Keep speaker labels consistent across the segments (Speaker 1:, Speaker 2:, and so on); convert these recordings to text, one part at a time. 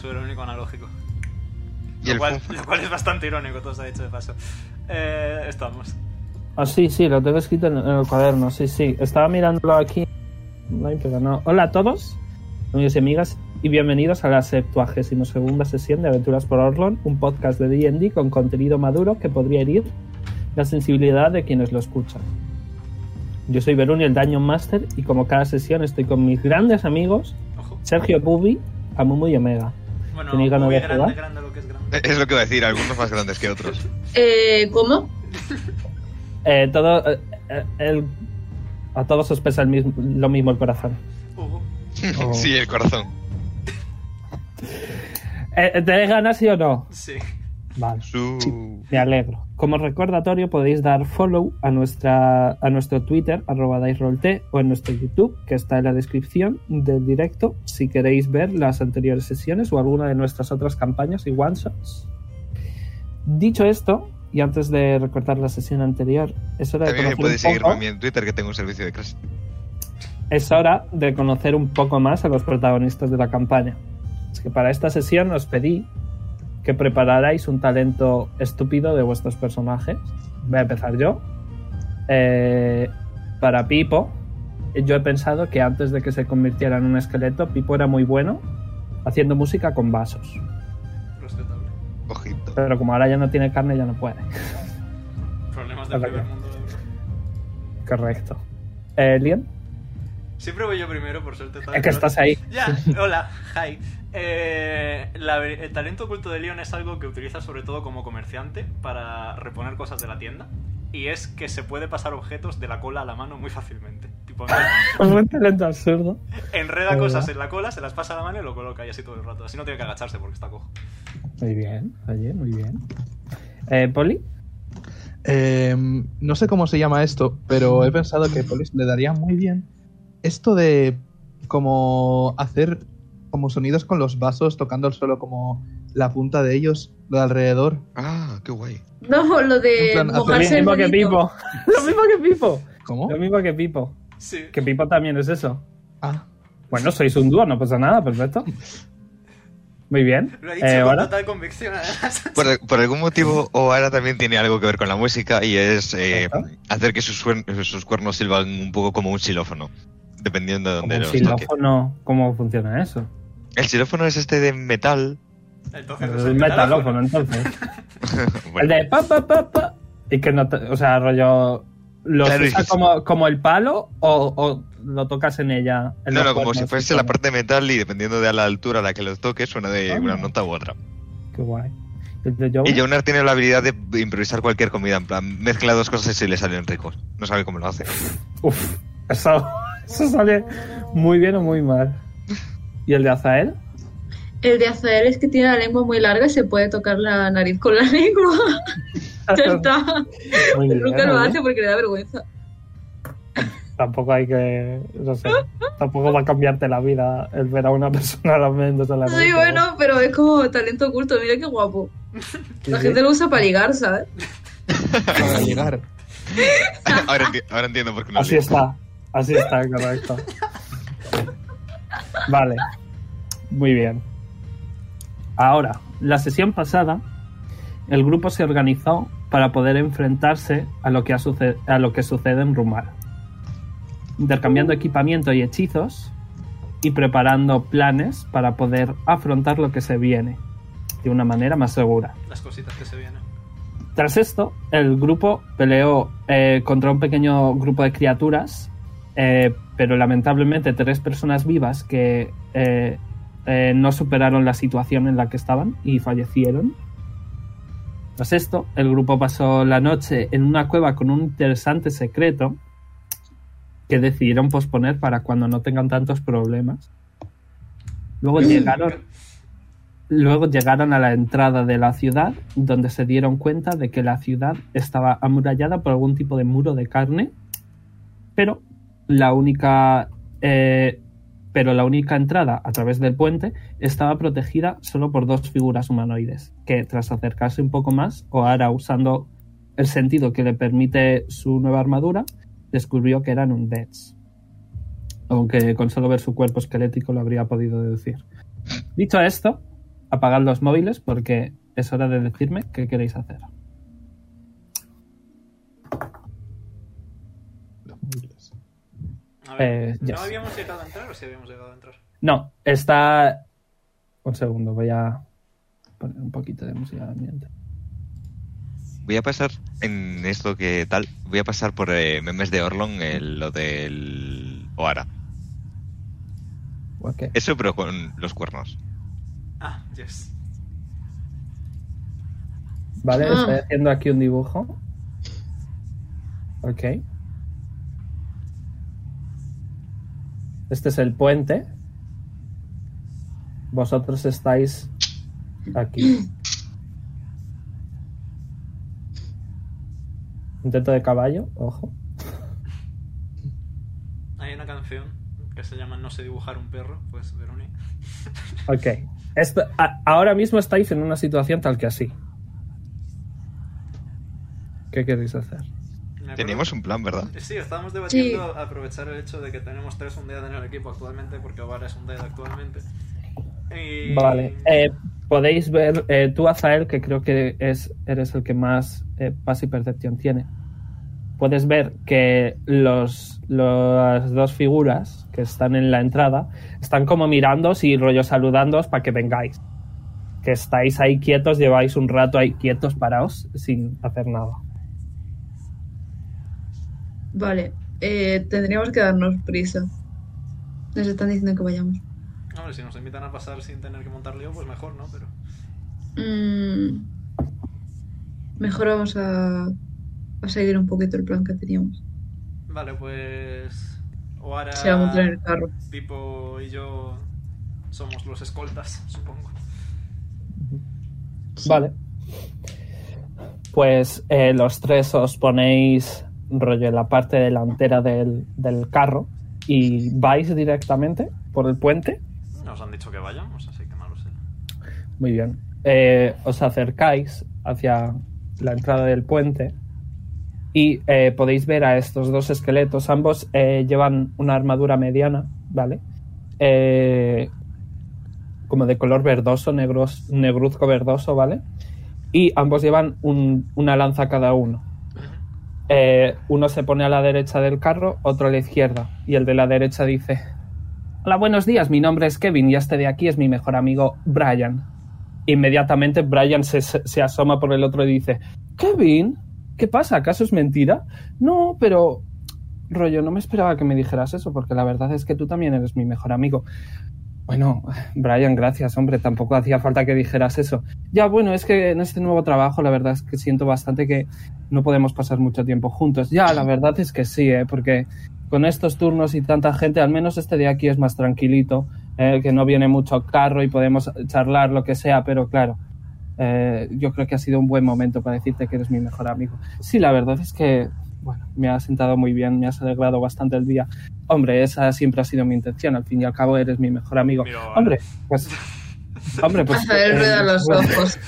Speaker 1: su único analógico.
Speaker 2: Y
Speaker 1: Lo
Speaker 2: el
Speaker 1: cual,
Speaker 2: fun-
Speaker 1: lo cual es bastante irónico, todo se ha dicho de paso. Eh, estamos.
Speaker 3: Ah, sí, sí, lo tengo escrito en en el cuaderno, sí, sí. Estaba mirándolo aquí. No, pero no. Hola a todos, amigos y amigas, y bienvenidos a la 72 sesión de Aventuras por Orlon, un podcast de D&D con contenido maduro que podría herir la sensibilidad de quienes lo escuchan. Yo soy Beruni, el Daño Master, y como cada sesión estoy con mis grandes amigos,
Speaker 1: Ojo.
Speaker 3: Sergio Bubi, Amumu y Omega.
Speaker 1: Bueno,
Speaker 3: ¿Tenéis ganas
Speaker 1: muy
Speaker 3: de
Speaker 1: grande,
Speaker 3: jugar?
Speaker 1: grande lo que es grande.
Speaker 2: Es lo que iba a decir, algunos más grandes que otros.
Speaker 4: Eh, ¿Cómo?
Speaker 3: Eh, todo, eh, eh, el- a todos os pesa el mismo- lo mismo el corazón.
Speaker 1: Hugo.
Speaker 3: Oh.
Speaker 2: Sí, el corazón.
Speaker 3: Eh, ¿Tenéis ganas, sí o no?
Speaker 1: Sí.
Speaker 3: Vale.
Speaker 2: Su...
Speaker 3: Me alegro. Como recordatorio podéis dar follow a, nuestra, a nuestro Twitter, arroba DiceRollT, o en nuestro YouTube, que está en la descripción del directo, si queréis ver las anteriores sesiones o alguna de nuestras otras campañas y one-shots. Dicho esto, y antes de recortar la sesión anterior, es hora de
Speaker 2: También me
Speaker 3: conocer un
Speaker 2: podéis seguir
Speaker 3: poco-
Speaker 2: a mí en Twitter, que tengo un servicio de crash.
Speaker 3: es hora de conocer un poco más a los protagonistas de la campaña. Es que para esta sesión os pedí que prepararais un talento estúpido de vuestros personajes. Voy a empezar yo. Eh, para Pipo, yo he pensado que antes de que se convirtiera en un esqueleto, Pipo era muy bueno haciendo música con vasos.
Speaker 1: Respetable.
Speaker 2: Ojito.
Speaker 3: Pero como ahora ya no tiene carne, ya no puede.
Speaker 1: Problemas del
Speaker 3: Vale.
Speaker 1: primer mundo. la verdad.
Speaker 3: Correcto. Eh, Lien,
Speaker 1: Siempre voy yo primero, por suerte. tal
Speaker 3: es que
Speaker 1: vez.
Speaker 3: estás ahí.
Speaker 1: Ya, hola, hi. Eh, la- el talento oculto de Leon es algo que utiliza sobre todo como comerciante para reponer cosas de la tienda. Y es que se puede pasar objetos de la cola a la mano muy fácilmente. Tipo, en-
Speaker 3: Un talento absurdo.
Speaker 1: enreda
Speaker 3: ¿Verdad?
Speaker 1: cosas en la cola, se las pasa a la mano y lo coloca y así todo el rato. Así no tiene que agacharse porque está cojo.
Speaker 3: Muy bien, oye, muy bien. Eh, Poli,
Speaker 5: Eh, no sé cómo se llama esto, pero he pensado que Polis le daría muy bien esto de como hacer como sonidos con los vasos tocando el suelo como la punta de ellos, lo de alrededor.
Speaker 2: Ah, qué guay.
Speaker 4: No, lo de
Speaker 5: En plan, hacer-
Speaker 3: lo
Speaker 4: mojarse el
Speaker 3: mismo que
Speaker 4: monito.
Speaker 3: Pipo. Lo mismo que Pipo.
Speaker 5: ¿Cómo?
Speaker 3: Lo mismo que Pipo.
Speaker 1: Sí.
Speaker 3: Que Pipo también es eso.
Speaker 5: Ah,
Speaker 3: Bueno, sois un dúo, no pasa nada, perfecto. Muy bien.
Speaker 1: Lo ha dicho
Speaker 3: Eh,
Speaker 1: con
Speaker 3: ahora,
Speaker 1: total convicción, además.
Speaker 2: Por, por algún motivo, Oara también tiene algo que ver con la música y es eh,
Speaker 3: Ajá.
Speaker 2: hacer que sus, suer- sus cuernos silban un poco como un xilófono, dependiendo de
Speaker 3: como
Speaker 2: dónde
Speaker 3: un
Speaker 2: los toque.
Speaker 3: xilófono, ¿cómo funciona eso?
Speaker 2: El xilófono es este de metal.
Speaker 1: Entonces,
Speaker 3: Es
Speaker 1: es el
Speaker 3: un metalófono, entonces. El
Speaker 2: Bueno,
Speaker 3: de pa, pa, pa, pa. Y que no, te- o sea, rollo. ¿Lo
Speaker 2: Claro,
Speaker 3: usas
Speaker 2: es-
Speaker 3: como, como el palo o, o lo tocas en ella? en
Speaker 2: no,
Speaker 3: los
Speaker 2: no, como
Speaker 3: cuernos,
Speaker 2: si fuese
Speaker 3: y
Speaker 2: la
Speaker 3: todo?
Speaker 2: parte de metal y dependiendo de la altura a la que los toque suena de
Speaker 3: Ah.
Speaker 2: una nota u otra.
Speaker 3: Qué guay. El de Joe?
Speaker 2: Y Jonar tiene la habilidad de improvisar cualquier comida, en plan, mezcla dos cosas y le salen ricos. No sabe cómo lo hace.
Speaker 3: Uf, eso, eso sale muy bien o muy mal. ¿Y el de Azael?
Speaker 4: El de Azael es que tiene la lengua muy larga y se puede tocar la nariz con la lengua. ya está.
Speaker 3: Muy bien,
Speaker 4: Nunca lo
Speaker 3: muy bien.
Speaker 4: hace porque le da vergüenza.
Speaker 3: Tampoco hay que. No sé. Tampoco va a cambiarte la vida el ver a una persona lamiéndose la
Speaker 4: Sí,
Speaker 3: nariz.
Speaker 4: bueno, pero es como talento oculto. Mira qué guapo.
Speaker 3: Sí,
Speaker 4: La
Speaker 3: sí.
Speaker 4: gente lo usa para ligar, ¿sabes?
Speaker 5: para llegar.
Speaker 2: ahora, enti- ahora entiendo por qué no
Speaker 3: Así
Speaker 2: lo
Speaker 3: está. Así está, correcto. Vale. Muy bien. Ahora, la sesión pasada, el grupo se organizó para poder enfrentarse a lo que, ha suce- a lo que sucede en Rumar. Intercambiando equipamiento y hechizos y preparando planes para poder afrontar lo que se viene de una manera más segura.
Speaker 1: Las cositas que se vienen.
Speaker 3: Tras esto, el grupo peleó eh, contra un pequeño grupo de criaturas, eh, pero lamentablemente tres personas vivas que eh, eh, no superaron la situación en la que estaban y fallecieron. Tras esto, el grupo pasó la noche en una cueva con un interesante secreto que decidieron posponer para cuando no tengan tantos problemas. Luego llegaron Luego llegaron a la entrada de la ciudad, donde se dieron cuenta de que la ciudad estaba amurallada por algún tipo de muro de carne, pero la única, eh, pero la única entrada a través del puente estaba protegida solo por dos figuras humanoides, que tras acercarse un poco más, O'Hara usando el sentido que le permite su nueva armadura, descubrió que eran undeads. Aunque con solo ver su cuerpo esquelético lo habría podido deducir. Dicho esto, apagad los móviles porque es hora de decirme qué queréis hacer.
Speaker 5: Los móviles.
Speaker 1: A ver,
Speaker 3: Eh,
Speaker 1: ¿no
Speaker 3: yes.
Speaker 1: habíamos llegado a entrar o sí habíamos llegado a entrar?
Speaker 3: No, está... Un segundo, voy a poner un poquito de música de ambiente.
Speaker 2: Voy a pasar en esto que tal. Voy a pasar por eh, memes de Orlon, el- lo del Oara.
Speaker 5: Ok.
Speaker 2: Eso, pero con los cuernos.
Speaker 1: Ah, yes.
Speaker 3: Vale,
Speaker 4: Ah.
Speaker 3: estoy haciendo aquí un dibujo. Ok. Este es el puente. Vosotros estáis aquí. Un teto de caballo, ojo.
Speaker 1: Hay una canción que se llama No sé dibujar un perro, pues Veroni.
Speaker 3: Ok. Esto- a- ahora mismo estáis en una situación tal que así. ¿Qué queréis hacer?
Speaker 1: Me acuerdo-
Speaker 2: Teníamos un plan, ¿verdad?
Speaker 1: Sí, estábamos debatiendo aprovechar el hecho de que tenemos tres undead en el equipo actualmente, porque Ovara es undead actualmente. Y-
Speaker 3: Vale, eh, podéis ver, eh, tú Azael, que creo que es, eres el que más eh, pase y percepción tiene, puedes ver que los, las dos figuras que están en la entrada están como mirándoos y rollo saludándoos para que vengáis. Que estáis ahí quietos, lleváis un rato ahí quietos, paraos, sin hacer nada.
Speaker 4: Vale, eh, tendríamos que darnos prisa. Nos están diciendo que vayamos.
Speaker 1: Hombre, si nos invitan a pasar sin tener que montar lío, pues mejor, ¿no? Pero.
Speaker 4: Mm, mejor vamos a, a seguir un poquito el plan que teníamos.
Speaker 1: Vale, pues. Oara,
Speaker 4: Se va a montar en el carro.
Speaker 1: Pipo y yo somos los escoltas, supongo.
Speaker 3: Vale. Pues eh, los tres os ponéis rollo en la parte delantera del, del carro y vais directamente por el puente.
Speaker 1: Nos han dicho que vayamos, así que malo sé.
Speaker 3: Muy bien. Eh, os acercáis hacia la entrada del puente y eh, podéis ver a estos dos esqueletos. Ambos eh, llevan una armadura mediana, ¿vale? Eh, como de color verdoso, negros, negruzco verdoso, ¿vale? Y ambos llevan un- una lanza cada uno. Eh, uno se pone a la derecha del carro, otro a la izquierda. Y el de la derecha dice: Hola, buenos días. Mi nombre es Kevin y este de aquí es mi mejor amigo Brian. Inmediatamente Brian se, se asoma por el otro y dice: Kevin, ¿qué pasa? ¿Acaso es mentira? No, pero. Rollo, no me esperaba que me dijeras eso, porque la verdad es que tú también eres mi mejor amigo. Bueno, Brian, gracias, hombre, tampoco hacía falta que dijeras eso. Ya, bueno, es que en este nuevo trabajo la verdad es que siento bastante que no podemos pasar mucho tiempo juntos. Ya, la verdad es que sí, ¿eh? porque con estos turnos y tanta gente, al menos este de aquí es más tranquilito, eh, que no viene mucho carro y podemos charlar lo que sea, pero claro, eh, yo creo que ha sido un buen momento para decirte que eres mi mejor amigo. Sí, la verdad es que, bueno, me ha sentado muy bien, me has alegrado bastante el día. Hombre, esa siempre ha sido mi intención, al fin y al cabo eres mi mejor amigo.
Speaker 1: Mira, vale.
Speaker 3: Hombre, pues... Hombre, pues...
Speaker 4: a ver,
Speaker 3: eh,
Speaker 4: rueda los
Speaker 3: bueno.
Speaker 4: ojos.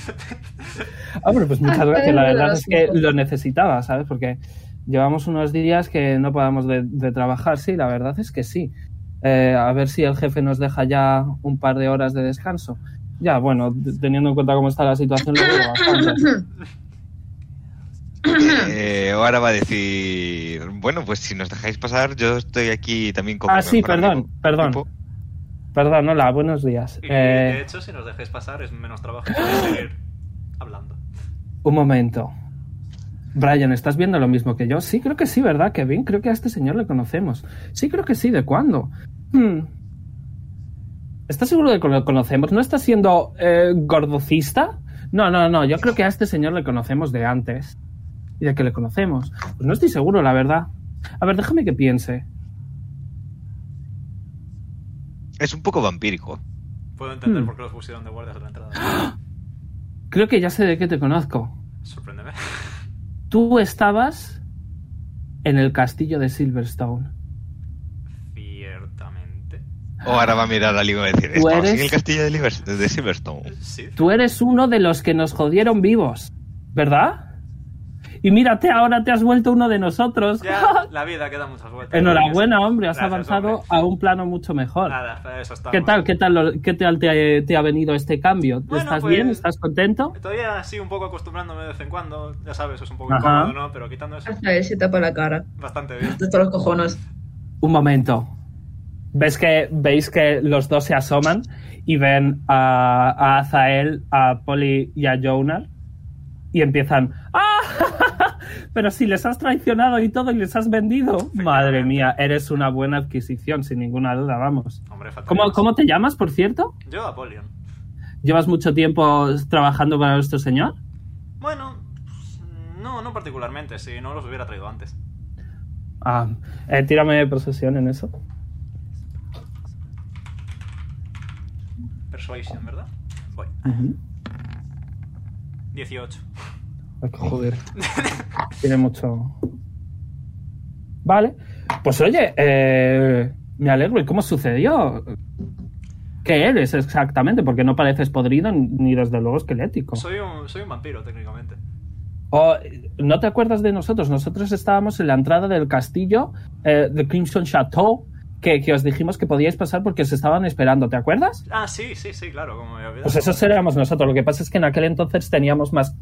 Speaker 3: Ah, bueno, pues muchas
Speaker 4: Ah,
Speaker 3: gracias. La
Speaker 4: pero
Speaker 3: verdad
Speaker 4: lo
Speaker 3: es que
Speaker 4: siento.
Speaker 3: lo necesitaba, ¿sabes? Porque llevamos unos días que no podamos de, de trabajar. Sí, la verdad es que sí. Eh, a ver si el jefe nos deja ya un par de horas de descanso. Ya, bueno, t- teniendo en cuenta cómo está la situación, lo dudo bastante. Hmm.
Speaker 2: Eh, Oara va a decir: Bueno, pues si nos dejáis pasar, yo estoy aquí también como.
Speaker 3: Ah,
Speaker 2: mi
Speaker 3: sí,
Speaker 2: mejor
Speaker 3: perdón,
Speaker 2: amigo.
Speaker 3: perdón.
Speaker 2: Pipo.
Speaker 3: Perdón, hola, buenos días.
Speaker 1: Y de
Speaker 3: Eh,
Speaker 1: hecho, si nos dejáis pasar, es menos trabajo para seguir hablando.
Speaker 3: un momento. Brian, ¿estás viendo lo mismo que yo? Sí, creo que sí, ¿verdad, Kevin? Creo que a este señor le conocemos. Sí, creo que sí, ¿de cuándo? Hmm. ¿Estás seguro de que lo conocemos? ¿No está siendo eh, gordocista? No, no, no, yo creo que a este señor le conocemos de antes. ¿Y de que le conocemos? Pues no estoy seguro, la verdad. A ver, déjame que piense.
Speaker 2: Es un poco vampírico.
Speaker 1: Puedo entender
Speaker 3: Hmm.
Speaker 1: por qué los pusieron de guardias a la entrada.
Speaker 3: Creo que ya sé de qué te conozco.
Speaker 1: Sorpréndeme.
Speaker 3: Tú estabas en el castillo de Silverstone.
Speaker 1: Ciertamente.
Speaker 2: Oara va a mirar a Ligo y va a decir:
Speaker 3: Tú
Speaker 2: Estamos en
Speaker 3: eres-
Speaker 2: el castillo de, Liver- de Silverstone.
Speaker 1: Sí.
Speaker 3: Tú eres uno de los que nos jodieron vivos, ¿verdad? y mírate, ahora te has vuelto uno de nosotros.
Speaker 1: Ya, la vida queda muchas vueltas.
Speaker 3: Enhorabuena, hombre, has
Speaker 1: Gracias,
Speaker 3: avanzado
Speaker 1: hombre.
Speaker 3: a un plano mucho mejor.
Speaker 1: Nada, eso está
Speaker 3: ¿Qué
Speaker 1: muy
Speaker 3: tal? ¿Qué
Speaker 1: bien.
Speaker 3: tal, lo- qué tal te, te ha venido este cambio?
Speaker 1: Bueno,
Speaker 3: ¿Estás
Speaker 1: pues-
Speaker 3: bien? ¿Estás contento?
Speaker 1: Todavía sí, un poco acostumbrándome de vez en cuando. Ya sabes, es un poco
Speaker 3: Ajá.
Speaker 1: incómodo, ¿no? Pero quitando eso,
Speaker 4: Hasta él se tapa la cara.
Speaker 1: bastante bien.
Speaker 4: De todos los cojones.
Speaker 3: Un momento. ¿Ves que, veis que los dos se asoman y ven a, a Azael, a Polly y a Jonar y empiezan... ¡Ah! Pero si les has traicionado y todo y les has vendido. Madre mía, eres una buena adquisición, sin ninguna duda, vamos.
Speaker 1: Hombre, fatal.
Speaker 3: ¿Cómo, cómo te llamas, por cierto?
Speaker 1: Yo, Apolion.
Speaker 3: ¿Llevas mucho tiempo trabajando para nuestro señor?
Speaker 1: Bueno, pues, no, no particularmente, si no los hubiera traído antes.
Speaker 3: Ah, eh, tírame de procesión en eso.
Speaker 1: Persuasion, ¿verdad? Voy. 18.
Speaker 3: Ok.
Speaker 5: Joder.
Speaker 3: Tiene mucho. Vale. Pues oye, eh, me alegro. ¿Y cómo sucedió? ¿Qué eres exactamente? Porque no pareces podrido ni desde luego esquelético.
Speaker 1: Soy un, soy un vampiro, técnicamente.
Speaker 3: O, eh, ¿No te acuerdas de nosotros? Nosotros estábamos en la entrada del castillo eh, de Crimson Chateau que, que os dijimos que podíais pasar porque os estaban esperando. ¿Te acuerdas?
Speaker 1: Ah, sí, sí, sí, claro, como me había olvidado.
Speaker 3: Pues esos éramos nosotros. Lo que pasa es que en aquel entonces teníamos más,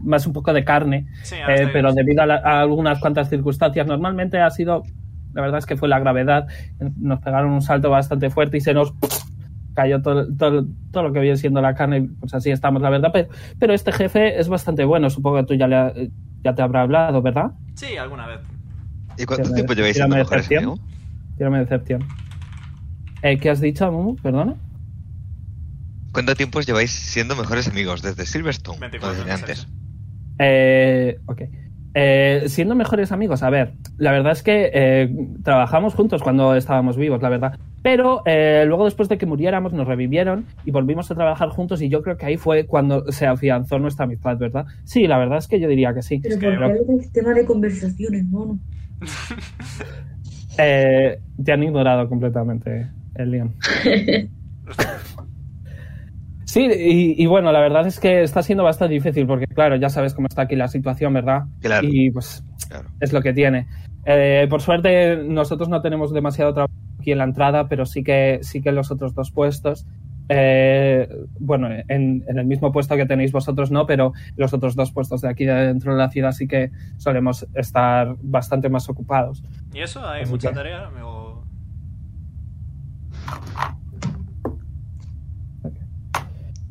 Speaker 3: más un poco de carne
Speaker 1: Sí,
Speaker 3: Eh,
Speaker 1: ahora estoy-
Speaker 3: pero debido a, la- a algunas cuantas circunstancias, normalmente ha sido, la verdad es que fue la gravedad, nos pegaron un salto bastante fuerte y se nos cayó todo, todo- todo lo que viene siendo la carne, y pues así estamos, la verdad, pero, pero este jefe es bastante bueno, supongo que tú ya, le ha- ya te habrá hablado, ¿verdad?
Speaker 1: Sí, alguna vez.
Speaker 2: ¿Y cuánto
Speaker 3: Tírame-
Speaker 2: tiempo lleváis siendo
Speaker 3: tírame
Speaker 2: mejores
Speaker 3: decepción.
Speaker 2: amigos?
Speaker 3: Tírame decepción. Eh, ¿Qué has dicho, Mumu? Perdona.
Speaker 2: ¿Cuánto tiempo lleváis siendo mejores amigos? Desde Silverstone, o
Speaker 1: 24
Speaker 2: desde
Speaker 1: años,
Speaker 2: antes.
Speaker 3: Eh, ok. Eh, siendo mejores amigos, a ver, la verdad es que eh, trabajamos juntos cuando estábamos vivos, la verdad. Pero eh, luego después de que muriéramos nos revivieron y volvimos a trabajar juntos y yo creo que ahí fue cuando se afianzó nuestra amistad, ¿verdad? Sí, la verdad es que yo diría que sí.
Speaker 4: Pero
Speaker 1: que-
Speaker 4: ¿por qué el sistema de conversaciones, mono?
Speaker 3: Eh, te han ignorado completamente, Elian. Sí, y, y bueno, la verdad es que está siendo bastante difícil porque, claro, ya sabes cómo está aquí la situación, ¿verdad?
Speaker 2: Claro.
Speaker 3: Y pues
Speaker 2: Claro.
Speaker 3: es lo que tiene. Eh, por suerte, nosotros no tenemos demasiado trabajo aquí en la entrada, pero sí que, sí que en los otros dos puestos. eh, bueno, en, en el mismo puesto que tenéis vosotros no, pero los otros dos puestos de aquí de dentro de la ciudad sí que solemos estar bastante más ocupados.
Speaker 1: ¿Y eso? ¿Hay
Speaker 3: Así
Speaker 1: mucha
Speaker 3: que-
Speaker 1: tarea, amigo?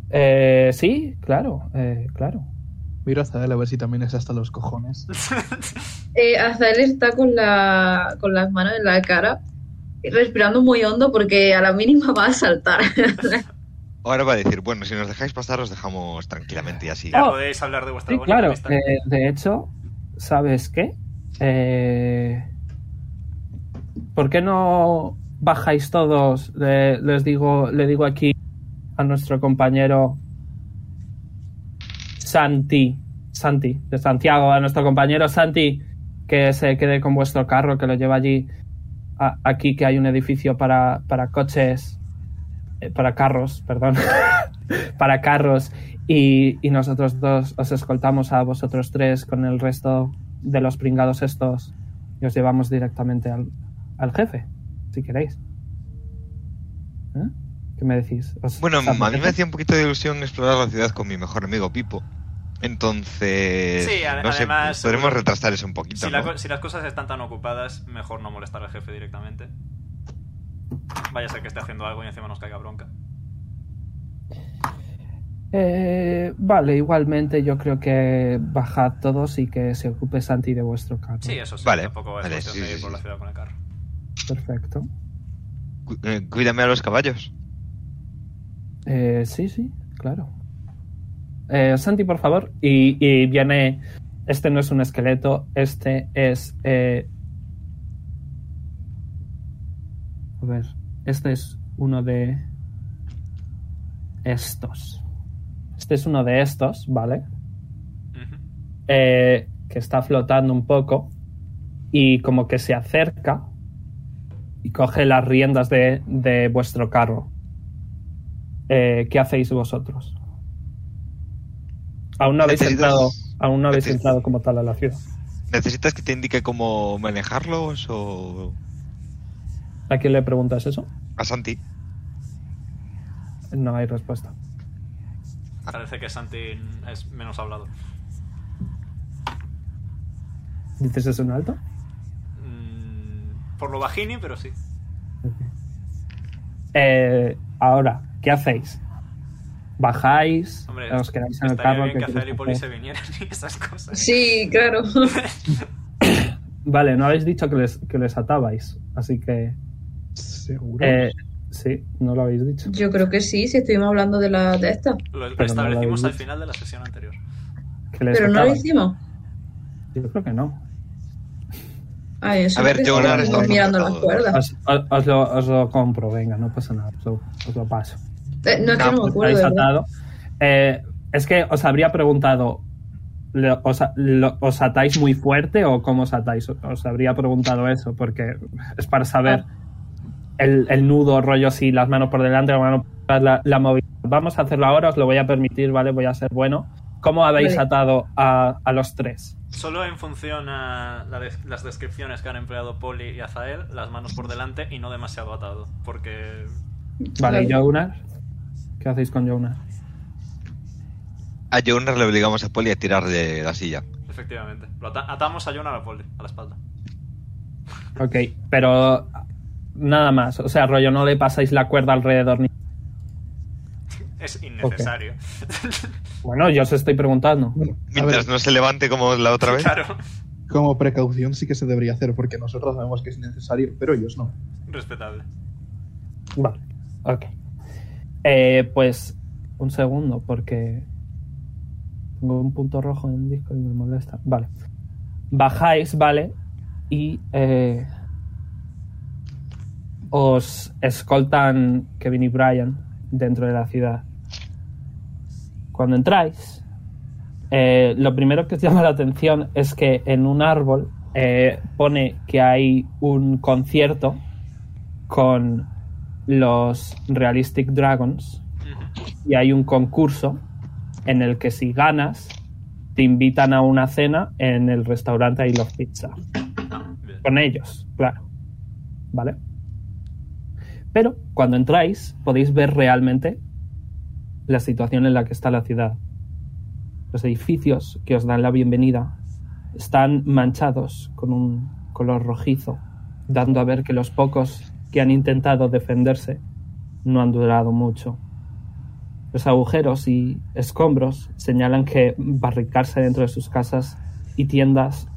Speaker 3: Eh, sí, claro, eh, claro.
Speaker 5: Miro a Zadel a ver si también es hasta los cojones.
Speaker 4: Eh, Azael está con, la, con las manos en la cara, respirando muy hondo porque a la mínima va a saltar.
Speaker 2: Ahora va a decir, bueno, si nos dejáis pasar, os dejamos tranquilamente y así.
Speaker 1: Ya
Speaker 3: Oh.
Speaker 1: podéis hablar de vuestra
Speaker 3: Sí,
Speaker 1: bonita
Speaker 3: claro.
Speaker 1: amistad.
Speaker 3: eh, de hecho, ¿sabes qué? Eh, ¿Por qué no bajáis todos? Le, les digo, le digo aquí a nuestro compañero Santi, Santi, de Santiago, a nuestro compañero Santi, que se quede con vuestro carro, que lo lleva allí, a- aquí, que hay un edificio para, para coches, eh, para carros, perdón, para carros, y, y nosotros dos os escoltamos a vosotros tres con el resto de los pringados estos y os llevamos directamente al, al jefe, si queréis. ¿Eh? ¿Qué me decís? ¿Os-
Speaker 2: Bueno,
Speaker 3: os
Speaker 2: a mí me
Speaker 3: apetece?
Speaker 2: hacía un poquito de ilusión explorar la ciudad con mi mejor amigo Pipo. Entonces,
Speaker 1: Sí, a-
Speaker 2: no sé,
Speaker 1: además-
Speaker 2: podremos retrasar eso un poquito,
Speaker 1: Si, la
Speaker 2: ¿no?
Speaker 1: co- si las cosas están tan ocupadas, mejor no molestar al jefe directamente. Vaya a ser que esté haciendo algo y encima nos caiga bronca.
Speaker 3: Eh, vale, igualmente yo creo que bajad todos y que se ocupe Santi de vuestro carro.
Speaker 1: Sí, eso sí,
Speaker 2: Vale,
Speaker 1: tampoco es
Speaker 2: vale,
Speaker 1: cuestión
Speaker 2: sí,
Speaker 1: de ir
Speaker 2: sí,
Speaker 1: por
Speaker 2: sí.
Speaker 1: la ciudad con el carro.
Speaker 3: Perfecto.
Speaker 2: Cu- eh, Cuídame a los caballos.
Speaker 3: Eh, sí, sí, claro. Eh, Santi, por favor. Y, y viene... Este no es un esqueleto, este es... eh, A ver, este es uno de... Estos. Este es uno de estos, ¿vale?
Speaker 1: Ujú.
Speaker 3: eh, que está flotando un poco y como que se acerca y coge las riendas de, de vuestro carro. Eh, ¿Qué hacéis vosotros? Aún no habéis
Speaker 2: Necesitas-
Speaker 3: entrado.
Speaker 6: Aún no habéis
Speaker 2: Sí.
Speaker 6: entrado como tal a la ciudad.
Speaker 2: ¿Necesitas que te indique cómo manejarlos o
Speaker 6: ¿A quién le preguntas eso?
Speaker 2: a Santi?
Speaker 6: No hay respuesta.
Speaker 1: Parece que Santi es menos hablado.
Speaker 6: ¿Dices eso en alto?
Speaker 1: Mm, por lo bajini, pero sí.
Speaker 3: Eh, ahora, ¿qué hacéis? ¿Bajáis?
Speaker 1: Hombre,
Speaker 3: ¿Os quedáis en el
Speaker 1: estaría
Speaker 3: carro?
Speaker 1: bien
Speaker 3: ¿Qué
Speaker 1: que Azael y
Speaker 3: queréis
Speaker 1: Poli se
Speaker 3: hacer?
Speaker 1: vinieran y esas cosas.
Speaker 4: Sí, claro.
Speaker 3: Vale, no habéis dicho que les, que les atabais, así que...
Speaker 5: Seguro.
Speaker 3: eh, sí, no lo habéis dicho.
Speaker 4: Yo creo que sí, si estuvimos hablando de la de esta.
Speaker 1: Lo, lo
Speaker 6: Pero no lo habéis
Speaker 1: establecimos al
Speaker 6: dicho.
Speaker 1: final de la sesión anterior.
Speaker 3: Que les
Speaker 4: Pero no lo
Speaker 3: atabais.
Speaker 4: hicimos.
Speaker 6: Yo creo que no.
Speaker 4: Ay, eso
Speaker 2: A ver,
Speaker 4: es que
Speaker 2: yo ahora
Speaker 4: estábamos
Speaker 2: estoy
Speaker 4: mirando las
Speaker 2: contento.
Speaker 4: cuerdas.
Speaker 6: Os, os- os lo, os lo compro, venga, no pasa nada. Os lo, os lo paso.
Speaker 4: Eh, no es que no me acuerdo.
Speaker 3: estáis
Speaker 4: de verdad.
Speaker 3: atado. Eh, es que os habría preguntado, ¿lo- os, a- lo- os atáis muy fuerte o cómo os atáis? Os habría preguntado eso, porque es para saber
Speaker 4: Ah.
Speaker 3: el, el nudo, rollo, si las manos por delante, la mano por detrás, la, la movilidad. Vamos a hacerlo ahora, os lo voy a permitir, ¿vale? Voy a ser bueno. ¿Cómo habéis
Speaker 4: Vale.
Speaker 3: atado a, a los tres?
Speaker 1: Solo en función a la des- las descripciones que han empleado Poli y Azael, las manos por delante y no demasiado atado. Porque
Speaker 3: Vale, ¿y
Speaker 4: Vale.
Speaker 3: Jonar? ¿Qué hacéis con Jonar?
Speaker 2: A Jonar le obligamos a Poli a tirar de la silla.
Speaker 1: Efectivamente. Lo ata- atamos a Jon a la pole, a la espalda.
Speaker 3: Ok, pero nada más. O sea, rollo, no le pasáis la cuerda alrededor ni.
Speaker 1: Es innecesario.
Speaker 3: Bueno, yo os estoy preguntando.
Speaker 5: Bueno, a ver,
Speaker 2: Mientras no se levante como la otra vez.
Speaker 1: Claro,
Speaker 5: como precaución sí que se debería hacer, porque nosotros sabemos que es necesario, pero ellos no.
Speaker 1: respetable.
Speaker 3: Vale, ok. Eh, pues un segundo, porque tengo un punto rojo en disco y me molesta. Vale. Bajáis, vale, y eh, os escoltan Kevin y Brian dentro de la ciudad. Cuando entráis, eh, lo primero que os llama la atención es que en un árbol eh, pone que hay un concierto con los Realistic Dragons
Speaker 1: Ujú.
Speaker 3: y hay un concurso en el que si ganas te invitan a una cena en el restaurante I Love Pizza
Speaker 1: Bien.
Speaker 3: con ellos, claro. ¿Vale? Pero cuando entráis podéis ver realmente la situación en la que está la ciudad. Los edificios que os dan la bienvenida están manchados con un color rojizo, dando a ver que los pocos que han intentado defenderse no han durado mucho. Los agujeros y escombros señalan que barricarse dentro de sus casas y tiendas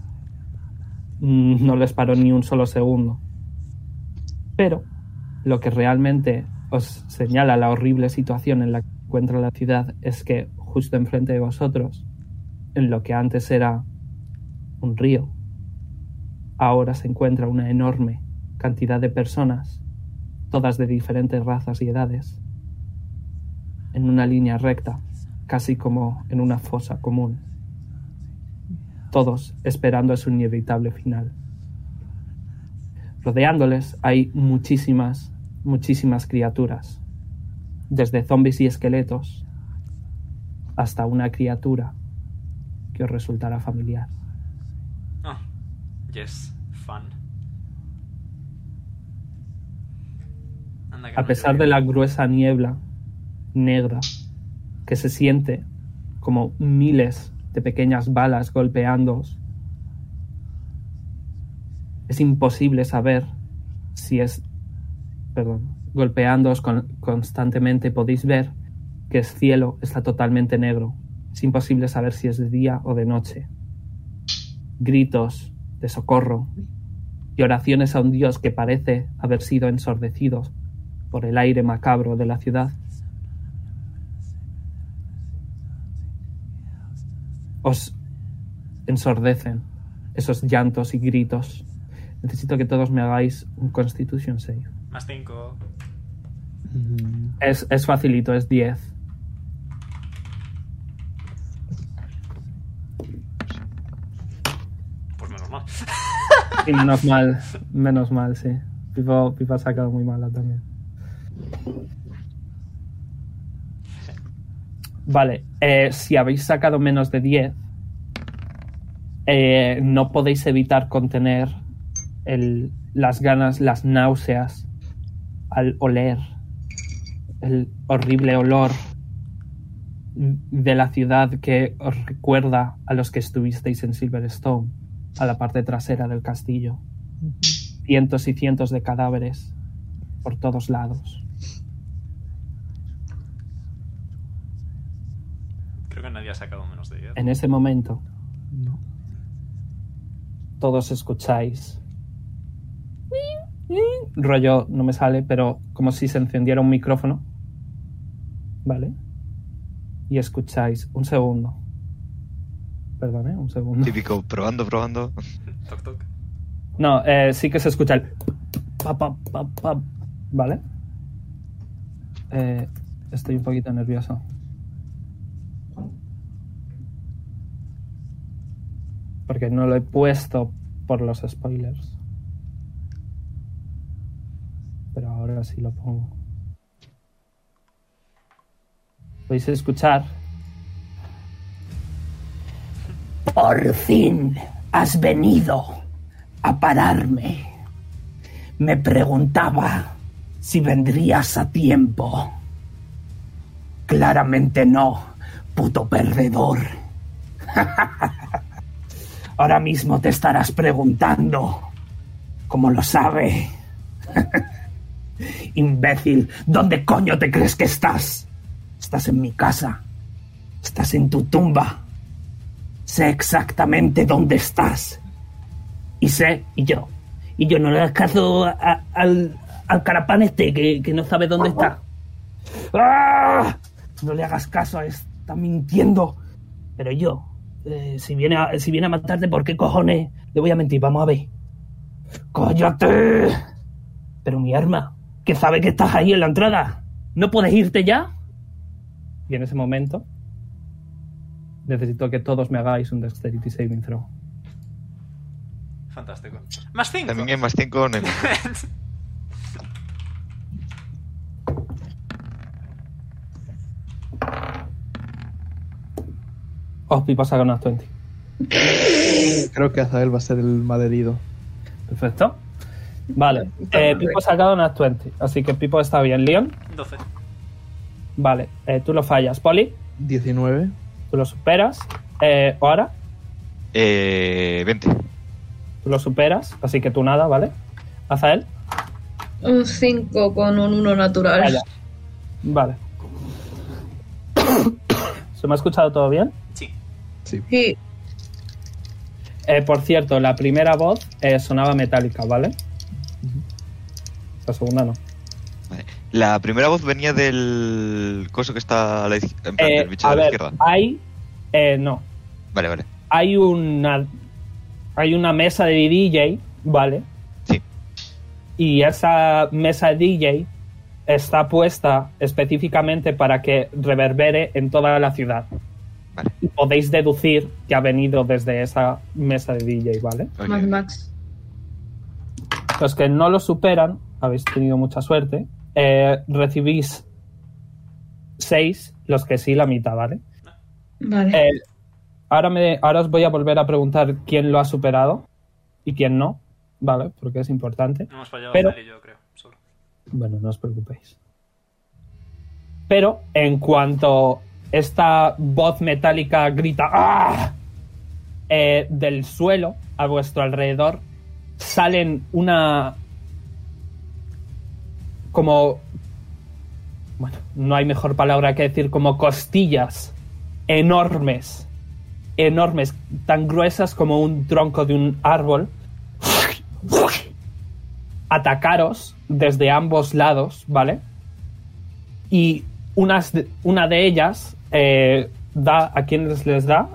Speaker 3: mm, no les paró ni un solo segundo. Pero lo que realmente os señala la horrible situación en la que se encuentra la ciudad es que justo enfrente de vosotros, en lo que antes era un río, ahora se encuentra una enorme cantidad de personas, todas de diferentes razas y edades, en una línea recta, casi como en una fosa común todos esperando a su inevitable final. Rodeándoles hay muchísimas, muchísimas criaturas, desde zombies y esqueletos hasta una criatura que os resultará familiar.
Speaker 1: Ah, yes, fan. Anda, que
Speaker 3: A
Speaker 1: no
Speaker 3: pesar
Speaker 1: llovía.
Speaker 3: de la gruesa niebla negra que se siente como miles de pequeñas balas golpeándoos, es imposible saber si es... Perdón, golpeándoos con- constantemente podéis ver que el cielo está totalmente negro. Es imposible saber si es de día o de noche. Gritos de socorro y oraciones a un Dios que parece haber sido ensordecido por el aire macabro de la ciudad. Os ensordecen esos llantos y gritos. Necesito que todos me hagáis un Constitution Save.
Speaker 1: Más 5.
Speaker 3: Es, es facilito, es 10.
Speaker 1: Pues menos mal.
Speaker 3: Y menos mal, menos mal, sí. Pipo, Pipo ha sacado muy mala también. Vale, eh, si habéis sacado menos de 10, eh, no podéis evitar contener el- las ganas, las náuseas al oler el horrible olor de la ciudad que os recuerda a los que estuvisteis en Silverstone, a la parte trasera del castillo. Cientos y cientos de cadáveres por todos lados.
Speaker 1: Creo que nadie ha sacado menos de 10.
Speaker 3: En ese momento,
Speaker 5: No.
Speaker 3: todos escucháis. Rollo, no me sale, pero como si se encendiera un micrófono. ¿Vale? Y escucháis un segundo. Perdón, ¿eh? Un segundo.
Speaker 2: Típico, probando, probando.
Speaker 1: Toc, toc.
Speaker 3: No, eh, sí que se escucha el. pa, pa, pa, pa, ¿Vale? Eh, estoy un poquito nervioso. Porque no lo he puesto por los spoilers. Pero ahora sí lo pongo. Podéis escuchar. Por fin has venido a pararme. Me preguntaba si vendrías a tiempo. Claramente no, puto perdedor. Ahora mismo te estarás preguntando, como lo sabe. Imbécil, ¿dónde coño te crees que estás? Estás en mi casa. Estás en tu tumba. Sé exactamente dónde estás y sé, y yo. Y yo no le das caso a- al, al carapán este que, que no sabe dónde está. ¡Ah! No le hagas caso a este, está mintiendo. Pero yo, eh, si, viene a, si viene a matarte, ¿por qué cojones le voy a mentir? Vamos a ver. ¡Cállate! Pero mi arma, que sabe que estás ahí en la entrada, ¿no puedes irte ya? Y en ese momento, necesito que todos me hagáis un Dexterity Saving Throw.
Speaker 1: Fantástico. Más 5.
Speaker 2: También hay más 5 en el.
Speaker 3: Os pipas a ganar 20.
Speaker 5: Creo que Azael va a ser el malherido.
Speaker 3: Perfecto. Vale. eh, Pipo ha sacado unas 20. Así que Pipo está bien. Leon,
Speaker 1: 12.
Speaker 3: vale. eh, tú lo fallas. Poli,
Speaker 5: 19.
Speaker 3: tú lo superas. Eh, Oara,
Speaker 2: Eh, 20.
Speaker 3: tú lo superas. Así que tú nada, ¿vale? Azael,
Speaker 4: Un 5 con un 1 natural.
Speaker 3: falla. Vale. ¿Se me ha escuchado todo bien?
Speaker 1: Sí.
Speaker 5: Sí.
Speaker 4: Sí,
Speaker 3: Eh, por cierto, la primera voz eh, sonaba metálica, ¿vale? La segunda no.
Speaker 2: Vale. La primera voz venía del coso que está a la izquierda. En plan,
Speaker 3: Eh,
Speaker 2: del Ah, bicho
Speaker 3: a
Speaker 2: de la
Speaker 3: ver,
Speaker 2: izquierda.
Speaker 3: hay. eh, no,
Speaker 2: Vale, vale.
Speaker 3: hay una hay una mesa de DJ, ¿vale?
Speaker 2: Sí.
Speaker 3: Y esa mesa de DJ está puesta específicamente para que reverbere en toda la ciudad.
Speaker 2: Vale.
Speaker 3: Y podéis deducir que ha venido desde esa mesa de DJ, ¿vale?
Speaker 2: Ok,
Speaker 4: más
Speaker 2: ok.
Speaker 4: Max.
Speaker 3: Los que no lo superan, habéis tenido mucha suerte, eh, recibís seis, los que sí la mitad, ¿vale?
Speaker 4: Vale.
Speaker 3: Eh, ahora, me, ahora os voy a volver a preguntar quién lo ha superado y quién no, ¿vale? Porque es importante.
Speaker 1: No hemos fallado
Speaker 3: Pero-
Speaker 1: Pero... y yo, creo. Solo.
Speaker 3: Bueno, no os preocupéis. Pero en cuanto esta voz metálica grita ¡Ah! Eh, del suelo a vuestro alrededor, salen una... como... Bueno, no hay mejor palabra que decir como costillas enormes, enormes, tan gruesas como un tronco de un árbol, atacaros desde ambos lados, ¿vale? Y unas de- una de ellas eh, da a quienes les da.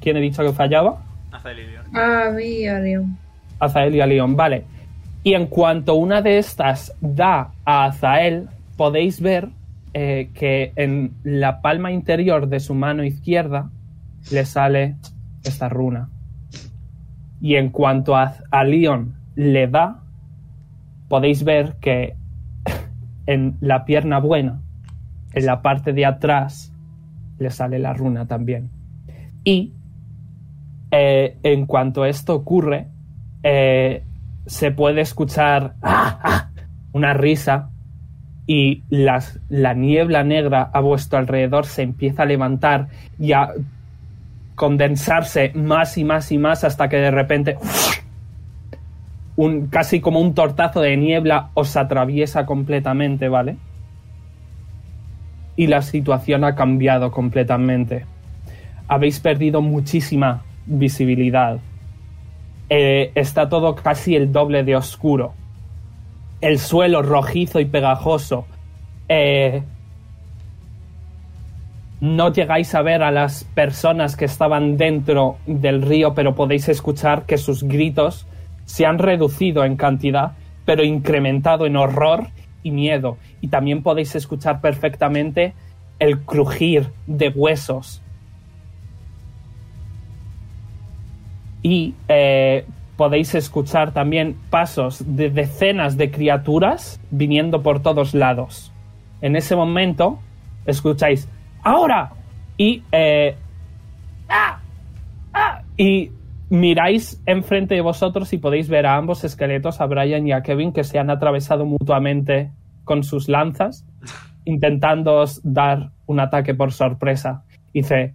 Speaker 3: ¿Quién he dicho que fallaba?
Speaker 1: Azael y Leon.
Speaker 4: Ah, mira, Leon.
Speaker 3: a Azael y a Leon, vale. Y en cuanto una de estas da a Azael, podéis ver eh, que en la palma interior de su mano izquierda le sale esta runa. Y en cuanto a, a Leon le da, podéis ver que en la pierna buena, en la parte de atrás, le sale la runa también. Y eh, eh, en cuanto esto ocurre, eh, se puede escuchar ¡ah, ah! una risa y las- la niebla negra a vuestro alrededor se empieza a levantar y a condensarse más y más y más hasta que de repente un, casi como un tortazo de niebla os atraviesa completamente, ¿vale? Y la situación ha cambiado completamente. Habéis perdido muchísima visibilidad. Eh, está todo casi el doble de oscuro. El suelo rojizo y pegajoso. Eh, no llegáis a ver a las personas que estaban dentro del río, pero podéis escuchar que sus gritos se han reducido en cantidad, pero incrementado en horror y miedo. Y también podéis escuchar perfectamente el crujir de huesos. Y eh, podéis escuchar también pasos de decenas de criaturas viniendo por todos lados. En ese momento escucháis ¡Ahora! Y eh, ¡ah! ¡ah! Y miráis enfrente de vosotros y podéis ver a ambos esqueletos, a Brian y a Kevin, que se han atravesado mutuamente con sus lanzas, intentando dar un ataque por sorpresa. Dice,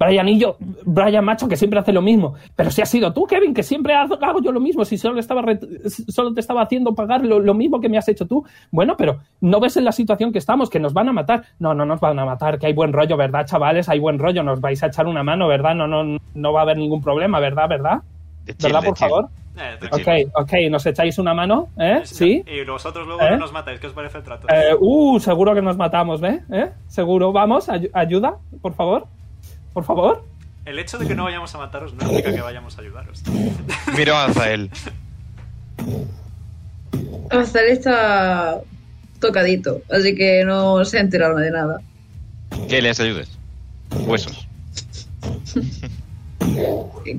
Speaker 3: Brian y yo, Brian Macho, que siempre hace lo mismo, pero si has sido tú, Kevin, que siempre ha- hago yo lo mismo, si solo, estaba re- solo te estaba haciendo pagar lo, lo mismo que me has hecho tú. Bueno, pero no ves en la situación que estamos, que nos van a matar. No, no nos van a matar, que hay buen rollo, ¿verdad, chavales? Hay buen rollo, nos vais a echar una mano, ¿verdad? No, no, no va a haber ningún problema, ¿verdad? ¿Verdad?
Speaker 2: De chill,
Speaker 3: ¿Verdad,
Speaker 2: de
Speaker 3: por
Speaker 2: chill.
Speaker 3: favor?
Speaker 1: Eh,
Speaker 2: De
Speaker 1: tranquilo.
Speaker 3: Ok, ok, nos echáis una mano, ¿eh? Sí.
Speaker 1: Y vosotros luego
Speaker 3: ¿Eh?
Speaker 1: no nos matáis. ¿Qué os parece el trato?
Speaker 3: Eh, uh, seguro que nos matamos, ¿eh? ¿Eh? Seguro, vamos, ayu- ayuda, por favor. Por favor.
Speaker 1: El hecho de que no vayamos a mataros no implica que vayamos a ayudaros.
Speaker 2: Miro a Azael.
Speaker 4: Hasta él está tocadito, así que no se ha enterado de nada.
Speaker 2: Que les ayudes. Huesos.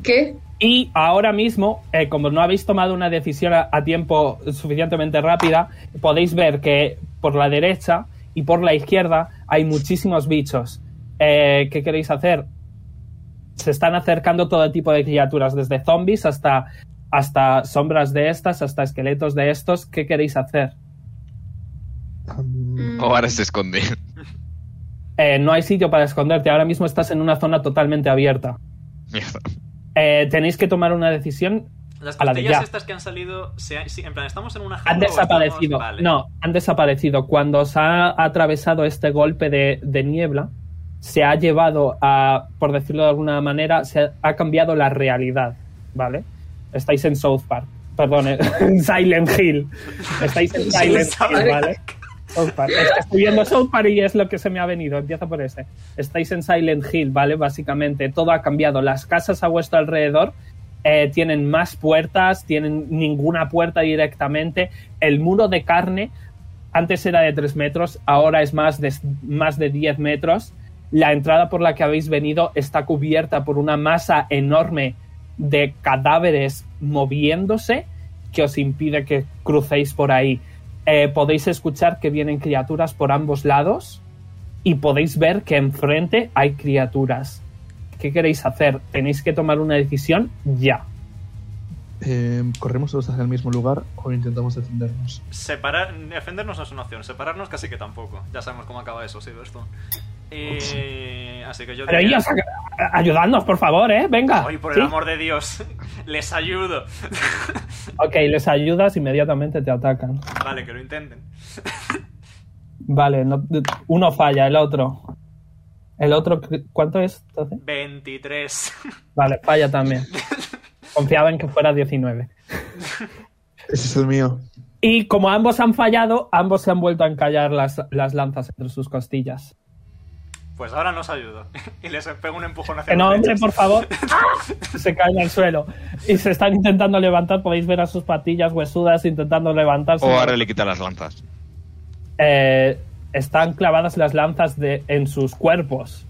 Speaker 4: ¿Qué?
Speaker 3: Y ahora mismo, eh, como no habéis tomado una decisión a, a tiempo suficientemente rápida, podéis ver que por la derecha y por la izquierda hay muchísimos bichos. Eh, ¿Qué queréis hacer? Se están acercando todo tipo de criaturas, desde zombies hasta, hasta sombras de estas, hasta esqueletos de estos. ¿Qué queréis hacer?
Speaker 5: Mm,
Speaker 2: O ahora se esconde.
Speaker 3: Eh, no hay sitio para esconderte, ahora mismo estás en una zona totalmente abierta.
Speaker 2: Mierda.
Speaker 3: Eh, tenéis que tomar una decisión
Speaker 1: Las
Speaker 3: A la de
Speaker 1: costillas
Speaker 3: ya.
Speaker 1: estas que han salido, se han- sí, en plan, ¿estamos en una jaula?
Speaker 3: Han
Speaker 1: o estamos-
Speaker 3: desaparecido.
Speaker 1: Vale.
Speaker 3: No, han desaparecido. Cuando se ha atravesado este golpe de, de niebla, se ha llevado a, por decirlo de alguna manera, se ha, ha cambiado la realidad, ¿vale? Estáis en South Park. Perdón, eh, en Silent Hill. Estáis en Silent Hill, ¿vale? South Park. Es que estoy viendo South Park y es lo que se me ha venido. Empieza por ese. Estáis en Silent Hill, ¿vale? Básicamente todo ha cambiado. Las casas a vuestro alrededor eh, tienen más puertas, tienen ninguna puerta directamente. El muro de carne antes era de 3 metros, ahora es más de, más de 10 metros. La entrada por la que habéis venido está cubierta por una masa enorme de cadáveres moviéndose que os impide que crucéis por ahí. Eh, podéis escuchar que vienen criaturas por ambos lados y podéis ver que enfrente hay criaturas. ¿Qué queréis hacer? Tenéis que tomar una decisión ya.
Speaker 5: eh, ¿Corremos todos hacia el mismo lugar o intentamos defendernos?
Speaker 1: Separar, defendernos no es una opción, separarnos casi que tampoco. Ya sabemos cómo acaba eso, Silverstone. Eh, así que yo
Speaker 3: Pero
Speaker 1: diría-
Speaker 3: ellos, a- a- ayudadnos, por favor, ¿eh? Venga.
Speaker 1: Ay, por
Speaker 3: ¿Sí?
Speaker 1: el amor de Dios, les ayudo.
Speaker 3: Ok, les ayudas, inmediatamente te atacan.
Speaker 1: Vale, que lo intenten.
Speaker 3: Vale, no- uno falla, el otro. El otro, ¿cuánto es? 12?
Speaker 1: 23.
Speaker 3: Vale, falla también. Confiaba en que fuera 19.
Speaker 5: Ese es el mío.
Speaker 3: Y como ambos han fallado, ambos se han vuelto a encallar las, las lanzas entre sus costillas.
Speaker 1: Pues ahora nos ayudo. Y les pego un empujón hacia
Speaker 3: Que no,
Speaker 1: los
Speaker 3: hombre,
Speaker 1: pechos.
Speaker 3: por favor. Se caen al suelo. Y se están intentando levantar. Podéis ver a sus patillas huesudas intentando levantarse.
Speaker 2: O ahora le quita las lanzas.
Speaker 3: Eh, están clavadas las lanzas de, en sus cuerpos.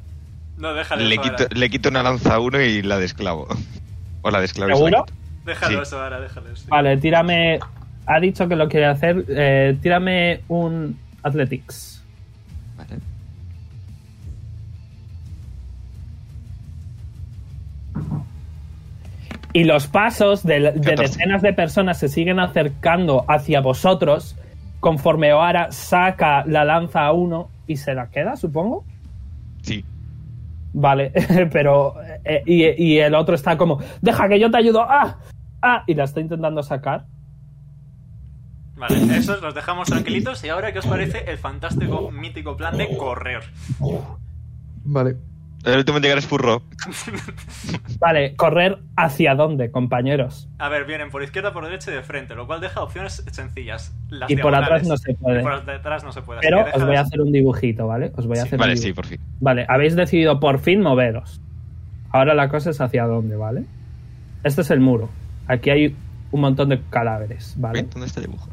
Speaker 1: No, déjale
Speaker 2: Le
Speaker 1: eso
Speaker 2: quito,
Speaker 1: ahora.
Speaker 2: le quito una lanza a uno y la de esclavo. O la de esclavo. y se la
Speaker 3: ¿Seguro?
Speaker 2: quito.
Speaker 1: Déjalo
Speaker 2: sí.
Speaker 1: eso ahora, déjalo eso.
Speaker 3: Vale, tírame. Ha dicho que lo quiere hacer. eh, tírame un Athletics.
Speaker 2: Vale.
Speaker 3: Y los pasos de, de
Speaker 2: 14.
Speaker 3: decenas de personas se siguen acercando hacia vosotros conforme Oara saca la lanza a uno y se la queda, supongo.
Speaker 2: Sí.
Speaker 3: Vale, pero... eh, y, y el otro está como, deja que yo te ayudo. Ah, ah, y la está intentando sacar.
Speaker 1: Vale, esos los dejamos tranquilitos. Y ahora, ¿qué os parece el fantástico, mítico plan de correr?
Speaker 5: Vale.
Speaker 2: El último en llegar es Furro.
Speaker 3: Este Vale, correr hacia dónde, compañeros.
Speaker 1: A ver, vienen por izquierda, por derecha y de frente, lo cual deja opciones sencillas. Las
Speaker 3: Y por atrás
Speaker 1: diagonales.
Speaker 3: no se puede.
Speaker 1: Y por detrás no se puede. así
Speaker 3: Pero
Speaker 1: que
Speaker 3: os
Speaker 1: deja
Speaker 3: voy a
Speaker 1: las-
Speaker 3: hacer un dibujito, ¿vale? Os voy a hacer un
Speaker 2: Vale,
Speaker 3: dibujo.
Speaker 2: sí, por fin.
Speaker 3: Vale, habéis decidido por fin moveros. Ahora la cosa es hacia dónde, ¿vale? Este es el muro. Aquí hay un montón de cadáveres, ¿vale?
Speaker 2: ¿Ven? ¿Dónde está el dibujo?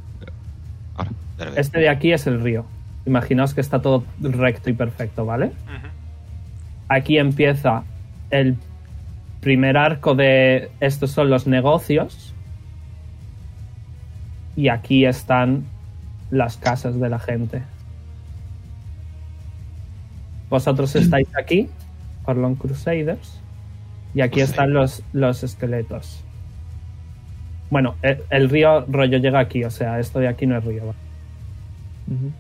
Speaker 2: Ahora, ya lo veo.
Speaker 3: Este de aquí es el río. Imaginaos que está todo recto y perfecto, ¿vale?
Speaker 1: Ujú.
Speaker 3: Aquí empieza el primer arco de estos son los negocios. Y aquí están las casas de la gente. Vosotros estáis aquí, Orlon Crusaders. Y aquí están los, los esqueletos. Bueno, el, el río rollo llega aquí, o sea, esto de aquí no es río. ¿vale?
Speaker 5: Ujú.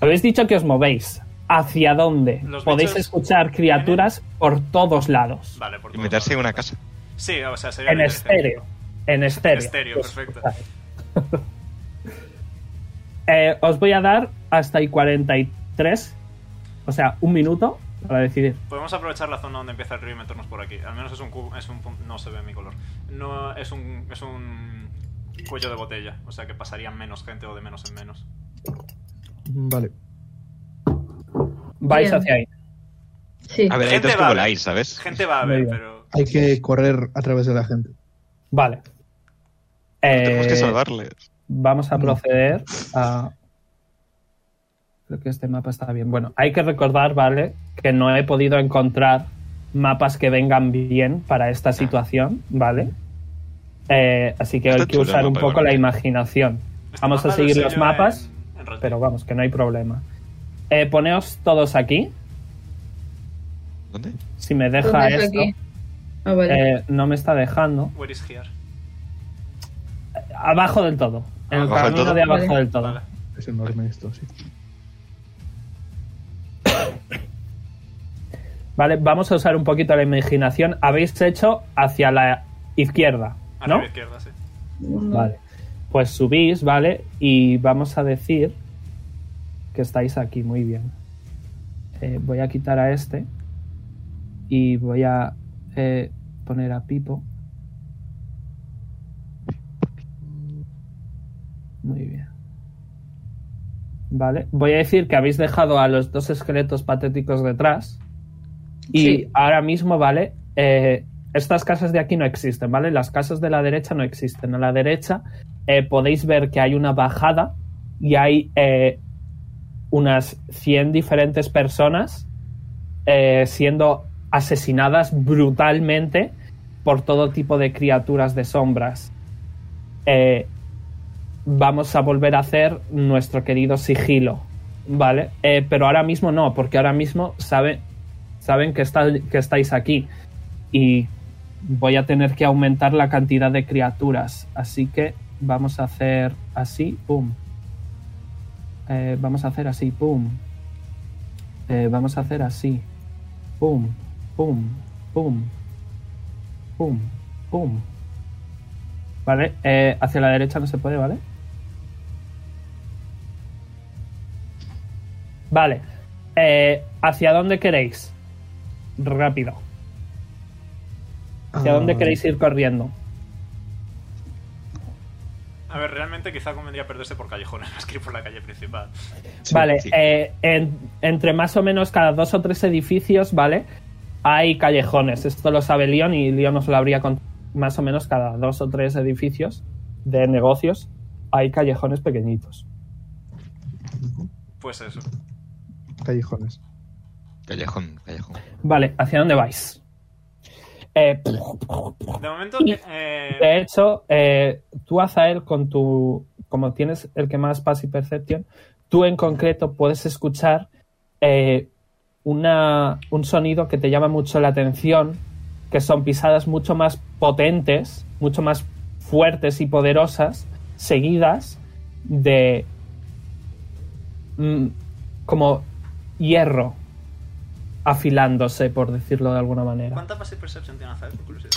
Speaker 3: Habéis dicho que os movéis. ¿Hacia dónde?
Speaker 1: Los
Speaker 3: Podéis
Speaker 1: bichos
Speaker 3: escuchar criaturas por todos lados.
Speaker 1: Vale, por
Speaker 2: Y meterse en una casa.
Speaker 1: Sí, o sea, sería
Speaker 3: En
Speaker 1: interesante.
Speaker 3: estéreo. En estéreo.
Speaker 1: estéreo,
Speaker 3: Pues,
Speaker 1: perfecto.
Speaker 3: vale. Eh, os voy a dar hasta el 43. O sea, un minuto para decidir.
Speaker 1: Podemos aprovechar la zona donde empieza el río y meternos por aquí. Al menos es un cubo, es un pun- no se ve mi color. No es un es un cuello de botella, o sea que pasaría menos gente o de menos en menos.
Speaker 5: Vale.
Speaker 3: Vais
Speaker 4: Bien.
Speaker 3: hacia ahí.
Speaker 4: Sí.
Speaker 2: A ver, hay
Speaker 1: Gente
Speaker 2: dos que
Speaker 1: va a
Speaker 2: voláis, ¿sabes?
Speaker 1: Gente va a
Speaker 3: Muy
Speaker 1: ver,
Speaker 3: bien.
Speaker 1: pero
Speaker 5: Hay que correr a través de la gente.
Speaker 3: Vale.
Speaker 2: Tenemos que
Speaker 3: Eh,
Speaker 2: salvarles.
Speaker 3: vamos a
Speaker 5: No.
Speaker 3: proceder a... Creo que este mapa está bien. Bueno, hay que recordar, ¿vale? Que no he podido encontrar mapas que vengan bien para esta situación, ¿vale? Eh, así que
Speaker 2: Está
Speaker 3: hay que
Speaker 2: chulo el
Speaker 3: usar un
Speaker 2: mapa, ¿eh?
Speaker 3: poco la
Speaker 2: igualmente.
Speaker 3: imaginación.
Speaker 1: este
Speaker 3: Vamos
Speaker 1: mapa
Speaker 3: a
Speaker 1: lo
Speaker 3: seguir
Speaker 1: sé
Speaker 3: los
Speaker 1: yo
Speaker 3: mapas,
Speaker 1: en- en Red
Speaker 3: pero vamos, que no hay problema. Eh, poneos todos aquí,
Speaker 2: ¿Dónde?
Speaker 3: si me
Speaker 4: ¿Dónde
Speaker 3: deja
Speaker 4: es
Speaker 3: esto.
Speaker 4: aquí? Ah, vale.
Speaker 3: Eh, no me está dejando.
Speaker 1: Dead. Where is here?
Speaker 3: Abajo del todo. En el
Speaker 2: ¿Abajo del
Speaker 3: camino
Speaker 2: todo?
Speaker 3: de abajo
Speaker 4: Vale.
Speaker 3: del todo.
Speaker 1: Vale.
Speaker 5: Es enorme esto, sí.
Speaker 3: Vale, vamos a usar un poquito la imaginación. Habéis hecho hacia la izquierda, ¿no?
Speaker 1: Arriba izquierda, sí.
Speaker 4: Mm,
Speaker 3: Vale. Pues subís, ¿vale? Y vamos a decir que estáis aquí, muy bien. Eh, voy a quitar a este y voy a eh, poner a Pipo. Muy bien. Vale, voy a decir que habéis dejado a los dos esqueletos patéticos detrás. Y
Speaker 4: Sí.
Speaker 3: ahora mismo, ¿vale? Eh, estas casas de aquí no existen, ¿vale? Las casas de la derecha no existen. A la derecha eh, podéis ver que hay una bajada y hay eh, unas 100 diferentes personas eh, siendo asesinadas brutalmente por todo tipo de criaturas de sombras. Eh, vamos a volver a hacer nuestro querido sigilo, ¿vale? Eh, pero ahora mismo no, porque ahora mismo sabe- saben que, está- que estáis aquí y voy a tener que aumentar la cantidad de criaturas, así que vamos a hacer así, pum. Eh, vamos a hacer así, pum. Eh, vamos a hacer así, pum, pum, pum, pum, pum. Vale, eh, hacia la derecha no se puede, ¿vale? Vale, eh, ¿hacia dónde queréis? Rápido. ¿Hacia dónde
Speaker 5: Ah,
Speaker 3: queréis ir corriendo?
Speaker 1: A ver, realmente quizá convendría perderse por callejones, más que ir por la calle principal.
Speaker 5: sí,
Speaker 3: vale,
Speaker 2: sí.
Speaker 3: eh, en- entre más o menos cada dos o tres edificios, ¿vale? Hay callejones. Esto lo sabe Leon y Leon nos lo habría contado. Más o menos cada dos o tres edificios de negocios hay callejones pequeñitos.
Speaker 1: Pues eso.
Speaker 5: Callejones.
Speaker 2: Callejón, callejón.
Speaker 3: Vale, ¿hacia dónde vais? Eh,
Speaker 1: De momento, eh,
Speaker 3: de hecho, eh, tú, Azael, con tu. Como tienes el que más pasa y percepción, tú en concreto puedes escuchar eh, una, un sonido que te llama mucho la atención que son pisadas mucho más potentes, mucho más fuertes y poderosas, seguidas de mm, como hierro afilándose, por decirlo de alguna manera.
Speaker 1: ¿Cuánta base percepción tiene Azael, por curiosidad?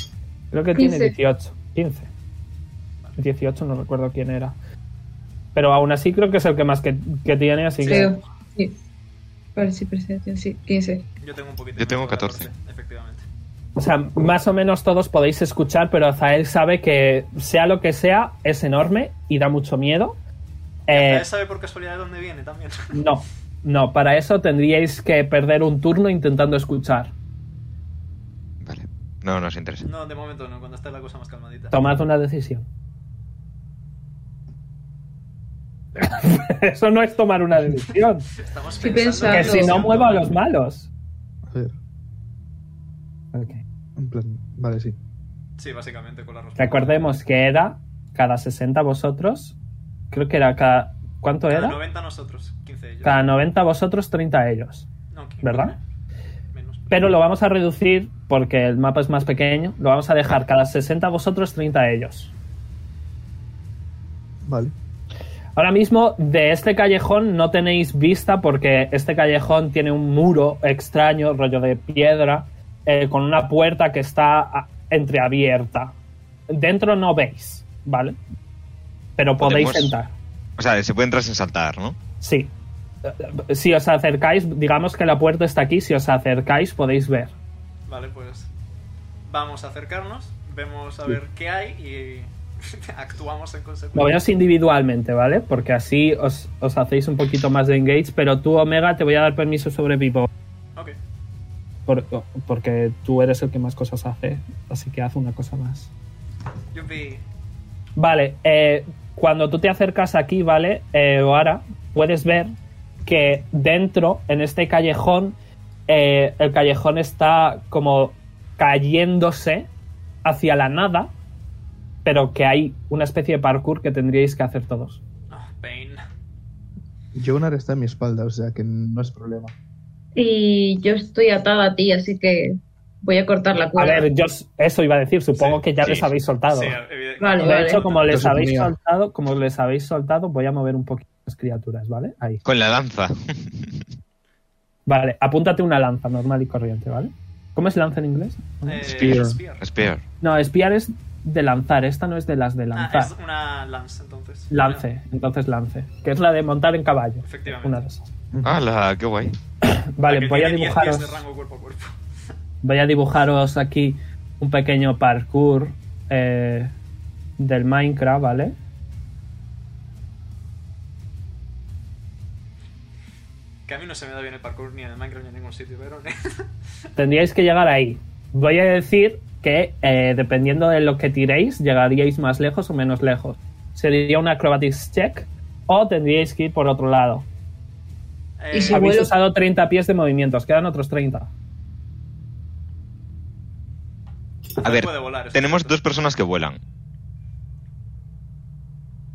Speaker 3: Creo que tiene
Speaker 4: 15.
Speaker 3: 18, 15. 18 no recuerdo quién era. Pero aún así creo que es el que más que, que tiene, así que...
Speaker 4: Creo. Sí. Vale, sí, percepción, sí, 15.
Speaker 1: Yo tengo un poquito
Speaker 2: Yo tengo
Speaker 1: menos de
Speaker 2: 14.
Speaker 1: Efectivamente.
Speaker 3: O sea, más o menos todos podéis escuchar, pero Azael sabe que sea lo que sea, es enorme y da mucho miedo. Eh,
Speaker 1: Azael sabe por casualidad de dónde viene también.
Speaker 3: no, no, para eso tendríais que perder un turno intentando escuchar.
Speaker 2: Vale. No nos interesa.
Speaker 1: No, de momento no, cuando esté la cosa más calmadita.
Speaker 3: Tomad una decisión. eso no es tomar una decisión.
Speaker 1: Estamos
Speaker 4: Estoy
Speaker 1: pensando.
Speaker 3: Que
Speaker 4: pensando.
Speaker 3: si no muevo a los malos.
Speaker 5: A ver, en plan. Vale, sí.
Speaker 1: Sí, básicamente con la respuesta.
Speaker 3: Recordemos que era cada 60 vosotros. Creo que era cada. ¿Cuánto
Speaker 1: Cada
Speaker 3: era?
Speaker 1: 90 nosotros, 15 ellos.
Speaker 3: Cada 90 vosotros, 30 ellos.
Speaker 1: No, 15,
Speaker 3: ¿verdad?
Speaker 1: Menos.
Speaker 3: Pero lo vamos a reducir porque el mapa es más pequeño. Lo vamos a dejar cada 60 vosotros, 30 ellos.
Speaker 5: Vale.
Speaker 3: Ahora mismo de este callejón no tenéis vista porque este callejón tiene un muro extraño, rollo de piedra, eh, con una puerta que está ah, entreabierta. Dentro no veis, ¿vale? Pero podéis
Speaker 2: Podemos-
Speaker 3: entrar.
Speaker 2: O sea, se puede entrar sin saltar, ¿no?
Speaker 3: Sí. Si os acercáis, digamos que la puerta está aquí, si os acercáis podéis ver.
Speaker 1: Vale, pues vamos a acercarnos, vemos a ver qué hay y actuamos en
Speaker 3: Lo
Speaker 1: consecuencia.
Speaker 3: veos individualmente, ¿vale? Porque así os, os hacéis un poquito más de engage, pero tú, Omega, te voy a dar permiso sobre Vivo,
Speaker 1: Ok,
Speaker 3: por- porque tú eres el que más cosas hace, así que haz una cosa más.
Speaker 1: yupi.
Speaker 3: Vale, eh, cuando tú te acercas aquí, ¿vale? Eh, Oara, puedes ver que dentro, en este callejón, eh, el callejón está como cayéndose hacia la nada, pero que hay una especie de parkour que tendríais que hacer todos.
Speaker 1: Ah, pain.
Speaker 5: Jonar está en mi espalda, o sea que no es problema.
Speaker 4: Y yo estoy atada a ti, así que voy a cortar la
Speaker 3: A
Speaker 4: cuerda.
Speaker 3: ver, yo s- eso iba a decir, supongo
Speaker 1: Sí,
Speaker 3: que ya
Speaker 2: sí,
Speaker 3: les habéis soltado.
Speaker 1: Sí, evidente-
Speaker 4: Vale,
Speaker 3: de
Speaker 4: vale.
Speaker 3: hecho, como les
Speaker 5: Entonces,
Speaker 3: habéis
Speaker 5: mía.
Speaker 3: soltado, como les habéis soltado, voy a mover un poquito las criaturas, ¿vale? Ahí.
Speaker 2: Con la lanza.
Speaker 3: Vale, apúntate una lanza normal y corriente, ¿vale? ¿Cómo es lanza en inglés?
Speaker 1: Eh,
Speaker 5: Spear.
Speaker 1: spear.
Speaker 2: Es peor.
Speaker 3: No, espiar es de lanzar. Esta no es de las de
Speaker 1: Ah,
Speaker 3: lanzar.
Speaker 1: es una lance entonces.
Speaker 3: Lance, entonces lance. Que es la de montar en caballo.
Speaker 1: Efectivamente.
Speaker 3: Una de esas.
Speaker 2: ¡Hala! ¡Qué guay!
Speaker 1: La que
Speaker 3: Vale, voy a
Speaker 1: tiene 10 pies de
Speaker 3: dibujaros.
Speaker 1: rango cuerpo a cuerpo.
Speaker 3: Voy a dibujaros aquí un pequeño parkour eh, del Minecraft, ¿vale?
Speaker 1: Que a mí no se me da bien el parkour ni en el Minecraft ni en ningún sitio, pero
Speaker 3: Tendríais que llegar ahí. Voy a decir que eh, dependiendo de lo que tiréis, llegaríais más lejos o menos lejos. Sería un acrobatics check o tendríais que ir por otro lado.
Speaker 1: Eh,
Speaker 4: Y si
Speaker 3: Habéis
Speaker 4: vuelo-
Speaker 3: usado 30 pies de movimiento, os quedan otros 30.
Speaker 2: A ver,
Speaker 1: puede volar, eso
Speaker 2: tenemos
Speaker 1: es cierto.
Speaker 2: dos personas que vuelan.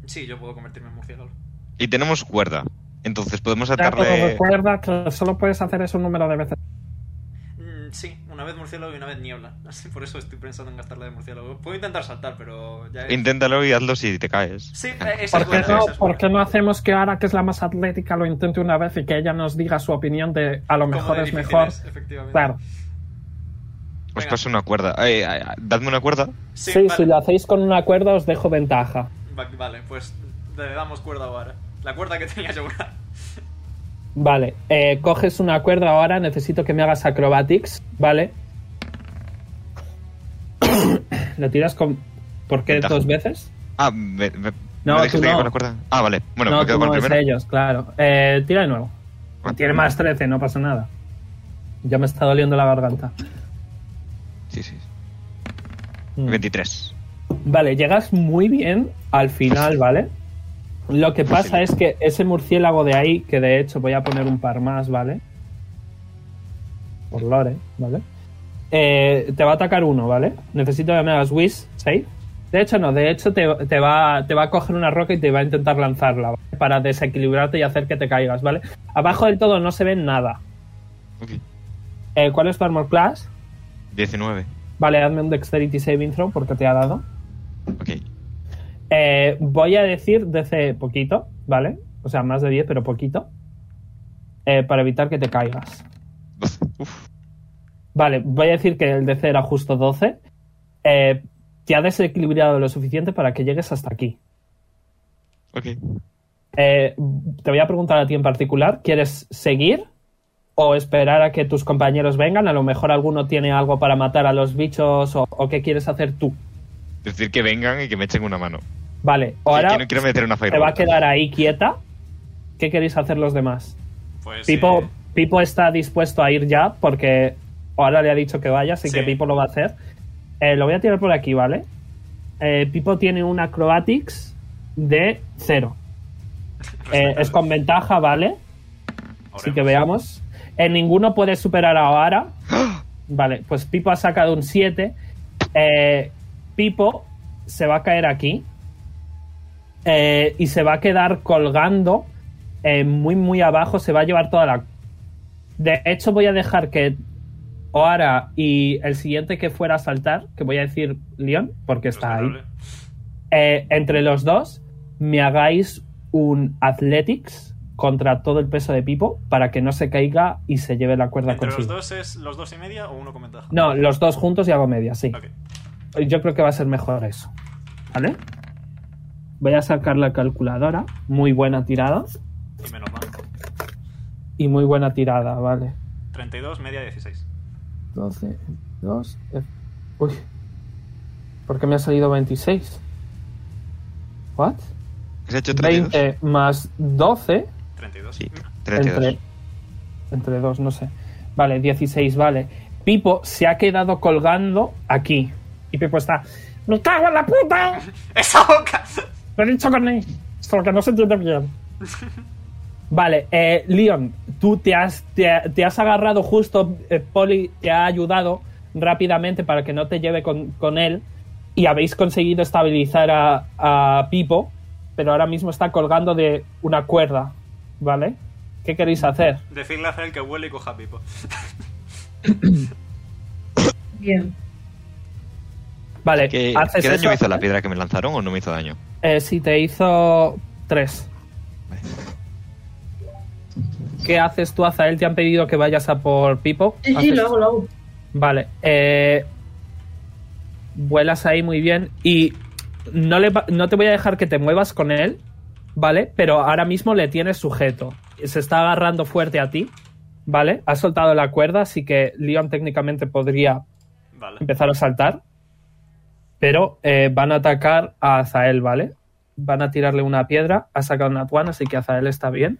Speaker 1: Sí, yo puedo convertirme en murciélago.
Speaker 2: Y tenemos cuerda. Entonces podemos
Speaker 3: Ya, pues, pero
Speaker 2: atarle.
Speaker 3: recuerda que solo puedes hacer eso un número de veces.
Speaker 1: Mm, sí, una vez murciélago y una vez niebla. Así por eso estoy pensando en gastarla de murciélago. Puedo intentar saltar, pero ya es...
Speaker 2: Inténtalo y hazlo si te caes.
Speaker 1: Sí, eh, esa
Speaker 3: pues. ¿Por
Speaker 1: es
Speaker 3: qué,
Speaker 1: buena,
Speaker 3: no,
Speaker 1: esa es
Speaker 3: por
Speaker 1: buena.
Speaker 3: qué no hacemos que Ara, que es la más atlética, lo intente una vez y que ella nos diga su opinión de a lo
Speaker 1: Como
Speaker 3: mejor
Speaker 1: de
Speaker 3: es
Speaker 1: difíciles,
Speaker 3: mejor?
Speaker 1: Efectivamente.
Speaker 3: Claro.
Speaker 2: Os
Speaker 1: Venga.
Speaker 2: paso una cuerda. Eh, eh, dadme una cuerda.
Speaker 1: Sí,
Speaker 3: Sí,
Speaker 1: vale.
Speaker 3: si lo hacéis con una cuerda os dejo ventaja.
Speaker 1: Va- Vale, pues le damos cuerda ahora. La cuerda que tenía yo ahora.
Speaker 3: Vale, eh, coges una cuerda ahora, necesito que me hagas acrobatics, ¿vale? ¿Lo tiras con... ¿Por qué
Speaker 2: Ventaja.
Speaker 3: dos veces?
Speaker 2: Ah, me, me,
Speaker 3: No,
Speaker 2: me dejas
Speaker 3: tú
Speaker 2: que me
Speaker 3: no.
Speaker 2: con la cuerda. Ah, vale. Bueno,
Speaker 3: no,
Speaker 2: me quedo
Speaker 3: tú
Speaker 2: con
Speaker 3: no
Speaker 2: el
Speaker 3: es
Speaker 2: primero.
Speaker 3: ellos, claro. Eh, tira de nuevo. Tiene más 13, no pasa nada. Ya me está doliendo la garganta.
Speaker 2: Sí, sí.
Speaker 3: Mm.
Speaker 2: 23.
Speaker 3: Vale, llegas muy bien al final, ¿vale? Lo que pasa es que ese murciélago de ahí, que de hecho voy a poner un par más, ¿vale? Por Lore, ¿vale? Eh, te va a atacar uno, ¿vale? Necesito que me hagas Wish, ¿sí? De hecho, no, de hecho te, te va, te va a coger una roca y te va a intentar lanzarla, ¿vale? Para desequilibrarte y hacer que te caigas, ¿vale? Abajo del todo no se ve nada.
Speaker 2: Ok.
Speaker 3: Eh, ¿Cuál es tu armor class?
Speaker 2: 19.
Speaker 3: Vale, hazme un Dexterity Saving Throw porque te ha dado.
Speaker 2: Ok.
Speaker 3: Eh, voy a decir DC poquito, ¿vale? O sea, más de 10, pero poquito. eh, para evitar que te caigas.
Speaker 2: Uf,
Speaker 3: Vale, voy a decir que el DC era justo 12. Eh, te ha desequilibrado lo suficiente para que llegues hasta aquí.
Speaker 2: ok.
Speaker 3: Eh, te voy a preguntar a ti en particular, ¿quieres seguir o esperar a que tus compañeros vengan? A lo mejor alguno tiene algo para matar a los bichos o, o qué quieres hacer tú.
Speaker 2: Decir que vengan y que me echen una mano.
Speaker 3: Vale,
Speaker 2: Que-
Speaker 3: ahora
Speaker 2: que no quiero meter una
Speaker 3: se
Speaker 2: fireball.
Speaker 3: va a quedar ahí quieta. ¿Qué queréis hacer los demás?
Speaker 1: Pues,
Speaker 3: Pipo,
Speaker 1: eh,
Speaker 3: Pipo está dispuesto a ir ya porque ahora le ha dicho que vaya, así
Speaker 1: Sí.
Speaker 3: que Pipo lo va a hacer. Eh, lo voy a tirar por aquí, ¿vale? Eh, Pipo tiene un acrobatics de cero.
Speaker 1: Pues
Speaker 3: Eh, es con ventaja, ¿vale? Así que
Speaker 1: oremos.
Speaker 3: veamos. En ninguno puede superar a Oara. Vale, pues Pipo ha sacado un 7. Eh, Pipo se va a caer aquí. Eh, y se va a quedar colgando eh, muy, muy abajo. Se va a llevar toda la... De hecho, voy a dejar que Oara y el siguiente que fuera a saltar, que voy a decir León, porque está ahí,
Speaker 1: Respetable.
Speaker 3: eh, entre los dos me hagáis un Athletics contra todo el peso de Pipo para que no se caiga y se lleve la cuerda
Speaker 1: ¿Entre los
Speaker 3: consigo.
Speaker 1: dos es los dos y media o uno con ventaja?
Speaker 3: No, los dos juntos y hago media, sí.
Speaker 1: Ok.
Speaker 3: Yo creo que va a ser mejor eso. ¿Vale? Voy a sacar la calculadora. Muy buena tirada.
Speaker 1: Y menos mal.
Speaker 3: Y muy buena tirada, vale.
Speaker 1: 32, media 16.
Speaker 3: 12, 2, eh, uy. ¿Por qué me ha salido 26? ¿What?
Speaker 2: ¿Has hecho 32?
Speaker 3: 20 más 12
Speaker 1: 32.
Speaker 2: Sí,
Speaker 1: Mm,
Speaker 2: 32.
Speaker 3: Entre, entre dos, no sé. Vale, 16, vale. Pipo se ha quedado colgando aquí. Y Pipo está. ¡Me cago en la puta!
Speaker 1: ¡Esa boca!
Speaker 3: Lo he dicho con él. Solo que no se entiende bien. Vale, eh, Leon, tú te has, te, ha- te has agarrado justo. eh, Polly te ha ayudado rápidamente para que no te lleve con, con él. Y habéis conseguido estabilizar a, a Pipo. Pero ahora mismo está colgando de una cuerda. ¿Vale? ¿Qué queréis hacer?
Speaker 1: Decirle a Fel que huele y coja a Pipo.
Speaker 4: Bien.
Speaker 3: Vale,
Speaker 2: ¿Qué,
Speaker 3: haces
Speaker 2: qué daño
Speaker 3: eso,
Speaker 2: me hizo la piedra que me lanzaron o no me hizo daño?
Speaker 3: eh, si te hizo 3. ¿Qué haces tú, Azael? Te han pedido que vayas a por Pipo.
Speaker 4: Sí, sí,
Speaker 3: Haces-
Speaker 4: lo hago, lo hago.
Speaker 3: Vale. eh, vuelas ahí muy bien y no, le, va- no te voy a dejar que te muevas con él, ¿vale? Pero ahora mismo le tienes sujeto. Se está agarrando fuerte a ti, ¿vale? Has soltado la cuerda, así que Leon técnicamente podría
Speaker 1: Vale.
Speaker 3: empezar a saltar. Pero eh, van a atacar a Azael, ¿vale? Van a tirarle una piedra. Ha sacado una tuana, así que Azael está bien.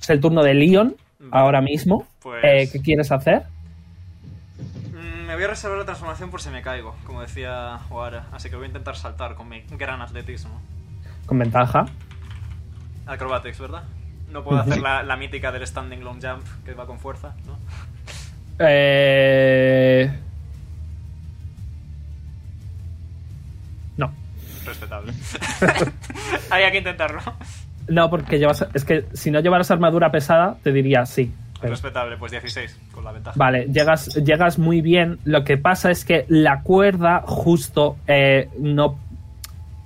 Speaker 3: Es el turno de Leon ahora mismo.
Speaker 1: Pues.
Speaker 3: Eh, ¿Qué quieres hacer?
Speaker 1: mm, Me voy a reservar la transformación por si me caigo, como decía Oara. Así que voy a intentar saltar con mi gran atletismo.
Speaker 3: Con ventaja.
Speaker 1: Acrobatics, ¿verdad? No puedo hacer la, la mítica del standing long jump que va con fuerza, ¿no?
Speaker 3: Eh... No.
Speaker 1: Respetable. Había que intentarlo.
Speaker 3: No, porque llevas. Es que si no llevaras armadura pesada, te diría sí. pero-
Speaker 1: Respetable, pues 16, con la ventaja.
Speaker 3: Vale, llegas, llegas muy bien. Lo que pasa es que la cuerda justo eh, no,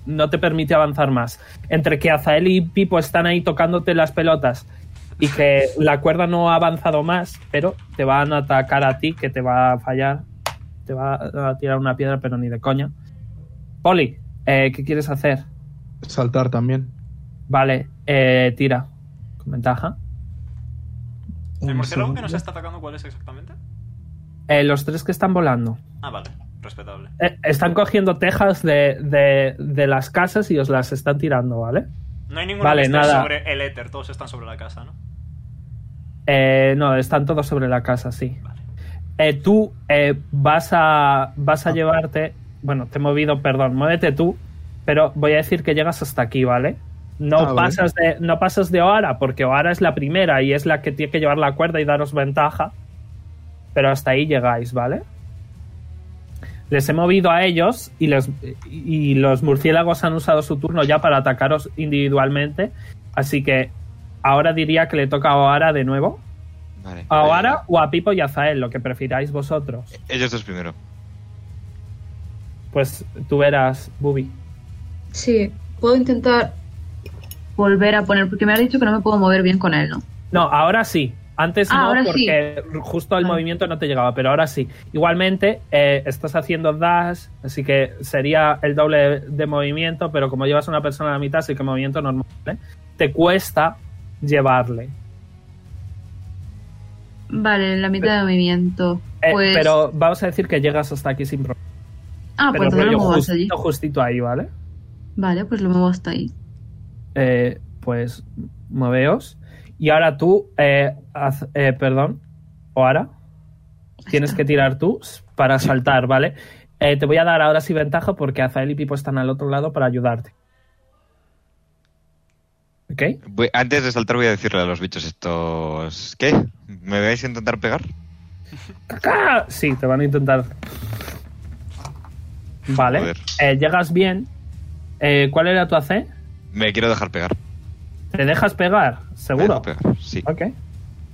Speaker 3: no te permite avanzar más. Entre que Azael y Pipo están ahí tocándote las pelotas y que la cuerda no ha avanzado más, pero te van a atacar a ti, que te va a fallar. Te va a tirar una piedra, pero ni de coña. Poli, eh, ¿qué quieres hacer?
Speaker 5: Saltar también.
Speaker 3: Vale, eh, tira. Con ventaja.
Speaker 1: ¿El
Speaker 5: Un
Speaker 1: murciélago que
Speaker 5: segundo.
Speaker 1: nos está atacando cuál es exactamente?
Speaker 3: Eh, los tres que están volando.
Speaker 1: Ah, vale. Respetable.
Speaker 3: Eh, están cogiendo tejas de, de- de las casas y os las están tirando, ¿vale?
Speaker 1: No hay ninguno
Speaker 3: Vale,
Speaker 1: que esté
Speaker 3: nada.
Speaker 1: sobre el éter, todos están sobre la casa, ¿no?
Speaker 3: Eh, no, están todos sobre la casa, sí.
Speaker 1: Vale.
Speaker 3: Eh, tú eh, vas a, vas a
Speaker 5: Ah.
Speaker 3: llevarte... Bueno, te he movido, perdón, muévete tú, pero voy a decir que llegas hasta aquí, ¿vale? No,
Speaker 5: Ah, vale.
Speaker 3: pasas De, no pasas de Oara, porque Oara es la primera y es la que tiene que llevar la cuerda y daros ventaja, pero hasta ahí llegáis, ¿vale? Les he movido a ellos y, les- y los murciélagos han usado su turno ya para atacaros individualmente, así que ahora diría que le toca a Oara de nuevo.
Speaker 2: Vale.
Speaker 3: A Oara o a Pipo y a Zael, lo que prefiráis vosotros.
Speaker 2: Ellos dos primero.
Speaker 3: Pues tú verás, Bubi.
Speaker 4: Sí, puedo intentar volver a poner, porque me ha dicho que no me puedo mover bien con él, ¿no?
Speaker 3: No, ahora sí. Antes
Speaker 4: Ah,
Speaker 3: no,
Speaker 4: ahora sí. Ah.
Speaker 3: porque justo el
Speaker 4: Vale.
Speaker 3: movimiento no te llegaba, pero ahora sí. Igualmente, eh, estás haciendo dash, así que sería el doble de, de movimiento, pero como llevas una persona a la mitad, así que movimiento normal. ¿eh? Te cuesta llevarle.
Speaker 4: Vale, en la mitad de movimiento.
Speaker 3: Eh,
Speaker 4: Pues.
Speaker 3: Pero vamos a decir que llegas hasta aquí sin problema.
Speaker 4: ah, pues
Speaker 3: pero
Speaker 4: entonces lo
Speaker 3: rollo
Speaker 4: muevo hasta allí.
Speaker 3: justito, justito ahí, ¿vale?
Speaker 4: Vale, pues lo muevo hasta ahí.
Speaker 3: Eh, pues moveos. Y ahora tú, eh, haz- eh, perdón, o ahora, tienes que tirar tú para saltar, ¿vale? Eh, te voy a dar ahora sí ventaja porque Azael y Pipo están al otro lado para ayudarte. ¿Ok?
Speaker 2: Voy- antes de saltar voy a decirle a los bichos estos... ¿Qué? ¿Me vais a intentar pegar?
Speaker 3: ¡Caca! ¡Ah! Sí, te van a intentar. Vale.
Speaker 2: Joder.
Speaker 3: Eh, llegas bien. Eh, ¿Cuál era tu AC?
Speaker 2: Me quiero dejar pegar.
Speaker 3: ¿Te dejas pegar?
Speaker 2: Me
Speaker 3: ¿Seguro?
Speaker 2: dejo pegar, Sí,
Speaker 3: Ok.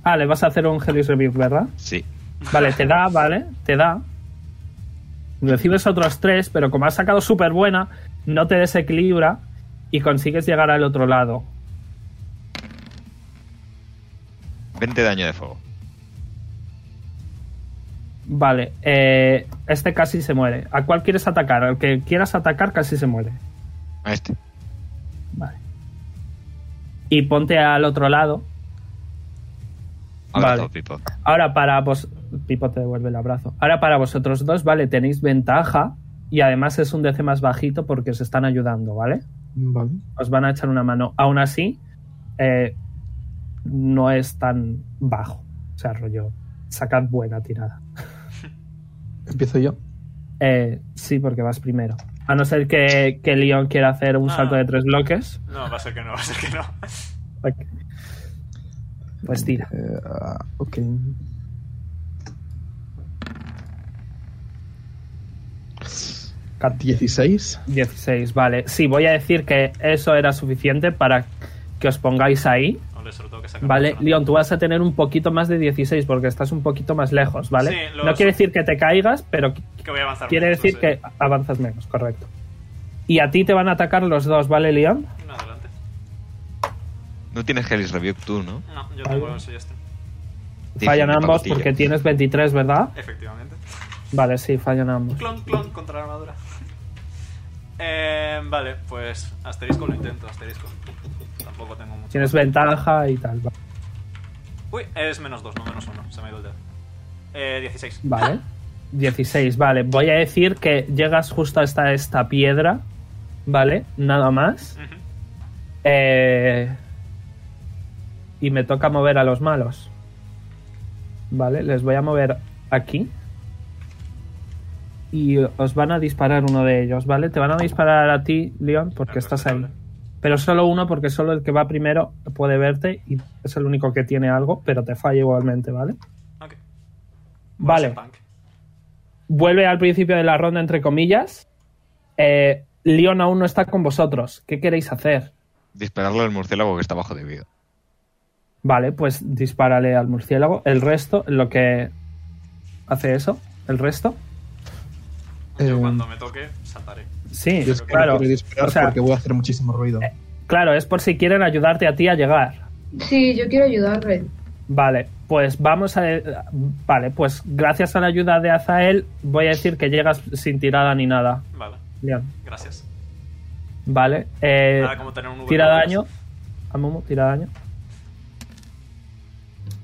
Speaker 3: Ah, le vas a hacer un Helios Rebuke, ¿verdad?
Speaker 2: sí.
Speaker 3: Vale, te da, vale, te da. Recibes otros tres, pero como has sacado súper buena, no te desequilibra y consigues llegar al otro lado.
Speaker 2: 20 daño de fuego.
Speaker 3: Vale, eh, este casi se muere. ¿A cuál quieres atacar? Al que quieras atacar casi se muere.
Speaker 2: A este.
Speaker 3: Vale. Y ponte al otro lado.
Speaker 2: Ahora
Speaker 3: Vale.
Speaker 2: todo, Pipo.
Speaker 3: Ahora para vos... Pipo te devuelve el abrazo. Ahora para vosotros dos, vale, tenéis ventaja y además es un DC más bajito porque os están ayudando, ¿vale?
Speaker 5: Vale.
Speaker 3: os van a echar una mano. Aún así, eh, no es tan bajo. O sea, rollo, sacad buena tirada.
Speaker 5: Empiezo yo.
Speaker 3: Eh, sí, porque vas primero. A no ser que, que Leon quiera hacer un
Speaker 1: Ah.
Speaker 3: salto de tres bloques.
Speaker 1: No, va a ser que no, va a ser que no.
Speaker 3: ok. Pues tira.
Speaker 5: Eh, ah, ok.
Speaker 3: Cat-
Speaker 5: 16.
Speaker 3: 16, vale. Sí, voy a decir que eso era suficiente para que os pongáis ahí.
Speaker 1: Ole, se lo tengo que sacar.
Speaker 3: Vale,
Speaker 1: Otra.
Speaker 3: Leon, tú vas a tener un poquito más de 16 porque estás un poquito más lejos, ¿vale?
Speaker 1: Sí, lo
Speaker 3: no
Speaker 1: sé.
Speaker 3: quiere decir que te caigas, pero
Speaker 1: Que voy a avanzar.
Speaker 3: Quiere
Speaker 1: menos,
Speaker 3: decir
Speaker 1: no
Speaker 3: que
Speaker 1: sé.
Speaker 3: avanzas menos, correcto. Y a ti te van a atacar los dos, ¿vale, Leon?
Speaker 1: No, adelante.
Speaker 2: No tienes Hellish Rebuke tú, ¿no?
Speaker 1: No, yo tengo el este.
Speaker 2: Dije,
Speaker 3: fallan
Speaker 2: mi
Speaker 3: ambos
Speaker 2: pacotilla.
Speaker 3: porque tienes 23, ¿verdad?
Speaker 1: Efectivamente.
Speaker 3: Vale, sí, fallan ambos.
Speaker 1: Clon, clon contra la armadura. Eh, vale, pues asterisco lo intento, asterisco. Tampoco tengo mucho.
Speaker 3: Tienes ventaja y tal. va-
Speaker 1: Uy, es menos 2, no menos 1. Se me ha ido el dedo. Eh, 16.
Speaker 3: Vale. 16, vale. Voy a decir que llegas justo hasta esta piedra, ¿vale? Nada más.
Speaker 1: Ujú.
Speaker 3: Eh, y me toca mover a los malos. Vale, les voy a mover aquí. Y os van a disparar uno de ellos, ¿vale? Te van a disparar a ti, Leon, porque
Speaker 1: Claro,
Speaker 3: estás
Speaker 1: respetable.
Speaker 3: ahí. Pero solo uno, porque solo el que va primero puede verte y es el único que tiene algo, pero te falla igualmente, ¿vale?
Speaker 1: Ok. Pues
Speaker 3: Vale.
Speaker 1: Voy a ser punk.
Speaker 3: vuelve al principio de la ronda, entre comillas. Eh, Leon aún no está con vosotros. ¿Qué queréis hacer?
Speaker 2: Dispararle al murciélago que está bajo de vida.
Speaker 3: Vale, pues dispárale al murciélago. El resto, lo que hace eso, el resto.
Speaker 1: Yo
Speaker 5: Eh,
Speaker 1: cuando me toque, saltaré.
Speaker 3: Sí,
Speaker 5: Yo es que no
Speaker 3: claro.
Speaker 5: quiero disparar
Speaker 3: O sea, eh,
Speaker 5: porque voy a hacer muchísimo ruido.
Speaker 3: claro, es por si quieren ayudarte a ti a llegar.
Speaker 4: Sí, yo quiero ayudarle.
Speaker 3: Vale, pues vamos a. Vale, pues gracias a la ayuda de Azael, voy a decir que llegas sin tirada ni nada,
Speaker 1: Vale,
Speaker 3: Leon.
Speaker 1: gracias.
Speaker 3: Vale, eh,
Speaker 1: Nada como pues. tener un V
Speaker 3: tira
Speaker 1: doble.
Speaker 3: daño. Amumu, tira daño.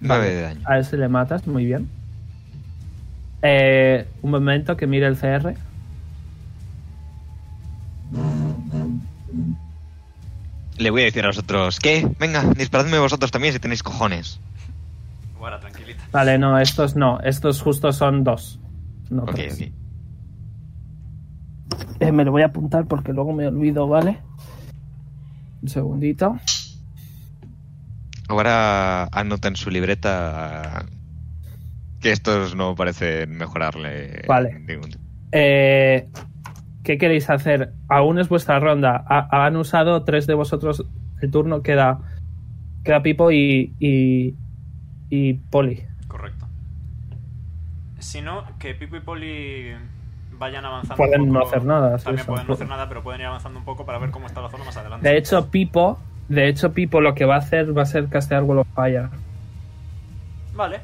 Speaker 2: 9 de daño.
Speaker 3: A ver si le matas, muy bien. Eh, un momento que mire el CR.
Speaker 2: Le voy a decir a los otros, ¿qué? Venga, disparadme vosotros también si tenéis cojones.
Speaker 1: Guara, tranquilita.
Speaker 3: Vale, no, estos no. Estos justos son dos. No
Speaker 2: Ok,
Speaker 3: tres.
Speaker 2: ok.
Speaker 3: Eh, me lo voy a apuntar porque luego me olvido, ¿vale? Un segundito.
Speaker 2: Ahora anota en su libreta que estos no parecen mejorarle.
Speaker 3: Vale.
Speaker 2: ningún tipo.
Speaker 3: Eh, ¿Qué queréis hacer? Aún es vuestra ronda. Ha- han usado tres de vosotros. El turno queda, queda Pipo y, y, y Poli.
Speaker 1: Correcto. Si no, que Pipo y Poli vayan avanzando.
Speaker 3: Pueden
Speaker 1: un
Speaker 3: no
Speaker 1: poco.
Speaker 3: hacer nada, sí,
Speaker 1: También
Speaker 3: eso.
Speaker 1: pueden no hacer nada, pero pueden ir avanzando un poco para ver cómo está la zona más adelante.
Speaker 3: De hecho, Pipo, de hecho, Pipo lo que va a hacer va a ser castear Wall of Fire.
Speaker 1: Vale.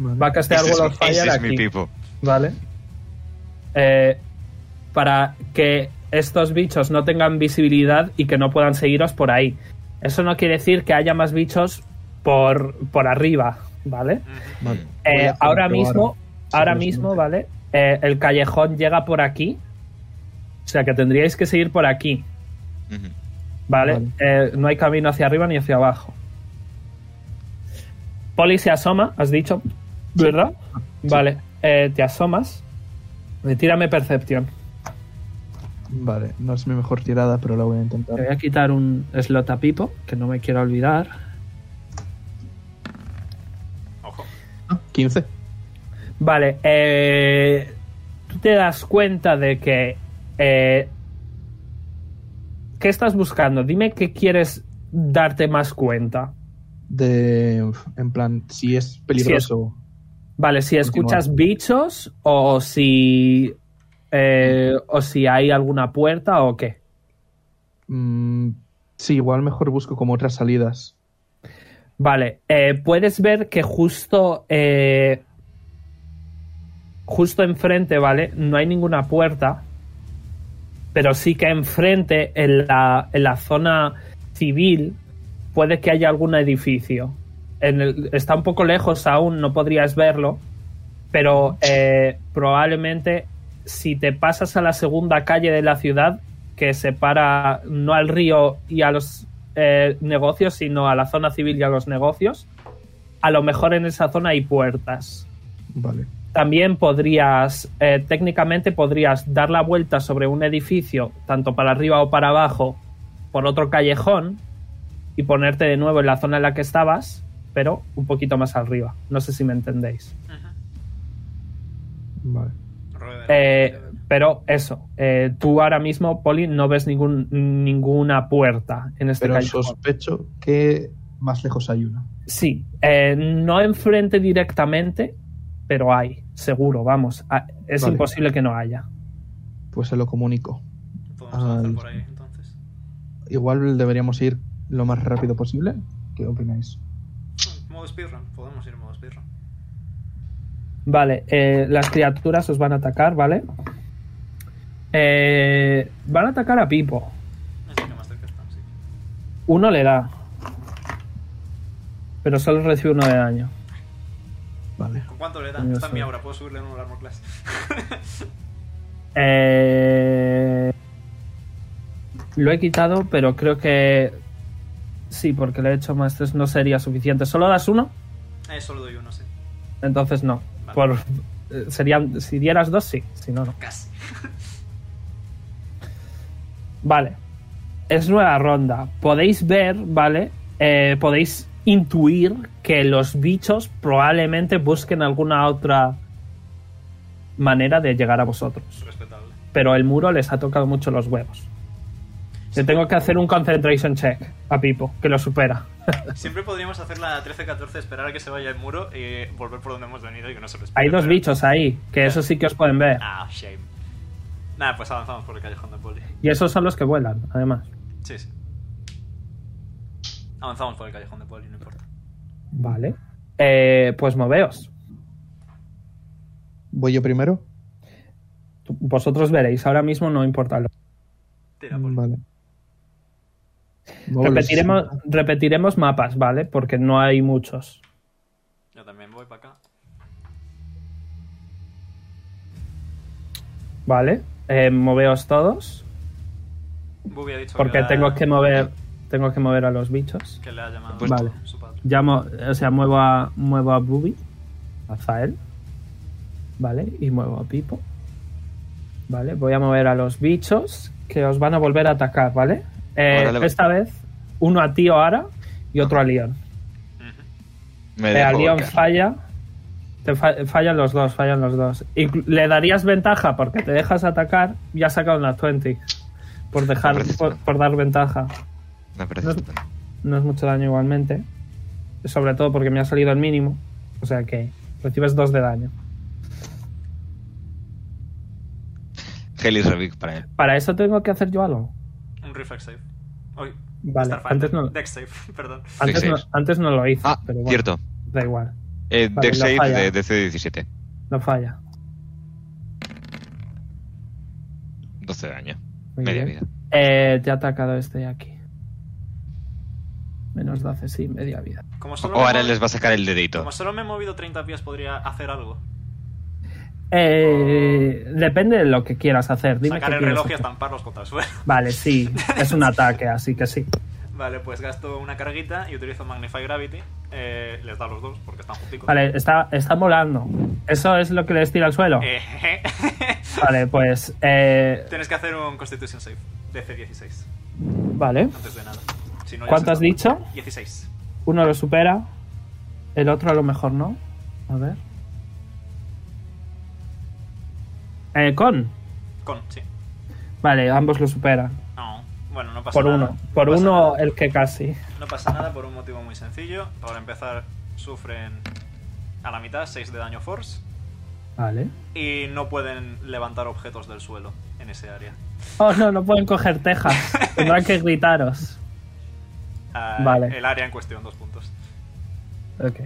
Speaker 3: Va a castear
Speaker 2: Ese es,
Speaker 3: Wall
Speaker 2: mi-
Speaker 3: Este of Fire
Speaker 2: ese es
Speaker 3: aquí.
Speaker 2: mi pipo.
Speaker 3: Vale. Eh, para que estos bichos no tengan visibilidad y que no puedan seguiros por ahí. Eso no quiere decir que haya más bichos por, por arriba, ¿vale?
Speaker 1: Ujú.
Speaker 5: Vale.
Speaker 3: Eh,
Speaker 5: Voy a
Speaker 3: ahora
Speaker 5: comprobar.
Speaker 3: mismo,
Speaker 5: Sí,
Speaker 3: ahora
Speaker 5: no sé.
Speaker 3: mismo, ¿vale? Eh, el callejón llega por aquí. O sea que tendríais que seguir por aquí,
Speaker 2: Ujú.
Speaker 3: ¿vale?
Speaker 5: Vale.
Speaker 3: Eh, no hay camino hacia arriba ni hacia abajo. Poli se asoma, has dicho, ¿verdad? Vale, eh, te asomas. Eh, Tírame percepción.
Speaker 5: Vale, no es mi mejor tirada, pero la voy a intentar.
Speaker 3: Le voy a quitar un slot a Pipo, que no me quiero olvidar.
Speaker 1: Ojo.
Speaker 5: Ah, 15.
Speaker 3: Vale, eh, tú te das cuenta de que... eh, ¿Qué estás buscando? Dime qué quieres darte más cuenta.
Speaker 5: De. uf, En plan, si es peligroso.
Speaker 3: Vale, si
Speaker 5: Continúa.
Speaker 3: escuchas bichos o si... eh, o si hay alguna puerta o qué.
Speaker 5: mm, sí, igual mejor busco como otras salidas.
Speaker 3: Vale, eh, puedes ver que justo. eh, justo enfrente, ¿vale? No hay ninguna puerta. Pero sí que enfrente, en la, en la zona civil, puede que haya algún edificio. En el- está un poco lejos aún, no podrías verlo. Pero eh, probablemente si te pasas a la segunda calle de la ciudad, que separa no al río y a los eh, negocios, sino a la zona civil y a los negocios, a lo mejor en esa zona hay puertas.
Speaker 5: Vale.
Speaker 3: También podrías, eh, técnicamente podrías dar la vuelta sobre un edificio, tanto para arriba o para abajo, por otro callejón y ponerte de nuevo en la zona en la que estabas, pero un poquito más arriba. No sé si me entendéis.
Speaker 1: Ujú.
Speaker 5: Vale.
Speaker 1: Rueda.
Speaker 3: Eh, pero eso, eh, tú ahora mismo, Poli, no ves ningún, ninguna puerta en este
Speaker 5: Pero
Speaker 3: callejón.
Speaker 5: sospecho que más lejos hay una.
Speaker 3: Sí, eh, no enfrente directamente, pero hay, seguro, vamos. Ah, Es
Speaker 5: Vale.
Speaker 3: imposible que no haya.
Speaker 5: Pues se lo comunico.
Speaker 1: Podemos avanzar
Speaker 5: al-
Speaker 1: por ahí entonces.
Speaker 5: Igual deberíamos ir lo más rápido posible. ¿Qué opináis?
Speaker 1: Mm, Modo speedrun. Podemos ir en modo speedrun.
Speaker 3: Vale, eh, las criaturas os van a atacar, ¿vale? Eh, van a atacar a Pipo.
Speaker 1: Es el que más cerca está, sí.
Speaker 3: Uno le da. Pero solo recibe uno de daño.
Speaker 5: Vale.
Speaker 1: ¿Con cuánto le da?
Speaker 3: Yo
Speaker 1: Está en mi
Speaker 3: sé.
Speaker 1: aura. Puedo subirle en un armor class.
Speaker 3: Eh, lo he quitado, pero creo que... Sí, porque le he hecho más tres, no sería suficiente. ¿Solo das uno?
Speaker 1: eh, solo doy uno, sí.
Speaker 3: Entonces no.
Speaker 1: Vale.
Speaker 3: Por, eh, serían, si dieras dos, sí. Si no, no.
Speaker 1: Casi.
Speaker 3: Vale. Es nueva ronda. Podéis ver, ¿vale? Eh, podéis intuir que los bichos probablemente busquen alguna otra manera de llegar a vosotros.
Speaker 1: Respetable.
Speaker 3: Pero el muro les ha tocado mucho los huevos. Le tengo que hacer un concentration check a Pipo, que lo supera.
Speaker 1: Siempre podríamos hacer la 13-14, esperar a que se vaya el muro y volver por donde hemos venido y que no se respete.
Speaker 3: Hay dos
Speaker 1: pero-
Speaker 3: bichos ahí, que eso sí que os pueden ver.
Speaker 1: Ah, shame. Nada, pues avanzamos por el callejón de Poli.
Speaker 3: Y esos son los que vuelan, además.
Speaker 1: Sí, sí. Avanzamos por el callejón de Poli, no importa.
Speaker 3: Vale. Eh, pues moveos.
Speaker 5: ¿Voy yo primero?
Speaker 3: Vosotros veréis, ahora mismo no importa. lo-
Speaker 1: Tira, Poli.
Speaker 5: Vale. Muevo los
Speaker 3: Repetiremos,
Speaker 5: 60.
Speaker 3: repetiremos mapas, ¿vale? Porque no hay muchos.
Speaker 1: Yo también voy para acá.
Speaker 3: ¿Vale? Eh, moveos todos.
Speaker 1: Bubi ha dicho que,
Speaker 3: Porque
Speaker 1: le ha-
Speaker 3: tengo que mover. Tengo que mover a los bichos.
Speaker 1: que le ha llamado
Speaker 2: Pues-
Speaker 3: Vale.
Speaker 1: su padre.
Speaker 3: Llamo, o sea, muevo a. Muevo a Bubi. A Zael. ¿Vale? Y muevo a Pipo. ¿Vale? Voy a mover a los bichos. Que os van a volver a atacar, ¿vale? Eh,
Speaker 2: Órale, va.
Speaker 3: esta vez, uno a ti ahora y otro a Leon.
Speaker 1: Ujú.
Speaker 2: Me
Speaker 3: Eh, a
Speaker 2: dejo
Speaker 3: Leon
Speaker 2: volcar.
Speaker 3: falla. Te fa- fallan los dos, fallan los dos. Inclu- le darías ventaja porque te dejas atacar y has sacado una 20. Por dejar
Speaker 2: Hombre,
Speaker 3: por, por dar ventaja.
Speaker 2: Me parece
Speaker 3: No-
Speaker 2: estupendo.
Speaker 3: No es mucho daño igualmente. Sobre todo porque me ha salido el mínimo. O sea que recibes dos de daño.
Speaker 2: Heli Revic para él.
Speaker 3: ¿Para eso tengo que hacer yo algo?
Speaker 1: Un reflex save. Uy,
Speaker 3: Vale,
Speaker 1: Starfinder.
Speaker 3: antes no,
Speaker 1: Dex save, perdón.
Speaker 3: antes, no,
Speaker 2: save.
Speaker 3: antes no lo hice.
Speaker 2: Ah,
Speaker 3: pero bueno,
Speaker 2: cierto.
Speaker 3: Da igual,
Speaker 2: Eh,
Speaker 3: Vale,
Speaker 2: Dex
Speaker 3: la
Speaker 2: save
Speaker 3: falla.
Speaker 2: de DC-17.
Speaker 3: no falla.
Speaker 2: 12 de daño.
Speaker 3: Muy
Speaker 2: Media
Speaker 3: bien.
Speaker 2: vida.
Speaker 3: Eh, te ha atacado este de aquí. Menos 12, sí, media vida.
Speaker 1: Como
Speaker 2: O
Speaker 1: solo, me he
Speaker 2: ahora
Speaker 1: movi-
Speaker 2: les va a sacar el dedito.
Speaker 1: como solo me he movido 30 pies, podría hacer algo.
Speaker 3: Eh, depende de lo que quieras hacer. Dime
Speaker 1: Sacar
Speaker 3: qué
Speaker 1: el
Speaker 3: quieres
Speaker 1: reloj y
Speaker 3: hacer.
Speaker 1: estamparlos contra el suelo.
Speaker 3: Vale, sí, es un ataque, así que sí.
Speaker 1: Vale, pues gasto una carguita y utilizo Magnify Gravity. Eh, les da a los dos porque están junticos.
Speaker 3: Vale, está, está volando. Eso es lo que les tira al suelo.
Speaker 1: Eh,
Speaker 3: Vale, pues. eh,
Speaker 1: Tienes que hacer un Constitution save. DC 16.
Speaker 3: vale,
Speaker 1: Antes de nada. Si no, ya
Speaker 3: ¿Cuánto
Speaker 1: se
Speaker 3: has
Speaker 1: tapa.
Speaker 3: dicho?
Speaker 1: 16.
Speaker 3: uno lo supera, el otro a lo mejor no. A ver. Eh, con.
Speaker 1: Con, sí.
Speaker 3: Vale, ambos lo superan.
Speaker 1: No. Bueno, no pasa
Speaker 3: Por
Speaker 1: nada.
Speaker 3: uno. Por
Speaker 1: no pasa
Speaker 3: uno,
Speaker 1: nada.
Speaker 3: el que casi.
Speaker 1: No pasa nada por un motivo muy sencillo. Para empezar, sufren a la mitad 6 de daño force.
Speaker 3: Vale.
Speaker 1: Y no pueden levantar objetos del suelo en ese área.
Speaker 3: Oh, no, no pueden coger tejas. Tendrán que gritaros.
Speaker 1: Ah,
Speaker 3: Vale.
Speaker 1: El área en cuestión, dos puntos.
Speaker 3: Ok.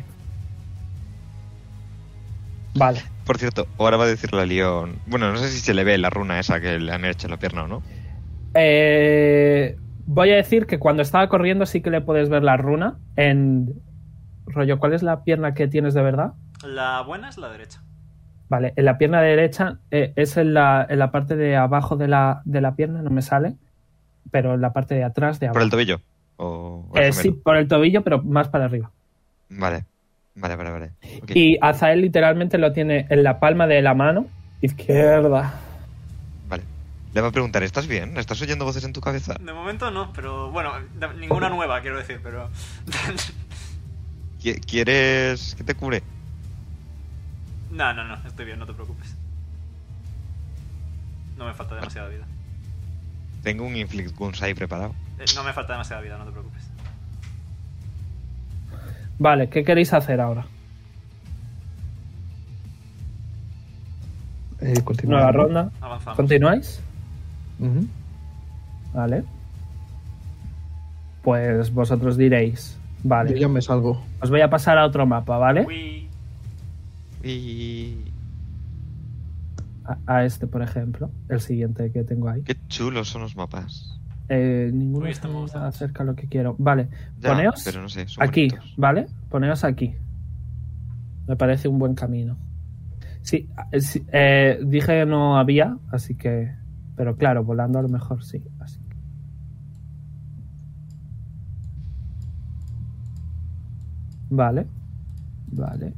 Speaker 3: Vale.
Speaker 2: Por cierto, ahora va a decir la León. Bueno, no sé si se le ve la runa esa que le han hecho en la pierna o no.
Speaker 3: Eh, voy a decir que cuando estaba corriendo sí que le puedes ver la runa en... Rollo, ¿cuál es la pierna que tienes de verdad?
Speaker 1: La buena es la derecha.
Speaker 3: Vale, en la pierna derecha eh, es en la, en la parte de abajo de la, de la pierna, no me sale, pero en la parte de atrás de
Speaker 2: ¿Por el
Speaker 3: abajo.
Speaker 2: tobillo? O, o
Speaker 3: Eh,
Speaker 2: el
Speaker 3: sí,
Speaker 2: gemelo.
Speaker 3: por el tobillo, pero más para arriba.
Speaker 2: Vale. Vale, vale, vale. Ok.
Speaker 3: Y Azael literalmente lo tiene en la palma de la mano izquierda.
Speaker 2: Vale. Le va a preguntar, ¿estás bien? ¿Estás oyendo voces en tu cabeza?
Speaker 1: De momento no, pero bueno, da- ninguna nueva, quiero decir, pero.
Speaker 2: ¿Qui- ¿Quieres que te cure?
Speaker 1: no, no, no, estoy bien, no te preocupes. No me falta demasiada vida.
Speaker 2: Tengo un Inflict Guns ahí preparado.
Speaker 1: Eh, No me falta demasiada vida, no te preocupes.
Speaker 3: Vale, ¿qué queréis hacer ahora?
Speaker 5: Eh, continúa.
Speaker 3: Nueva ronda.
Speaker 1: Avanzamos.
Speaker 3: ¿Continuáis?
Speaker 5: Ujú.
Speaker 3: Vale. Pues vosotros diréis.
Speaker 5: Yo
Speaker 3: Vale.
Speaker 5: ya me salgo.
Speaker 3: Os voy a pasar a otro mapa, ¿vale?
Speaker 1: Uy,
Speaker 2: Y...
Speaker 3: A, a este, por ejemplo. El siguiente que tengo ahí.
Speaker 2: Qué chulos son los mapas.
Speaker 3: Eh, ninguno
Speaker 1: Uy, este me
Speaker 3: se
Speaker 1: gusta mucho.
Speaker 3: acerca lo que quiero. Vale.
Speaker 2: Ya,
Speaker 3: Poneos
Speaker 2: pero no sé, son
Speaker 3: Aquí,
Speaker 2: bonitos.
Speaker 3: ¿vale? Poneos aquí. Me parece un buen camino. Sí, eh, sí, eh, dije que no había, así que... Pero claro, volando a lo mejor sí. Así. que- Vale. Vale.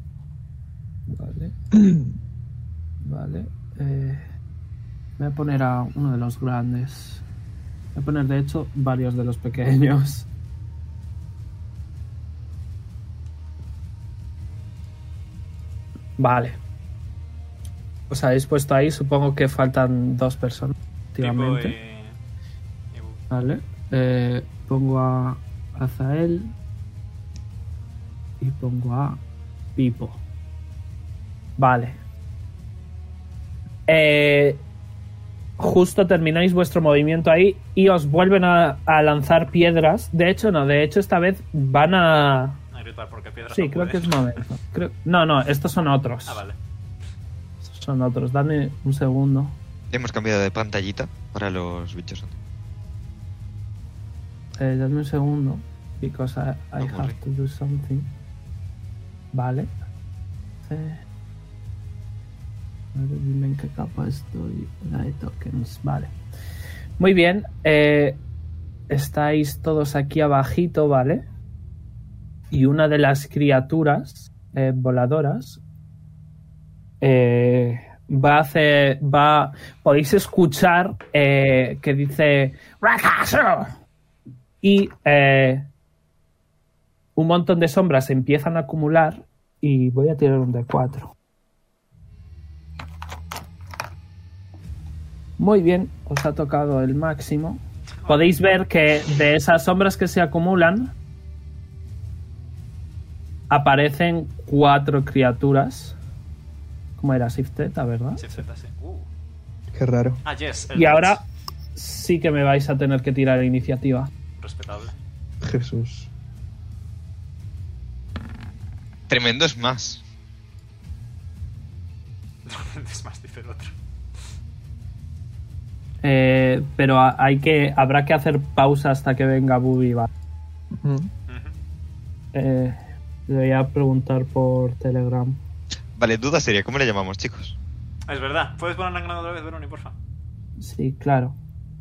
Speaker 3: Vale. Vale. eh, voy a poner a uno de los grandes. Voy a poner, de hecho, varios de los pequeños. Vale. Os habéis puesto ahí, supongo que faltan dos personas.
Speaker 1: tipo eh,
Speaker 3: Efectivamente.
Speaker 1: y. y bu-
Speaker 3: Vale. eh, pongo a Azael. Y pongo a Pipo. Vale. Eh, justo termináis vuestro movimiento ahí y os vuelven a, a lanzar piedras. De hecho, no, de hecho, esta vez van a.
Speaker 1: a gritar porque piedras
Speaker 3: Sí,
Speaker 1: no
Speaker 3: creo que
Speaker 1: pueden.
Speaker 3: es momento. Creo- No, no, estos son otros.
Speaker 1: Ah, vale.
Speaker 3: Estos son otros. Dame un segundo.
Speaker 2: Hemos cambiado de pantallita para los bichos.
Speaker 3: Eh, dame un segundo, because I, I
Speaker 2: No
Speaker 3: have
Speaker 2: worry.
Speaker 3: to do something. Vale. Eh, a ver, dime en qué capa estoy. La de tokens, vale. Muy bien. eh, estáis todos aquí abajito, ¿vale? Y una de las criaturas eh, voladoras eh, va a hacer... Va, podéis escuchar eh, que dice... ¡Racaso! y eh, un montón de sombras se empiezan a acumular y voy a tirar un D4. Muy bien, os ha tocado el máximo. Podéis ver que de esas sombras que se acumulan aparecen cuatro criaturas. ¿Cómo era Sifteta, verdad?
Speaker 1: Sí, Z, sí. Uh,
Speaker 5: Qué raro.
Speaker 1: Ah, yes. el
Speaker 3: Y
Speaker 1: Dex.
Speaker 3: ahora sí que me vais a tener que tirar iniciativa.
Speaker 1: Respetable.
Speaker 5: Jesús.
Speaker 2: Tremendo es más.
Speaker 1: es más, dice el otro.
Speaker 3: Eh, pero ha- hay que, habrá que hacer pausa hasta que venga Bubi. va.
Speaker 5: Ujú.
Speaker 1: Ujú.
Speaker 3: Eh, le voy a preguntar por Telegram.
Speaker 2: Vale, duda sería, ¿cómo le llamamos, chicos?
Speaker 1: Es verdad. ¿Puedes poner la granada otra vez, Veroni, porfa?
Speaker 3: Sí, claro.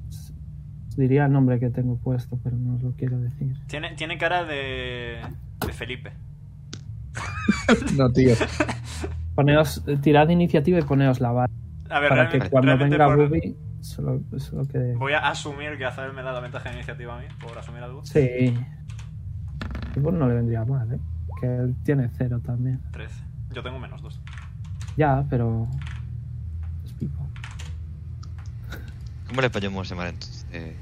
Speaker 3: S- Diría el nombre que tengo puesto, pero no os lo quiero decir.
Speaker 1: Tiene, tiene cara de. de Felipe.
Speaker 5: No, tío.
Speaker 3: Poneos, tirad iniciativa y poneos la vara.
Speaker 1: A ver,
Speaker 3: Para que
Speaker 1: realmente,
Speaker 3: cuando
Speaker 1: realmente
Speaker 3: venga
Speaker 1: por-
Speaker 3: Bubi solo, solo quede.
Speaker 1: voy a asumir que Azael me da la ventaja de iniciativa a mí, por asumir algo.
Speaker 3: Sí. Pues no le vendría mal, ¿eh? Que él tiene cero también.
Speaker 1: 13. Yo tengo menos 2.
Speaker 3: Ya, pero. Es pipo.
Speaker 2: ¿Cómo le podemos llamar entonces? Eh,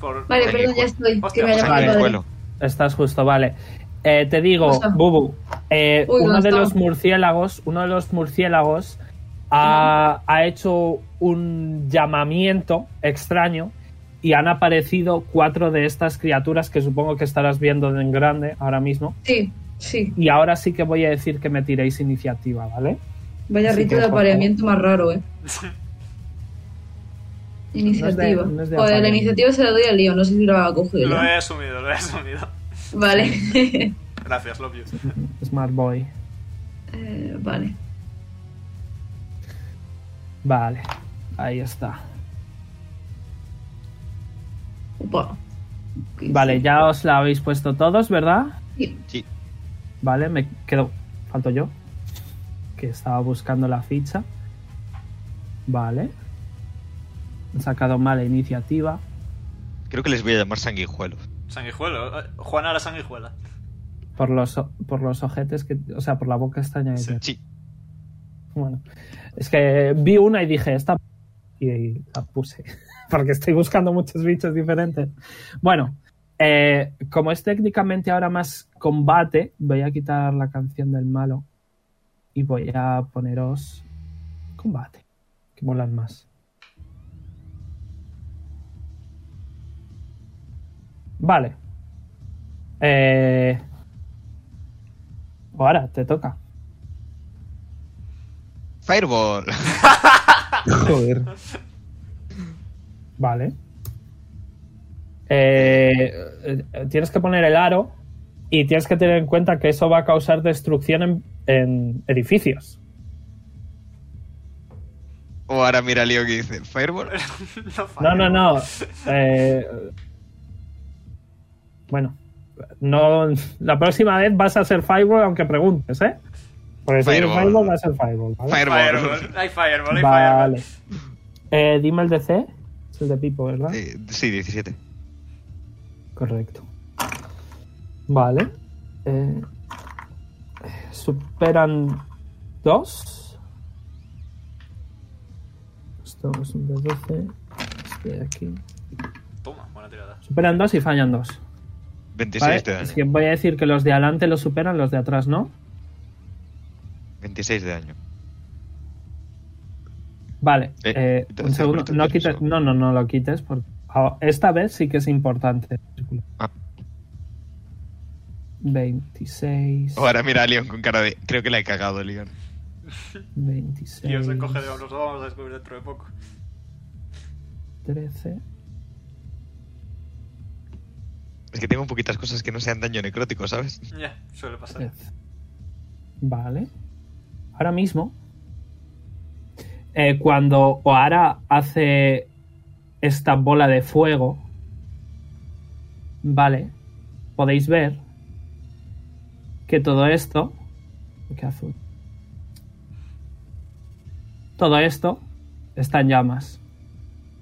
Speaker 1: Por...
Speaker 4: Vale,
Speaker 2: Venga,
Speaker 4: perdón, ya
Speaker 2: cuál.
Speaker 4: estoy.
Speaker 1: Hostia,
Speaker 4: que me ha
Speaker 1: pues
Speaker 4: llamado
Speaker 2: sangre en
Speaker 4: Adri.
Speaker 2: cuelo.
Speaker 3: Estás justo, vale. Eh, te digo,
Speaker 4: Justo.
Speaker 3: Bubu, eh,
Speaker 4: Uy,
Speaker 3: uno
Speaker 4: ¿dónde
Speaker 3: de
Speaker 4: está?
Speaker 3: los murciélagos, uno de los murciélagos ha, ha hecho un llamamiento extraño y han aparecido cuatro de estas criaturas que supongo que estarás viendo en grande ahora mismo.
Speaker 4: Sí, sí.
Speaker 3: Y ahora sí que voy a decir que me tiréis iniciativa, ¿vale?
Speaker 4: Vaya
Speaker 3: Sí,
Speaker 4: rito
Speaker 3: por
Speaker 4: de
Speaker 3: favor.
Speaker 4: apareamiento más raro, eh. Iniciativa.
Speaker 3: No es de- no es de
Speaker 4: Joder, la
Speaker 3: apareamiento.
Speaker 4: iniciativa se la doy a Lío, no sé si la va a coger.
Speaker 1: Lo
Speaker 4: ¿eh?
Speaker 1: he asumido, lo he asumido.
Speaker 4: Vale.
Speaker 1: Gracias, love you.
Speaker 3: Smart Boy.
Speaker 4: Eh, vale.
Speaker 3: Vale, ahí está.
Speaker 4: Opa.
Speaker 3: Vale, ya os la habéis puesto todos, ¿verdad?
Speaker 4: Sí.
Speaker 2: Sí.
Speaker 3: Vale, me quedo. Falto yo. Que estaba buscando la ficha. Vale. He sacado mala iniciativa.
Speaker 2: Creo que les voy a llamar sanguijuelos.
Speaker 1: Sanguijuelo. eh, Juana la sanguijuela.
Speaker 3: Por los, o- por los ojetes que. O sea, por la boca extraña. que
Speaker 1: Sí.
Speaker 3: tienes.
Speaker 2: Sí,
Speaker 3: Bueno. Es que vi una y dije, esta. p-", Y la puse. Porque estoy buscando muchos bichos diferentes. Bueno. eh, como es técnicamente ahora más combate, voy a quitar la canción del malo. Y voy a poneros. Combate. Que molan más. Vale. Eh. Ahora te toca.
Speaker 2: Fireball.
Speaker 5: Joder.
Speaker 3: Vale. Eh, eh, tienes que poner el aro y tienes que tener en cuenta que eso va a causar destrucción en, en edificios.
Speaker 2: o ahora mira Leo que dice, Fireball.
Speaker 3: No, no, no. Eh, bueno, no, la próxima vez vas a ser Fireball aunque preguntes, ¿eh? Porque si eres
Speaker 2: Fireball.
Speaker 3: Fireball va a ser Fireball. ¿vale?
Speaker 2: Fireball.
Speaker 1: Fireball. Hay fireball, hay
Speaker 3: Vale.
Speaker 1: fireball.
Speaker 3: Eh, dime el DC. Es el de Pipo, ¿verdad?
Speaker 2: Eh, sí, 17.
Speaker 3: Correcto. Vale. Eh, superan dos. Esto es un de 12. Este de aquí.
Speaker 1: Toma, buena tirada.
Speaker 3: Superan dos y fallan dos.
Speaker 2: 26
Speaker 3: ¿vale?
Speaker 2: de daño.
Speaker 3: Así que voy a decir que los de adelante los superan, los de atrás no.
Speaker 2: 26 de daño.
Speaker 3: Vale.
Speaker 2: Eh,
Speaker 3: eh,
Speaker 2: entonces,
Speaker 3: un segundo.
Speaker 2: corta,
Speaker 3: No,
Speaker 2: corta,
Speaker 3: quites,
Speaker 2: eso.
Speaker 3: no, no, no lo quites. Porque ah, esta vez sí que es importante.
Speaker 2: Ah.
Speaker 3: 26.
Speaker 2: O ahora mira a Leon con cara de. Creo que la he cagado, Leon.
Speaker 3: 26.
Speaker 1: Y os encoge de hombros, lo vamos a descubrir dentro de poco.
Speaker 3: 13.
Speaker 2: Es que tengo poquitas cosas que no sean daño necrótico, ¿sabes?
Speaker 1: Ya, suele pasar.
Speaker 3: Trece. Vale. Ahora mismo, eh, cuando Oara hace esta bola de fuego, vale, podéis ver que todo esto... ¿Qué azul? Todo esto está en llamas.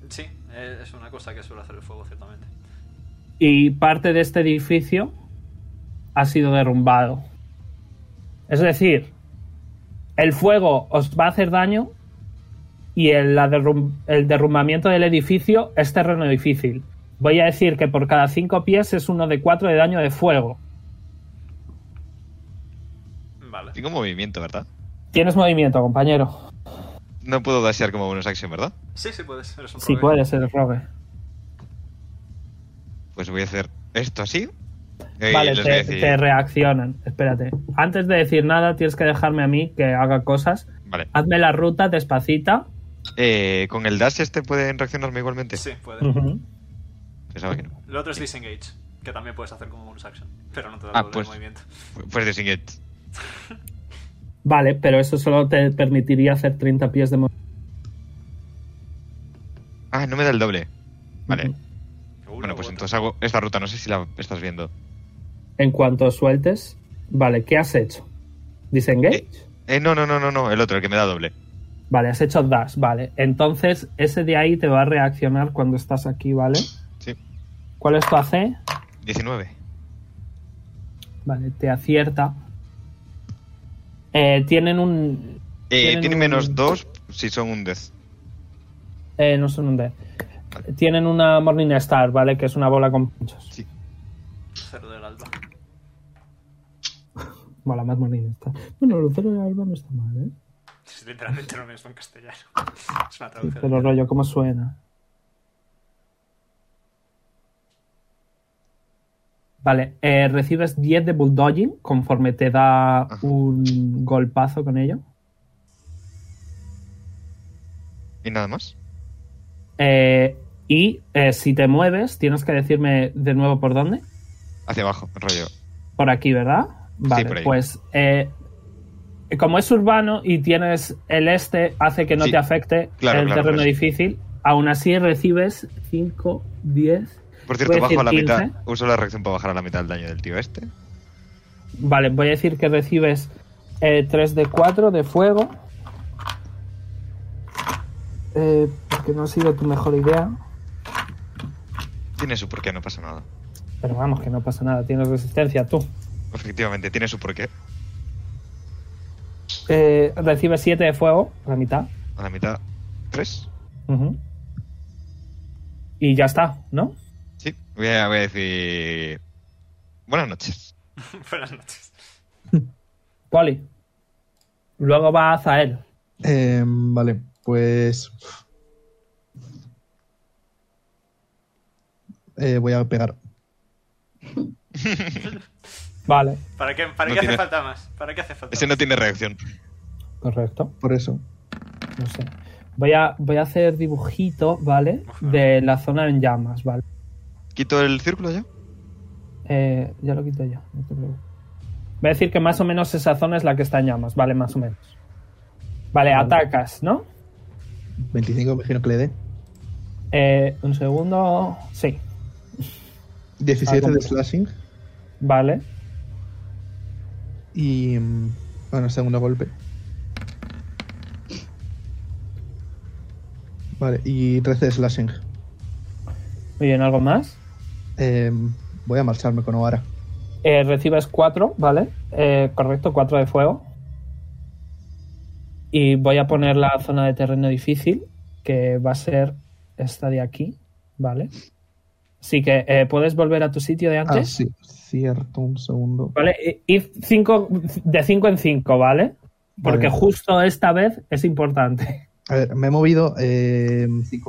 Speaker 1: Sí, eh, es una cosa que suele hacer el fuego, ciertamente.
Speaker 3: y parte de este edificio ha sido derrumbado. Es decir, el fuego os va a hacer daño y el, la derrum- el derrumbamiento del edificio es terreno difícil. Voy a decir que por cada 5 pies es uno de 4 de daño de fuego.
Speaker 1: Vale.
Speaker 2: Tengo movimiento, ¿verdad?
Speaker 3: Tienes movimiento, compañero.
Speaker 2: No puedo dashear como bonus action, ¿verdad?
Speaker 1: Sí, sí puedes. Eres un
Speaker 3: Si
Speaker 1: rogue.
Speaker 3: puede ser rogue.
Speaker 2: Pues voy a hacer esto así. y
Speaker 3: vale,
Speaker 2: les voy a
Speaker 3: te,
Speaker 2: decir-
Speaker 3: te reaccionan. Espérate. Antes de decir nada, tienes que dejarme a mí que haga cosas.
Speaker 2: Vale.
Speaker 3: Hazme la ruta despacita.
Speaker 2: Eh, ¿Con el dash este pueden reaccionarme igualmente?
Speaker 1: Sí, puedes.
Speaker 3: Ujú.
Speaker 2: Pensaba que no.
Speaker 1: Lo otro es disengage, que también puedes hacer como bonus action, pero no te da
Speaker 2: Ah,
Speaker 1: doble
Speaker 2: pues.
Speaker 1: movimiento.
Speaker 2: Pues de siguiente.
Speaker 3: Vale, pero eso solo te permitiría hacer 30 pies de movimiento.
Speaker 2: Ah, no me da el doble. Vale.
Speaker 3: Ujú.
Speaker 1: Uh,
Speaker 2: Bueno, pues entonces hago esta ruta. No sé si la estás viendo.
Speaker 3: En cuanto sueltes. Vale, ¿qué has hecho? ¿Disengage?
Speaker 2: Eh, no, no, no, no, no. El otro, el que me da doble.
Speaker 3: Vale, has hecho dash, vale. Entonces, ese de ahí te va a reaccionar cuando estás aquí, ¿vale?
Speaker 2: Sí.
Speaker 3: ¿Cuál es tu AC?
Speaker 2: 19.
Speaker 3: Vale, te acierta. Eh, tienen un...
Speaker 2: Eh,
Speaker 3: Tienen
Speaker 2: tiene
Speaker 3: un-
Speaker 2: menos 2 si son un 10.
Speaker 3: eh, no son un D. Tienen una Morning Star, ¿vale? Que es una bola con pinchos.
Speaker 2: Sí.
Speaker 1: Cero del alba.
Speaker 3: Bola más Morning Star. Bueno, Lucero de Alba no está mal, ¿eh?
Speaker 1: Sí, Literalmente no lo mismo en castellano. Es una
Speaker 3: Sí,
Speaker 1: traducción.
Speaker 3: pero rollo, ¿cómo suena? Vale, eh, recibes 10 de bulldogging conforme te da un golpazo con ello.
Speaker 2: ¿Y nada más?
Speaker 3: Eh, y eh, si te mueves, tienes que decirme de nuevo por dónde.
Speaker 2: Hacia abajo, rollo.
Speaker 3: Por aquí, ¿verdad? Vale,
Speaker 2: por ahí.
Speaker 3: pues eh, como es urbano y tienes el este, hace que no
Speaker 2: Sí.
Speaker 3: te afecte
Speaker 2: Claro,
Speaker 3: el
Speaker 2: claro,
Speaker 3: terreno
Speaker 2: por eso.
Speaker 3: difícil. Aún así recibes 5, 10.
Speaker 2: Por cierto,
Speaker 3: Voy a decir
Speaker 2: bajo a la
Speaker 3: 15.
Speaker 2: mitad. Uso la reacción para bajar a la mitad el daño del tío este.
Speaker 3: Vale, voy a decir que recibes 3 de 4 de fuego. Eh, porque no ha sido tu mejor idea.
Speaker 2: Tiene su porqué, no pasa nada.
Speaker 3: Pero vamos, que no pasa nada, tienes resistencia tú.
Speaker 2: Efectivamente, tiene su porqué.
Speaker 3: Eh, recibes 7 de fuego, la mitad.
Speaker 2: A la mitad, 3.
Speaker 3: Ujú. Y ya está, ¿no?
Speaker 2: Sí, voy a, voy a decir. Buenas noches.
Speaker 1: Buenas noches.
Speaker 3: Poli. Luego va a Zael.
Speaker 5: Em, vale, pues. Eh, voy a pegar.
Speaker 3: Vale,
Speaker 1: ¿Para qué, para
Speaker 2: No
Speaker 1: qué
Speaker 2: tiene-
Speaker 1: hace falta más? ¿Para qué hace falta
Speaker 2: Ese Este no
Speaker 1: más?
Speaker 2: tiene reacción.
Speaker 3: correcto.
Speaker 5: Por eso.
Speaker 3: No sé. Voy a, voy a hacer dibujito, ¿vale? De la zona en llamas, ¿vale?
Speaker 2: ¿Quito el círculo ya?
Speaker 3: Eh, ya lo quito yo, no te preocupes. Voy a decir que más o menos esa zona es la que está en llamas, vale, más o menos. Vale, atacas, ¿no?
Speaker 5: 25, imagino que le dé.
Speaker 3: Eh, un segundo. Sí,
Speaker 5: 17
Speaker 3: Ah,
Speaker 5: de
Speaker 3: con-
Speaker 5: slashing.
Speaker 3: vale.
Speaker 5: Y. mm, Bueno, segundo golpe. Vale, y 13 de slashing.
Speaker 3: Muy bien, ¿algo más?
Speaker 5: Em, voy a marcharme con Oara.
Speaker 3: Eh, recibes 4, ¿vale? Eh, correcto, 4 de fuego. Y voy a poner la zona de terreno difícil, que va a ser esta de aquí, ¿vale? Así que eh, puedes volver a tu sitio de antes.
Speaker 5: Ah, sí, cierto, un segundo.
Speaker 3: Vale, i- ir cinco, de 5 en 5, ¿vale? Porque
Speaker 5: Vale.
Speaker 3: justo esta vez es importante.
Speaker 5: A ver, me he movido 5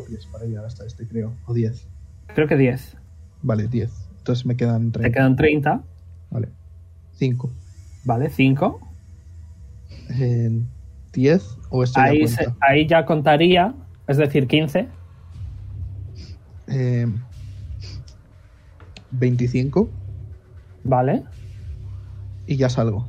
Speaker 5: pies para llegar hasta este, creo. O 10.
Speaker 3: Creo que 10.
Speaker 5: Vale, 10. Entonces me quedan
Speaker 3: Te
Speaker 5: 30.
Speaker 3: quedan 30,
Speaker 5: Vale. 5.
Speaker 3: ¿vale? 5.
Speaker 5: 10 Eh, o esto
Speaker 3: Ahí,
Speaker 5: ya
Speaker 3: se-
Speaker 5: cuenta.
Speaker 3: ahí ya contaría, es decir, 15.
Speaker 5: Eh, 25
Speaker 3: Vale,
Speaker 5: y ya salgo.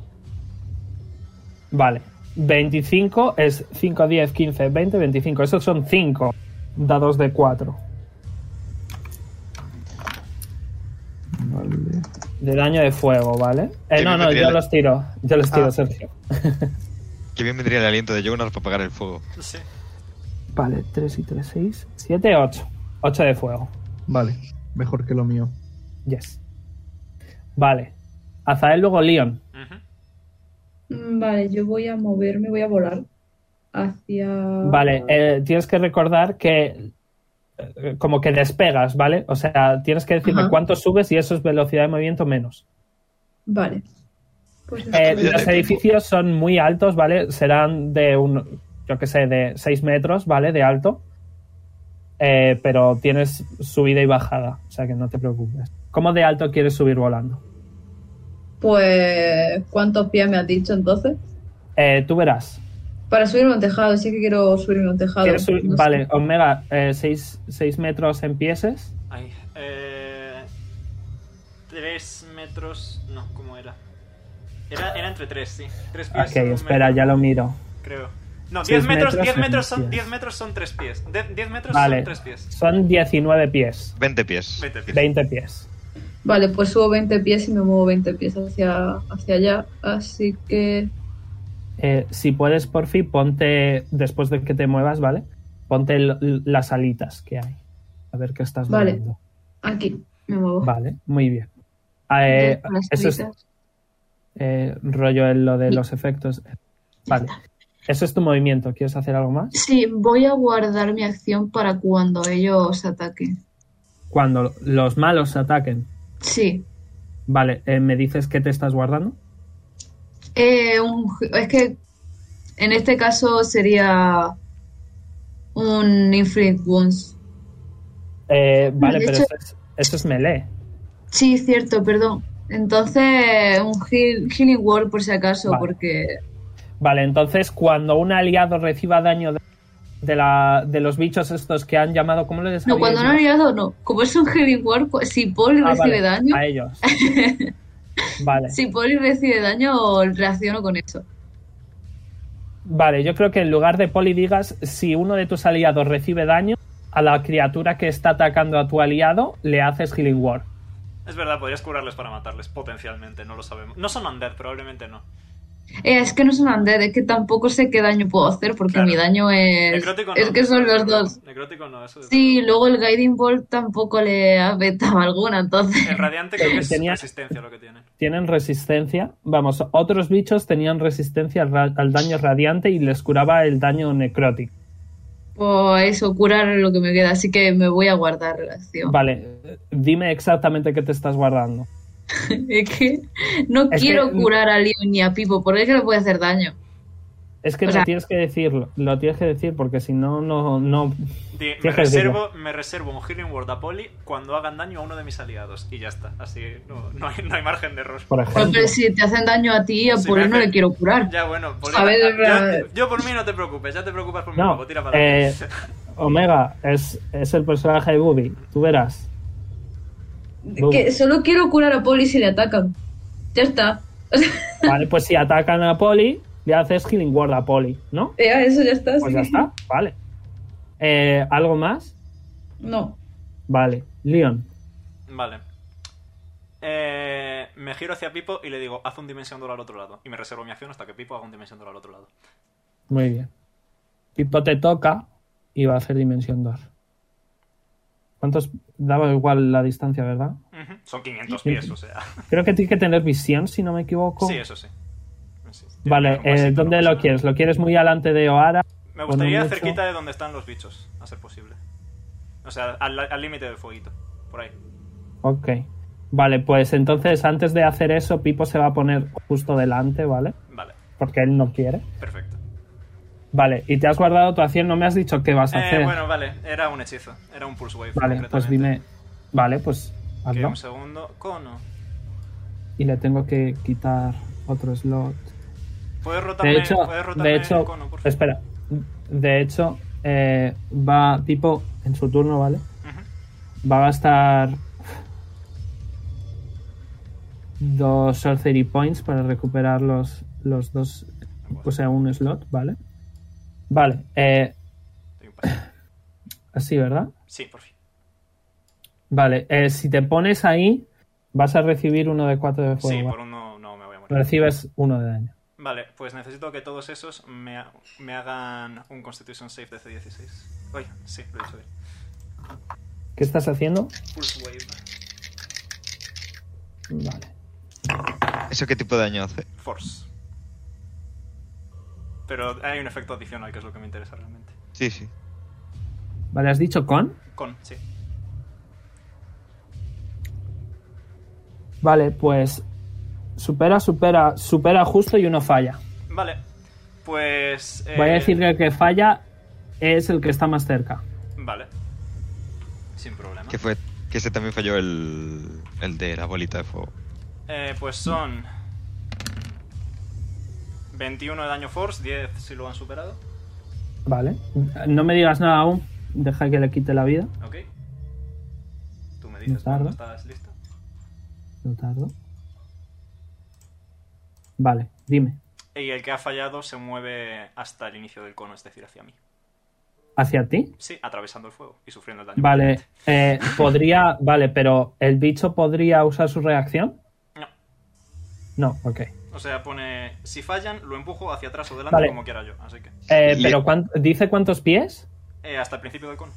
Speaker 3: vale. 25 es 5, 10, 15, 20, 25. Esos son 5 dados de 4
Speaker 5: Vale.
Speaker 3: de daño de fuego, ¿vale? Eh,
Speaker 2: Sí,
Speaker 3: no,
Speaker 2: me
Speaker 3: no,
Speaker 2: vendría
Speaker 3: yo
Speaker 2: la-
Speaker 3: los tiro. Yo los tiro,
Speaker 5: Ah.
Speaker 3: Sergio.
Speaker 2: Qué bien vendría el aliento de Jonas para apagar el fuego.
Speaker 1: Sí.
Speaker 3: Vale, 3 y 3, 6, 7, 8. 8 de fuego.
Speaker 5: Vale, mejor que lo mío.
Speaker 3: Yes. Vale. Azael, luego Leon.
Speaker 1: Ujú.
Speaker 4: Mm, Vale, yo voy a moverme, voy a volar hacia...
Speaker 3: Vale, eh, tienes que recordar que eh, como que despegas, ¿vale? O sea, tienes que decirme
Speaker 4: Ajá.
Speaker 3: cuánto subes y eso es velocidad de movimiento menos.
Speaker 4: Vale. Pues
Speaker 3: Eh,
Speaker 4: entonces-
Speaker 3: los edificios son muy altos, ¿vale? Serán de un yo qué sé, de 6 metros, ¿vale? De alto. Eh, pero tienes subida y bajada, o sea que no te preocupes. ¿Cómo de alto quieres subir volando?
Speaker 4: Pues, ¿cuántos pies me has dicho entonces?
Speaker 3: Eh, tú verás.
Speaker 4: Para subirme a un tejado, sí que quiero subirme a un tejado.
Speaker 3: Quieres subir-
Speaker 4: no sé.
Speaker 3: vale, Omega, 6 metros en pieses.
Speaker 1: Ay, eh, tres metros. No, ¿cómo era? Era, era entre tres, sí. Tres pies.
Speaker 3: Ah, Ok,
Speaker 1: Ah, son un
Speaker 3: espera,
Speaker 1: metro,
Speaker 3: ya lo miro.
Speaker 1: Creo. No,
Speaker 3: Seis
Speaker 1: 10 metros,
Speaker 3: metros
Speaker 1: 10
Speaker 3: son
Speaker 1: metros,
Speaker 3: pies.
Speaker 1: son, 10 metros son tres pies. De- 10 metros
Speaker 3: Vale.
Speaker 1: son tres pies.
Speaker 3: Son 19 pies,
Speaker 2: 20 pies.
Speaker 1: 20 pies.
Speaker 3: 20 pies.
Speaker 4: Vale, pues subo 20 pies y me muevo 20 pies hacia, hacia allá. Así que.
Speaker 3: Eh, si puedes, por fin, ponte, después de que te muevas, ¿vale? Ponte el- las alitas que hay. A ver qué estás
Speaker 4: Vale.
Speaker 3: moviendo.
Speaker 4: Aquí me muevo.
Speaker 3: Vale, muy bien. Ah, eh,
Speaker 4: Con las
Speaker 3: eso es
Speaker 4: tiritas.
Speaker 3: eh, rollo en lo de
Speaker 4: Sí.
Speaker 3: los efectos. Vale. Eso es tu movimiento. ¿Quieres hacer algo más?
Speaker 4: Sí, voy a guardar mi acción para cuando ellos ataquen.
Speaker 3: Cuando los malos se ataquen.
Speaker 4: Sí.
Speaker 3: Vale, eh, ¿me dices que te estás guardando?
Speaker 4: Eh, un- es que en este caso sería un Inflict Wounds.
Speaker 3: Eh, vale,
Speaker 4: De
Speaker 3: pero
Speaker 4: hecho-
Speaker 3: eso es, eso es melee.
Speaker 4: Sí, cierto, perdón. Entonces, un heal- Healing Word por si acaso,
Speaker 3: Vale.
Speaker 4: porque.
Speaker 3: Vale, entonces cuando un aliado reciba daño de, de la, de los bichos estos que han llamado, ¿cómo les
Speaker 4: No, cuando no han
Speaker 3: habéis
Speaker 4: llegado, no. Como es un Healing Word, pues, si Paul
Speaker 3: llamado? Ah, vale,
Speaker 4: recibe daño,
Speaker 3: A ellos. Vale,
Speaker 4: si Paul recibe daño, reacciono con eso.
Speaker 3: vale, yo creo que en lugar de poli digas, si uno de tus aliados recibe daño, a la criatura que está atacando a tu aliado le haces healing ward.
Speaker 1: Es verdad, podrías curarles para matarles, potencialmente, no lo sabemos. No son undead, probablemente no.
Speaker 4: Eh, es que no son undead, es que tampoco sé qué daño puedo hacer, porque
Speaker 1: Claro.
Speaker 4: mi daño es.
Speaker 1: Necrótico no.
Speaker 4: es que son los
Speaker 1: necrótico
Speaker 4: dos.
Speaker 1: no, Necrótico no, eso es-
Speaker 4: Sí, luego el Guiding Bolt tampoco le afectaba alguna, entonces.
Speaker 1: El radiante creo que es
Speaker 3: Tenía-
Speaker 1: resistencia lo que tiene.
Speaker 3: Tienen resistencia. Vamos, otros bichos tenían resistencia al, ra- al daño radiante y les curaba el daño necrótico.
Speaker 4: Pues eso, curar lo que me queda, así que me voy a guardar la acción.
Speaker 3: Vale, eh, dime exactamente qué te estás guardando.
Speaker 4: Es que no
Speaker 3: Es que-
Speaker 4: quiero curar a Leon ni a Pipo, porque es que le puede hacer daño.
Speaker 3: Es que
Speaker 4: O
Speaker 3: lo
Speaker 4: sea-
Speaker 3: tienes que decirlo, lo tienes que decir porque si no, no, no.
Speaker 1: Di, me,
Speaker 3: Fíjate,
Speaker 1: reservo, me reservo un Healing Word a Poli cuando hagan daño a uno de mis aliados. Y ya está. Así no, no, hay, no hay margen de error.
Speaker 3: Por
Speaker 4: Bueno,
Speaker 3: ejemplo,
Speaker 4: pero Pues, si te hacen daño a ti, a
Speaker 1: Sí,
Speaker 4: por
Speaker 1: me
Speaker 4: él no
Speaker 1: hace-
Speaker 4: le quiero curar.
Speaker 1: Ya bueno, Poli.
Speaker 4: A ver,
Speaker 1: yo,
Speaker 4: eh,
Speaker 1: yo por mí no te preocupes, ya te preocupas por mí.
Speaker 3: No, eh.
Speaker 1: luego, tira para adelante.
Speaker 3: Omega es, es el personaje de Booby, tú verás.
Speaker 4: Que solo quiero curar a Poli si le atacan. Ya está.
Speaker 3: Vale, pues si atacan a Poli, le haces healing ward a Poli, ¿no?
Speaker 4: Ya, Eh, eso ya está.
Speaker 3: Pues
Speaker 4: sí.
Speaker 3: ya está, vale. Eh, ¿Algo más?
Speaker 4: No.
Speaker 3: Vale, Leon.
Speaker 1: Vale. Eh, me giro hacia Pipo y le digo, haz un Dimension Door al otro lado. Y me reservo mi acción hasta que Pipo haga un Dimension Door al otro lado.
Speaker 3: Muy bien. Pipo te toca y va a hacer dimensión 2. ¿Cuántos? Daba igual la distancia, ¿verdad?
Speaker 1: Ujú, Son 500 pies, o sea.
Speaker 3: Creo que tiene que tener visión, si no me equivoco.
Speaker 1: Sí, eso sí. Sí, tiene
Speaker 3: Vale,
Speaker 1: un
Speaker 3: eh,
Speaker 1: vasito,
Speaker 3: ¿dónde
Speaker 1: no pasa
Speaker 3: lo
Speaker 1: nada.
Speaker 3: quieres? ¿Lo quieres muy adelante de Oara?
Speaker 1: Me
Speaker 3: Con
Speaker 1: gustaría
Speaker 3: un ocho.
Speaker 1: cerquita de donde están los bichos, a ser posible. O sea, al al límite del fueguito. Por ahí.
Speaker 3: Ok. Vale, pues entonces antes de hacer eso, Pipo se va a poner justo delante, ¿vale?
Speaker 1: Vale,
Speaker 3: Porque él no quiere.
Speaker 1: perfecto.
Speaker 3: Vale, y te has guardado tu acción, no me has dicho qué vas a
Speaker 1: Eh,
Speaker 3: hacer.
Speaker 1: bueno, vale, era un hechizo. Era un Pulse Wave.
Speaker 3: vale, pues dime. Vale, pues
Speaker 1: Que
Speaker 3: hazlo.
Speaker 1: un segundo. Cono.
Speaker 3: Y le tengo que quitar otro slot.
Speaker 1: ¿Puedes rotarme,
Speaker 3: De hecho,
Speaker 1: puedes rotarme
Speaker 3: de
Speaker 1: el
Speaker 3: hecho,
Speaker 1: cono, por favor?
Speaker 3: espera. De hecho, eh, va Pipo en su turno, ¿vale?
Speaker 1: Ujú.
Speaker 3: va a gastar dos sorcery points para recuperar los, los dos, o sea, un slot, ¿vale? Vale, eh,
Speaker 1: Doy un paso.
Speaker 3: así, ¿verdad?
Speaker 1: Sí, por fin.
Speaker 3: Vale, eh, si te pones ahí, vas a recibir uno de cuatro de
Speaker 1: Sí,
Speaker 3: fuego.
Speaker 1: por uno no me voy a morir.
Speaker 3: Recibes uno de daño.
Speaker 1: Vale, pues necesito que todos esos me, ha- me hagan un Constitution Save de C16. Oye, sí, lo he dicho bien.
Speaker 3: ¿Qué estás haciendo?
Speaker 1: Pulse Wave.
Speaker 3: Vale.
Speaker 2: ¿Eso qué tipo de daño hace?
Speaker 1: Force. Pero hay un efecto adicional que es lo que me interesa realmente.
Speaker 2: Sí, sí.
Speaker 3: Vale, has dicho con.
Speaker 1: Con, sí.
Speaker 3: Vale, pues supera, supera, supera justo y uno falla.
Speaker 1: Vale. Pues. eh,
Speaker 3: Voy a decir que el que falla es el que está más cerca.
Speaker 1: Vale. Sin problema.
Speaker 2: Que fue. Que ese también falló el. El de la bolita de fuego.
Speaker 1: Eh, pues son 21 de daño force, 10 si lo han superado.
Speaker 3: Vale. No me digas nada aún. Deja que le quite la vida.
Speaker 1: Ok. Tú me dices
Speaker 3: No tardo.
Speaker 1: cuando estás listo.
Speaker 3: No tardo. Vale, dime.
Speaker 1: Y el que ha fallado se mueve hasta el inicio del cono, es decir, hacia mí.
Speaker 3: ¿Hacia ti?
Speaker 1: Sí, atravesando el fuego y sufriendo el daño.
Speaker 3: Vale, eh, podría. Vale, pero ¿el bicho podría usar su reacción?
Speaker 1: No.
Speaker 3: No, ok.
Speaker 1: O sea, pone. Si fallan, lo empujo hacia atrás o delante
Speaker 3: Vale.
Speaker 1: como quiera yo. Así que.
Speaker 3: Eh,
Speaker 2: Le-
Speaker 3: pero ¿cuán- ¿dice cuántos pies?
Speaker 1: eh, hasta el principio del cono.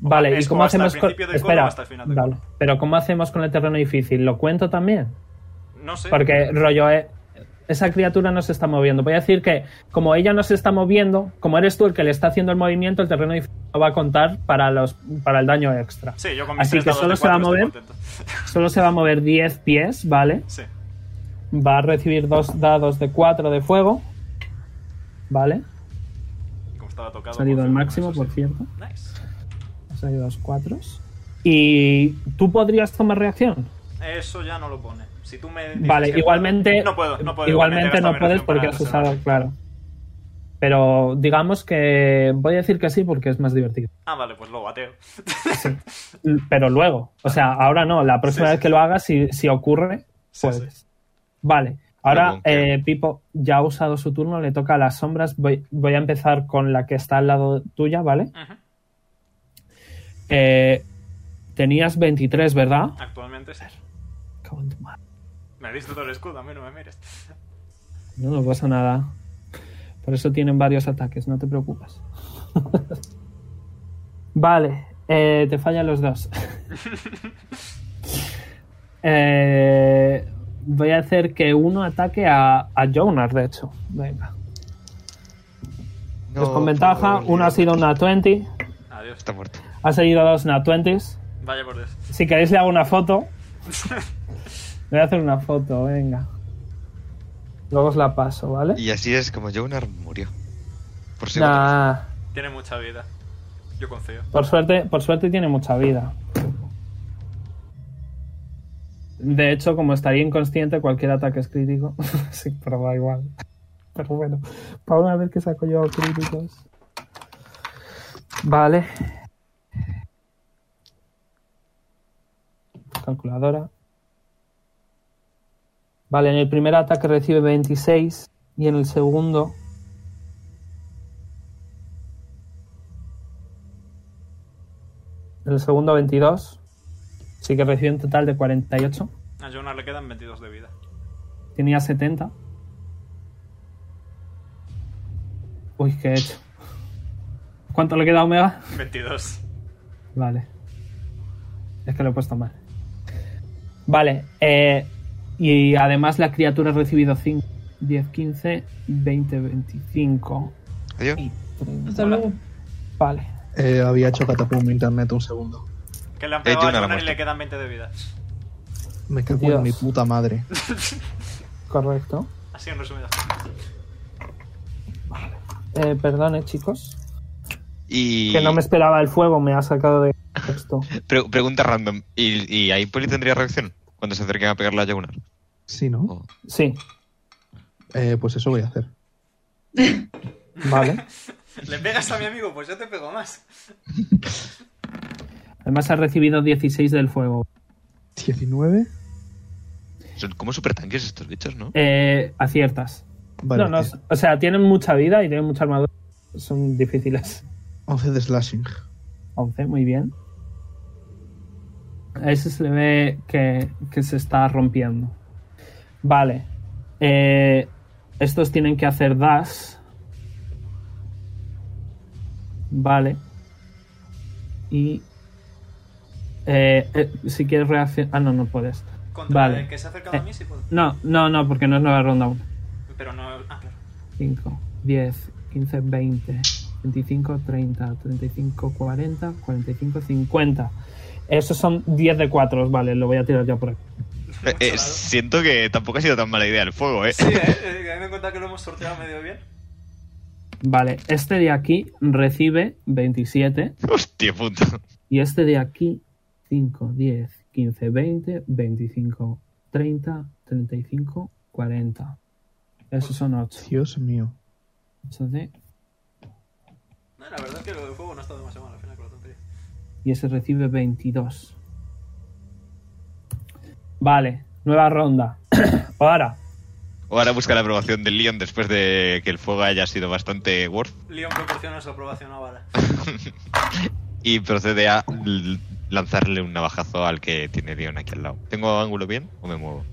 Speaker 3: Vale,
Speaker 1: es
Speaker 3: ¿y cómo
Speaker 1: como hasta el
Speaker 3: hacemos con.
Speaker 1: principio del
Speaker 3: Espera,
Speaker 1: cono o hasta el final del
Speaker 3: vale, pero ¿cómo hacemos con el terreno difícil? ¿Lo cuento también?
Speaker 1: No sé.
Speaker 3: Porque, rollo, eh, esa criatura no se está moviendo. Voy a decir que, como ella no se está moviendo, como eres tú el que le está haciendo el movimiento, el terreno difícil no va a contar para, los, para el daño extra.
Speaker 1: Sí, yo con mis
Speaker 3: Así
Speaker 1: tres
Speaker 3: que
Speaker 1: dados
Speaker 3: solo
Speaker 1: de
Speaker 3: se va a
Speaker 1: cuatro estoy
Speaker 3: mover.
Speaker 1: contento.
Speaker 3: Solo se va a mover 10 pies, ¿vale?
Speaker 1: Sí.
Speaker 3: Va a recibir dos dados de 4 de fuego. Vale.
Speaker 1: Como estaba tocado.
Speaker 3: Ha salido
Speaker 1: por
Speaker 3: al
Speaker 1: cierto,
Speaker 3: máximo,
Speaker 1: eso
Speaker 3: por
Speaker 1: sí.
Speaker 3: cierto.
Speaker 1: Nice.
Speaker 3: Ha salido los 4. ¿Y tú podrías tomar reacción?
Speaker 1: Eso ya no lo pone. Si tú me dices
Speaker 3: Vale,
Speaker 1: que
Speaker 3: igualmente.
Speaker 1: puedo- No puedo, no puedo.
Speaker 3: Igualmente no
Speaker 1: gasto mi
Speaker 3: puedes
Speaker 1: reacción
Speaker 3: porque
Speaker 1: para
Speaker 3: has
Speaker 1: presionar.
Speaker 3: usado, claro. Pero digamos que voy a decir que sí porque es más divertido.
Speaker 1: Ah, vale, pues lo bateo.
Speaker 3: L- Pero luego, o sea, ahora no, la próxima
Speaker 1: Sí, sí,
Speaker 3: vez que lo hagas, si, si ocurre,
Speaker 1: Sí,
Speaker 3: puedes. Vale, ahora
Speaker 2: Luego, ¿qué?
Speaker 3: eh, Pipo ya ha usado su turno, le toca a las sombras. Voy, voy a empezar con la que está al lado tuya, ¿vale?
Speaker 1: Ujú.
Speaker 3: Eh, tenías 23, ¿verdad?
Speaker 1: Actualmente sí.
Speaker 3: Cago en tu madre.
Speaker 1: Me diste todo el escudo, a mí no me mires.
Speaker 3: No, no pasa nada. Por eso tienen varios ataques, no te preocupes. vale, eh, te fallan los dos. Eh, voy a hacer que uno ataque a, a Jonas, de hecho. Venga. Pues con ventaja, uno ha sido una 20,
Speaker 1: Adiós.
Speaker 2: Está muerto.
Speaker 3: ha salido dos una 20s.
Speaker 1: Vaya por Dios.
Speaker 3: Si queréis le hago una foto. Le voy a hacer una foto, venga. Luego os la paso, ¿vale?
Speaker 2: Y así es como Jonar murió. Por si
Speaker 3: Nah,
Speaker 1: Tiene mucha vida. Yo confío.
Speaker 3: por suerte, por suerte tiene mucha vida. De hecho, como estaría inconsciente, cualquier ataque es crítico. sí, pero da igual. Pero bueno, para una vez que saco yo críticos. Vale. Calculadora. Vale, en el primer ataque recibe 26 y en el segundo En el segundo 22. Así que recibió un total de 48.
Speaker 1: A Jonas le quedan 22 de vida.
Speaker 3: Tenía 70. Uy, qué he hecho. ¿Cuánto le queda a Omega?
Speaker 1: 22.
Speaker 3: Vale. Es que lo he puesto mal. Vale. eh, y además la criatura ha recibido 5, 10, 15, 20, 25.
Speaker 2: Adiós.
Speaker 4: Hasta luego.
Speaker 3: Vale.
Speaker 5: Eh, había hecho catapum internet un segundo.
Speaker 1: Que le han
Speaker 2: Eh,
Speaker 1: pegado
Speaker 2: Jonar
Speaker 1: a
Speaker 2: ha
Speaker 1: Jonar y le
Speaker 2: muerto.
Speaker 1: quedan 20 de vida.
Speaker 5: Me cago
Speaker 3: Dios.
Speaker 5: en mi puta madre.
Speaker 3: Correcto.
Speaker 1: Así en resumidas.
Speaker 3: Eh, perdone, chicos.
Speaker 2: Y.
Speaker 3: Que no me esperaba el fuego, me ha sacado de esto.
Speaker 2: Pre- pregunta random. ¿Y, y ahí Poli tendría reacción? Cuando se acerquen a pegarle a Jonar.
Speaker 5: Sí, ¿no?
Speaker 2: Oh.
Speaker 3: Sí,
Speaker 5: Eh, pues eso voy a hacer.
Speaker 3: vale.
Speaker 1: ¿Le pegas a mi amigo? Pues yo te pego más.
Speaker 3: Además ha recibido 16 del fuego.
Speaker 5: 19.
Speaker 2: Son como super tanques estos bichos, ¿no?
Speaker 3: Eh, aciertas.
Speaker 5: Vale.
Speaker 3: No, no, o sea, tienen mucha vida y tienen mucha armadura. Son difíciles.
Speaker 5: 11 de slashing.
Speaker 3: 11, muy bien. A ese se le ve que, que se está rompiendo. Vale. Eh, estos tienen que hacer dash. Vale. Y... eh, eh, si quieres reaccionar... Ah, no, no puedes.
Speaker 1: Contra
Speaker 3: Vale.
Speaker 1: el que se ha acercado a mí sí puedo.
Speaker 3: No, no, no, porque no es nueva ronda aún.
Speaker 1: Pero no. Ah, claro.
Speaker 3: 5, 10, 15, 20, 25, 30, 35, 40, 45, 50. Esos son 10 de 4, vale, lo voy a tirar ya por aquí.
Speaker 1: Lo hemos
Speaker 2: Eh,
Speaker 1: salado.
Speaker 2: siento que tampoco ha sido tan mala idea el fuego, ¿eh?
Speaker 1: Sí, eh, eh, teniendo en cuenta que lo hemos sorteado medio bien.
Speaker 7: Vale, este de aquí recibe 27
Speaker 2: Hostia puta.
Speaker 7: y este de aquí 5, 10, 15, 20, 25, 30, 35, 40. Esos son 8.
Speaker 5: Dios mío.
Speaker 1: No, la verdad es que lo del fuego no ha estado demasiado mal al final con la tontería.
Speaker 7: y ese recibe 22. Vale, nueva ronda. Ahora,
Speaker 2: O ahora busca la aprobación del Leon después de que el fuego haya sido bastante worth
Speaker 1: Leon proporciona su aprobación a Bala.
Speaker 3: Eh.
Speaker 2: y procede a l- lanzarle un navajazo al que tiene Leon aquí al lado. ¿Tengo ángulo bien o me muevo?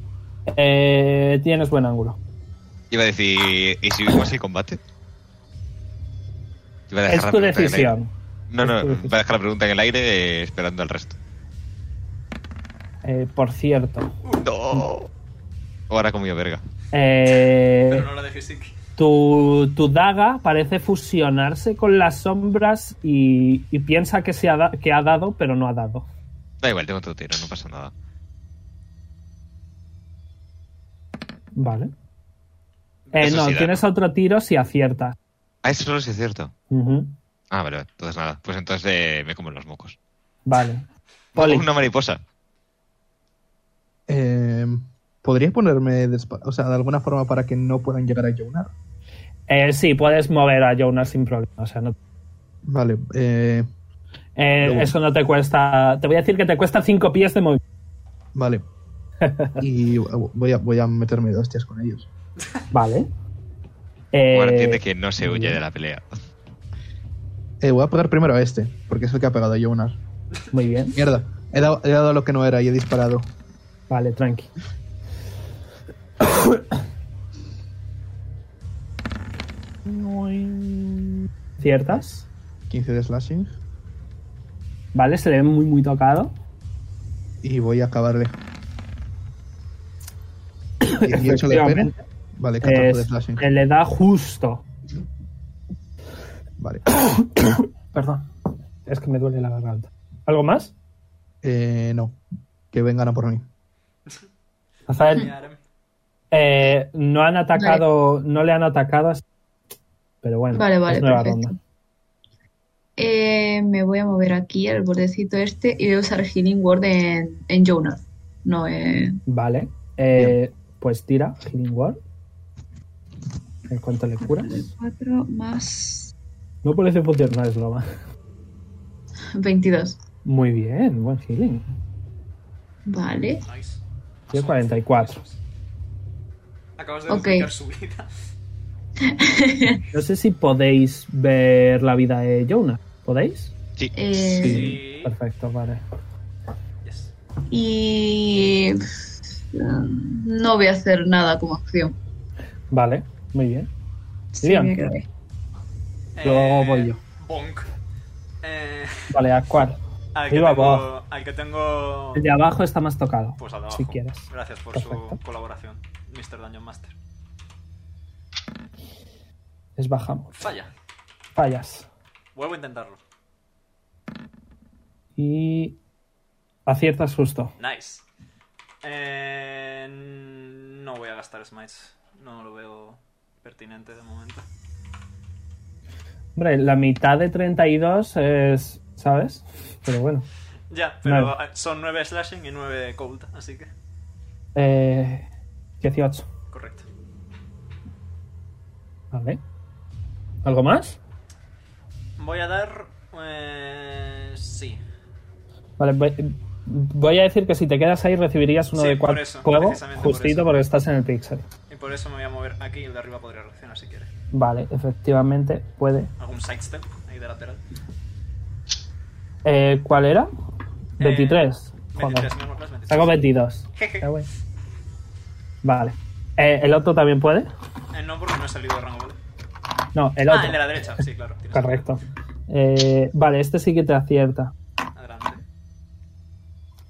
Speaker 3: Eh, tienes buen ángulo.
Speaker 2: Iba a decir, ¿y si vimos el combate? Iba a dejar
Speaker 3: Es
Speaker 2: la
Speaker 3: tu
Speaker 2: pregunta en el aire.
Speaker 3: decisión.
Speaker 2: No,
Speaker 3: Es
Speaker 2: no,
Speaker 3: tu
Speaker 2: voy
Speaker 3: decisión.
Speaker 2: a dejar la pregunta en el aire eh, esperando al resto.
Speaker 3: Eh, por cierto,
Speaker 2: ¡No! Ahora comido verga.
Speaker 3: eh,
Speaker 1: Pero no la dejéis sin.
Speaker 3: tu, tu daga parece fusionarse con las sombras y, y piensa que, se ha da- que ha dado, pero no ha dado.
Speaker 2: Da igual, tengo otro tiro, no pasa nada.
Speaker 3: Vale. Eh,
Speaker 2: Eso
Speaker 3: no,
Speaker 2: sí da.
Speaker 3: tienes otro tiro si aciertas.
Speaker 2: Ah, eso solo sí es cierto.
Speaker 3: Ujú.
Speaker 2: Ah, vale, vale, entonces nada. Pues entonces eh, me como los mocos.
Speaker 3: Vale.
Speaker 2: Vale.
Speaker 3: Oli.
Speaker 2: Una mariposa.
Speaker 5: Eh, ¿Podrías ponerme de, espa- o sea, de alguna forma para que no puedan llegar a Jonar?
Speaker 3: Eh, sí, puedes mover a Jonas sin problema. O sea, no-
Speaker 5: Vale, eh,
Speaker 3: eh,
Speaker 5: Luego.
Speaker 3: eso no te cuesta. Te voy a decir que te cuesta 5 pies de movimiento.
Speaker 5: vale. Y voy a, voy a meterme de hostias con ellos.
Speaker 3: Vale. Eh,
Speaker 2: Ahora entiende que no se huye de la pelea.
Speaker 5: Eh, voy a pegar primero a este, porque es el que ha pegado a Jonar.
Speaker 3: Muy bien.
Speaker 5: Mierda, he dado, he dado lo que no era y he disparado.
Speaker 3: Vale, tranqui. ¿Ciertas?
Speaker 5: 15 de slashing
Speaker 3: Vale, se le ve muy, muy tocado.
Speaker 5: y voy a acabarle. 18 de pene.
Speaker 3: Efectivamente.
Speaker 5: Vale, 14 de
Speaker 3: Es-
Speaker 5: slashing.
Speaker 3: se le da justo.
Speaker 5: Vale.
Speaker 3: Perdón. Es que me duele la garganta. ¿Algo más?
Speaker 5: Eh, no, que vengan a por mí.
Speaker 1: Mi
Speaker 3: Rafael,
Speaker 1: harem.
Speaker 3: eh, no han atacado, no le han atacado, así- pero bueno,
Speaker 4: Vale, vale,
Speaker 3: es nueva
Speaker 4: perfecto.
Speaker 3: ronda.
Speaker 4: Eh, me voy a mover aquí al bordecito este y voy a usar Healing Word en, en Jonar. No, eh,
Speaker 3: Vale, eh, pues tira Healing Word. ¿En cuanto le curas?
Speaker 4: 4 más
Speaker 3: No parece funcionar, no es broma.
Speaker 4: 22.
Speaker 3: Muy bien, buen healing.
Speaker 4: Vale.
Speaker 1: Nice.
Speaker 3: Tiene 44.
Speaker 1: Acabas de
Speaker 4: Ok.
Speaker 1: duplicar su vida.
Speaker 3: No sé si podéis ver la vida de Jonah. ¿Podéis?
Speaker 2: Sí.
Speaker 4: Eh,
Speaker 1: Sí.
Speaker 3: Perfecto, vale.
Speaker 1: Yes.
Speaker 4: Y pff, no voy a hacer nada como acción.
Speaker 3: Vale, muy bien.
Speaker 4: Sí,
Speaker 3: Leon.
Speaker 4: voy a quedar ahí.
Speaker 3: Luego voy yo.
Speaker 1: Bonk. Eh,
Speaker 3: Vale, ¿a cuál?
Speaker 1: al, que
Speaker 3: Viva
Speaker 1: tengo, al que tengo.
Speaker 3: El de abajo está más tocado.
Speaker 1: Pues al de abajo.
Speaker 3: Si quieres.
Speaker 1: Gracias por su
Speaker 3: Perfecto.
Speaker 1: colaboración, Mr. Dungeon Master.
Speaker 3: Les bajamos.
Speaker 1: Falla.
Speaker 3: Fallas.
Speaker 1: Vuelvo a intentarlo.
Speaker 3: Y aciertas justo.
Speaker 1: Nice. Eh, no voy a gastar smites. No lo veo pertinente de momento.
Speaker 3: Hombre, la mitad de 32 es... ¿Sabes? Pero bueno.
Speaker 1: Ya, pero
Speaker 3: Vale.
Speaker 1: eh, son 9 slashing y 9 cold, así que
Speaker 3: Eh, 18.
Speaker 1: correcto.
Speaker 3: Vale. ¿Algo más?
Speaker 1: Voy a dar... Eh, sí.
Speaker 3: Vale, voy, voy a decir que si te quedas ahí recibirías uno
Speaker 1: Sí,
Speaker 3: de
Speaker 1: por
Speaker 3: cuatro
Speaker 1: eso,
Speaker 3: juego,
Speaker 1: precisamente por
Speaker 3: justito
Speaker 1: eso.
Speaker 3: porque estás en el pixel.
Speaker 1: Y por eso me voy a mover aquí y el de arriba podría reaccionar si quiere.
Speaker 3: Vale, efectivamente puede.
Speaker 1: Algún sidestep ahí de lateral.
Speaker 3: Eh, ¿Cuál era?
Speaker 1: Eh,
Speaker 3: 23. Joder,
Speaker 1: 23, mismo clase, 23.
Speaker 3: saco 22.
Speaker 1: Jeje.
Speaker 3: Ya, güey. Vale. Eh, ¿El otro también puede?
Speaker 1: Eh, no, porque no he salido de rango. ¿vale?
Speaker 3: No, el
Speaker 1: Ah,
Speaker 3: otro.
Speaker 1: el de la derecha, sí, claro. tienes
Speaker 3: Correcto. Eh, vale, este sí que te acierta.
Speaker 1: razón. Adelante.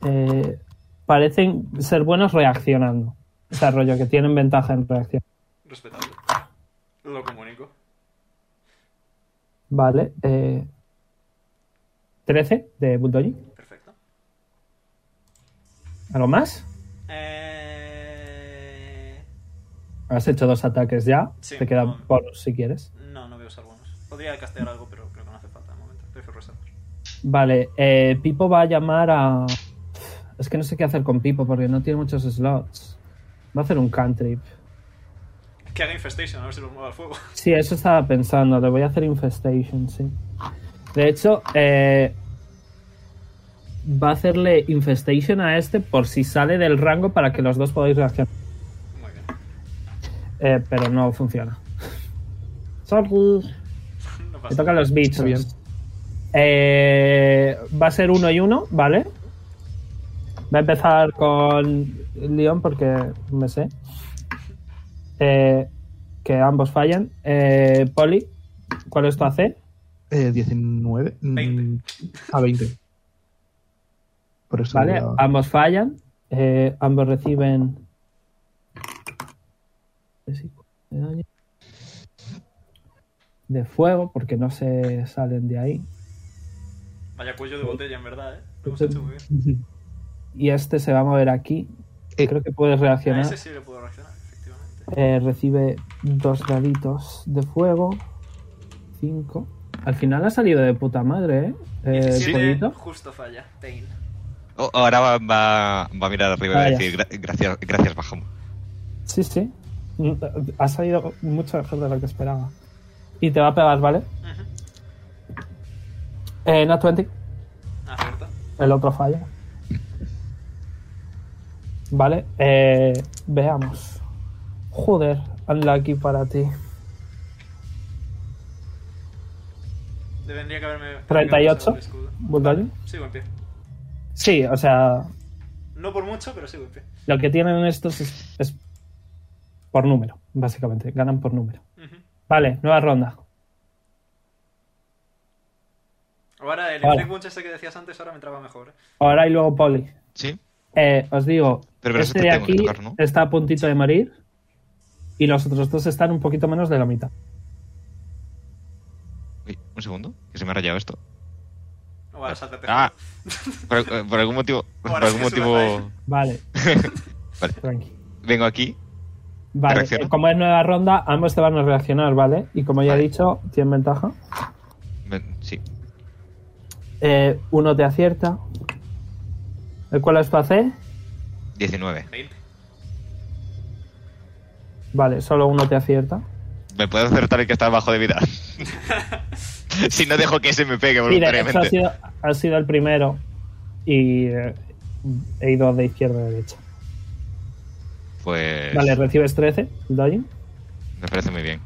Speaker 3: Eh, parecen ser buenos reaccionando. O sea, rollo que tienen ventaja en reacción.
Speaker 1: Respetable. Lo comunico.
Speaker 3: Vale. Eh, 13 de Bulldogging.
Speaker 1: Perfecto.
Speaker 3: ¿Algo más?
Speaker 1: Eh,
Speaker 3: Has hecho dos ataques ya.
Speaker 1: Sí,
Speaker 3: Te queda
Speaker 1: no.
Speaker 3: bonus si quieres.
Speaker 1: No, no voy a usar bonus. Podría castear algo, pero creo que no hace falta de momento. Prefiero reservar.
Speaker 3: Vale, eh, Pipo va a llamar a. Es que no sé qué hacer con Pipo porque no tiene muchos slots. Va a hacer un cantrip.
Speaker 1: Que haga infestation, a ver si lo mueva al fuego.
Speaker 3: Sí, eso estaba pensando. Le voy a hacer infestation, sí. De hecho, eh, va a hacerle infestation a este por si sale del rango para que los dos podáis reaccionar.
Speaker 1: Muy bien.
Speaker 3: Eh, pero no funciona. Sorry.
Speaker 1: No
Speaker 3: Me
Speaker 1: pasa
Speaker 3: tocan los bichos.
Speaker 5: Está bien.
Speaker 3: Eh, va a ser uno y uno, ¿vale? Voy a empezar con León porque me sé. Eh, que ambos fallan. Eh, Poli, ¿cuál es tu AC?
Speaker 5: Eh, 19. mm,
Speaker 1: 20.
Speaker 5: A 20. Por eso.
Speaker 3: ¿Vale?
Speaker 5: ya-
Speaker 3: Ambos fallan. Eh, ambos reciben. De fuego, porque no se salen de ahí.
Speaker 1: Vaya cuello de botella, en verdad, ¿eh? Lo hemos hecho muy bien.
Speaker 3: Y este se va a mover aquí.
Speaker 5: Eh,
Speaker 3: Creo que puedes
Speaker 1: A
Speaker 3: reaccionar.
Speaker 1: ese sí le puedo reaccionar, efectivamente.
Speaker 3: Eh, recibe dos daditos de fuego. Cinco. Al final ha salido de puta madre, ¿eh? Eh, el
Speaker 1: 17
Speaker 3: jueguito.
Speaker 1: justo falla. Pain.
Speaker 2: Oh, ahora va, va- va a mirar arriba y va a
Speaker 3: Vaya.
Speaker 2: decir "Gra- gracias, gracias Bajamo.
Speaker 3: Sí, sí. Mm, Ha salido mucho mejor de lo que esperaba. Y te va a pegar, ¿vale?
Speaker 1: Ujú.
Speaker 3: Eh, Nat 20.
Speaker 1: Acierta.
Speaker 3: El otro falla. Vale. eh, veamos. Joder, unlucky para ti.
Speaker 1: Tendría que haberme.
Speaker 3: 38.
Speaker 1: el escudo.
Speaker 3: ¿Bull daño?
Speaker 1: Sigo en pie.
Speaker 3: Sí, o sea,
Speaker 1: No por mucho, pero sigo en pie.
Speaker 3: lo que tienen estos es- es por número, básicamente. Ganan por número.
Speaker 1: Ujú.
Speaker 3: Vale, nueva ronda.
Speaker 1: Ahora el
Speaker 3: Vale.
Speaker 1: Electric Punch ese que decías antes ahora me entraba mejor. ¿eh?
Speaker 3: Ahora y luego Poli.
Speaker 2: ¿Sí?
Speaker 3: Eh, os digo,
Speaker 2: Pero- pero
Speaker 3: este
Speaker 2: eso
Speaker 3: de
Speaker 2: te tengo que
Speaker 3: aquí
Speaker 2: tocar, ¿no?
Speaker 3: está a puntito de morir y los otros dos están un poquito menos de la mitad.
Speaker 2: Uy, un segundo, que se me ha rayado esto.
Speaker 1: Ahora sáltate.
Speaker 2: Ah, por, eh, por algún motivo. Por
Speaker 1: Ahora sí
Speaker 2: algún
Speaker 1: que se me
Speaker 2: motivo.
Speaker 3: Vale,
Speaker 2: Vale,
Speaker 3: tranqui.
Speaker 2: vengo aquí.
Speaker 3: Vale,
Speaker 2: Reacciono.
Speaker 3: eh, como es nueva ronda, ambos te van a reaccionar, ¿vale? Y como ya he
Speaker 2: Vale.
Speaker 3: dicho, tienen ventaja.
Speaker 2: Ven, sí.
Speaker 3: Eh, uno te acierta. ¿El cual es tu AC?
Speaker 2: 19.
Speaker 1: 20.
Speaker 3: Vale, solo uno te acierta.
Speaker 2: ¿Me puedo acertar el que está bajo de vida? si no dejo que ese me pegue
Speaker 3: Sí, de hecho, ha
Speaker 2: voluntariamente.
Speaker 3: sido, ha sido el primero y eh, he ido de izquierda a derecha.
Speaker 2: Pues.
Speaker 3: Vale, recibes Eh, 13, el daño.
Speaker 2: Me parece muy bien.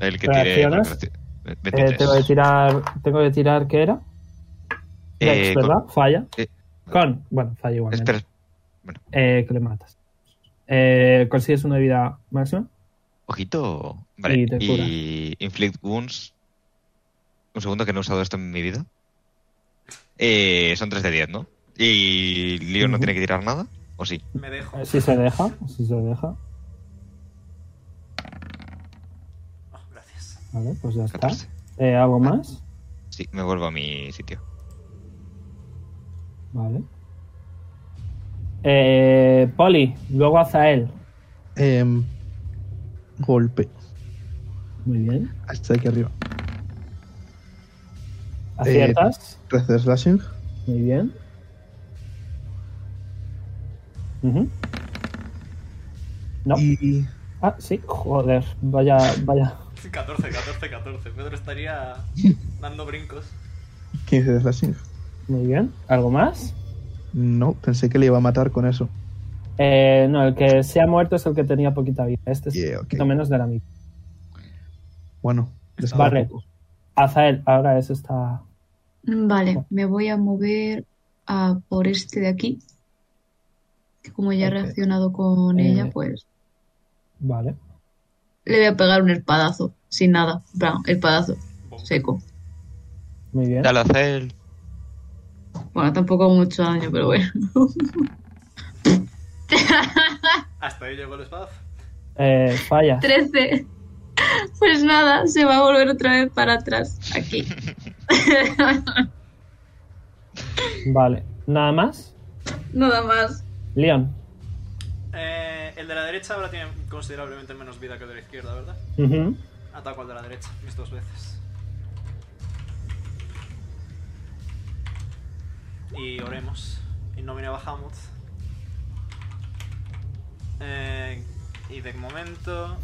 Speaker 2: El que tire.
Speaker 3: ¿Reaccionas?
Speaker 2: bueno,
Speaker 3: Eh,
Speaker 2: 23.
Speaker 3: tengo que tirar. Tengo que tirar ¿qué era? Dex,
Speaker 2: Eh,
Speaker 3: ¿verdad? Falla.
Speaker 2: eh,
Speaker 3: Con. Bueno, falla igualmente.
Speaker 2: Espera.
Speaker 3: Eh, que le matas. Eh, consigues una vida máxima.
Speaker 2: Ojito. Vale.
Speaker 3: Y te cura.
Speaker 2: Y Inflict Wounds. Un segundo que no he usado esto en mi vida. Eh, son 3 de 10, ¿no? Y Leon no
Speaker 3: Ujú.
Speaker 2: tiene que tirar nada. ¿O sí?
Speaker 1: Me dejo.
Speaker 3: Eh, si se deja. Si se deja.
Speaker 1: Ah, gracias.
Speaker 3: Vale, pues ya está.
Speaker 2: 14.
Speaker 3: Eh, ¿Algo más?
Speaker 2: Sí, me vuelvo a mi sitio.
Speaker 3: Vale. Eh, Poli, luego Azael.
Speaker 5: Em, golpe.
Speaker 3: Muy bien.
Speaker 5: Hasta aquí arriba.
Speaker 3: Aciertas.
Speaker 5: 13 de slashing.
Speaker 3: Muy bien. Ujú. No.
Speaker 5: Y.
Speaker 3: Ah, sí, joder. Vaya, vaya.
Speaker 1: 14, 14, 14. Pedro estaría dando brincos.
Speaker 5: 15 de slashing.
Speaker 3: Muy bien. ¿Algo más?
Speaker 5: No, pensé que le iba a matar con eso.
Speaker 3: Eh, no, el que se ha muerto es el que tenía poquita vida. Este es
Speaker 5: Yeah,
Speaker 3: un
Speaker 5: ok.
Speaker 3: poquito menos de la mitad.
Speaker 5: Bueno, les queda
Speaker 3: Vale.
Speaker 5: poco.
Speaker 3: Azael, ahora ese está.
Speaker 4: Vale, me voy a mover a por este de aquí. Que como ya he
Speaker 3: Ok.
Speaker 4: reaccionado con
Speaker 3: Eh,
Speaker 4: ella, pues
Speaker 3: Vale.
Speaker 4: le voy a pegar un espadazo. Sin nada. En plan, espadazo.
Speaker 1: Bom.
Speaker 4: Seco.
Speaker 3: Muy bien.
Speaker 2: Dale, Azel.
Speaker 4: Bueno, tampoco mucho daño, pero bueno.
Speaker 1: Hasta ahí llegó el espadazo.
Speaker 3: Eh, falla.
Speaker 4: 13. Pues nada, se va a volver otra vez para atrás. Aquí.
Speaker 3: Vale. Nada más.
Speaker 4: Nada más.
Speaker 3: Leon.
Speaker 1: Eh, El de la derecha ahora tiene considerablemente menos vida que el de la izquierda, ¿verdad?
Speaker 3: Ujú.
Speaker 1: Ataco al de la derecha, mis dos veces. Y oremos. Y nomine Bahamut. Eh, y de momento.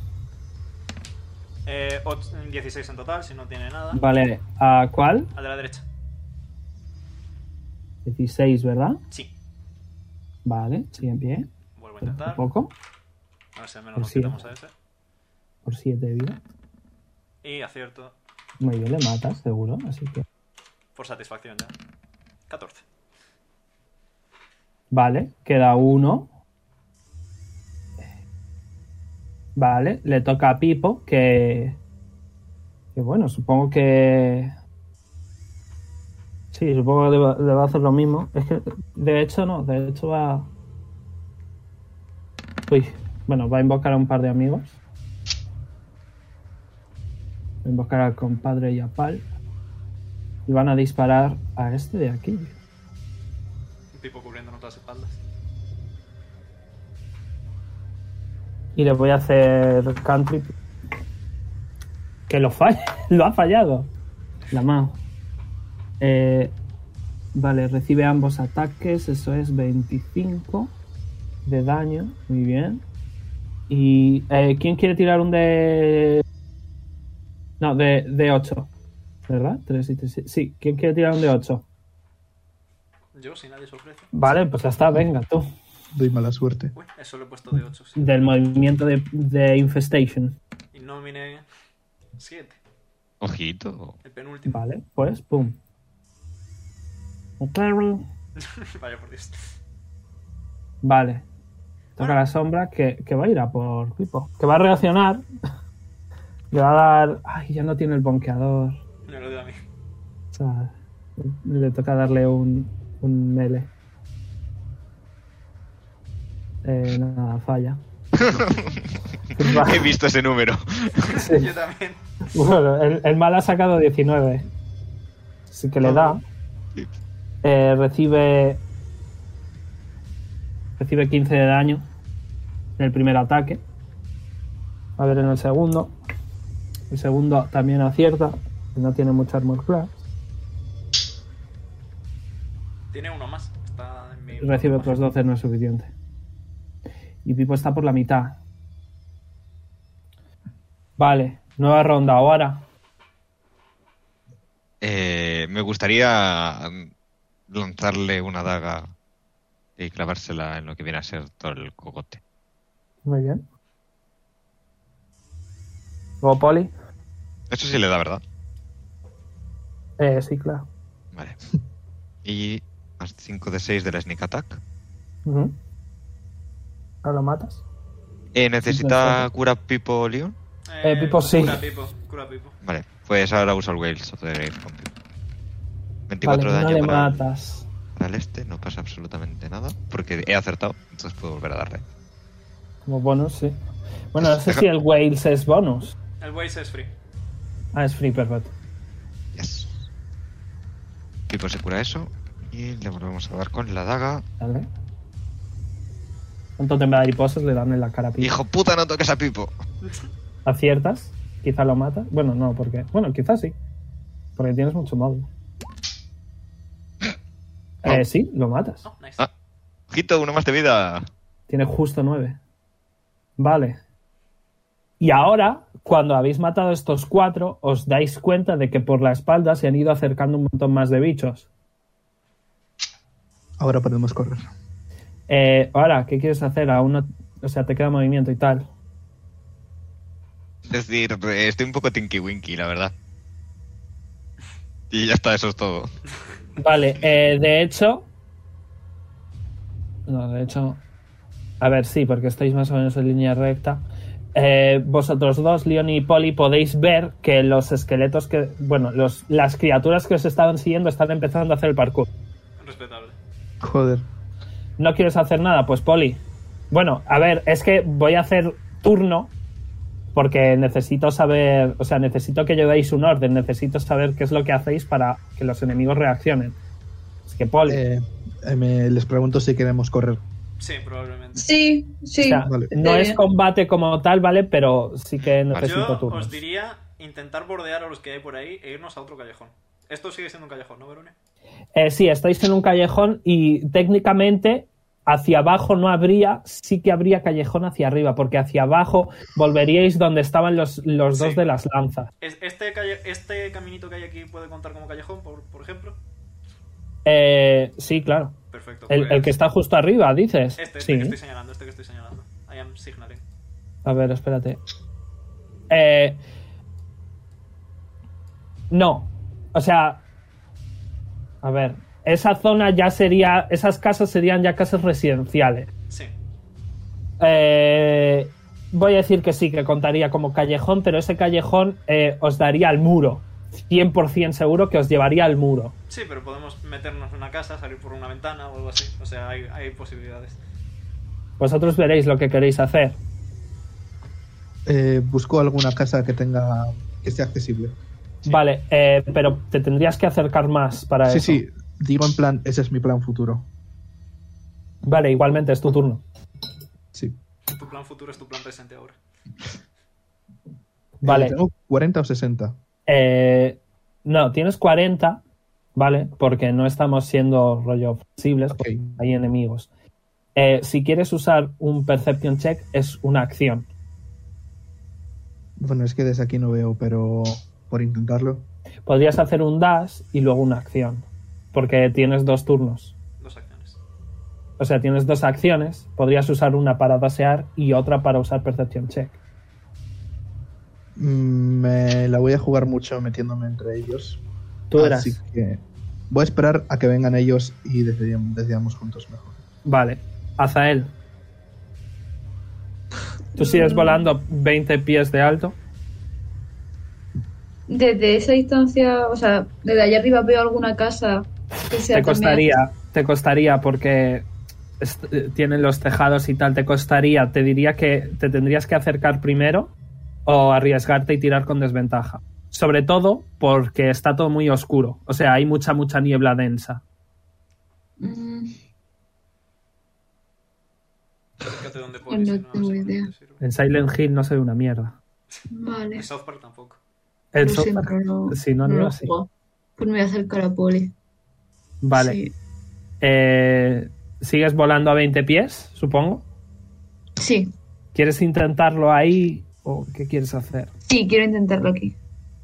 Speaker 1: eh, och- 16 en total, si no tiene nada.
Speaker 3: Vale, ¿a cuál?
Speaker 1: Al de la derecha.
Speaker 3: 16, ¿verdad?
Speaker 1: Sí.
Speaker 3: Vale, sigue en pie.
Speaker 1: Vuelvo a
Speaker 3: Poco a
Speaker 1: intentar.
Speaker 3: poco.
Speaker 1: A ver si al menos
Speaker 3: Por
Speaker 1: nos
Speaker 3: cien.
Speaker 1: quitamos a ese.
Speaker 3: Por 7 de vida.
Speaker 1: Y acierto
Speaker 3: Muy bien, le matas, seguro. Así que.
Speaker 1: por satisfacción ya. 14.
Speaker 3: Vale, queda uno. Vale, le toca a Pipo, que. Que bueno, supongo que. Sí, supongo que le va, le va a hacer lo mismo. Es que, de hecho, no, de hecho va. Uy, bueno, va a invocar a un par de amigos. Va a invocar al compadre y a Pal. Y van a disparar a este de aquí.
Speaker 1: Un tipo cubriéndonos las espaldas.
Speaker 3: Y le voy a hacer country. Que lo falla. lo ha fallado. La mano. Eh, vale, recibe ambos ataques. Eso es 25 de daño. Muy bien. Y. eh, ¿Quién quiere tirar un de. No, de, de 8. ¿Verdad? 3 y 3. Sí, ¿quién quiere tirar un de 8?
Speaker 1: Yo, si nadie se ofrece.
Speaker 3: Vale, pues ya está, venga tú.
Speaker 5: Doy mala suerte.
Speaker 1: Uy, eso lo he puesto de 8, sí.
Speaker 3: Del movimiento de, de Infestation.
Speaker 1: Y nomine 7.
Speaker 2: Ojito.
Speaker 1: El penúltimo.
Speaker 3: Vale, pues, pum.
Speaker 1: Vaya por Dios.
Speaker 3: Vale. Toca la sombra que, que va a ir a por Pipo. Que va a reaccionar. Le va a dar. Ay, ya no tiene el bonqueador.
Speaker 1: Me lo dio a mí.
Speaker 3: O sea, le toca darle un, un mele. Eh, nada, falla.
Speaker 2: He visto ese número.
Speaker 1: Yo también.
Speaker 3: Bueno, el, el mal ha sacado 19. Así que le da. Eh, recibe. Recibe 15 de daño en el primer ataque. A ver en el segundo. El segundo también acierta. No tiene mucha armor class.
Speaker 1: Tiene uno más. Está en mi.
Speaker 3: Recibe otros 12, no es suficiente. Y Pipo está por la mitad. Vale, nueva ronda ahora.
Speaker 2: Eh, me gustaría mm, lanzarle una daga y clavársela en lo que viene a ser todo el cogote.
Speaker 3: Muy bien. Luego Poli.
Speaker 2: Eso sí le da, ¿verdad?
Speaker 3: Eh, sí, claro.
Speaker 2: Vale. Y más 5 de 6 del sneak attack.
Speaker 3: Ujú. Ahora lo matas.
Speaker 2: Eh,
Speaker 3: Sí,
Speaker 2: ¿Necesita cura Pipo Leon?
Speaker 1: Eh,
Speaker 3: Eh, Pipo sí.
Speaker 1: Cura Pipo. Cura Pipo.
Speaker 2: Vale, pues ahora uso el Wales of the Grave con Pipo. 24
Speaker 3: vale,
Speaker 2: de
Speaker 3: no
Speaker 2: daño
Speaker 3: le
Speaker 2: para, el-
Speaker 3: matas.
Speaker 2: para el este, no pasa absolutamente nada, porque he acertado, entonces puedo volver a darle.
Speaker 3: Como bonus, sí. Bueno, no sé si el Wales es bonus.
Speaker 1: El Waze es free.
Speaker 3: Ah, es free, perfecto.
Speaker 2: Yes. Pipo se cura eso y le volvemos a dar con la daga.
Speaker 3: Vale. Un totem de mariposas le dan en la cara a Pipo.
Speaker 2: Hijo puta, no toques a Pipo.
Speaker 3: Aciertas, quizá lo matas. Bueno, no, porque. Bueno, quizás sí. Porque tienes mucho modo. Eh, sí, lo matas.
Speaker 1: Oh, nice.
Speaker 2: Ah. Ojito, uno más de vida.
Speaker 3: Tiene justo nueve. Vale. Y ahora, cuando habéis matado a estos cuatro, os dais cuenta de que por la espalda se han ido acercando un montón más de bichos.
Speaker 5: Ahora podemos correr.
Speaker 3: Eh, ahora, ¿qué quieres hacer? Aún no- o sea, te queda movimiento y tal.
Speaker 2: Es decir, eh, estoy un poco tinky winky, la verdad. Y ya está, eso es todo.
Speaker 3: Vale, eh, de hecho... No, de hecho... A ver, sí, porque estáis más o menos en línea recta. Eh, vosotros dos, Leon y Polly, podéis ver que los esqueletos que... Bueno, los, las criaturas que os estaban siguiendo están empezando a hacer el parkour.
Speaker 1: Respetable.
Speaker 5: Joder.
Speaker 3: ¿No quieres hacer nada? Pues Poli. Bueno, a ver, es que voy a hacer turno porque necesito saber, o sea, necesito que llevéis un orden, necesito saber qué es lo que hacéis para que los enemigos reaccionen. Es que Poli,
Speaker 5: Eh, eh, me- les pregunto si queremos correr.
Speaker 1: Sí, probablemente.
Speaker 4: Sí, sí.
Speaker 3: O sea,
Speaker 5: Vale.
Speaker 3: no
Speaker 4: Eh.
Speaker 3: es combate como tal, ¿vale? Pero sí que necesito
Speaker 1: Yo
Speaker 3: turnos.
Speaker 1: os diría intentar bordear a los que hay por ahí e irnos a otro callejón. Esto sigue siendo un callejón, ¿no, Verone?
Speaker 3: Eh, sí, estáis en un callejón y técnicamente hacia abajo no habría, sí que habría callejón hacia arriba, porque hacia abajo volveríais donde estaban los, los dos
Speaker 1: Sí.
Speaker 3: de las lanzas.
Speaker 1: Es- Este, calle- este caminito que hay aquí puede contar como callejón, por, por ejemplo.
Speaker 3: Eh, sí, claro.
Speaker 1: Perfecto.
Speaker 3: El, el que
Speaker 1: pues-
Speaker 3: está justo arriba, dices.
Speaker 1: Este, este
Speaker 3: sí.
Speaker 1: que estoy señalando, este que estoy señalando. I am signaling.
Speaker 3: A ver, espérate. Eh, no. O sea. A ver. Esa zona ya sería. Esas casas serían ya casas residenciales.
Speaker 1: Sí.
Speaker 3: Eh, voy a decir que sí, que contaría como callejón, pero ese callejón eh, os daría al muro. 100% seguro que os llevaría al muro.
Speaker 1: Sí, pero podemos meternos en una casa, salir por una ventana o algo así. O sea, hay, hay posibilidades.
Speaker 3: Vosotros veréis lo que queréis hacer.
Speaker 5: Eh, busco alguna casa que tenga que sea accesible.
Speaker 3: Vale, eh, pero te tendrías que acercar más para
Speaker 5: Sí,
Speaker 3: eso.
Speaker 5: sí. Digo en plan, ese es mi plan futuro.
Speaker 3: Vale, igualmente es tu turno.
Speaker 5: Sí.
Speaker 1: Tu plan futuro es tu plan presente ahora.
Speaker 3: Vale.
Speaker 5: Eh, tengo 40 o 60.
Speaker 3: Eh, no, tienes 40, ¿vale? Porque no estamos siendo rollo flexibles,
Speaker 5: Ok.
Speaker 3: porque hay enemigos. Eh, si quieres usar un perception check, es una acción.
Speaker 5: Bueno, es que desde aquí no veo, pero por intentarlo.
Speaker 3: Podrías hacer un dash y luego una acción, porque tienes dos turnos.
Speaker 1: Dos acciones.
Speaker 3: O sea, tienes dos acciones. Podrías usar una para dasear y otra para usar perception check.
Speaker 5: Mm, Me la voy a jugar mucho metiéndome entre ellos.
Speaker 3: Tú eras.
Speaker 5: Así que voy a esperar a que vengan ellos y decidamos, decidamos juntos mejor.
Speaker 3: Vale. Azael. Tú sigues volando 20 pies de alto.
Speaker 4: Desde esa distancia, o sea, desde allá arriba veo alguna casa que sea
Speaker 3: te
Speaker 4: también-
Speaker 3: costaría, te costaría porque est- eh, tienen los tejados y tal, te costaría, te diría que te tendrías que acercar primero o arriesgarte y tirar con desventaja. Sobre todo porque está todo muy oscuro, o sea, hay mucha, mucha niebla densa.
Speaker 4: Mm,
Speaker 1: Fíjate dónde puedes.
Speaker 4: No
Speaker 1: si no,
Speaker 4: tengo
Speaker 1: seguramente
Speaker 4: idea.
Speaker 1: te sirve.
Speaker 3: En Silent Hill no soy una mierda.
Speaker 4: vale.
Speaker 1: En South Park tampoco.
Speaker 3: El
Speaker 4: Lo
Speaker 3: so-
Speaker 4: siento, no,
Speaker 3: sí, no, no,
Speaker 4: no lo
Speaker 3: sí.
Speaker 4: juego. Pues me voy a acercar a Poli.
Speaker 3: Vale.
Speaker 4: Sí.
Speaker 3: Eh, ¿Sigues volando a 20 pies, supongo?
Speaker 4: sí,
Speaker 3: ¿Quieres intentarlo ahí o qué quieres hacer?
Speaker 4: sí, quiero intentarlo aquí.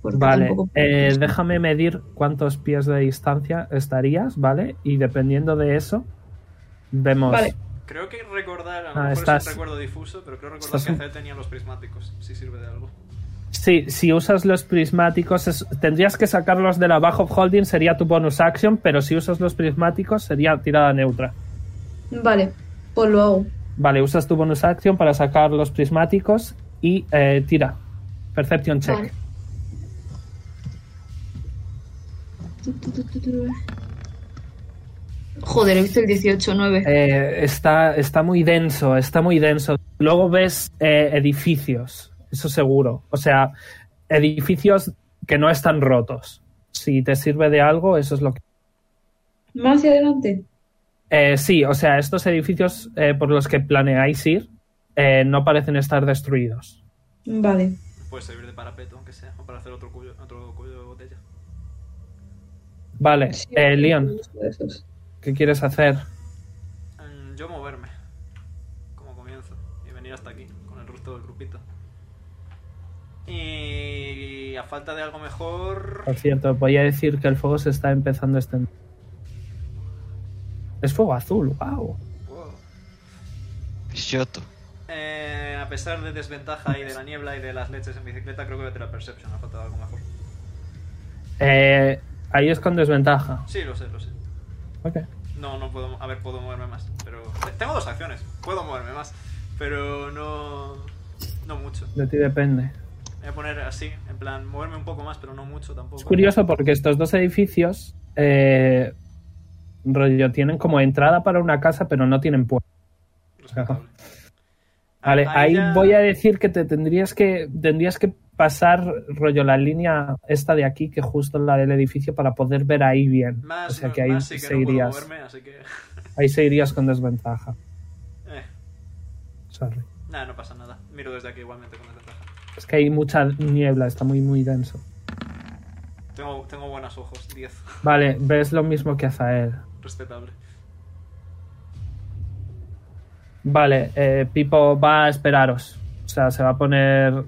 Speaker 4: porque
Speaker 3: Vale,
Speaker 4: tampoco-
Speaker 3: eh, déjame medir cuántos pies de distancia estarías, ¿vale? Y dependiendo de eso, vemos.
Speaker 4: Vale.
Speaker 1: Creo que recordar, a lo
Speaker 3: Ah,
Speaker 1: mejor es
Speaker 3: estás-
Speaker 1: un recuerdo difuso, pero creo recordar
Speaker 3: estás
Speaker 1: que
Speaker 3: un-
Speaker 1: Azael tenía los prismáticos, si sirve de algo.
Speaker 3: Sí, si usas los prismáticos, es- tendrías que sacarlos de la back of holding, sería tu bonus action, pero si usas los prismáticos, sería tirada neutra.
Speaker 4: Vale, pues lo hago.
Speaker 3: Vale, usas tu bonus action para sacar los prismáticos y eh, tira. Perception check.
Speaker 4: Vale. Tu, tu, tu, tu, tu. Joder, he visto el 18-9.
Speaker 3: Eh, está, está muy denso, está muy denso. Luego ves eh, edificios, eso seguro. O sea, edificios que no están rotos. Si te sirve de algo, eso es lo que...
Speaker 4: Más hacia adelante.
Speaker 3: Eh, sí, o sea, estos edificios eh, por los que planeáis ir eh, no parecen estar destruidos.
Speaker 4: Vale.
Speaker 1: Puede servir de parapeto, aunque sea, o para hacer otro cuello, otro cuello de botella.
Speaker 3: Vale, eh, Leon,
Speaker 4: Esos.
Speaker 3: ¿qué quieres hacer?
Speaker 1: Mm, Yo moverme, como comienzo, y venir hasta aquí, con el resto del grupito. Y a falta de algo mejor...
Speaker 3: Por cierto, voy a decir que el fuego se está empezando a extender. Es fuego azul, wow.
Speaker 1: Wow.
Speaker 2: Shoto.
Speaker 1: Eh, a pesar de desventaja y de la niebla y de las leches en bicicleta, creo que voy a tirar Perception, a falta de algo mejor.
Speaker 3: Eh, ahí es con desventaja.
Speaker 1: Sí, lo sé, lo sé.
Speaker 3: Ok.
Speaker 1: No, no puedo. A ver, puedo moverme más. Pero. Tengo dos acciones. Puedo moverme más. Pero no. No mucho.
Speaker 3: De ti depende.
Speaker 1: Voy a poner así, en plan, moverme un poco más, pero no mucho tampoco.
Speaker 3: Es curioso porque estos dos edificios eh, rollo, tienen como entrada para una casa, pero no tienen puerta.
Speaker 1: Respetable.
Speaker 3: Vale,
Speaker 1: Ah,
Speaker 3: ahí
Speaker 1: ya-
Speaker 3: voy a decir que te tendrías que tendrías que pasar rollo la línea esta de aquí, que justo es la del edificio, para poder ver ahí bien.
Speaker 1: Más,
Speaker 3: o sea que ahí
Speaker 1: más sí que no puedo
Speaker 3: seguirías,
Speaker 1: moverme, así que.
Speaker 3: ahí seguirías con desventaja. Sorry.
Speaker 1: Nada, no pasa nada. Miro desde aquí igualmente con desventaja.
Speaker 3: Es que hay mucha niebla, está muy, muy denso.
Speaker 1: Tengo, tengo buenos ojos, 10.
Speaker 3: Vale, ves lo mismo que Azael.
Speaker 1: Respetable.
Speaker 3: Vale, eh, Pipo va a esperaros. O sea, se va a poner.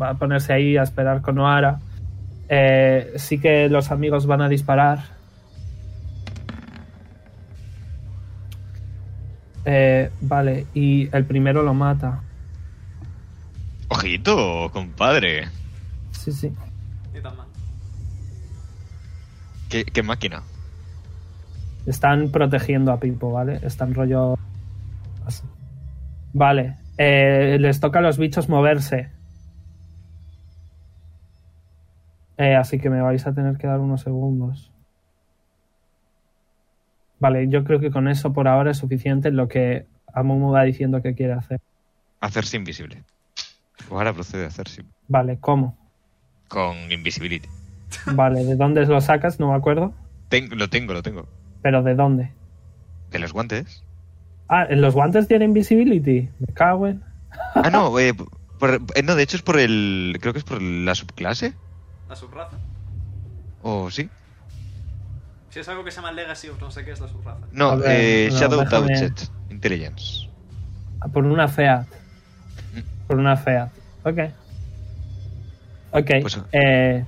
Speaker 3: Va a ponerse ahí a esperar con Noara. Eh, sí que los amigos van a disparar. Eh, vale, y el primero lo mata.
Speaker 2: Ojito, compadre.
Speaker 3: Sí, sí.
Speaker 1: Ni tan mal.
Speaker 2: Qué, qué máquina.
Speaker 3: Están protegiendo a Pipo, ¿vale? Están rollo. así. Vale. eh, les toca a los bichos moverse. Eh, así que me vais a tener que dar unos segundos. Vale, yo creo que con eso por ahora es suficiente en lo que Amumu va diciendo que quiere hacer.
Speaker 2: Hacerse invisible. O ahora procede a hacerse.
Speaker 3: Vale, ¿cómo?
Speaker 2: Con invisibility.
Speaker 3: Vale, ¿de dónde lo sacas? No me acuerdo.
Speaker 2: Ten- lo tengo, lo tengo.
Speaker 3: Pero ¿de dónde?
Speaker 2: ¿De los guantes?
Speaker 3: Ah, ¿en los guantes tiene invisibility? Me cago en...
Speaker 2: Ah, no, eh, por- eh, no, de hecho es por el. Creo que es por la subclase.
Speaker 1: La subraza.
Speaker 2: ¿O sí?
Speaker 1: Si es algo que se llama Legacy of no sé qué es la subraza.
Speaker 2: No,
Speaker 3: A ver,
Speaker 2: eh,
Speaker 3: no,
Speaker 2: Shadow
Speaker 3: déjame.
Speaker 2: Touched Intelligence.
Speaker 3: Por una Fiat. Por una Fiat. Ok. Ok.
Speaker 2: Pues-
Speaker 3: Pues,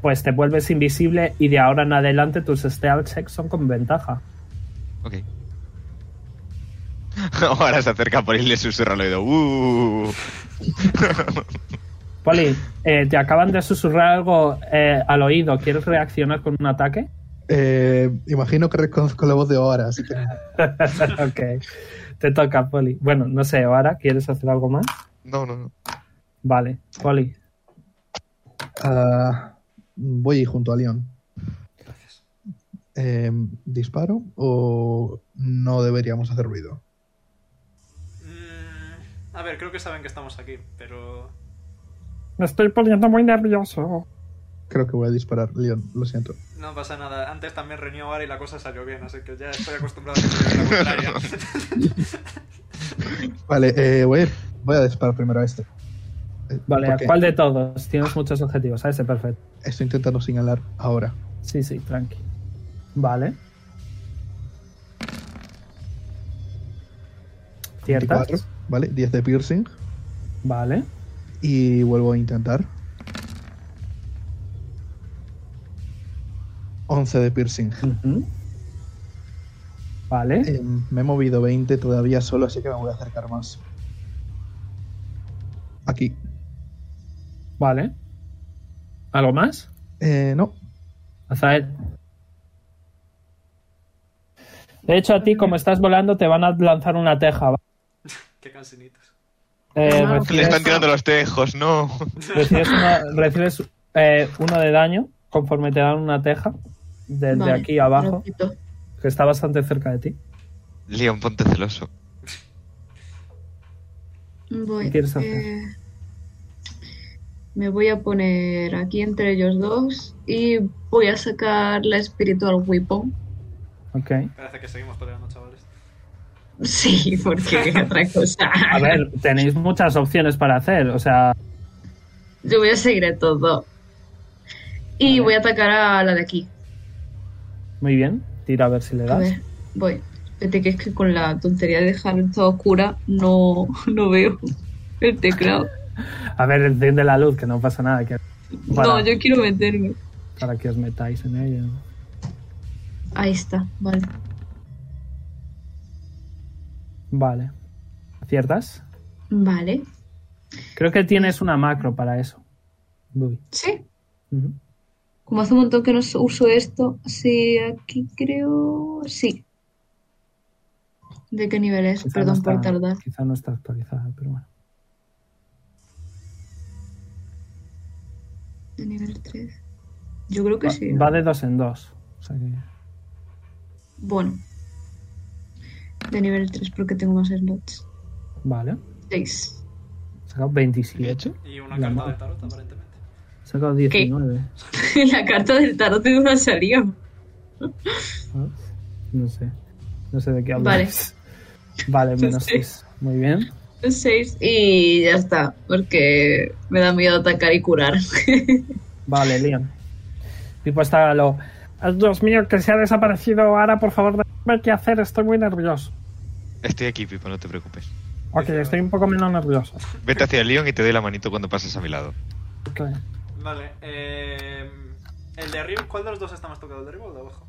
Speaker 3: pues te vuelves invisible y de ahora en adelante tus stealth checks son con ventaja.
Speaker 2: Ok. ahora se acerca por él y le susurra al oído. "Uh".
Speaker 3: Poli, eh, te acaban de susurrar algo eh, al oído. ¿Quieres reaccionar con un ataque?
Speaker 5: Eh, imagino que reconozco la voz de ahora, así que
Speaker 3: ok. Te toca, Poli. Bueno, no sé, ahora ¿quieres hacer algo más?
Speaker 2: No, no, no.
Speaker 3: Vale, Poli.
Speaker 5: ah, voy junto a León. Eh, ¿Disparo o no deberíamos hacer ruido?
Speaker 1: Mm, a ver, creo que saben que estamos aquí, pero.
Speaker 3: Me estoy poniendo muy nervioso.
Speaker 5: Creo que voy a disparar, León, lo siento.
Speaker 1: No pasa nada. Antes también reunió ahora y la cosa salió bien, así que ya estoy acostumbrado a que me den la contraria.
Speaker 5: Vale, eh, voy, a, voy a disparar primero a este. Eh,
Speaker 3: Vale, ¿a
Speaker 5: porque
Speaker 3: cuál de todos? Tienes muchos objetivos, a ese perfecto.
Speaker 5: Estoy intentando señalar ahora.
Speaker 3: Sí, sí, tranqui. Vale. ¿Ciertas?
Speaker 5: 24, ¿vale? 10 de piercing.
Speaker 3: Vale.
Speaker 5: Y vuelvo a intentar. 11 de piercing.
Speaker 3: Ujú. Vale.
Speaker 5: Eh, me he movido 20 todavía solo, así que me voy a acercar más. Aquí.
Speaker 3: Vale. ¿Algo más?
Speaker 5: Eh, no.
Speaker 3: Azael. De hecho, a ti, como estás volando, te van a lanzar una teja. ¿va?
Speaker 1: Qué cansinitos.
Speaker 3: Eh,
Speaker 4: Ah,
Speaker 2: Le
Speaker 3: recibes
Speaker 2: están tirando los tejos, no.
Speaker 3: recibes, una- recibes, eh, uno de daño conforme te dan una teja desde
Speaker 4: Vale,
Speaker 3: aquí abajo,
Speaker 4: perfecto.
Speaker 3: que está bastante cerca de ti.
Speaker 2: Leon, ponte celoso.
Speaker 4: Voy,
Speaker 3: ¿Qué quieres hacer?
Speaker 4: eh, me voy a poner aquí entre ellos dos y voy a sacar la Spiritual Weapon.
Speaker 3: Ok.
Speaker 1: Parece que seguimos peleando, chavales.
Speaker 4: Sí, porque otra cosa.
Speaker 3: A ver, tenéis muchas opciones para hacer. O sea,
Speaker 4: Yo voy a seguir a todo. Y
Speaker 3: Vale.
Speaker 4: voy a atacar a la de aquí.
Speaker 3: muy bien. Tira a ver si le
Speaker 4: A
Speaker 3: das.
Speaker 4: ver, voy. Vete que es que con la tontería de dejar todo oscura no, no veo el teclado.
Speaker 3: A ver, enciende la luz, que no pasa nada. Que para,
Speaker 4: No, yo quiero meterme.
Speaker 3: para que os metáis en ello.
Speaker 4: Ahí está, vale.
Speaker 3: Vale. ¿Aciertas?
Speaker 4: Vale.
Speaker 3: Creo que tienes una macro para eso. Uy.
Speaker 4: Sí.
Speaker 3: Ujú.
Speaker 4: Como hace un montón que no uso esto, sí, aquí creo. Sí. ¿De qué nivel es?
Speaker 3: Quizá
Speaker 4: Perdón
Speaker 3: no está-
Speaker 4: por tardar.
Speaker 3: Quizá no está actualizada, pero bueno.
Speaker 4: De nivel 3. Yo creo que
Speaker 3: Va,
Speaker 4: sí.
Speaker 3: va de dos en dos. O sea que-
Speaker 4: Bueno. De nivel 3 porque tengo más slots.
Speaker 3: Vale.
Speaker 4: 6.
Speaker 3: He sacado 27.
Speaker 1: Y una
Speaker 3: La
Speaker 1: carta
Speaker 3: madre.
Speaker 1: de tarot, aparentemente.
Speaker 3: He sacado 19.
Speaker 4: la carta del tarot de una salía.
Speaker 3: Ah, No sé. No sé de qué hablas. Vale, menos
Speaker 4: sé.
Speaker 3: 6. Muy bien.
Speaker 4: Un 6 y ya está, porque me da miedo atacar y curar.
Speaker 3: Vale, Liam. Pipo está a lo. "Ay, Dios mío, que se ha desaparecido ahora, por favor, dame qué hacer, estoy muy nervioso.
Speaker 2: Estoy aquí, Pipo, no te preocupes.
Speaker 3: Ok, estoy un poco menos nervioso.
Speaker 2: Vete hacia el león y te doy la manito cuando pases a mi lado.
Speaker 3: Ok.
Speaker 1: Vale, eh, el de arriba, ¿cuál de los dos está más tocado? ¿El de arriba o el de abajo?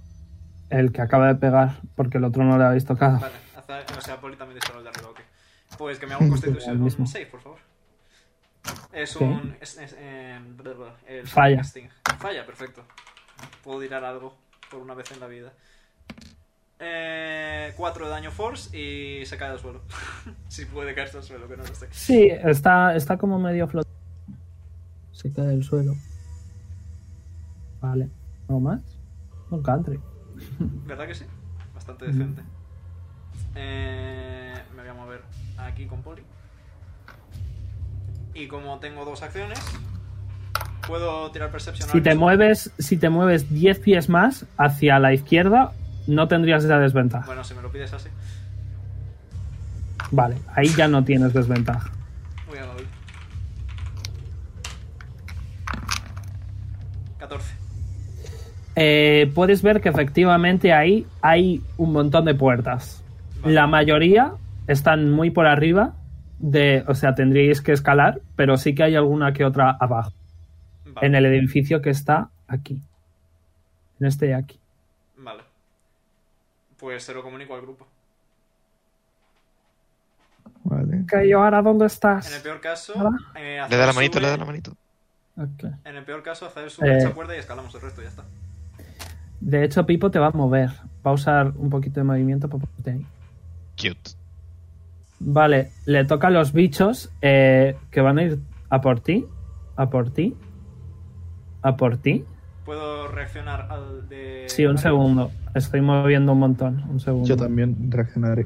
Speaker 3: El que acaba de pegar, porque el otro no le habéis tocado.
Speaker 1: Vale, hace- o sea, Poli también disparó el de arriba, ok. Pues que me haga un constitución,
Speaker 3: mismo.
Speaker 1: un 6, por favor. Es un... Es, es, eh, bla, bla, el
Speaker 3: Falla.
Speaker 1: casting. Falla, perfecto. Puedo tirar algo por una vez en la vida. Eh, 4 de daño force y se cae al suelo. si puede caerse al suelo, que no lo sé.
Speaker 3: Sí, está, está como medio flotando.
Speaker 8: Se cae del suelo.
Speaker 3: Vale. ¿No más? Un country.
Speaker 1: ¿Verdad que sí? Bastante decente. Eh, me voy a mover aquí con Poli. Y como tengo dos acciones, puedo tirar Perception
Speaker 3: Si te
Speaker 1: Arcana.
Speaker 3: mueves, si te mueves 10 pies más hacia la izquierda, no tendrías esa desventaja.
Speaker 1: Bueno, si me lo pides así.
Speaker 3: Vale, ahí ya no tienes desventaja.
Speaker 1: Muy amable. 14.
Speaker 3: Eh, puedes ver que efectivamente ahí hay un montón de puertas.
Speaker 1: Vale.
Speaker 3: La mayoría están muy por arriba de, o sea, tendríais que escalar, pero sí que hay alguna que otra abajo,
Speaker 1: Vale.
Speaker 3: en el edificio que está aquí, en este de aquí.
Speaker 1: Vale. Pues se lo comunico al grupo.
Speaker 5: Vale.
Speaker 3: Cayo, ahora dónde
Speaker 1: En el
Speaker 3: estás?
Speaker 1: peor caso,
Speaker 3: Nada.
Speaker 1: eh,
Speaker 2: Le
Speaker 1: Azael
Speaker 2: da la manito,
Speaker 1: sube-
Speaker 2: le da la manito.
Speaker 3: Ok.
Speaker 1: En el peor caso, hacer sube
Speaker 3: Eh.
Speaker 1: esa cuerda y escalamos el resto, ya está.
Speaker 3: De hecho, Pipo te va a mover. Va a usar un poquito de movimiento para ponerte ahí.
Speaker 2: Cute.
Speaker 3: Vale, le toca a los bichos eh, que van a ir a por ti, a por ti, a por ti.
Speaker 1: ¿Puedo reaccionar al de.
Speaker 3: Sí, un
Speaker 1: arriba?
Speaker 3: segundo. Estoy moviendo un montón. Un segundo.
Speaker 5: Yo también reaccionaré.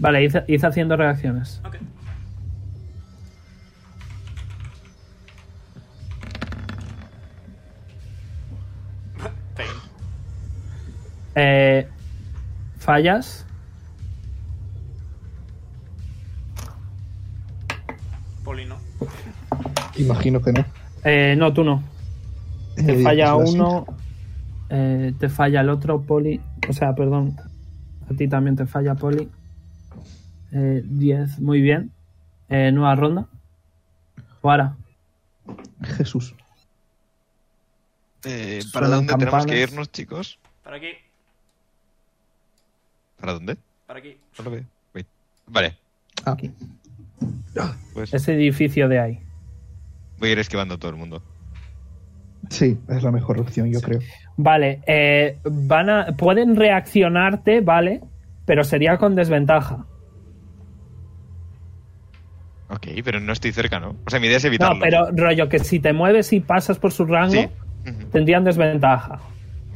Speaker 3: Vale, hice, hice haciendo reacciones.
Speaker 1: Ok. Pain.
Speaker 3: Eh, fallas.
Speaker 1: Polino.
Speaker 5: Imagino que no.
Speaker 3: Eh, no, tú no. Te
Speaker 5: Eh,
Speaker 3: falla
Speaker 5: pues,
Speaker 3: uno. eh, te falla el otro, Poli. O sea, perdón. A ti también te falla, Poli. Eh, 10, muy bien. Eh, nueva ronda. Ahora.
Speaker 5: Jesús.
Speaker 2: Eh,
Speaker 3: Suenan
Speaker 2: ¿Para dónde tenemos
Speaker 3: campanas.
Speaker 2: que irnos, chicos?
Speaker 1: Para aquí.
Speaker 2: ¿Para dónde?
Speaker 1: Para aquí.
Speaker 2: No lo veo. Wait. Vale,
Speaker 5: Ah,
Speaker 2: pues
Speaker 3: Ese edificio de ahí.
Speaker 2: voy a ir esquivando a todo el mundo.
Speaker 5: sí, es la mejor opción, yo creo.
Speaker 3: Vale, eh, van a, pueden reaccionarte, vale, pero sería con desventaja.
Speaker 2: Ok, pero no estoy cerca, ¿no? O sea, mi idea es evitarlo.
Speaker 3: No, pero rollo que si te mueves y pasas por su rango,
Speaker 2: Sí. Ujú.
Speaker 3: tendrían desventaja.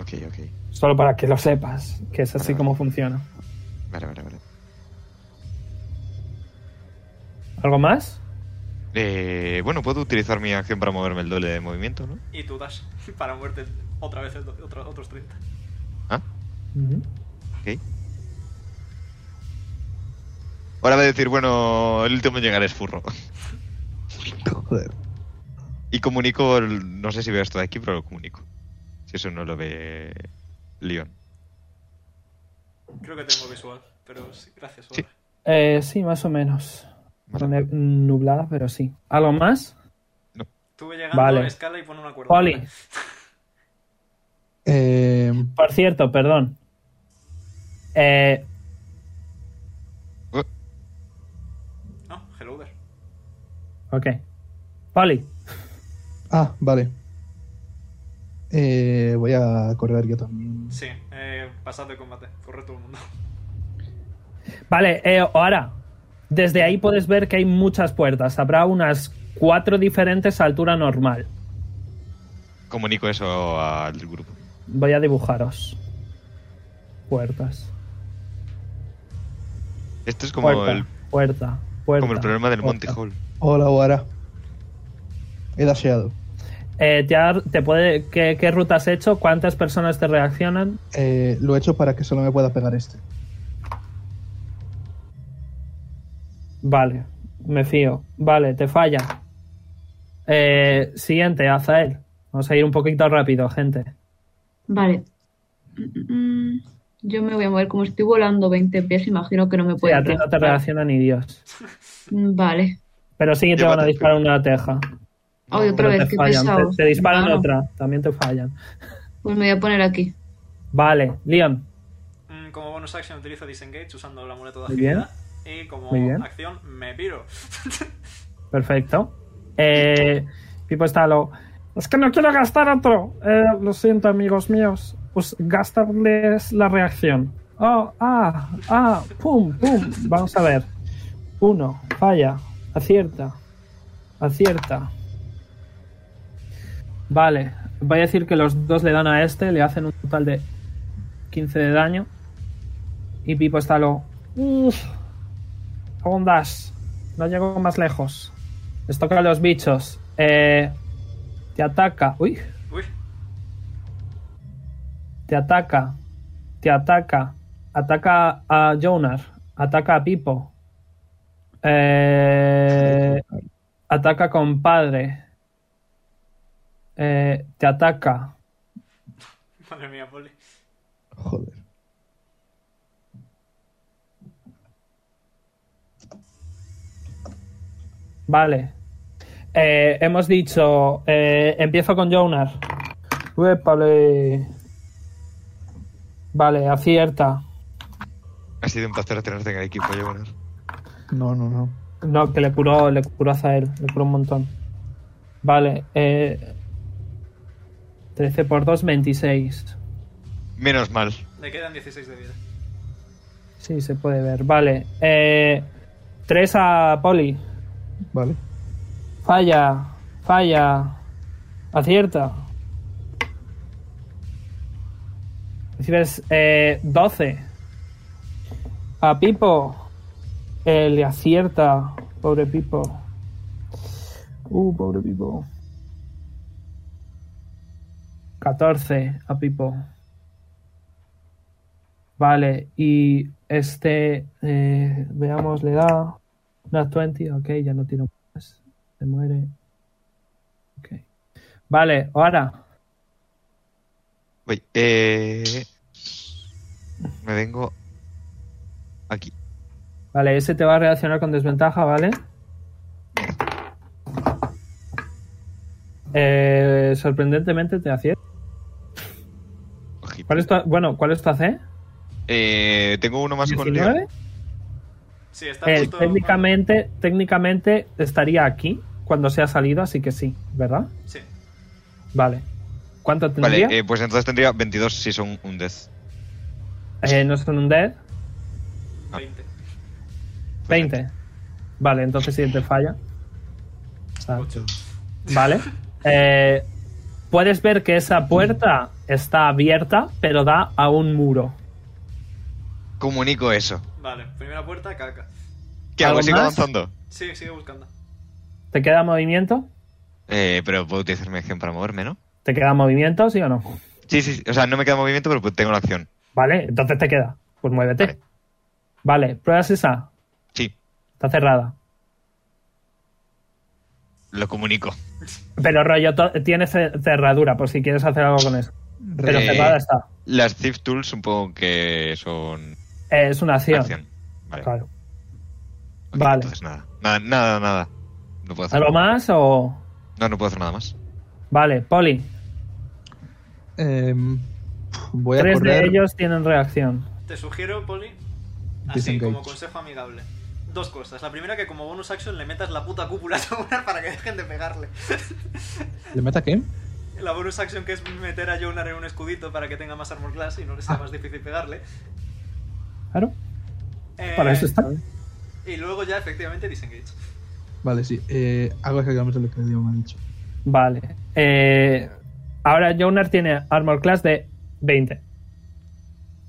Speaker 2: Ok, ok.
Speaker 3: Solo para que lo sepas, que es así como funciona.
Speaker 2: Vale, vale, vale.
Speaker 3: ¿Algo más?
Speaker 2: Eh, bueno, puedo utilizar mi acción para moverme el doble de movimiento, ¿no?
Speaker 1: Y tú das. Para muerte otra vez el do- otro- otros 30.
Speaker 2: Ah, ok. Ahora va a decir, bueno, el último en llegar es furro.
Speaker 5: Joder.
Speaker 2: Y comunico, el- no sé si veo esto de aquí, pero lo comunico. Si eso no lo ve Leon.
Speaker 1: Creo que tengo visual. Pero sí, gracias.
Speaker 2: Sí.
Speaker 1: Ola.
Speaker 3: Eh, sí, más o menos. Ne- Nublada, pero sí. ¿Algo más?
Speaker 1: Tuve llegando
Speaker 3: Vale.
Speaker 1: a escala y pone una cuerda.
Speaker 3: Poli,
Speaker 5: Eh,
Speaker 3: por cierto, perdón. Eh,
Speaker 1: No, hello there.
Speaker 3: ok. Poli,
Speaker 5: ah, vale. Eh, voy a correr yo también.
Speaker 1: Sí, eh, pasad de combate. Corre todo el mundo.
Speaker 3: Vale, eh, ahora, desde ahí puedes ver que hay muchas puertas. Habrá unas cuatro diferentes a altura normal.
Speaker 2: Comunico eso al grupo.
Speaker 3: Voy a dibujaros. Puertas.
Speaker 2: Esto es como,
Speaker 3: puerta,
Speaker 2: el,
Speaker 3: puerta, puerta.
Speaker 2: como el problema del Monty
Speaker 3: puerta.
Speaker 2: Hall.
Speaker 5: Hola, Wara. He dasheado.
Speaker 3: Eh, te ha- te puede, ¿qué, qué ruta has hecho? ¿Cuántas personas te reaccionan?
Speaker 5: Eh, lo he hecho para que solo me pueda pegar este.
Speaker 3: Vale, me fío. Vale, te falla. Eh, siguiente, Azael. Vamos a ir un poquito rápido, gente.
Speaker 4: Vale. Mm, mm, Yo me voy a mover. Como estoy volando 20 pies, imagino que no me
Speaker 3: Sí,
Speaker 4: puede. Mm,
Speaker 3: a ti no te reacciona ni Dios.
Speaker 4: Vale.
Speaker 3: Pero sí que te van a
Speaker 2: Llévate.
Speaker 3: disparar una teja.
Speaker 4: Ay, otra
Speaker 3: Pero
Speaker 4: vez,
Speaker 3: te
Speaker 4: qué
Speaker 3: fallan.
Speaker 4: pesado.
Speaker 3: Te, te disparan
Speaker 4: Bueno,
Speaker 3: otra, también te fallan.
Speaker 4: Pues me voy a poner aquí.
Speaker 3: Vale, Leon.
Speaker 1: Mm, Como bonus action utilizo disengage usando el amuleto de
Speaker 3: Muy bien.
Speaker 1: agilidad. Y como
Speaker 3: Muy bien.
Speaker 1: acción me piro.
Speaker 3: Perfecto. Eh, Pipo está lo. Es que no quiero gastar otro. Eh, lo siento, amigos míos. Pues gastarles la reacción. Oh, ah, ah, pum, pum. Vamos a ver. Uno, falla. Acierta. Acierta. Vale. Voy a decir que los dos le dan a este, le hacen un total de 15 de daño. Y Pipo está lo. Uf. Aún das. No llego más lejos. Les toca a los bichos. Eh, te ataca. Uy,
Speaker 1: Uy,
Speaker 3: te ataca. Te ataca. Ataca a Jonar. Ataca a Pipo. Eh, ataca a compadre. Eh, te ataca.
Speaker 1: madre mía, Poli.
Speaker 5: Joder.
Speaker 3: Vale. Eh, hemos dicho. eh, empiezo con Jonar. Uépale. Vale, acierta.
Speaker 2: Ha sido un placer tenerte en el equipo, Jonar.
Speaker 5: No, no, no.
Speaker 3: No, que le curó, le curó a Zael, le curó un montón. Vale, eh, 13 por 2, 26.
Speaker 2: Menos mal.
Speaker 1: Le quedan 16 de vida.
Speaker 3: Sí, se puede ver. Vale, eh, 3 a Poli.
Speaker 5: Vale.
Speaker 3: Falla, falla. Acierta. Recibes eh, 12. A Pipo. Eh, le acierta. Pobre Pipo. Uh, pobre Pipo. 14 a Pipo. Vale, y este, eh, veamos, le da una 20, ok, ya no tiro más, se muere. Ok. Vale, ahora,
Speaker 2: Voy. Eh... Me vengo aquí.
Speaker 3: vale, ese te va a reaccionar con desventaja, ¿vale? Eh, sorprendentemente te acierta.
Speaker 2: Ojito.
Speaker 3: ¿Cuál es tu, bueno, ¿cuál es tu AC?
Speaker 2: Eh, tengo uno más con Leon.
Speaker 3: ¿19?
Speaker 1: Sí, está
Speaker 3: Eh,
Speaker 1: justo.
Speaker 3: técnicamente, técnicamente estaría aquí cuando se ha salido, así que sí, ¿verdad?
Speaker 1: Sí.
Speaker 3: Vale. ¿Cuánto tendría?
Speaker 2: Vale, eh, pues entonces tendría 22 si son un death.
Speaker 3: Eh, no son un dead.
Speaker 1: 20.
Speaker 3: 20. Vale, entonces sí te falla. Ah,
Speaker 1: 8.
Speaker 3: Vale. Eh, puedes ver que esa puerta está abierta, pero da a un muro.
Speaker 2: Comunico eso.
Speaker 1: Vale, primera puerta, caca.
Speaker 2: ¿Qué hago?
Speaker 3: ¿Algo
Speaker 2: ¿Sigo
Speaker 3: más?
Speaker 2: avanzando?
Speaker 1: Sí, sigue buscando.
Speaker 3: ¿Te queda movimiento?
Speaker 2: Eh, pero puedo utilizar mi acción para moverme, ¿no?
Speaker 3: ¿Te queda movimiento, sí o no?
Speaker 2: Sí, sí, sí. O sea, no me queda movimiento, pero pues tengo la acción.
Speaker 3: Vale, entonces te queda. Pues muévete. Vale,
Speaker 2: Vale.
Speaker 3: pruebas esa.
Speaker 2: Sí,
Speaker 3: Está cerrada.
Speaker 2: lo comunico.
Speaker 3: Pero rollo, to- tiene ce- cerradura por si quieres hacer algo con eso. Pero
Speaker 2: Eh,
Speaker 3: cerrada está.
Speaker 2: Las Thief Tools supongo que son
Speaker 3: Eh, es una acción.
Speaker 2: acción. Vale.
Speaker 3: Claro.
Speaker 2: Ok,
Speaker 3: Vale.
Speaker 2: Entonces nada. Nada, nada, nada. No puedo hacer
Speaker 3: ¿Algo más o...?
Speaker 2: No, no puedo hacer nada más.
Speaker 3: Vale, Poli.
Speaker 5: Em, voy a
Speaker 3: Tres
Speaker 5: correr.
Speaker 3: de ellos tienen reacción.
Speaker 1: Te sugiero, Poli, así
Speaker 5: Disengage.
Speaker 1: como consejo amigable. Dos cosas. La primera, que como bonus action le metas la puta cúpula a Jonar para que dejen de pegarle.
Speaker 5: ¿Le meta qué?
Speaker 1: La bonus action que es meter a Jonar en un escudito para que tenga más armor class y no le
Speaker 3: Ah.
Speaker 1: sea más difícil pegarle.
Speaker 3: Claro.
Speaker 1: Eh,
Speaker 3: Para eso está.
Speaker 1: Y luego ya, efectivamente, disengage.
Speaker 5: Vale, sí. Eh, hago exactamente lo que Dios me ha dicho.
Speaker 3: Vale. Eh, ahora Jonar tiene armor class de 20.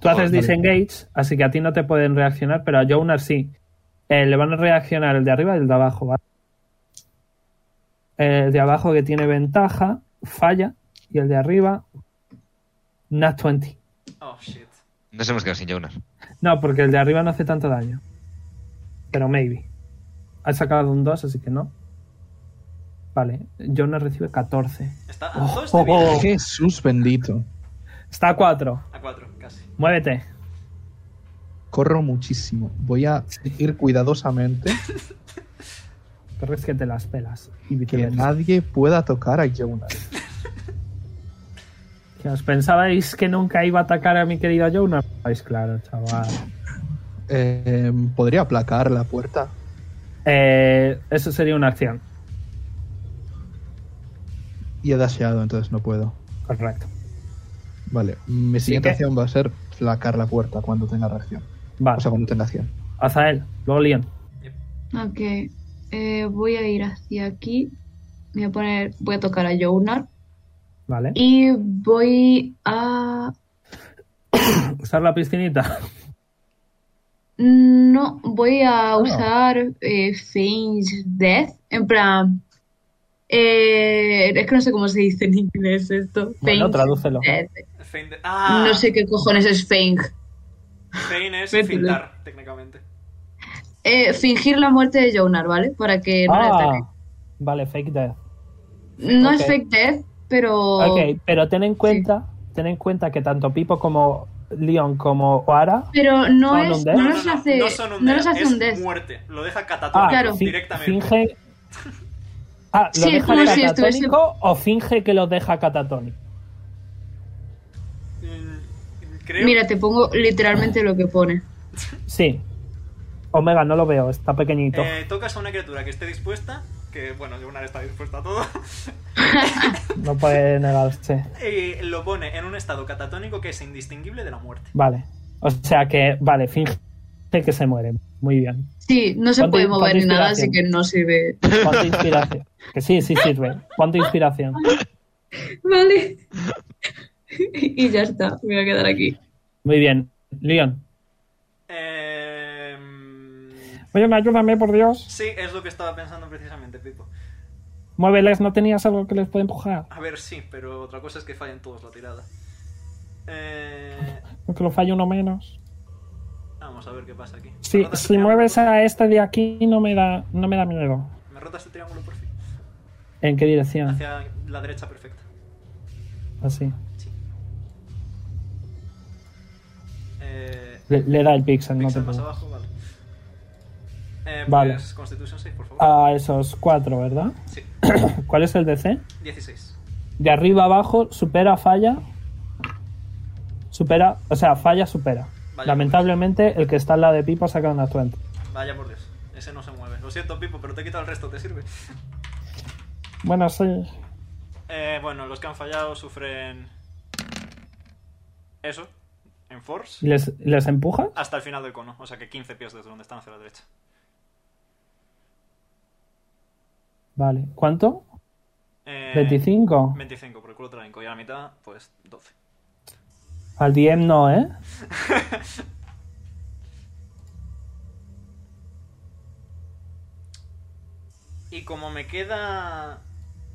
Speaker 3: Tú
Speaker 2: Oh,
Speaker 3: haces
Speaker 5: vale.
Speaker 3: disengage, así que a ti no te pueden reaccionar, pero a Jonar sí. Eh, le van a reaccionar el de arriba y el de abajo, ¿vale? El de abajo que tiene ventaja, falla, y el de arriba, nat 20.
Speaker 1: Oh, shit.
Speaker 2: Nos hemos quedado sin Jonar.
Speaker 3: No, porque el de arriba no hace tanto daño. Pero maybe. Ha sacado un 2, así que no. Vale, Jonas recibe 14.
Speaker 1: Está a dos de vida.
Speaker 5: Jesús bendito.
Speaker 3: Está a 4.
Speaker 1: A cuatro, casi.
Speaker 3: Muévete.
Speaker 5: Corro muchísimo. Voy a ir cuidadosamente
Speaker 3: Corres que te las pelas. Y
Speaker 5: que
Speaker 3: viceversa.
Speaker 5: nadie pueda tocar a Jonas.
Speaker 3: Que os pensabais que nunca iba a atacar a mi querida Jonas. Pues claro, chaval.
Speaker 5: Eh, podría aplacar la puerta.
Speaker 3: Eh, eso sería una acción.
Speaker 5: Y he dasheado, entonces no puedo.
Speaker 3: Correcto.
Speaker 5: Vale. Mi siguiente
Speaker 3: que-
Speaker 5: acción va a ser placar la puerta cuando tenga reacción.
Speaker 3: Vale.
Speaker 5: Ah, O sea, cuando tenga acción.
Speaker 3: Azael, luego Leon.
Speaker 4: Ok. eh, voy a ir hacia aquí. Voy a poner. Voy a tocar a Jonar.
Speaker 3: Vale.
Speaker 4: Y voy a.
Speaker 3: Usar la piscinita.
Speaker 4: No, voy a
Speaker 3: Oh.
Speaker 4: usar eh, Feigned Death. En plan. eh, es que no sé cómo se dice en inglés esto.
Speaker 3: Bueno,
Speaker 4: Feigned
Speaker 3: tradúcelo.
Speaker 4: Death.
Speaker 1: Fein de- ¡Ah!
Speaker 4: No sé qué cojones es Feign.
Speaker 1: Fein es
Speaker 4: Métele.
Speaker 1: fintar, técnicamente.
Speaker 4: Eh, fingir la muerte de Jonar, ¿vale? Para que no le ataque.
Speaker 3: Ah, vale, fake death.
Speaker 4: No
Speaker 3: ok.
Speaker 4: es fake death, pero.
Speaker 3: Ok, pero ten en cuenta, ten en cuenta que tanto Pipo como Leon como Oara.
Speaker 4: Pero no
Speaker 3: ¿Son un
Speaker 4: es.
Speaker 3: death?
Speaker 4: No los hace.
Speaker 1: no son un
Speaker 4: no
Speaker 1: death,
Speaker 4: los hace
Speaker 1: es
Speaker 4: un death.
Speaker 1: muerte. Lo deja catatónico
Speaker 3: Ah,
Speaker 4: Claro.
Speaker 3: fi-
Speaker 1: directamente.
Speaker 3: Finge. Ah, ¿lo
Speaker 4: Sí, es
Speaker 3: deja
Speaker 4: como si
Speaker 3: catatónico
Speaker 4: estuviese-
Speaker 3: o finge que lo deja catatónico?
Speaker 1: Mm, Creo
Speaker 4: Mira, te pongo literalmente lo que pone.
Speaker 3: Sí. Omega, no lo veo, está pequeñito.
Speaker 1: eh, tocas a una criatura que esté dispuesta, que bueno, Jonar está dispuesta a todo,
Speaker 3: No puede negarse.
Speaker 1: y lo pone en un estado catatónico que es indistinguible de la muerte.
Speaker 3: Vale. O sea que, vale, finge que se muere. Muy bien.
Speaker 4: Sí, no se
Speaker 3: Ponte-
Speaker 4: puede mover
Speaker 3: ponte
Speaker 4: ni nada, así
Speaker 3: inspiración.
Speaker 4: que no se ve.
Speaker 3: Ponte inspiración. Que sí, sí sirve. Ponte inspiración.
Speaker 4: Vale. y ya está, me voy a quedar aquí.
Speaker 3: Muy bien. Leon.
Speaker 1: Eh, mm,
Speaker 3: Oye, ayúdame, por Dios.
Speaker 1: sí, es lo que estaba pensando precisamente, Pipo.
Speaker 3: Muéveles, ¿no tenías algo que les puede empujar?
Speaker 1: A ver, sí, pero otra cosa es que fallen todos la tirada. Eh,
Speaker 3: Aunque lo falle uno menos.
Speaker 1: vamos a ver qué pasa aquí.
Speaker 3: Sí,
Speaker 1: ¿Me rotas el
Speaker 3: si
Speaker 1: triángulo,
Speaker 3: mueves
Speaker 1: por
Speaker 3: a este de aquí, no me da, no me da miedo.
Speaker 1: fin? ¿Me rotas el triángulo por fin?
Speaker 3: ¿En qué dirección?
Speaker 1: Hacia la derecha perfecta.
Speaker 3: Así.
Speaker 1: Eh,
Speaker 3: Le, le da el pixel, no te
Speaker 1: pixel más
Speaker 3: preocupes.
Speaker 1: abajo, vale. Eh,
Speaker 3: Vale. Ah.
Speaker 1: pues Constitution 6, por favor.
Speaker 3: A esos cuatro, ¿verdad?
Speaker 1: Sí,
Speaker 3: ¿Cuál es el DC?
Speaker 1: 16.
Speaker 3: De arriba a abajo, supera, falla. Supera, o sea, falla, supera.
Speaker 1: Vaya,
Speaker 3: Lamentablemente, el que está al lado de Pipo saca una 20.
Speaker 1: Vaya por Dios, ese no se mueve. Lo siento, Pipo, pero te he quitado el resto, ¿te sirve?
Speaker 3: Bueno, sí.
Speaker 1: Eh, bueno, los que han fallado sufren. Eso, en Force.
Speaker 3: ¿Les, les empuja?
Speaker 1: Hasta el final del cono, o sea que 15 pies desde donde están hacia la derecha.
Speaker 3: Vale. ¿Cuánto?
Speaker 1: Eh,
Speaker 3: ¿25?
Speaker 1: 25, por el culo trágico. Y a la mitad, pues 12.
Speaker 3: Al DM no, ¿eh?
Speaker 1: Y como me queda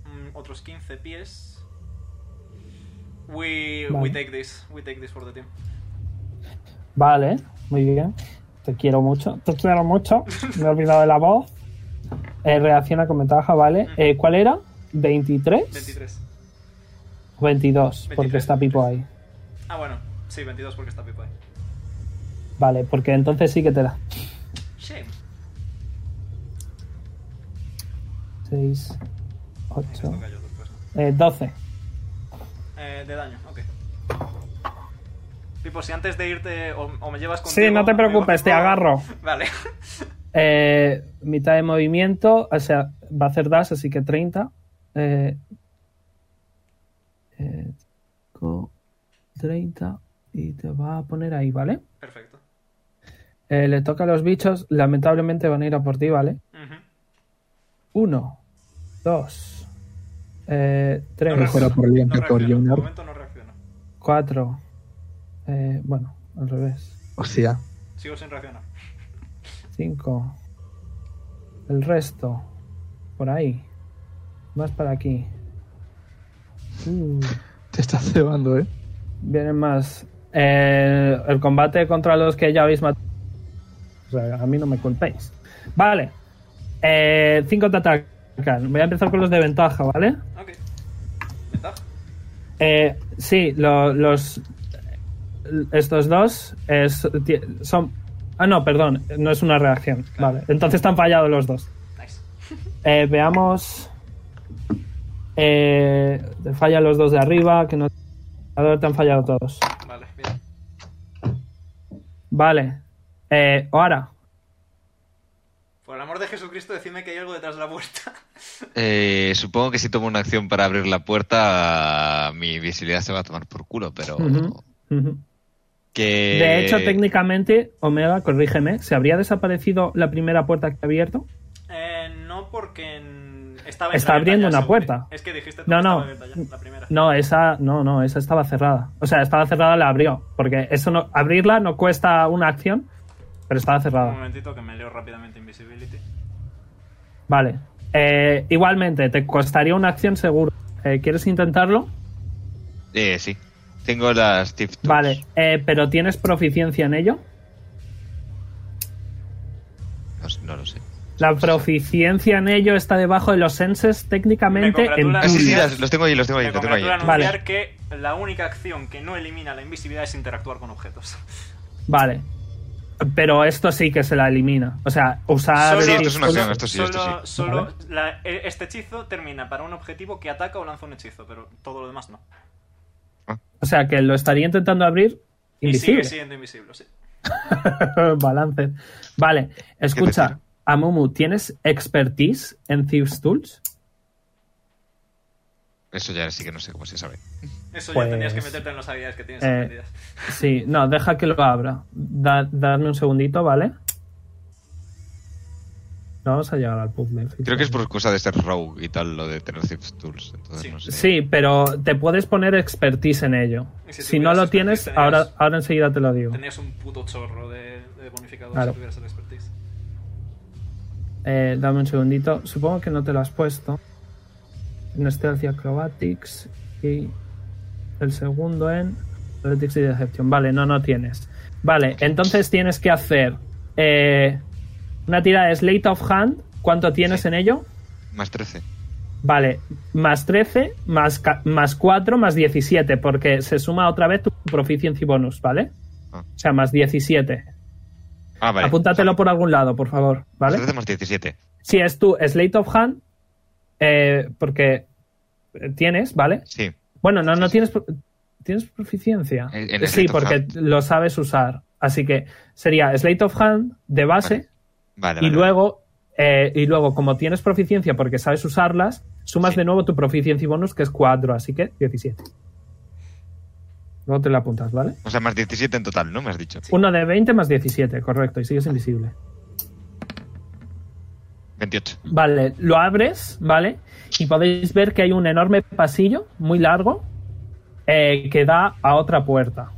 Speaker 1: mm, otros 15 pies, we, we
Speaker 3: Vale.
Speaker 1: take this, we take this for the team.
Speaker 3: Vale, muy bien. Te quiero mucho, te quiero mucho. Me he olvidado de la voz. Eh, reacciona con ventaja, ¿vale? Eh, ¿Cuál era? ¿23?
Speaker 1: 23.
Speaker 3: 22, porque
Speaker 1: 23,
Speaker 3: está Pipo ahí.
Speaker 1: Ah, bueno, sí, 22 porque está Pipo ahí.
Speaker 3: Vale, porque entonces sí que te da.
Speaker 1: Shame.
Speaker 3: 6,
Speaker 1: Esto
Speaker 3: 8,
Speaker 1: cayó después, ¿no?
Speaker 3: eh, 12.
Speaker 1: Eh, de daño, ok. Pipo, si antes de irte o, o me llevas contigo...
Speaker 3: Sí, no te
Speaker 1: amigo
Speaker 3: preocupes, te
Speaker 1: Pipo.
Speaker 3: agarro.
Speaker 1: Vale.
Speaker 3: Eh, mitad de movimiento, o sea, va a hacer dash, así que 30. Eh,
Speaker 8: Eh, co- 30 y te va a poner ahí, ¿vale?
Speaker 1: Perfecto.
Speaker 3: eh, le toca a los bichos, lamentablemente van a ir a por ti, ¿vale?
Speaker 1: Ujú.
Speaker 3: 1, 2, eh,
Speaker 1: No
Speaker 3: 3,
Speaker 5: fuera
Speaker 1: reacciono,
Speaker 5: por Liam,
Speaker 1: no
Speaker 5: que por
Speaker 1: reacciono, de
Speaker 5: Junior.
Speaker 1: momento no reacciono.
Speaker 3: 4. Eh, Bueno, al revés.
Speaker 5: O sea,
Speaker 1: Sigo sin reaccionar.
Speaker 3: 5. El resto. Por ahí. Más para aquí. Uh,
Speaker 5: te estás cebando, ¿eh?
Speaker 3: vienen más. Eh, el combate contra los que ya habéis matado. O sea, a mí no me culpéis. Vale. Eh, cinco te atacan. Voy a empezar con los de ventaja, ¿vale?
Speaker 1: Ok. Ventaja.
Speaker 3: Eh, sí, lo- los. Estos dos es- ti- son. Ah, no, perdón, no es una reacción. Vale, entonces están fallados los dos.
Speaker 1: Nice.
Speaker 3: Eh, veamos. Eh, te fallan los dos de arriba, que no. Ahora te han fallado todos.
Speaker 1: Vale, bien.
Speaker 3: Vale. Eh, ahora.
Speaker 1: Por el amor de Jesucristo, decidme que hay algo detrás de la puerta.
Speaker 2: Eh, supongo que si tomo una acción para abrir la puerta, mi visibilidad se va a tomar por culo, pero...
Speaker 3: Ujú, ujú.
Speaker 2: que...
Speaker 3: De hecho, técnicamente, Omega, corrígeme, ¿se habría desaparecido la primera puerta que ha abierto?
Speaker 1: Eh, no, porque en- estaba entreabierta
Speaker 3: Está abriendo
Speaker 1: ya,
Speaker 3: una
Speaker 1: seguro.
Speaker 3: puerta.
Speaker 1: Es que dijiste
Speaker 3: No,
Speaker 1: estaba
Speaker 3: no.
Speaker 1: abierta ya, la primera.
Speaker 3: No, esa, no, no, esa estaba cerrada. O sea, estaba cerrada, la abrió. Porque eso no, abrirla no cuesta una acción, pero estaba
Speaker 1: Un
Speaker 3: cerrada.
Speaker 1: momentito que me leo rápidamente Invisibility.
Speaker 3: Vale. Eh, igualmente, te costaría una acción seguro. Eh, ¿Quieres intentarlo?
Speaker 2: Eh, sí. Tengo las Steve Tools.
Speaker 3: Vale. Eh, ¿Pero tienes proficiencia en ello?
Speaker 2: No, s- no lo sé.
Speaker 3: La proficiencia en ello está debajo de los senses técnicamente
Speaker 1: Me
Speaker 3: en
Speaker 1: congratula-
Speaker 2: Ah, sí, sí,
Speaker 1: Anunciar-
Speaker 2: las- los tengo ahí, los tengo ahí,
Speaker 1: Me
Speaker 2: los tengo ahí.
Speaker 1: congratula
Speaker 3: Vale.
Speaker 1: anunciar que la única acción que no elimina la invisibilidad es interactuar con objetos.
Speaker 3: Vale. Pero esto sí que se la elimina. O sea, usar.
Speaker 1: Solo-
Speaker 2: sí, esto es una
Speaker 3: solo-
Speaker 2: acción, esto sí, esto
Speaker 1: solo-
Speaker 2: sí.
Speaker 1: solo
Speaker 3: Vale.
Speaker 1: la- e- este hechizo termina para un objetivo que ataca o lanza un hechizo, pero todo lo demás no.
Speaker 3: O sea, que lo estaría intentando abrir invisible.
Speaker 1: Y sigue siendo invisible, sí.
Speaker 3: Balance. Vale,
Speaker 2: decir?
Speaker 3: escucha, Amumu, ¿tienes expertise en Thieves Tools?
Speaker 2: Eso ya sí que no sé cómo se sabe.
Speaker 1: Eso
Speaker 3: Pues-
Speaker 1: ya tendrías que meterte en las habilidades que tienes
Speaker 3: Eh,
Speaker 1: aprendidas.
Speaker 3: Sí, no, deja que lo abra. Da- dadme un segundito, ¿vale? No vamos a llegar al puzzle.
Speaker 2: Creo que es por cosa de ser rogue y tal, lo de tener Steve Tools. Entonces
Speaker 1: Sí.
Speaker 2: no sé.
Speaker 3: Sí, pero te puedes poner expertise en ello.
Speaker 1: Y si
Speaker 3: Si, no
Speaker 1: tuvieras
Speaker 3: lo tienes,
Speaker 1: expertise,
Speaker 3: ahora,
Speaker 1: tenías-
Speaker 3: ahora enseguida te lo digo.
Speaker 1: Tenías un puto chorro de, de bonificador
Speaker 3: Claro.
Speaker 1: si tuvieras el expertise.
Speaker 3: Eh, dame un segundito. Supongo que no te lo has puesto. En Stealth y Acrobatics. Y el segundo en Athletics y Deception. Vale, no, no tienes. Vale, entonces tienes que hacer eh, una tirada de Slate of Hand. ¿Cuánto tienes en ello?
Speaker 2: Más 13.
Speaker 3: Vale, más 13, más, ca- más 4, más 17, porque se suma otra vez tu proficiency bonus, ¿vale?
Speaker 2: Ah.
Speaker 3: O sea, más 17.
Speaker 2: Ah, vale.
Speaker 3: Apúntatelo por algún lado, por favor, ¿vale?
Speaker 2: 13 más 17.
Speaker 3: Si es tu Slate of Hand, eh, porque eh, tienes, ¿vale?
Speaker 2: Sí.
Speaker 3: Bueno, no,
Speaker 2: Sí,
Speaker 3: no
Speaker 2: sí.
Speaker 3: tienes, pro- tienes proficiencia.
Speaker 2: En- en
Speaker 3: sí,
Speaker 2: Slate of
Speaker 3: porque
Speaker 2: Hand.
Speaker 3: lo sabes usar. Así que sería Slate of Hand de base
Speaker 2: Vale, Vale,
Speaker 3: y
Speaker 2: vale,
Speaker 3: luego, eh, y luego como tienes proficiencia porque sabes usarlas, sumas
Speaker 2: Sí.
Speaker 3: de nuevo tu proficiencia y bonus que es 4, así que 17. Luego te lo apuntas, ¿vale?
Speaker 2: vale. O sea, más 17 en total, ¿no? Me has dicho.
Speaker 3: Uno de 20 más 17, correcto, y sigues invisible.
Speaker 2: 28.
Speaker 3: Vale, lo abres, ¿vale? Y podéis ver que hay un enorme pasillo muy largo eh, que da a otra puerta.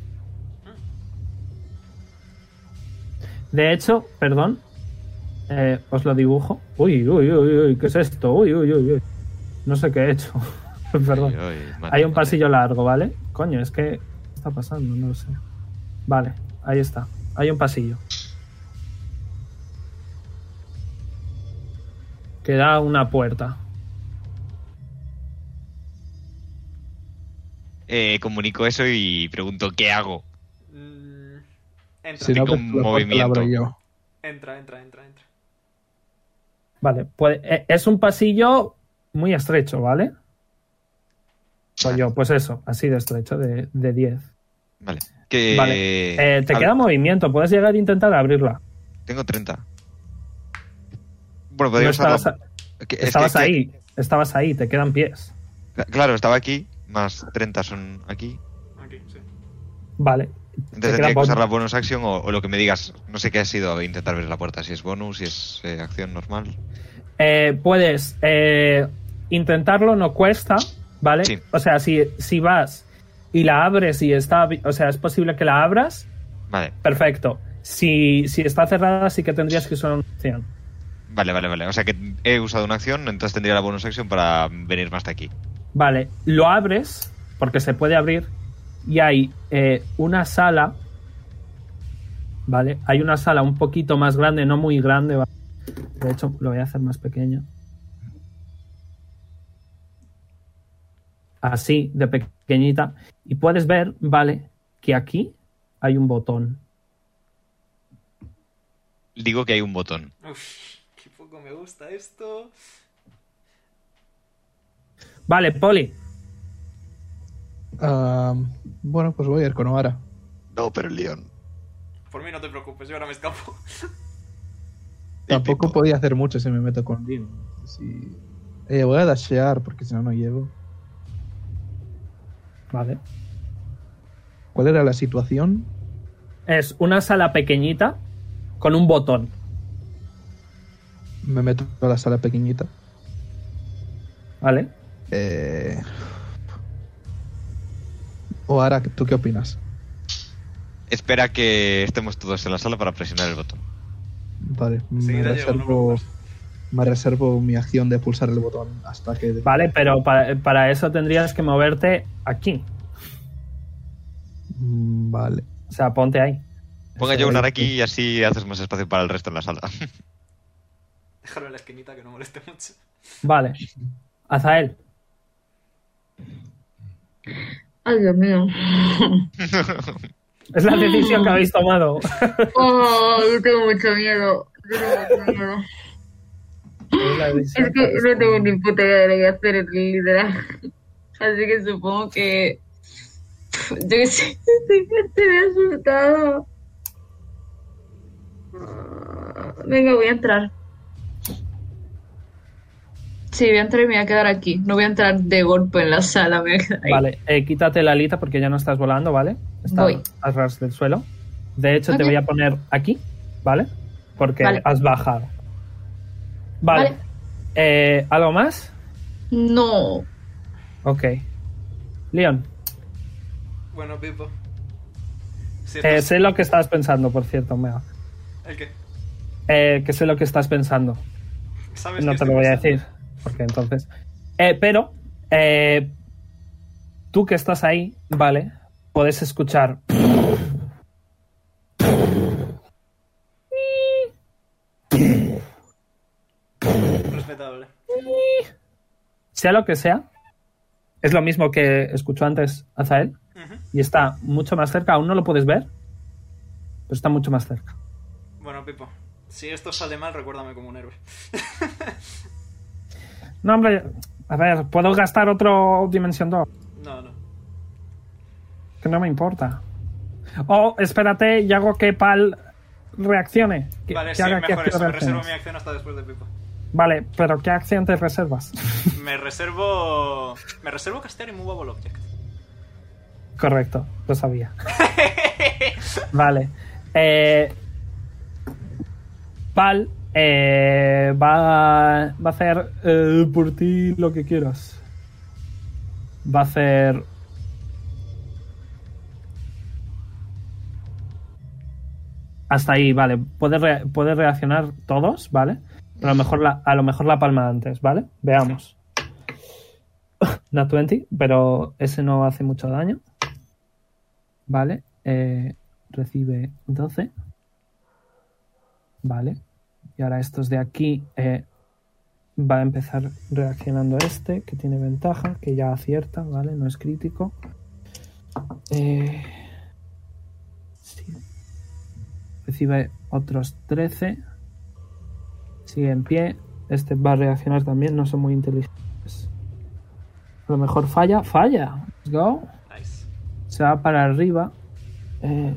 Speaker 3: De hecho, perdón, eh, os lo dibujo. Uy, uy, uy, uy, ¿qué es esto? Uy, uy, uy, uy. No sé qué he hecho. perdón.
Speaker 2: Ay, ay, madre,
Speaker 3: Hay un
Speaker 2: madre.
Speaker 3: pasillo largo, ¿vale? Coño, es que ¿qué está pasando, no lo sé. Vale, ahí está. Hay un pasillo. Que da a una puerta.
Speaker 2: Eh, comunico eso y pregunto, ¿qué hago?
Speaker 1: Mm, entra,
Speaker 5: Si no,
Speaker 2: Pico
Speaker 5: pues,
Speaker 2: un
Speaker 5: la puerta la abro
Speaker 2: movimiento.
Speaker 5: yo.
Speaker 1: entra, entra, entra, entra.
Speaker 3: Vale, pues eh, es un pasillo muy estrecho, ¿vale? Coño, pues eso, así de estrecho, de de 10.
Speaker 2: Vale. Que...
Speaker 3: Vale, eh, te
Speaker 2: Ab-
Speaker 3: queda movimiento, puedes llegar a intentar abrirla.
Speaker 2: Tengo 30. Bueno,
Speaker 3: No
Speaker 2: podría usarlo.
Speaker 3: estabas,
Speaker 2: Que- es que-
Speaker 3: estabas
Speaker 2: que-
Speaker 3: ahí, estabas ahí, te quedan pies.
Speaker 2: Cla- Claro, estaba aquí, más 30 son aquí.
Speaker 1: Aquí, sí.
Speaker 3: Vale,
Speaker 2: Entonces
Speaker 3: queda
Speaker 2: tendría que
Speaker 3: bonus.
Speaker 2: usar la bonus action o, o lo que me digas. No sé qué ha sido intentar abrir la puerta, si es bonus, si es eh, acción normal.
Speaker 3: Eh, puedes eh, intentarlo, no cuesta, ¿vale?
Speaker 2: Sí.
Speaker 3: O sea, si, si vas y la abres y está, abi- o sea, es posible que la abras,
Speaker 2: Vale,
Speaker 3: perfecto. Si, si está cerrada, sí que tendrías que usar una opción.
Speaker 2: vale, vale, vale. O sea que he usado una acción, entonces tendría la bonus action para venir más de aquí.
Speaker 3: Vale, lo abres, porque se puede abrir, y hay eh, una sala, ¿vale? Hay una sala un poquito más grande, no muy grande, ¿vale? De hecho, lo voy a hacer más pequeño. Así, de pequeñita. Y puedes ver, vale, que aquí hay un botón.
Speaker 2: Digo que hay un botón.
Speaker 1: Uf, qué poco me gusta esto.
Speaker 3: Vale, Poli,
Speaker 5: Ah, bueno, pues voy a ir con Oara.
Speaker 9: No, pero Leon.
Speaker 1: Por mí no te preocupes, yo ahora me escapo.
Speaker 5: Tampoco
Speaker 9: Típico.
Speaker 5: podía hacer mucho si me meto con Lin. Si- Eh, voy a dashear porque si no, no llevo.
Speaker 3: vale.
Speaker 5: ¿Cuál era la situación?
Speaker 3: Es una sala pequeñita con un botón.
Speaker 5: Me meto a la sala pequeñita.
Speaker 3: ¿Vale?
Speaker 5: Eh... Oara, ¿tú qué opinas?
Speaker 2: Espera que estemos todos en la sala para presionar el botón.
Speaker 5: Vale, me
Speaker 1: Enseguida llego, no
Speaker 5: reservo,
Speaker 1: preocupes.
Speaker 5: me reservo mi acción de pulsar el botón hasta que...
Speaker 3: Vale, pero para, para eso tendrías que moverte aquí.
Speaker 5: Mm, Vale.
Speaker 3: O sea, ponte ahí.
Speaker 2: Ponga
Speaker 5: Eso
Speaker 2: yo un
Speaker 5: es-
Speaker 2: araki y así haces más espacio para el resto en la sala.
Speaker 1: Déjalo en la esquinita que no moleste mucho.
Speaker 3: Vale. Azael,
Speaker 4: Ay, Dios mío.
Speaker 3: es la decisión que habéis tomado.
Speaker 4: Oh, yo tengo mucho miedo. Yo tengo mucho miedo.
Speaker 3: Es la decisión
Speaker 4: Es
Speaker 3: que
Speaker 4: que
Speaker 3: habéis
Speaker 4: no tengo
Speaker 3: tomado.
Speaker 4: ni puta idea de lo que hacer, literal. Así que supongo que. Yo qué sé, estoy bastante asustada. Ah, Venga, voy a entrar. Sí, voy a entrar y me voy a quedar aquí. No voy a entrar de golpe en la sala, me voy a quedar ahí.
Speaker 3: Vale, eh, quítate la alita porque ya no estás volando, ¿vale? Estás
Speaker 4: Voy.
Speaker 3: a ras del suelo. De hecho, te
Speaker 4: Ok.
Speaker 3: voy a poner aquí, ¿vale? Porque
Speaker 4: Vale.
Speaker 3: has bajado. Vale.
Speaker 4: Vale.
Speaker 3: Eh, ¿Algo más?
Speaker 4: No.
Speaker 3: Ok. Leon,
Speaker 1: Bueno, Pipo. Si
Speaker 3: eh,
Speaker 1: estás-
Speaker 3: sé lo que estás pensando, por cierto, Mega.
Speaker 1: ¿El qué?
Speaker 3: Eh, que sé lo que estás pensando.
Speaker 1: ¿Sabes
Speaker 3: No
Speaker 1: qué
Speaker 3: te
Speaker 1: estoy
Speaker 3: lo voy a
Speaker 1: pensando?
Speaker 3: decir, porque entonces... Eh, pero, eh, tú que estás ahí, ¿vale? Puedes escuchar...
Speaker 1: Respetable.
Speaker 3: sea lo que sea, es lo mismo que escuchó antes Azael
Speaker 1: Ujú.
Speaker 3: y está mucho más cerca. Aún no lo puedes ver, pero está mucho más cerca.
Speaker 1: Bueno, Pipo. Si esto sale mal, recuérdame como un héroe.
Speaker 3: No, hombre, a ver, puedo gastar otro Dimension 2,
Speaker 1: No, no.
Speaker 3: que no me importa. O espérate y hago que Pal reaccione. Que,
Speaker 1: Vale,
Speaker 3: que
Speaker 1: sí,
Speaker 3: haga que
Speaker 1: mejor eso.
Speaker 3: accione
Speaker 1: Me reservo mi
Speaker 3: reacciones.
Speaker 1: acción hasta después de Pipo.
Speaker 3: Vale, pero ¿qué acción te reservas?
Speaker 1: Me reservo. Me reservo castear Immovable Object.
Speaker 3: Correcto, lo sabía. vale. Eh, Pal eh, va, va a hacer eh, por ti lo que quieras. Va a hacer... Hasta ahí, vale. Puedes re- puedes reaccionar todos, ¿vale? Pero a lo mejor la, a lo mejor la palma antes, ¿vale? Veamos. Nat 20, pero ese no hace mucho daño. Vale. eh, recibe 12. Vale. Y ahora estos de aquí eh, va a empezar reaccionando este, que tiene ventaja, que ya acierta, ¿vale? No es crítico. Eh, sí. Recibe otros 13. Sigue en pie. Este va a reaccionar también, no son muy inteligentes. A lo mejor falla, falla. Let's go.
Speaker 1: Nice.
Speaker 3: Se va para arriba. Eh,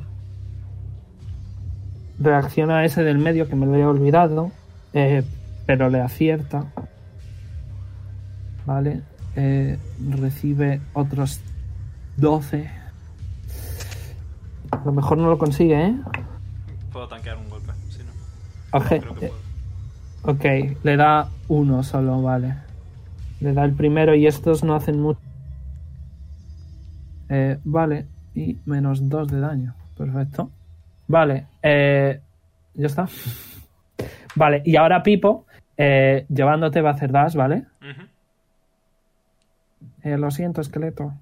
Speaker 3: reacciona a ese del medio que me lo he olvidado. eh, pero le acierta. Vale. eh, recibe otros 12. A lo mejor no lo consigue, ¿eh?
Speaker 1: Puedo tanquear un golpe, si no.
Speaker 3: Oje- eh,
Speaker 1: Creo que puedo.
Speaker 3: Ok, le da uno solo, vale. Le da el primero y estos no hacen mucho. Eh, vale, y menos dos de daño. Perfecto. Vale, eh, ya está. Vale, y ahora Pipo, eh, llevándote va a hacer dash, ¿vale?
Speaker 1: Ujú.
Speaker 3: Eh, lo siento, esqueleto.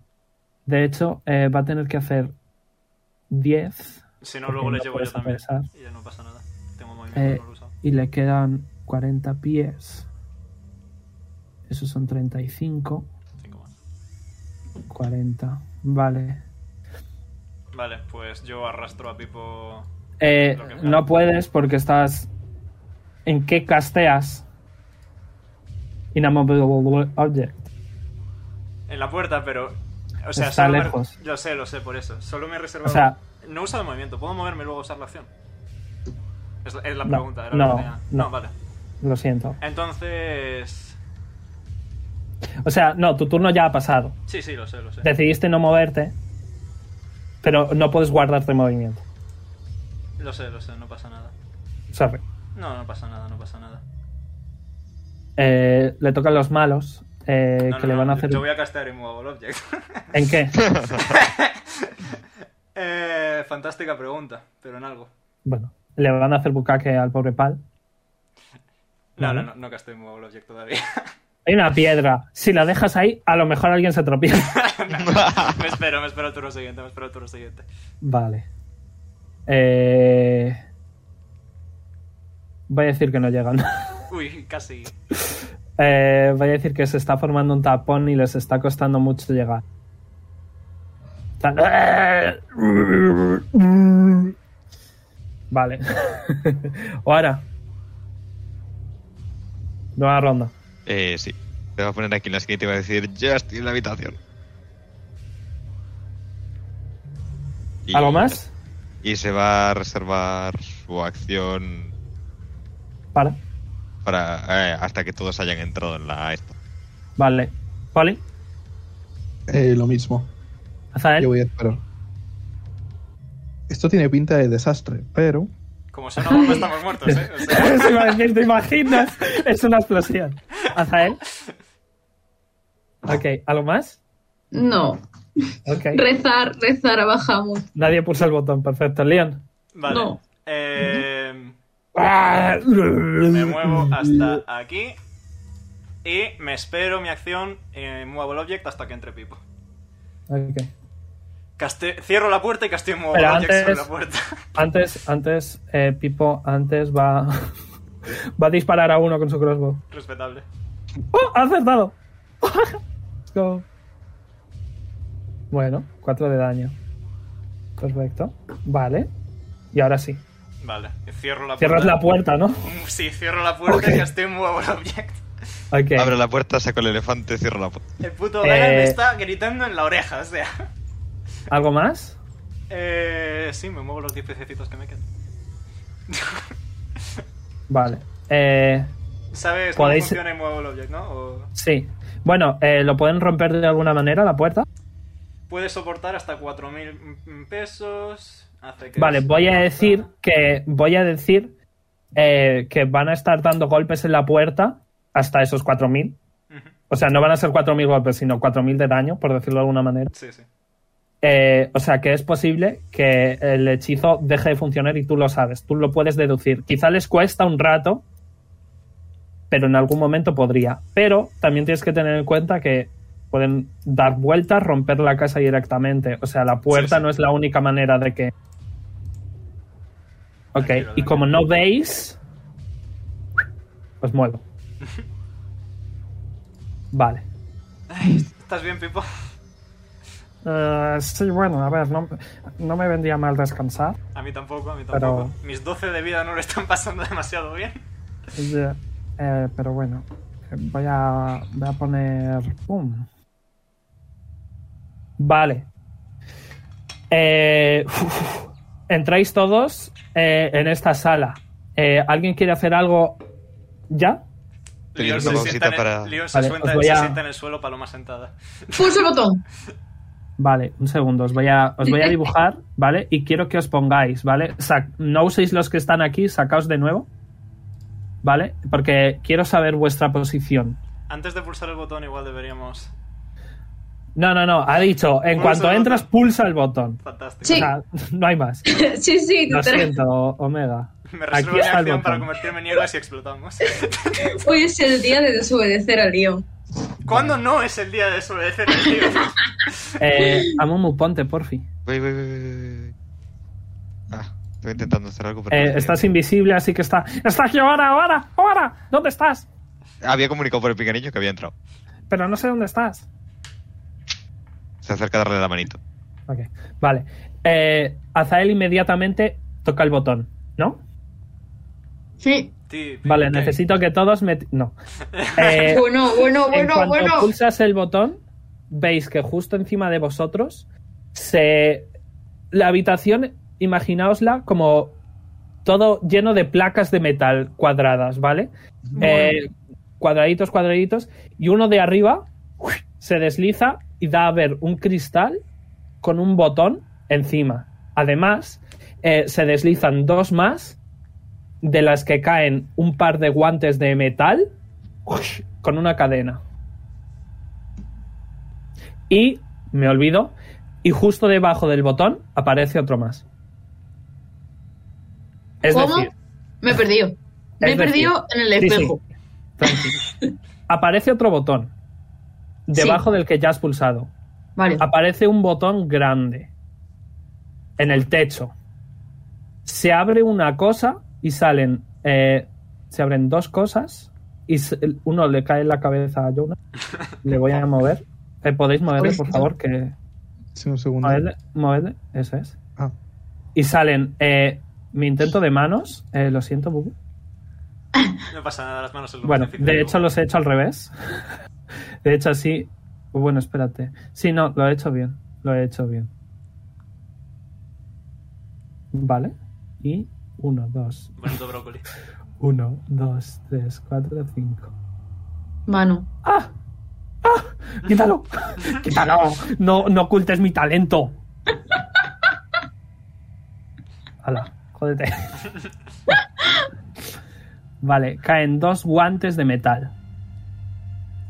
Speaker 3: De hecho, eh, va a tener que hacer 10
Speaker 1: Si no, luego
Speaker 3: Ok,
Speaker 1: le
Speaker 3: no
Speaker 1: llevo yo
Speaker 3: puedes
Speaker 1: también.
Speaker 3: atravesar.
Speaker 1: Y ya no pasa nada. Tengo
Speaker 3: Eh,
Speaker 1: movimiento no lo he usado.
Speaker 3: y le quedan 40 pies. Esos son 35.
Speaker 1: Cinco más.
Speaker 3: 40. Vale.
Speaker 1: Vale, pues yo arrastro a Pipo.
Speaker 3: Eh,
Speaker 1: Lo que me da.
Speaker 3: no puedes porque estás. ¿En qué casteas? Inamovable Object.
Speaker 1: En la puerta, pero. O sea,
Speaker 3: Está
Speaker 1: solo me-
Speaker 3: lejos.
Speaker 1: Yo sé, lo sé, por eso. Solo me he reservado.
Speaker 3: O sea,
Speaker 1: No he usado el movimiento. ¿Puedo moverme y luego usar la acción? Es la, es la
Speaker 3: No,
Speaker 1: pregunta. era lo
Speaker 3: no,
Speaker 1: que tenía.
Speaker 3: no.
Speaker 1: vale.
Speaker 3: lo siento.
Speaker 1: Entonces.
Speaker 3: O sea, no, tu turno ya ha pasado.
Speaker 1: Sí, sí, lo sé, lo sé.
Speaker 3: Decidiste no moverte, pero no puedes guardarte movimiento.
Speaker 1: Lo sé, lo sé, no pasa nada.
Speaker 3: Sorry.
Speaker 1: No, no pasa nada, no pasa nada.
Speaker 3: Eh, le tocan los malos eh,
Speaker 1: No,
Speaker 3: que
Speaker 1: no,
Speaker 3: le
Speaker 1: no,
Speaker 3: van a hacer.
Speaker 1: Yo voy a castear Immovable Object.
Speaker 3: ¿En qué?
Speaker 1: eh, fantástica pregunta, pero en algo.
Speaker 3: bueno, le van a hacer bucaque al pobre Pal.
Speaker 1: No, no,
Speaker 3: Vale.
Speaker 1: no, no casteo Immovable Object todavía.
Speaker 3: Hay una piedra. Si la dejas ahí, a lo mejor alguien se tropieza.
Speaker 1: me espero, me espero el turno siguiente, me espero el turno siguiente.
Speaker 3: vale. Eh... Voy a decir que no llegan.
Speaker 1: Uy, casi.
Speaker 3: Eh, voy a decir que se está formando un tapón y les está costando mucho llegar. Están- Vale. Ahora. Nueva ronda.
Speaker 2: Eh, sí. Te voy a poner aquí en la esquina y te voy a decir, ya estoy en la habitación. Y-
Speaker 3: ¿Algo más?
Speaker 2: Y se va a reservar su acción
Speaker 3: Para.
Speaker 2: para eh, hasta que todos hayan entrado en la esta.
Speaker 3: Vale. Poli,
Speaker 5: Eh, lo mismo. Yo
Speaker 3: Azael.
Speaker 5: voy a esperar. Esto tiene pinta de desastre, pero.
Speaker 1: Como sea, no estamos muertos, ¿eh? O sea,
Speaker 3: Eso iba a decir, ¿te imaginas? Es una explosión. Azael. Ok, ¿algo más?
Speaker 4: No.
Speaker 3: Ok.
Speaker 4: Rezar, rezar, bajamos.
Speaker 3: Nadie pulsa el botón, perfecto. Leon.
Speaker 1: vale.
Speaker 4: No.
Speaker 1: Eh,
Speaker 3: Me
Speaker 1: me muevo hasta aquí. Y me espero mi acción en Immovable Object hasta que entre Pipo.
Speaker 3: Ok.
Speaker 1: Caste- Cierro la puerta y casteo Immovable
Speaker 3: Pero
Speaker 1: Object sobre
Speaker 3: antes-
Speaker 1: la puerta.
Speaker 3: Antes, antes, eh, Pipo, antes va, va a disparar a uno con su crossbow.
Speaker 1: Respetable.
Speaker 3: ¡Oh! ¡Ha acertado! Let's go. Bueno, 4 de daño. Perfecto. Vale. Y ahora sí.
Speaker 1: Vale, cierro la
Speaker 3: Cierras la puerta, ¿no?
Speaker 1: Mm, Sí, cierro la puerta y casteo Immovable Object.
Speaker 3: Ok.
Speaker 2: Abro la puerta, saco el elefante, cierro la puerta.
Speaker 1: El puto
Speaker 3: Eh.
Speaker 1: Gagan me está gritando en la oreja, o sea.
Speaker 3: ¿Algo más?
Speaker 1: Eh, sí, me muevo los 10 pececitos que me quedan.
Speaker 3: Vale. Eh,
Speaker 1: ¿Sabes cómo
Speaker 3: Podéis-
Speaker 1: funciona Immovable Object, no? O-
Speaker 3: sí. Bueno, eh, ¿lo pueden romper de alguna manera la puerta?
Speaker 1: Puede soportar hasta 4.000 pesos. Hace que
Speaker 3: Vale,
Speaker 1: es-
Speaker 3: voy a decir que voy a decir eh, que van a estar dando golpes en la puerta hasta esos 4000.
Speaker 1: Ujú.
Speaker 3: O sea, no van a ser 4000 golpes, sino 4000 de daño, por decirlo de alguna manera.
Speaker 1: Sí, sí.
Speaker 3: Eh, o sea, que es posible que el hechizo deje de funcionar y tú lo sabes, tú lo puedes deducir. Quizá les cuesta un rato, pero en algún momento podría. Pero también tienes que tener en cuenta que pueden dar vueltas, romper la casa directamente. O sea, la puerta
Speaker 1: Sí, sí.
Speaker 3: no es la única manera de que... Ok,
Speaker 1: Tranquilo,
Speaker 3: y
Speaker 1: Daniel.
Speaker 3: como no veis, os muevo. Vale.
Speaker 1: Ay, ¿Estás bien, Pipo?
Speaker 3: Eh, sí, bueno, a ver, no, no me vendría mal descansar.
Speaker 1: A mí tampoco, a mí
Speaker 3: Pero-
Speaker 1: tampoco. Mis 12 de vida no lo están pasando demasiado bien.
Speaker 3: Ya, eh, pero bueno, eh, voy a, voy a poner... ¡Pum! Vale. Eh, uf, entráis todos eh, en esta sala. Eh, ¿Alguien quiere hacer algo ya?
Speaker 2: Tenía
Speaker 1: Leon
Speaker 2: una
Speaker 1: se, sienta
Speaker 2: pausita
Speaker 1: en, el-
Speaker 2: para-
Speaker 1: Leon se
Speaker 3: Vale,
Speaker 1: suelta-
Speaker 3: os voy
Speaker 1: se
Speaker 3: a-
Speaker 1: sienta en el suelo, paloma sentada.
Speaker 4: Pulsa el botón.
Speaker 3: Vale, un segundo, os voy a, os voy a dibujar, ¿vale? Y quiero que os pongáis, ¿vale? Sac- no uséis los que están aquí, sacaos de nuevo, ¿vale? Porque quiero saber vuestra posición.
Speaker 1: Antes de pulsar el botón, igual deberíamos.
Speaker 3: No, no, no, ha dicho, en
Speaker 1: Pulsa
Speaker 3: cuanto
Speaker 1: el
Speaker 3: entras,
Speaker 1: botón.
Speaker 3: pulsa el botón.
Speaker 1: Fantástico.
Speaker 3: O
Speaker 4: Sí.
Speaker 3: sea, no hay más.
Speaker 4: sí, sí,
Speaker 3: Lo
Speaker 4: te-
Speaker 3: siento, Omega.
Speaker 1: Me
Speaker 3: Aquí
Speaker 1: reservo mi
Speaker 3: está el
Speaker 1: acción para
Speaker 3: botón.
Speaker 1: convertirme en niebla si explotamos.
Speaker 4: Hoy es el día de desobedecer al León.
Speaker 1: ¿Cuándo no es el día de desobedecer el tío?
Speaker 3: Eh, Amumu, ponte, porfi.
Speaker 2: Voy, voy, voy, voy, voy, voy. Ah, Estoy intentando hacer algo, pero.
Speaker 3: Eh,
Speaker 2: no
Speaker 3: estás invisible, así que está. ¡Está aquí ahora, ahora, ahora! ¿Dónde estás?
Speaker 2: Había comunicado por el picarillo que había entrado.
Speaker 3: Pero no sé dónde estás.
Speaker 2: Se acerca a darle la manito.
Speaker 3: Ok, vale. Eh, Azael inmediatamente toca el botón, ¿no?
Speaker 4: Sí.
Speaker 1: Ti, pi,
Speaker 3: Vale,
Speaker 1: pi.
Speaker 3: necesito que todos me... No. Eh,
Speaker 4: Bueno, bueno,
Speaker 3: en
Speaker 4: bueno,
Speaker 3: cuanto
Speaker 4: bueno.
Speaker 3: pulsas el botón, veis que justo encima de vosotros se... La habitación, imaginaosla como todo lleno de placas de metal cuadradas, ¿vale? Eh, cuadraditos, cuadraditos, y uno de arriba se desliza y da a ver un cristal con un botón encima. Además, eh, se deslizan dos más, de las que caen un par de guantes de metal con una cadena. Y me olvido, y justo debajo del botón aparece otro más. Es
Speaker 4: ¿Cómo?
Speaker 3: decir,
Speaker 4: Me he perdido. Me he
Speaker 3: Es decir,
Speaker 4: perdido en el
Speaker 3: Sí, sí.
Speaker 4: espejo.
Speaker 3: Tranqui. Aparece otro botón. Debajo del que ya has pulsado.
Speaker 4: Vale.
Speaker 3: Aparece un botón grande. En el techo. Se abre una cosa y salen. eh, se abren dos cosas. Y s- el- uno le cae en la cabeza a Jonah. Le voy a mover. Eh, ¿Podéis moverle, por favor? Que.
Speaker 5: Sí, un segundo.
Speaker 3: Moverle, moverle. Eso es.
Speaker 5: Ah.
Speaker 3: Y salen. eh, mi intento de manos. eh, lo siento, Bubu.
Speaker 1: No pasa nada, las manos son lo
Speaker 3: Bueno,
Speaker 1: más difícil,
Speaker 3: de
Speaker 1: ¿no?
Speaker 3: hecho los he hecho al revés. De hecho, sí. Bueno, espérate. Sí, no, lo he hecho bien. Lo he hecho bien. Vale. Y 1, 2,
Speaker 1: Bonito brócoli.
Speaker 3: 1, 2, 3, 4, 5.
Speaker 4: Mano.
Speaker 3: ¡Ah! ¡Ah! ¡Quítalo! ¡Quítalo! No, no ocultes mi talento. Hala, jódete. Vale, caen dos guantes de metal.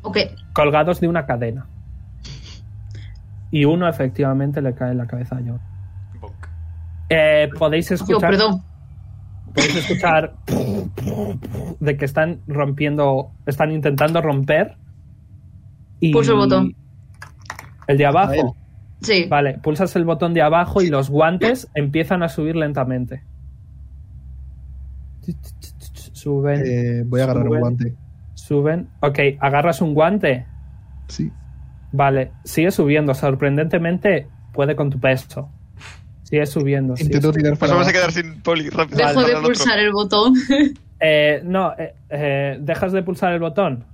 Speaker 4: Ok.
Speaker 3: colgados de una cadena. Y uno efectivamente le cae en la cabeza a John.
Speaker 1: Bonk.
Speaker 3: Eh, podéis
Speaker 4: Yo,
Speaker 3: escuchar,
Speaker 4: perdón.
Speaker 3: podéis escuchar de que están rompiendo, están intentando romper. Y
Speaker 4: Pulso el botón.
Speaker 3: El de abajo.
Speaker 4: Sí.
Speaker 3: Vale, pulsas el botón de abajo y los guantes empiezan a subir lentamente. Suben,
Speaker 5: Eh, voy a agarrar
Speaker 3: Sube.
Speaker 5: un guante.
Speaker 3: suben. Ok, agarras un guante.
Speaker 5: Sí.
Speaker 3: Vale, sigue subiendo. Sorprendentemente puede con tu peso. Sigue subiendo. sigue
Speaker 5: Intento
Speaker 3: subiendo.
Speaker 5: tirar
Speaker 2: Nos
Speaker 5: para
Speaker 2: vamos Pues a
Speaker 5: abajo.
Speaker 2: quedar sin poli rápido.
Speaker 4: Dejo
Speaker 2: Dale
Speaker 4: de
Speaker 2: al otro.
Speaker 4: pulsar el botón.
Speaker 3: Eh, no, eh, eh, dejas de pulsar el botón.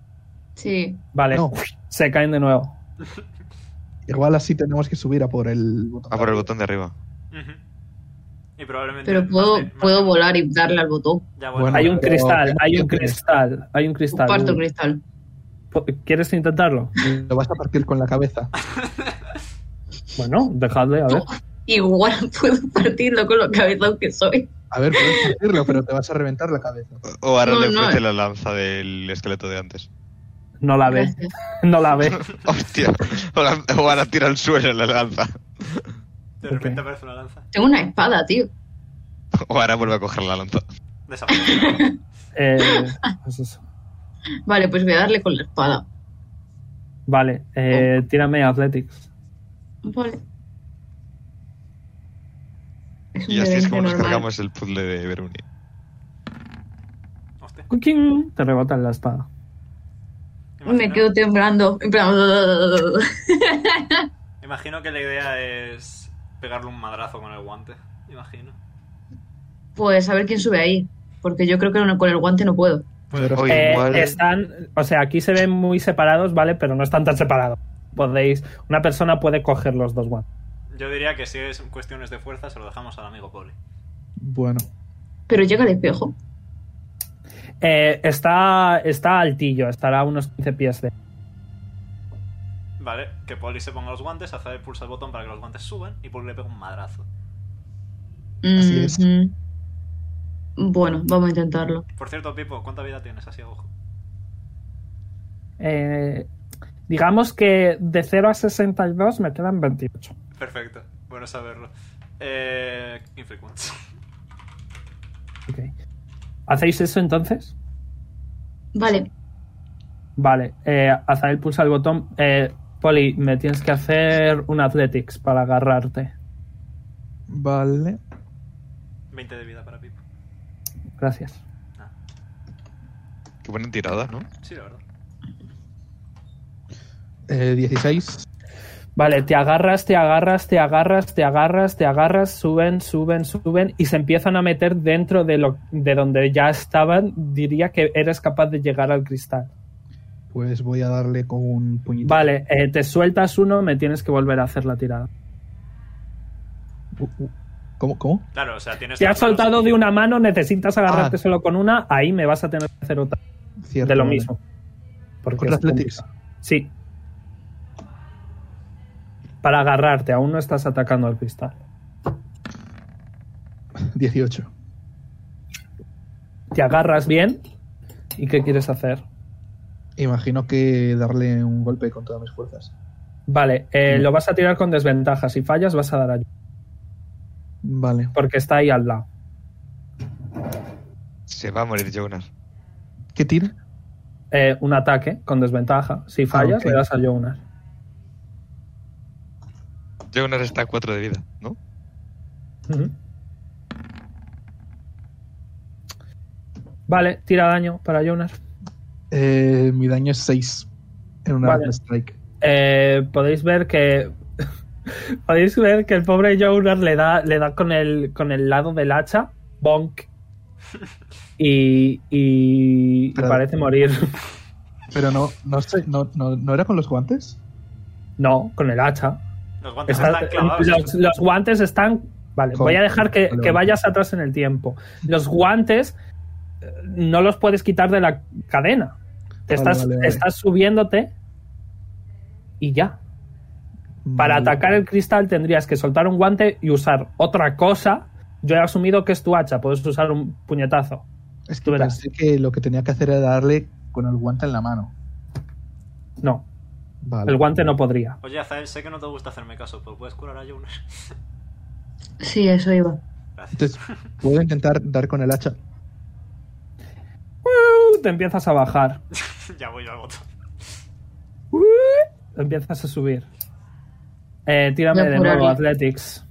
Speaker 4: sí.
Speaker 3: Vale,
Speaker 5: No.
Speaker 3: se caen de nuevo.
Speaker 5: Igual así tenemos que subir a por el botón.
Speaker 2: Ah, por el botón de arriba.
Speaker 1: Ujú. Y probablemente.
Speaker 4: Pero
Speaker 1: más
Speaker 4: puedo,
Speaker 1: de- más
Speaker 4: puedo
Speaker 1: de-
Speaker 4: volar y darle al botón.
Speaker 1: Ya, bueno.
Speaker 5: Bueno,
Speaker 3: Hay un
Speaker 5: pero-
Speaker 3: cristal,
Speaker 5: pero-
Speaker 3: hay un cristal, hay un cristal.
Speaker 4: Comparto cristal.
Speaker 3: ¿Quieres intentarlo?
Speaker 5: Lo vas a partir con la cabeza.
Speaker 3: Bueno, dejadle, a ver.
Speaker 4: Igual puedo partirlo con lo cabezón que soy.
Speaker 5: A ver, puedes partirlo, pero te vas a reventar la cabeza.
Speaker 2: O ahora
Speaker 4: No,
Speaker 2: le
Speaker 4: no,
Speaker 2: ofrece
Speaker 4: eh.
Speaker 2: la lanza del esqueleto de antes.
Speaker 3: No la ve,
Speaker 4: Gracias.
Speaker 3: no la ve.
Speaker 2: Hostia. O, la- o ahora tira al suelo la lanza.
Speaker 1: De repente
Speaker 3: Ok.
Speaker 1: aparece una lanza.
Speaker 4: Tengo una espada, tío.
Speaker 2: O ahora vuelve a coger la lanza.
Speaker 1: Desaparece.
Speaker 3: Eh, pues eso.
Speaker 4: Vale, pues voy a darle con la espada.
Speaker 3: Vale, eh, tírame Athletics.
Speaker 4: Vale. Es un
Speaker 2: Y así es
Speaker 4: demente
Speaker 2: como nos
Speaker 4: normal.
Speaker 2: cargamos el puzzle de Veruni.
Speaker 1: Hostia.
Speaker 3: ¡Cuquín! Te rebotan la espada.
Speaker 4: Me quedo temblando. En plan,
Speaker 1: Imagino que la idea es pegarle un madrazo con el guante. Imagino.
Speaker 4: Pues a ver quién sube ahí. Porque yo creo que no- con el guante no puedo.
Speaker 5: Pero
Speaker 2: Oye,
Speaker 3: Eh,
Speaker 2: igual-
Speaker 3: están, o sea, aquí se ven muy separados, ¿vale? Pero no están tan separados. Podéis, una persona puede coger los dos guantes.
Speaker 1: Yo diría que si es cuestiones de fuerza, se lo dejamos al amigo Poli.
Speaker 5: bueno,
Speaker 4: Pero llega al espejo.
Speaker 3: Eh, está, está altillo, estará a unos 15 pies de.
Speaker 1: Vale, que Poli se ponga los guantes, hace pulsa el botón para que los guantes suban y Poli le pega un madrazo.
Speaker 5: Así es.
Speaker 4: Mhm. mm. Bueno, vamos a intentarlo.
Speaker 1: Por cierto, Pipo, ¿cuánta vida tienes así a ojo?
Speaker 3: Eh, digamos que de 0 a 62 me quedan 28.
Speaker 1: Perfecto, bueno saberlo. Eh. Inflict Wounds.
Speaker 3: Ok. ¿Hacéis eso entonces?
Speaker 4: Vale.
Speaker 3: Vale, eh, Azael pulsa el botón. Eh, Poli, me tienes que hacer un Athletics para agarrarte.
Speaker 5: vale.
Speaker 1: 20 de vida para Pipo.
Speaker 3: Gracias.
Speaker 2: Qué buena tirada, ¿no?
Speaker 1: Sí, la verdad.
Speaker 5: Eh, 16.
Speaker 3: Vale, te agarras, te agarras, te agarras, te agarras, te agarras, suben, suben, suben y se empiezan a meter dentro de, lo, de donde ya estaban. Diría que eres capaz de llegar al cristal.
Speaker 5: Pues voy a darle con un puñito.
Speaker 3: Vale, eh, te sueltas uno, me tienes que volver a hacer la tirada.
Speaker 5: Uh, uh, ¿Cómo? ¿Cómo?
Speaker 1: Claro, o sea, tienes.
Speaker 3: Te
Speaker 1: las
Speaker 3: has soltado
Speaker 1: manos-
Speaker 3: de una mano, necesitas agarrarte
Speaker 5: Ah.
Speaker 3: solo con una, ahí me vas a tener que hacer otra
Speaker 5: Cierto,
Speaker 3: de lo
Speaker 5: vale.
Speaker 3: mismo. Porque
Speaker 5: Con
Speaker 3: es
Speaker 5: Athletics.
Speaker 3: complicado. Sí. Para agarrarte, aún no estás atacando al cristal.
Speaker 5: 18.
Speaker 3: Te agarras bien. ¿Y qué quieres hacer?
Speaker 5: Imagino que darle un golpe con todas mis fuerzas.
Speaker 3: Vale,
Speaker 5: Mm.
Speaker 3: eh, lo vas a tirar con desventaja. Si fallas, vas a dar ayuda.
Speaker 5: Vale.
Speaker 3: Porque está ahí al lado.
Speaker 2: Se va a morir Jonas.
Speaker 5: ¿Qué tira?
Speaker 3: Eh, un ataque con desventaja. Si fallas,
Speaker 5: Ah, ok.
Speaker 3: le das a Jonas.
Speaker 2: Jonas está a 4 de vida, ¿no?
Speaker 3: Ujú. Vale, tira daño para Jonas.
Speaker 5: Eh, mi daño es 6 en una
Speaker 3: Vale.
Speaker 5: arma strike.
Speaker 3: Eh, podéis ver que. podéis ver que el pobre Jonas le da, le da con, el, con el lado del hacha. Bonk. Y, y- y
Speaker 5: Pero-
Speaker 3: parece morir.
Speaker 5: Pero no, no sé, no, no, ¿no era con los guantes?
Speaker 3: no, con el hacha.
Speaker 1: Los guantes
Speaker 3: Está-
Speaker 1: están clavados.
Speaker 3: los, los guantes están. Vale,
Speaker 5: Con-
Speaker 3: voy a dejar que,
Speaker 5: vale,
Speaker 3: que
Speaker 5: vale.
Speaker 3: vayas atrás en el tiempo. Los guantes eh, no los puedes quitar de la cadena. Te
Speaker 5: Vale,
Speaker 3: estás,
Speaker 5: vale, vale.
Speaker 3: estás subiéndote y ya. Para
Speaker 5: Vale.
Speaker 3: atacar el cristal tendrías que soltar un guante y usar otra cosa. Yo he asumido que es tu hacha, puedes usar un puñetazo.
Speaker 5: Es que
Speaker 3: tú verás.
Speaker 5: pensé que lo que tenía que hacer era darle con el guante en la mano.
Speaker 3: No,
Speaker 5: Vale.
Speaker 3: el guante no podría.
Speaker 1: Oye, Azael, sé que no te gusta hacerme caso, pero puedes curar a Jonas.
Speaker 4: Sí, eso iba.
Speaker 1: Gracias.
Speaker 5: Entonces, puedo intentar dar con el hacha.
Speaker 3: Uh, Te empiezas a bajar,
Speaker 1: ya voy yo al botón.
Speaker 3: empiezas a subir. Eh, tírame
Speaker 4: Me
Speaker 3: de nuevo,
Speaker 4: apuraría.
Speaker 3: Athletics.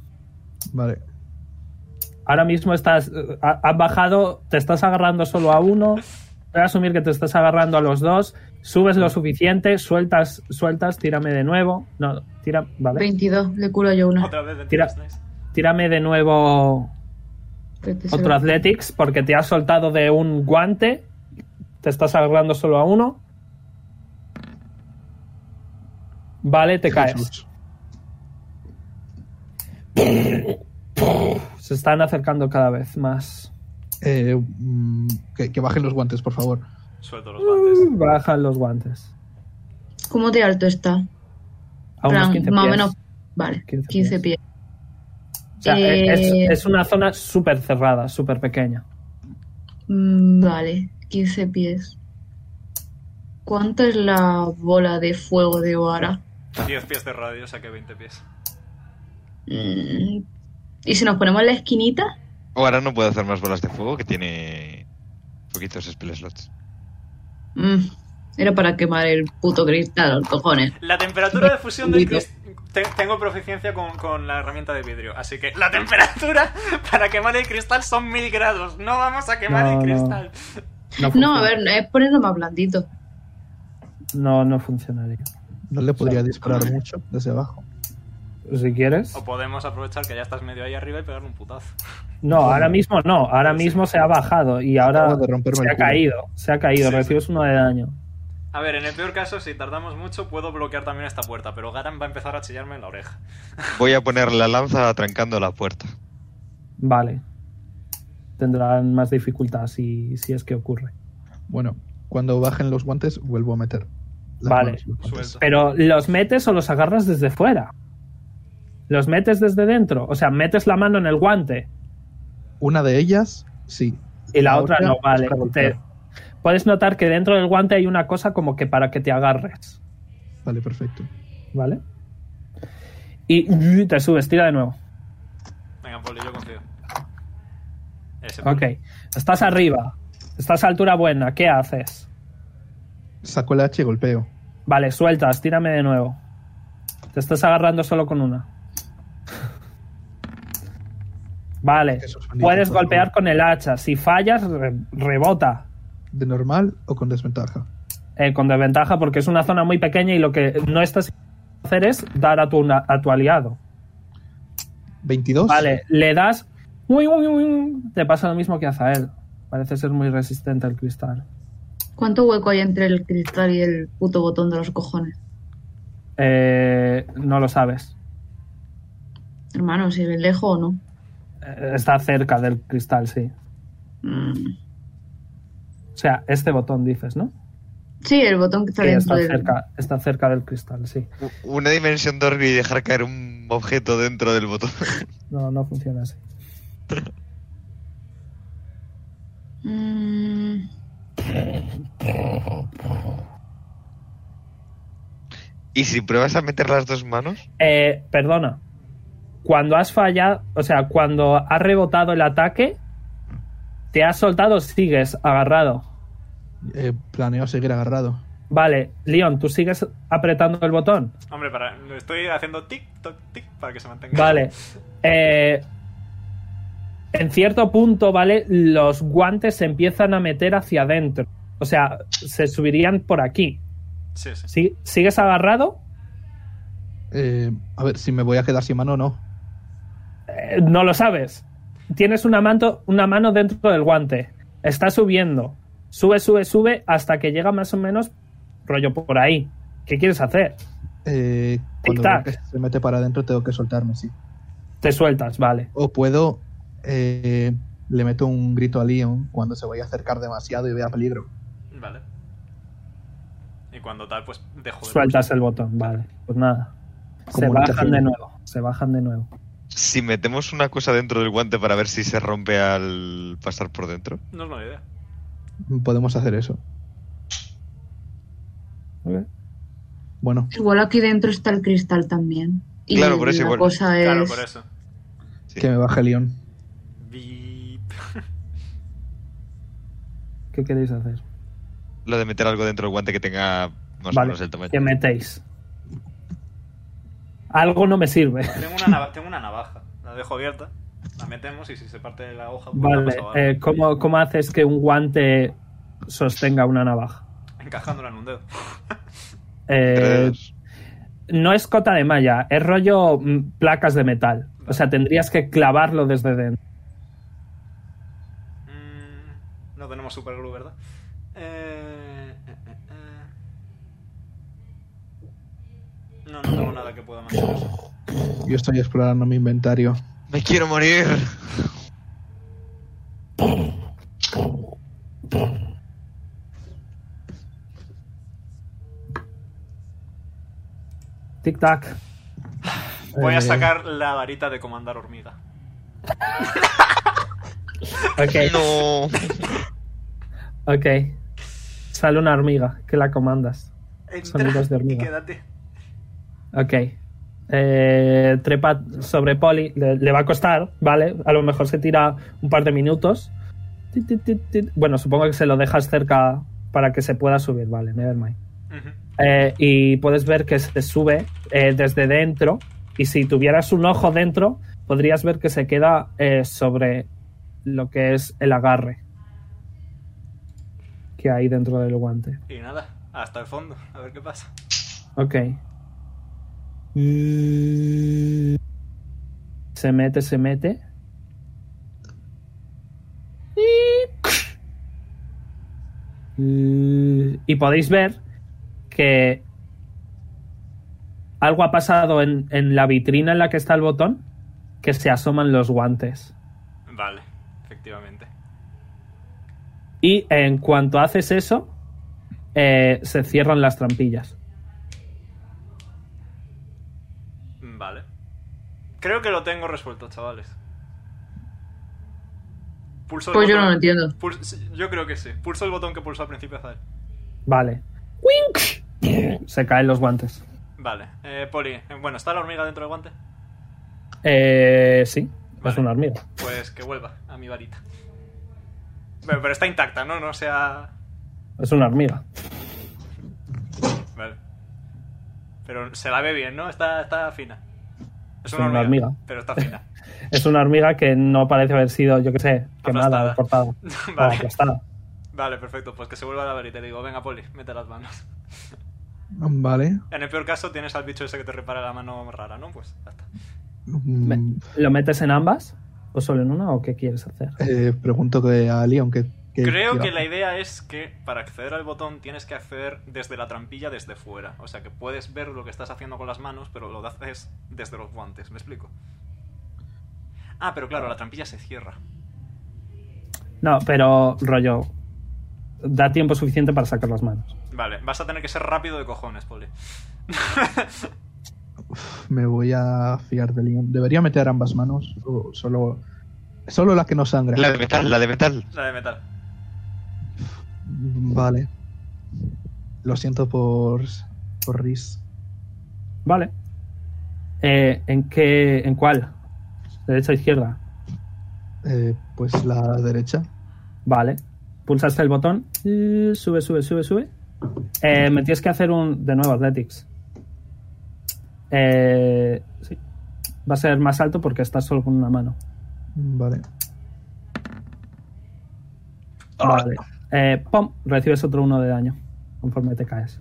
Speaker 5: Vale.
Speaker 3: Ahora mismo estás. eh, ha- Has bajado, te estás agarrando solo a uno. Voy a asumir que te estás agarrando a los dos. Subes lo suficiente, sueltas, sueltas, tírame de nuevo. No, tira, vale.
Speaker 4: 22, le curo yo una.
Speaker 1: Otra vez de
Speaker 3: Tira.
Speaker 1: nice.
Speaker 3: Tírame de nuevo
Speaker 4: Espérate, se
Speaker 3: otro
Speaker 4: va.
Speaker 3: Athletics porque te has soltado de un guante. Te estás agarrando solo a uno. Vale, te caes.
Speaker 5: Jesús.
Speaker 3: Se están acercando cada vez más.
Speaker 5: Eh, mm, que, que bajen los guantes, por favor.
Speaker 1: Suelto los guantes.
Speaker 3: Bajan los guantes.
Speaker 4: ¿Cómo de alto está?
Speaker 3: A unos
Speaker 4: Plan,
Speaker 3: 15
Speaker 4: más o
Speaker 3: pies.
Speaker 4: menos. Vale,
Speaker 3: 15
Speaker 4: 15,
Speaker 3: pies.
Speaker 4: pies.
Speaker 3: O sea,
Speaker 4: Eh,
Speaker 3: es, es una zona súper cerrada, súper pequeña.
Speaker 4: Mm, Vale, 15 pies. ¿Cuánto es la bola de fuego de Oara?
Speaker 3: Uh.
Speaker 1: 10 pies de radio, o sea que 20 pies.
Speaker 4: Mm, ¿Y si nos ponemos en la esquinita?
Speaker 2: O ahora no puede hacer más bolas de fuego que tiene poquitos spell slots.
Speaker 4: Mm, Era para quemar el puto cristal, los cojones.
Speaker 1: La temperatura de fusión del
Speaker 4: Vidrio.
Speaker 1: cristal. Tengo proficiencia con, con la herramienta de vidrio, así que la temperatura para quemar el cristal son 1000 grados. No vamos a quemar
Speaker 3: No,
Speaker 1: el
Speaker 3: no.
Speaker 1: cristal.
Speaker 4: No, a ver, es ponerlo más blandito.
Speaker 3: No, no funcionaría.
Speaker 5: No le podría disparar mucho desde abajo.
Speaker 3: Si quieres.
Speaker 1: O podemos aprovechar que ya estás medio ahí arriba y pegarle un putazo.
Speaker 3: No, ahora mismo no. Ahora mismo se ha bajado y ahora
Speaker 5: Acabo de romperme
Speaker 3: se
Speaker 5: el
Speaker 3: ha
Speaker 5: culo.
Speaker 3: caído. Se ha caído.
Speaker 1: Sí,
Speaker 3: Recibes uno de daño.
Speaker 1: A ver, en el peor caso, si tardamos mucho, puedo bloquear también esta puerta, pero Garan va a empezar a chillarme en la oreja.
Speaker 2: Voy a poner la lanza atrancando la puerta.
Speaker 3: Vale. Tendrán más dificultad si, si es que ocurre.
Speaker 5: Bueno, cuando bajen los guantes, vuelvo a meter. las
Speaker 3: Vale.
Speaker 5: manos en los guantes.
Speaker 1: Suelto.
Speaker 3: Pero los metes o los agarras desde fuera. Los metes desde dentro. O sea, metes la mano en el guante
Speaker 5: Una de ellas, sí.
Speaker 3: y la, otra, no.
Speaker 5: es
Speaker 3: Vale.
Speaker 5: para golpear.
Speaker 3: Te- puedes notar que dentro del guante hay una cosa como que para que te agarres.
Speaker 5: Vale, perfecto.
Speaker 3: ¿Vale? Y te subes, tira de nuevo.
Speaker 1: Venga, Poli, yo confío. Ese,
Speaker 3: Ok. Estás arriba. Estás a altura buena. ¿Qué haces?
Speaker 5: Saco el hacha y golpeo.
Speaker 3: Vale, sueltas. Tírame de nuevo. Te estás agarrando solo con una. Vale.
Speaker 5: Eso es bonito,
Speaker 3: Puedes
Speaker 5: por favor.
Speaker 3: golpear con el hacha. Si fallas, re- rebota.
Speaker 5: ¿De normal o con desventaja?
Speaker 3: eh, con desventaja porque es una zona muy pequeña y lo que no estás hacer es dar a tu, una- a tu aliado.
Speaker 5: 22.
Speaker 3: Vale, le das. uy, uy, uy, te pasa lo mismo que a Zael. Parece ser muy resistente al cristal.
Speaker 4: ¿Cuánto hueco hay entre el cristal y el puto botón de los cojones?
Speaker 3: Eh, no lo sabes.
Speaker 4: Hermano, si ves lejos o no.
Speaker 3: Eh, está cerca del cristal, sí.
Speaker 4: Mm.
Speaker 3: O sea, este botón dices, ¿no?
Speaker 4: Sí, el botón que está
Speaker 3: Sí, está
Speaker 4: dentro del.
Speaker 3: cerca, está cerca del cristal, sí.
Speaker 2: U- Una dimensión Dorby y dejar caer un objeto dentro del botón.
Speaker 3: No, no funciona así.
Speaker 4: Mm.
Speaker 2: ¿Y si pruebas a meter las dos manos?
Speaker 3: Eh, perdona. Cuando has fallado, o sea, cuando has rebotado el ataque, te has soltado, sigues agarrado.
Speaker 5: Eh, planeo seguir agarrado.
Speaker 3: Vale, Leon, tú sigues apretando el botón.
Speaker 1: Hombre, para, lo estoy haciendo tic, toc, tic para que se mantenga.
Speaker 3: Vale. Eh, en cierto punto, ¿vale? Los guantes se empiezan a meter hacia adentro. O sea, se subirían por aquí.
Speaker 1: Sí, sí.
Speaker 3: Si- ¿Sigues agarrado?
Speaker 5: Eh, a ver, si me voy a quedar sin mano o no.
Speaker 3: Eh, no lo sabes. Tienes una, manto- una mano dentro del guante. Está subiendo. Sube, sube, sube hasta que llega más o menos rollo por ahí. ¿Qué quieres hacer?
Speaker 5: Eh, cuando
Speaker 3: Tic-tac.
Speaker 5: veo que se mete para adentro tengo que soltarme, sí.
Speaker 3: Te sueltas, vale.
Speaker 5: O puedo... eh, le meto un grito a Leon cuando se vaya a acercar demasiado y vea peligro.
Speaker 1: Vale. Y cuando tal, pues dejo de.
Speaker 3: Sueltas el botón, vale. Pues nada. Se bajan
Speaker 5: Comunicación.
Speaker 3: de nuevo. Se bajan de nuevo.
Speaker 2: Si metemos una cosa dentro del guante para ver si se rompe al pasar por dentro.
Speaker 1: No es mala idea.
Speaker 5: Podemos hacer eso. Bueno,
Speaker 4: Igual aquí dentro está el cristal también. Y
Speaker 2: Claro, por eso
Speaker 4: la
Speaker 2: igual.
Speaker 4: cosa es...
Speaker 1: Claro, por eso.
Speaker 2: Sí.
Speaker 5: que me baje Leon.
Speaker 1: Bip.
Speaker 3: ¿Qué queréis hacer?
Speaker 2: Lo de meter algo dentro del guante que tenga más o
Speaker 3: Vale. Eh,
Speaker 2: menos el tamaño.
Speaker 3: ¿Qué metéis? Algo no me sirve.
Speaker 1: Tengo una, nava- tengo una navaja. La dejo abierta. La metemos y si se parte la hoja, pues la
Speaker 3: Vale.
Speaker 1: paso abajo.
Speaker 3: eh, ¿cómo, ¿Cómo haces que un guante sostenga una navaja?
Speaker 1: Encajándola en un dedo.
Speaker 2: Entre
Speaker 3: Eh,
Speaker 2: dedos.
Speaker 3: no es cota de malla, es rollo mm, placas de metal. O sea, tendrías que clavarlo desde dentro.
Speaker 1: Mm, no tenemos super glue, ¿verdad? Eh, eh, eh, eh. No, no tengo nada que pueda manchar eso.
Speaker 5: Yo estoy explorando mi inventario.
Speaker 2: Me quiero morir.
Speaker 3: Tic tac.
Speaker 1: Voy a
Speaker 5: Eh.
Speaker 1: sacar la varita de comandar hormiga.
Speaker 3: Ok,
Speaker 2: No.
Speaker 3: ok. Sale una hormiga que la comandas. Sonidos de hormiga.
Speaker 1: y quédate.
Speaker 3: Ok. Eh, trepa sobre Poli. Le, le va a costar, ¿vale? A lo mejor se tira un par de minutos. Tit, tit, tit, tit. Bueno, supongo que se lo dejas cerca para que se pueda subir, ¿vale? Nevermind.
Speaker 1: Ujú.
Speaker 3: Eh, y puedes ver que se sube eh, desde dentro. Y si tuvieras un ojo dentro, podrías ver que se queda eh, sobre lo que es el agarre que hay dentro del guante.
Speaker 1: Y nada, hasta el fondo, a ver qué pasa.
Speaker 3: Ok. Se mete, se mete. Y podéis ver que algo ha pasado en, en la vitrina en la que está el botón, que se asoman los guantes.
Speaker 1: Vale, efectivamente.
Speaker 3: Y en cuanto haces eso, eh, se cierran las trampillas.
Speaker 1: Vale. Creo que lo tengo resuelto, chavales. Pulso el
Speaker 4: Pues yo
Speaker 1: botón-
Speaker 4: no lo entiendo.
Speaker 1: Pulso- sí, yo creo que sí. Pulso el botón que pulsó al principio Azar.
Speaker 3: Vale. Se caen los guantes.
Speaker 1: Vale. Eh, Poli, eh, bueno, ¿está la hormiga dentro del guante?
Speaker 3: Eh, sí, es
Speaker 1: Vale.
Speaker 3: una hormiga.
Speaker 1: Pues que vuelva a mi varita. Pero, pero está intacta, ¿no? No o sea...
Speaker 3: Es una hormiga.
Speaker 1: Vale. Pero se la ve bien, ¿no? Está, está fina. Es
Speaker 3: Es
Speaker 1: una
Speaker 3: una
Speaker 1: hormiga,
Speaker 3: hormiga.
Speaker 1: Pero está fina.
Speaker 3: Es una hormiga que no parece haber sido, yo qué sé, quemada,
Speaker 1: Aplastada.
Speaker 3: cortada. o
Speaker 1: Vale.
Speaker 3: aplastada.
Speaker 1: Vale, perfecto. Pues que se vuelva a la verita y te digo, venga, Poli, mete las manos.
Speaker 5: Vale.
Speaker 1: En el peor caso tienes al bicho ese que te repara la mano rara, ¿no? Pues ya está.
Speaker 5: Mm,
Speaker 3: Me- ¿Lo metes en ambas? ¿O solo en una? ¿O qué quieres hacer?
Speaker 5: eh, pregunto que a Leon que... que-
Speaker 1: Creo que la idea es que para acceder al botón tienes que acceder desde la trampilla desde fuera. O sea que puedes ver lo que estás haciendo con las manos, pero lo haces desde los guantes. ¿Me explico? Ah, pero claro, la trampilla se cierra.
Speaker 3: No, pero rollo. Da tiempo suficiente para sacar las manos.
Speaker 1: Vale, vas a tener que ser rápido de cojones, Poli.
Speaker 5: Me voy a fiar de Leon. ¿Debería meter ambas manos? O solo, solo la que no sangra.
Speaker 2: La de metal, la de metal.
Speaker 1: La de metal.
Speaker 5: Vale. Lo siento por, por Riz.
Speaker 3: Vale. Eh, ¿En qué. ¿En cuál? ¿Derecha o izquierda?
Speaker 5: Eh, pues la derecha.
Speaker 3: Vale. Pulsaste el botón. eh, Sube, sube, sube, sube. Eh, me tienes que hacer un. De nuevo, Athletics. Eh, sí. Va a ser más alto porque estás solo con una mano.
Speaker 5: Vale.
Speaker 3: Vale. Eh, ¡Pum! Recibes otro uno de daño conforme te caes.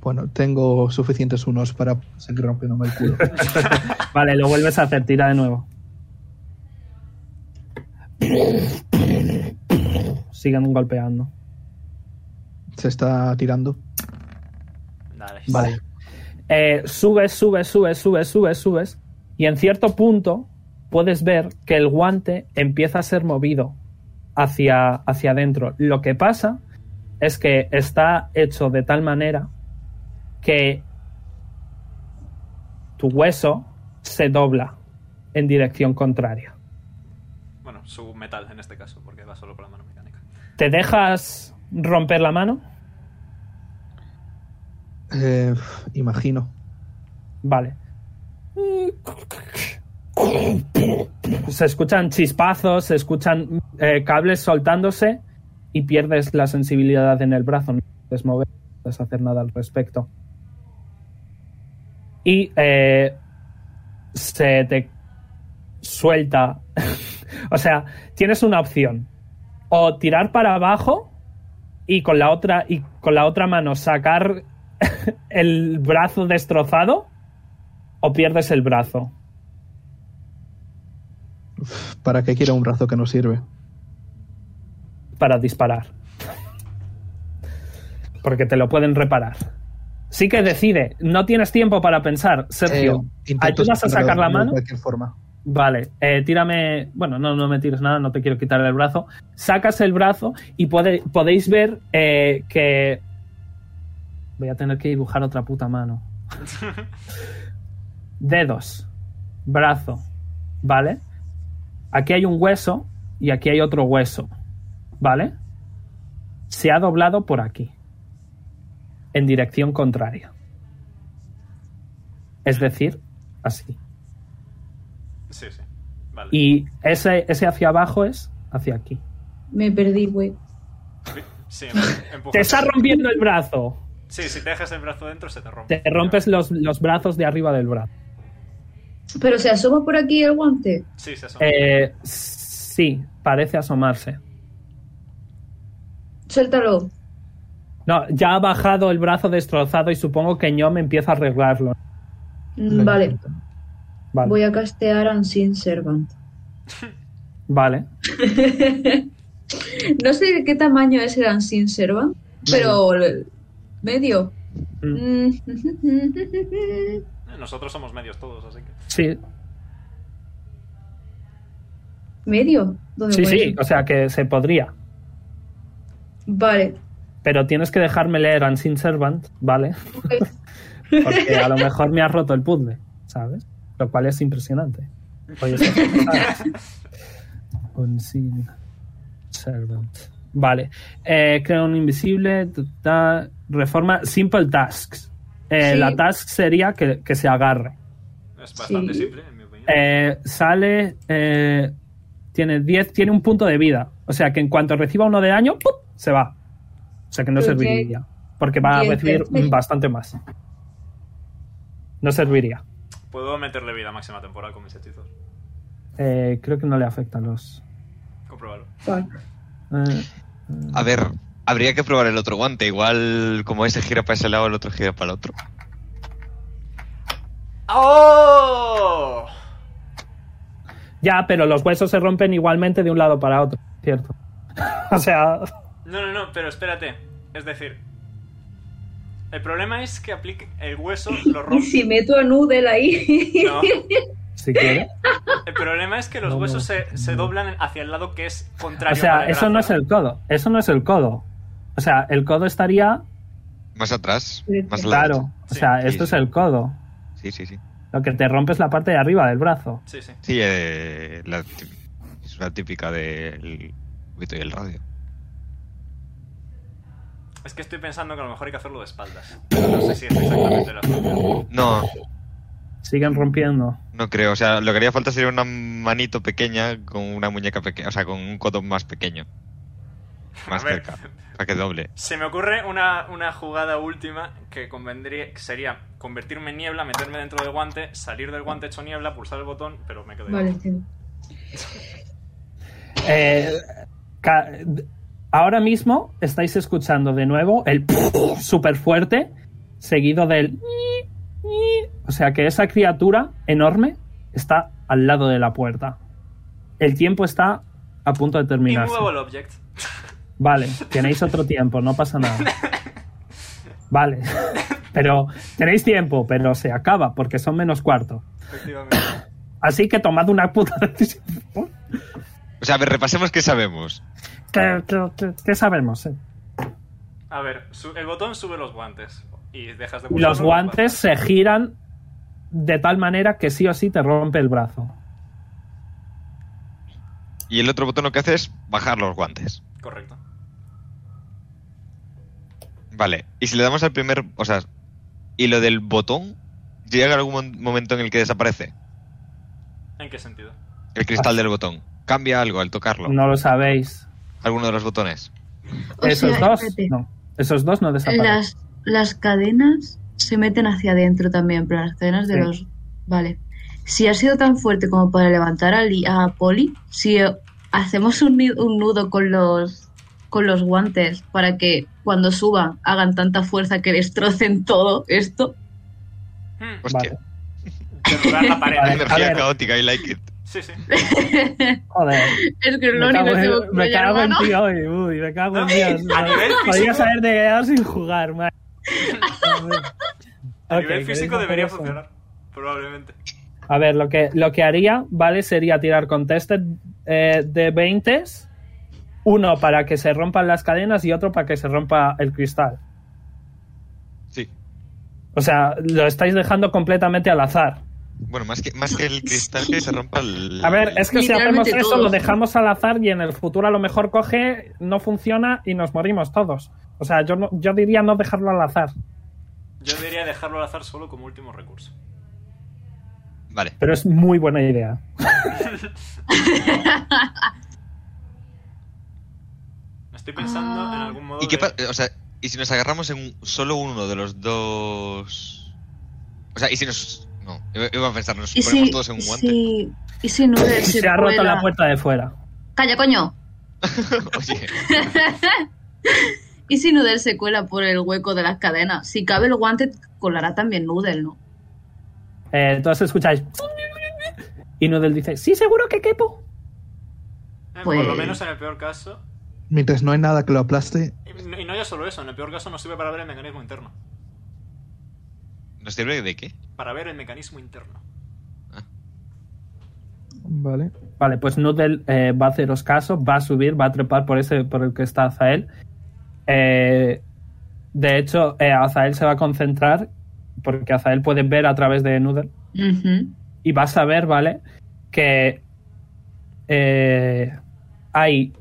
Speaker 5: Bueno, tengo suficientes unos para seguir rompiéndome el culo.
Speaker 3: Vale, lo vuelves a hacer. Tira de nuevo. Siguen golpeando.
Speaker 5: Se está tirando.
Speaker 1: Dale.
Speaker 5: Vale.
Speaker 3: eh, subes, subes, subes, subes, subes, subes, y en cierto punto puedes ver que el guante empieza a ser movido hacia, hacia adentro. Lo que pasa es que está hecho de tal manera que tu hueso se dobla en dirección contraria.
Speaker 1: Bueno, su metal en este caso, porque va solo con la mano mecánica.
Speaker 3: ¿Te dejas romper la mano?
Speaker 5: Eh, imagino.
Speaker 3: Vale. Se escuchan chispazos, se escuchan eh, cables soltándose y pierdes la sensibilidad en el brazo. No puedes mover, no puedes hacer nada al respecto. Y eh, se te suelta. o sea, tienes una opción. O tirar para abajo y con la otra, y con la otra mano sacar el brazo destrozado o pierdes el brazo.
Speaker 5: ¿Para qué quiero un brazo que no sirve?
Speaker 3: para disparar. Porque te lo pueden reparar. Sí que decide. No tienes tiempo para pensar, Sergio.
Speaker 5: Eh, intento
Speaker 3: ¿Ayudas a sacar la
Speaker 5: de
Speaker 3: mano?
Speaker 5: cualquier forma.
Speaker 3: Vale, eh, tírame. Bueno, no, no me tires nada, no te quiero quitar el brazo. Sacas el brazo y pode- podéis ver eh, que. Voy a tener que dibujar otra puta mano. Dedos, brazo, ¿vale? Aquí hay un hueso y aquí hay otro hueso, ¿vale? Se ha doblado por aquí, en dirección contraria. Es decir, así.
Speaker 1: Sí, sí. Vale.
Speaker 3: Y ese, ese hacia abajo es hacia aquí.
Speaker 4: Me perdí, güey.
Speaker 1: Sí, vale. Empujas.
Speaker 3: Te está rompiendo el brazo.
Speaker 1: Sí, si te dejas el brazo dentro se te rompe.
Speaker 3: Te rompes los, los brazos de arriba del brazo.
Speaker 4: Pero se asoma por aquí el guante.
Speaker 1: Sí, se asoma.
Speaker 3: Eh, sí, parece asomarse.
Speaker 4: Suéltalo.
Speaker 3: No, ya ha bajado el brazo destrozado y supongo que ñom empieza a arreglarlo.
Speaker 4: Mm, Vale,
Speaker 3: Vale.
Speaker 4: voy a castear Unseen Servant.
Speaker 3: vale.
Speaker 4: No sé de qué tamaño es el Unseen Servant, pero el- medio.
Speaker 3: Mm,
Speaker 4: Mm.
Speaker 1: Nosotros somos medios todos, así que...
Speaker 3: Sí,
Speaker 4: ¿Medio? ¿Dónde
Speaker 3: sí,
Speaker 4: voy?
Speaker 3: sí. O sea que se podría.
Speaker 4: Vale.
Speaker 3: Pero tienes que dejarme leer Unseen Servant, ¿vale?
Speaker 4: ok.
Speaker 3: Porque a lo mejor me has roto el puzzle, ¿sabes? Lo cual es impresionante. Oye, ¿sabes? Unseen Servant. Vale. Eh, crea un invisible. ta, ta, reforma Simple Tasks. Eh,
Speaker 4: Sí.
Speaker 3: La task sería que, que se agarre.
Speaker 1: Es bastante
Speaker 4: Sí.
Speaker 1: simple, en mi opinión.
Speaker 3: Eh, sale. eh, tiene 10, tiene un punto de vida. O sea que en cuanto reciba uno de daño, ¡pum! se va. O sea que no
Speaker 4: Ok.
Speaker 3: serviría. Porque va a
Speaker 4: Bien,
Speaker 3: recibir
Speaker 4: perfecto.
Speaker 3: bastante más. No serviría.
Speaker 1: Puedo meterle vida máxima temporal con mis hechizos.
Speaker 3: Eh, creo que no le afecta a los.
Speaker 1: Compruébalo.
Speaker 4: Vale.
Speaker 3: eh,
Speaker 2: A ver, habría que probar el otro guante. Igual, como ese gira para ese lado, el otro gira para el otro.
Speaker 1: ¡Oh!
Speaker 3: ya, pero los huesos se rompen igualmente de un lado para otro, ¿cierto? o sea,
Speaker 1: No, no, no, pero espérate. Es decir, el problema es que aplique el hueso lo
Speaker 4: Y
Speaker 1: rompe.
Speaker 4: si meto a Noodle ahí.
Speaker 1: No, el
Speaker 3: si quiere.
Speaker 1: problema es que los
Speaker 3: No, no,
Speaker 1: huesos se, se
Speaker 3: no.
Speaker 1: doblan hacia el lado que es
Speaker 3: O
Speaker 1: contrario.
Speaker 3: sea,
Speaker 1: para
Speaker 3: eso no es
Speaker 1: brazo.
Speaker 3: el codo. Eso no es el codo. O sea, el codo estaría.
Speaker 2: Más atrás, más al lado.
Speaker 3: Claro. O
Speaker 1: Sí.
Speaker 3: sea,
Speaker 2: Sí,
Speaker 3: esto es
Speaker 2: sí.
Speaker 3: el codo.
Speaker 2: Sí, sí, sí.
Speaker 3: Lo que te rompe es la parte de arriba del brazo.
Speaker 1: Sí, sí.
Speaker 2: Sí, eh, la tí- es una típica del cubito y el radio.
Speaker 1: Es que estoy pensando que a lo mejor hay que hacerlo de espaldas. No sé si es exactamente la solución.
Speaker 2: No,
Speaker 3: Siguen rompiendo.
Speaker 2: no creo. O sea, lo que haría falta sería una manito pequeña con una muñeca pequeña. O sea, con un codo más pequeño. Más
Speaker 1: A ver.
Speaker 2: cerca. Para que doble.
Speaker 1: Se me ocurre una, una jugada última que convendría que sería convertirme en niebla, meterme dentro del guante, salir del guante hecho niebla, pulsar el botón, pero me quedo ahí.
Speaker 4: Vale, entiendo.
Speaker 3: Eh, ca- ahora mismo estáis escuchando de nuevo el súper fuerte, seguido del. O sea que esa criatura enorme está al lado de la puerta. El tiempo está a punto de terminar.
Speaker 1: Immovable object.
Speaker 3: Vale, tenéis otro tiempo, no pasa nada. Vale, pero tenéis tiempo, pero se acaba porque son menos cuarto.
Speaker 1: Efectivamente.
Speaker 3: Así que tomad una puta decisión.
Speaker 2: O sea, a ver, repasemos qué sabemos.
Speaker 3: ¿Qué, qué- qué- qué sabemos? eh?
Speaker 1: A ver, su- el botón sube los guantes. Y dejas de pulsar
Speaker 3: Los
Speaker 1: el botón.
Speaker 3: guantes se giran de tal manera que sí o sí te rompe el brazo.
Speaker 2: Y el otro botón lo que hace es bajar los guantes.
Speaker 1: Correcto.
Speaker 2: Vale. Y si le damos al primer. O sea. ¿Y lo del botón? ¿Llega algún mon- momento en el que desaparece?
Speaker 1: ¿En qué sentido?
Speaker 2: El cristal del botón. ¿Cambia algo al tocarlo?
Speaker 3: Ah. No lo sabéis.
Speaker 2: ¿Alguno de los botones?
Speaker 4: O
Speaker 3: Esos
Speaker 4: sea,
Speaker 3: dos,
Speaker 4: espérate.
Speaker 3: no. Esos dos no desaparecen.
Speaker 4: Las, las cadenas se meten hacia adentro también, pero las cadenas de
Speaker 3: Sí.
Speaker 4: los... Vale. Si ha sido tan fuerte como para levantar a, Li- a Poli, si eh, hacemos un, ni- un nudo con los, con los guantes para que cuando suban hagan tanta fuerza que destrocen todo esto.
Speaker 1: Hmm,
Speaker 2: Hostia.
Speaker 1: derrubar la pared.
Speaker 3: Pues Vale. A
Speaker 2: Energía
Speaker 3: ver.
Speaker 2: caótica, I like it.
Speaker 1: Sí, sí.
Speaker 3: Joder.
Speaker 4: Es que
Speaker 3: Me cago, en, me cago en ti hoy, uy, me cago en Dios.
Speaker 1: A nivel
Speaker 3: Podrías
Speaker 1: físico-
Speaker 3: haberte quedado sin jugar, man.
Speaker 1: A
Speaker 3: Ok,
Speaker 1: nivel
Speaker 3: ¿queréis
Speaker 1: físico
Speaker 3: hacer
Speaker 1: debería
Speaker 3: eso?
Speaker 1: funcionar. Probablemente.
Speaker 3: A ver, lo que, lo que haría, ¿vale? Sería tirar contested eh, de 20, uno para que se rompan las cadenas y otro para que se rompa el cristal.
Speaker 2: Sí.
Speaker 3: O sea, lo estáis dejando completamente al azar.
Speaker 2: Bueno, más que, más que el cristal que se rompa el...
Speaker 3: A ver, es que si hacemos
Speaker 4: Literalmente
Speaker 3: eso,
Speaker 4: todos.
Speaker 3: lo dejamos al azar y en el futuro a lo mejor coge, no funciona y nos morimos todos. O sea, yo, no- yo diría no dejarlo al azar.
Speaker 1: Yo debería dejarlo al azar solo como último recurso.
Speaker 2: Vale.
Speaker 3: Pero es muy buena idea.
Speaker 1: Estoy pensando en algún modo.
Speaker 2: ¿Y qué
Speaker 1: de-
Speaker 2: pa- O sea, ¿y si nos agarramos en un- solo uno de los dos...? O sea, ¿y si nos... No, iba iba a pensar, nos
Speaker 4: ¿Y
Speaker 2: ponemos
Speaker 4: si,
Speaker 2: todos en un guante.
Speaker 4: si, y si Noodle se,
Speaker 3: Se ha roto
Speaker 4: cuela-
Speaker 3: la puerta de fuera.
Speaker 4: Calla, coño.
Speaker 2: Oye,
Speaker 4: ¿Y si Noodle se cuela por el hueco de las cadenas? Si cabe el guante, colará también Noodle, ¿no?
Speaker 3: Eh, entonces escucháis. Y Noodle dice: Sí, seguro que quepo.
Speaker 1: eh, Por
Speaker 4: Pues-
Speaker 1: lo menos en el peor caso.
Speaker 5: Mientras no hay nada que lo aplaste,
Speaker 1: Y no y no ya solo eso, en el peor caso nos sirve para ver el mecanismo interno.
Speaker 2: ¿nos sirve de qué?
Speaker 1: Para ver el mecanismo interno.
Speaker 5: vale.
Speaker 3: Vale, pues Noodle eh, va a haceros caso, va a subir, va a trepar por ese por el que está Azael. Eh, de hecho, eh, Azael se va a concentrar, porque Azael puede ver a través de Noodle.
Speaker 4: Ujú.
Speaker 3: y vas a ver, ¿vale? Que eh, hay